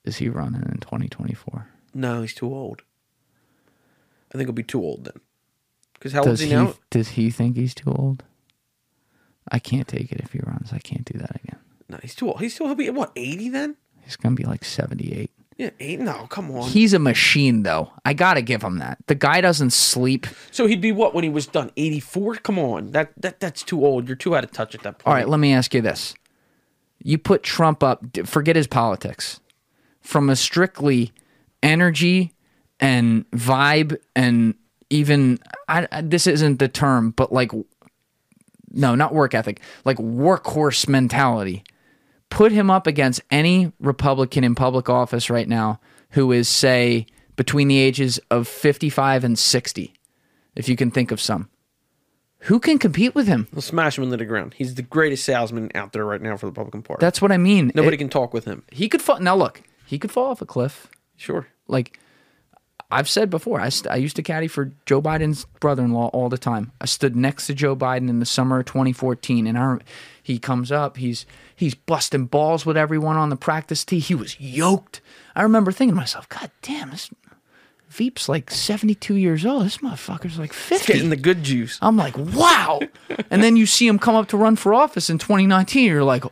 Speaker 1: Is he running in 2024?
Speaker 2: No, he's too old. I think he'll be too old then. Because how old
Speaker 1: Does
Speaker 2: is he,
Speaker 1: he
Speaker 2: now?
Speaker 1: does he think he's too old? I can't take it if he runs. I can't do that again.
Speaker 2: No, he's too old. He's still he'll be what eighty then?
Speaker 1: He's going to be like 78.
Speaker 2: Yeah, eight. No, come on.
Speaker 1: He's a machine, though. I gotta give him that. The guy doesn't sleep.
Speaker 2: so he'd be what when he was done? Eighty four. Come on, that that that's too old. You're too out of touch at that point.
Speaker 1: All right, let me ask you this: You put Trump up. d- Forget his politics. From a strictly energy and vibe, and even I, I- this isn't the term, but like, no, not work ethic, like workhorse mentality. Put him up against any Republican in public office right now who is, say, between the ages of 55 and 60, if you can think of some. Who can compete with him?
Speaker 2: He'll smash him into the ground. He's the greatest salesman out there right now for the Republican Party.
Speaker 1: That's what I mean.
Speaker 2: Nobody
Speaker 1: It-
Speaker 2: can talk with him.
Speaker 1: he could fall. Now look, he could fall off a cliff.
Speaker 2: Sure.
Speaker 1: Like I've said before, I, st- I used to caddy for Joe Biden's brother-in-law all the time. I stood next to Joe Biden in the summer of 2014, and I, rem- he comes up. He's he's busting balls with everyone on the practice tee. He was yoked. I remember thinking to myself, God damn, this Veep's like 72 years old. This motherfucker's like 50.
Speaker 2: Getting the good juice.
Speaker 1: I'm like, wow. and then you see him come up to run for office in 2019. You're like,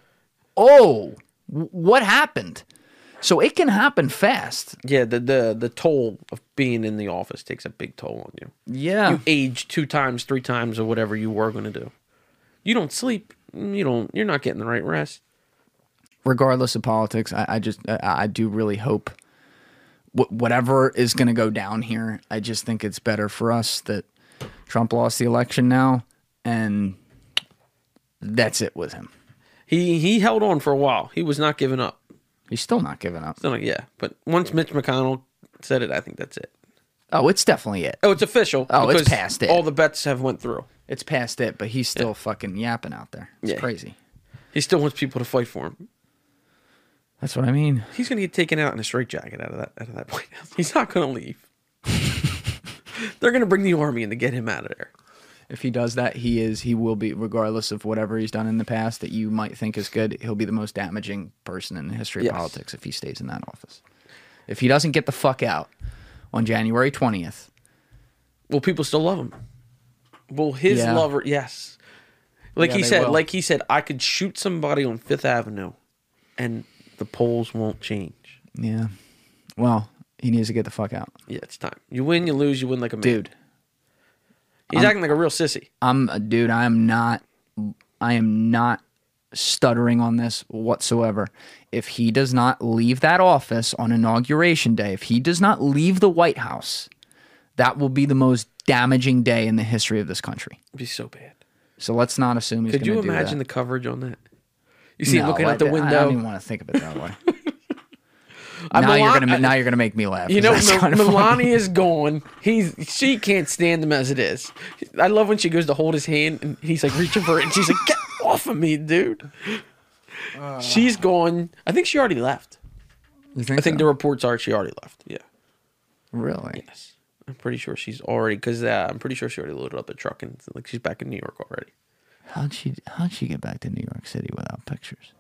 Speaker 1: oh, w- what happened? So it can happen fast.
Speaker 2: Yeah, the, the the toll of being in the office takes a big toll on you.
Speaker 1: Yeah.
Speaker 2: You age two times, three times, or whatever you were going to do. You don't sleep. You don't. You're not getting the right rest.
Speaker 1: Regardless of politics, I, I just, I, I do really hope wh- whatever is going to go down here, I just think it's better for us that Trump lost the election now and that's it with him.
Speaker 2: He he held on for a while. He was not giving up.
Speaker 1: He's still not giving up.
Speaker 2: So like, yeah, but once Mitch McConnell said it, I think that's it.
Speaker 1: Oh, it's definitely it.
Speaker 2: Oh, it's official.
Speaker 1: Oh, it's
Speaker 2: because
Speaker 1: past it.
Speaker 2: All the bets have went through.
Speaker 1: It's past it, but he's still fucking yapping out there. It's
Speaker 2: Yeah.
Speaker 1: crazy.
Speaker 2: He still wants people to fight for him.
Speaker 1: That's what I mean.
Speaker 2: He's going to get taken out in a straitjacket out of that out of that White House. [LAUGHS] He's not going to
Speaker 1: [LAUGHS]
Speaker 2: leave. They're going to bring the army in to get him out of there.
Speaker 1: if he does that, he is he will be regardless of whatever he's done in the past that you might think is good. He'll be the most damaging person in the history of
Speaker 2: Yes.
Speaker 1: politics if he stays in that office. If he doesn't get the fuck out on January twentieth,
Speaker 2: Will people still love him? Will his
Speaker 1: Yeah.
Speaker 2: lover? Yes. Like
Speaker 1: Yeah,
Speaker 2: he
Speaker 1: they
Speaker 2: said.
Speaker 1: will.
Speaker 2: Like he said. I could shoot somebody on Fifth Avenue, and the polls won't change.
Speaker 1: yeah, well, he needs to get the fuck out,
Speaker 2: Yeah, it's time. You win, you lose, you win like a man.
Speaker 1: dude.
Speaker 2: He's acting like a real sissy.
Speaker 1: I'm dude. I am not. I am not stuttering on this whatsoever. If he does not leave that office on inauguration day, if he does not leave the White House, that will be the most damaging day in the history of this country.
Speaker 2: It'd be so bad.
Speaker 1: So let's not assume he's
Speaker 2: Could you
Speaker 1: going to do that.
Speaker 2: imagine the coverage on that? You see him
Speaker 1: No,
Speaker 2: looking
Speaker 1: I-
Speaker 2: out the
Speaker 1: I don't
Speaker 2: window.
Speaker 1: even want to think of it that way.
Speaker 2: [LAUGHS] Uh,
Speaker 1: now you're
Speaker 2: Melania-
Speaker 1: gonna ma- now you're gonna make me laugh.
Speaker 2: You
Speaker 1: 'cause
Speaker 2: know,
Speaker 1: that's
Speaker 2: Mel-
Speaker 1: kinda funny.
Speaker 2: Melania's gone. He's she can't stand him as it is. I love when she goes to hold his hand and he's like reaching for it, and she's like, "Get off of me, dude." She's gone. I think she already left.
Speaker 1: You think
Speaker 2: I think the reports are she already left. Yeah,
Speaker 1: Really?
Speaker 2: Yes. I'm pretty sure she's already because uh, I'm pretty sure she already loaded up the truck and like she's back in New York already.
Speaker 1: How'd she How'd she get back to New York City without pictures?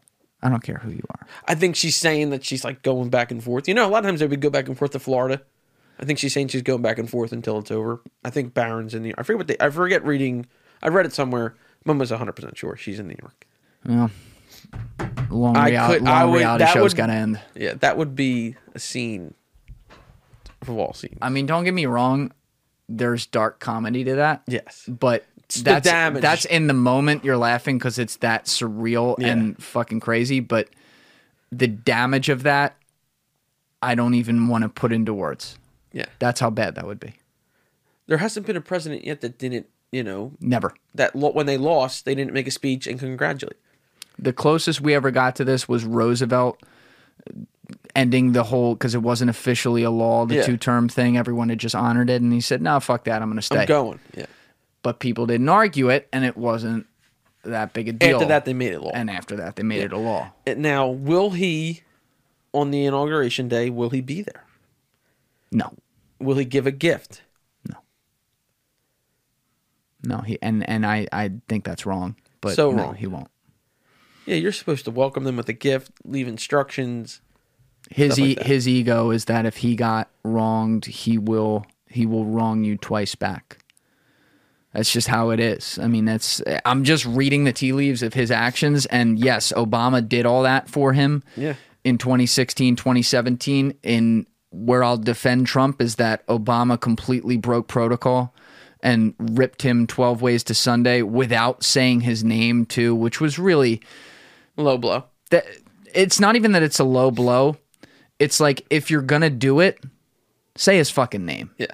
Speaker 1: I don't care who you are.
Speaker 2: I think she's saying that she's like going back and forth. You know, a lot of times they would go back and forth to Florida. I think she's saying she's going back and forth until it's over. I think Barron's in the. I forget what they. I forget reading. I read it somewhere. Mom was 100 percent sure she's in New York.
Speaker 1: Well, long,
Speaker 2: I
Speaker 1: rea-
Speaker 2: could-
Speaker 1: long
Speaker 2: I would-
Speaker 1: reality
Speaker 2: that
Speaker 1: show's
Speaker 2: would-
Speaker 1: gotta end.
Speaker 2: Yeah, that would be a scene of all scenes.
Speaker 1: I mean, don't get me wrong. There's dark comedy to that.
Speaker 2: Yes.
Speaker 1: But
Speaker 2: the
Speaker 1: that's
Speaker 2: damage.
Speaker 1: that's in the moment you're laughing because it's that surreal and fucking crazy. But the damage of that, I don't even want to put into words.
Speaker 2: Yeah,
Speaker 1: That's how bad that would be.
Speaker 2: there hasn't been a president yet that didn't. You know
Speaker 1: Never.
Speaker 2: that lo- when they lost, they didn't make a speech and congratulate.
Speaker 1: The closest we ever got to this was Roosevelt uh, ending the whole because it wasn't officially a law, the
Speaker 2: Yeah.
Speaker 1: two term thing. Everyone had just honored it, and he said, "No, fuck that, I'm going to stay."
Speaker 2: I'm going. Yeah.
Speaker 1: But people didn't argue it, and it wasn't that big a deal.
Speaker 2: After that, they made it law.
Speaker 1: and after that, they made it a law.
Speaker 2: And now, will he on the inauguration day? Will he be there?
Speaker 1: No,
Speaker 2: Will he give a gift?
Speaker 1: no, he and and I I think that's wrong. But
Speaker 2: So
Speaker 1: no,
Speaker 2: wrong.
Speaker 1: he won't.
Speaker 2: Yeah, you're supposed to welcome them with a gift, leave instructions.
Speaker 1: His
Speaker 2: Stuff like
Speaker 1: e-
Speaker 2: that.
Speaker 1: his ego is that if he got wronged, he will he will wrong you twice back. That's just how it is. I mean, that's I'm just reading the tea leaves of his actions and yes, Obama did all that for him.
Speaker 2: Yeah.
Speaker 1: In 2016, 2017 in where I'll defend Trump is that Obama completely broke protocol and ripped him 12 ways to Sunday without saying his name too, which was really
Speaker 2: Low blow.
Speaker 1: that it's not even that it's a low blow. It's like if you're gonna do it, say his fucking name.
Speaker 2: Yeah.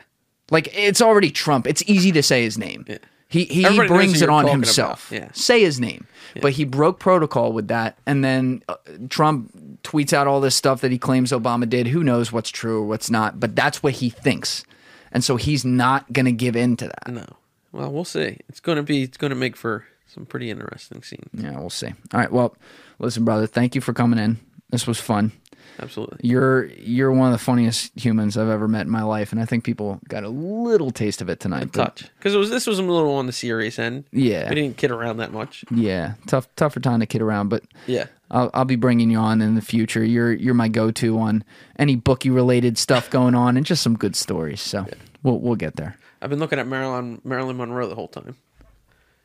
Speaker 1: Like it's already Trump. It's easy to say his name. He he
Speaker 2: Everybody knows
Speaker 1: brings
Speaker 2: who
Speaker 1: it
Speaker 2: you're
Speaker 1: on
Speaker 2: talking
Speaker 1: himself.
Speaker 2: about. Yeah.
Speaker 1: Say his name. But he broke protocol with that, and then uh, Trump tweets out all this stuff that he claims Obama did. Who knows what's true or what's not? But that's what he thinks, and so he's not gonna give in to that.
Speaker 2: No. Well, we'll see. It's gonna be. It's gonna make for some pretty interesting scene.
Speaker 1: Yeah, we'll see. All right. Well, listen, brother. Thank you for coming in. This was fun.
Speaker 2: Absolutely.
Speaker 1: You're you're one of the funniest humans I've ever met in my life, and I think people got a little taste of it tonight. but
Speaker 2: Touch because it was. This was a little on the serious end.
Speaker 1: Yeah. Mm-hmm.
Speaker 2: We didn't kid around that much.
Speaker 1: yeah, tough tougher time to kid around, but
Speaker 2: Yeah.
Speaker 1: I'll, I'll be bringing you on in the future. You're you're my go to on any bookie related stuff going on, and just some good stories. So we'll we'll get there.
Speaker 2: I've been looking at Marilyn Marilyn Monroe the whole time.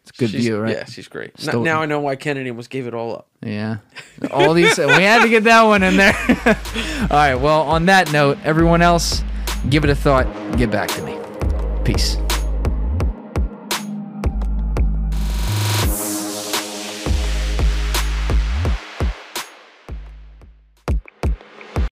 Speaker 1: It's a good
Speaker 2: she's,
Speaker 1: view, right?
Speaker 2: Yeah, she's great. N-
Speaker 1: Still-
Speaker 2: now I know why Kennedy was gave it all up.
Speaker 1: Yeah. All these we had to get that one in there. [LAUGHS] All right. Well, on that note, everyone else, give it a thought. Get back to me. Peace.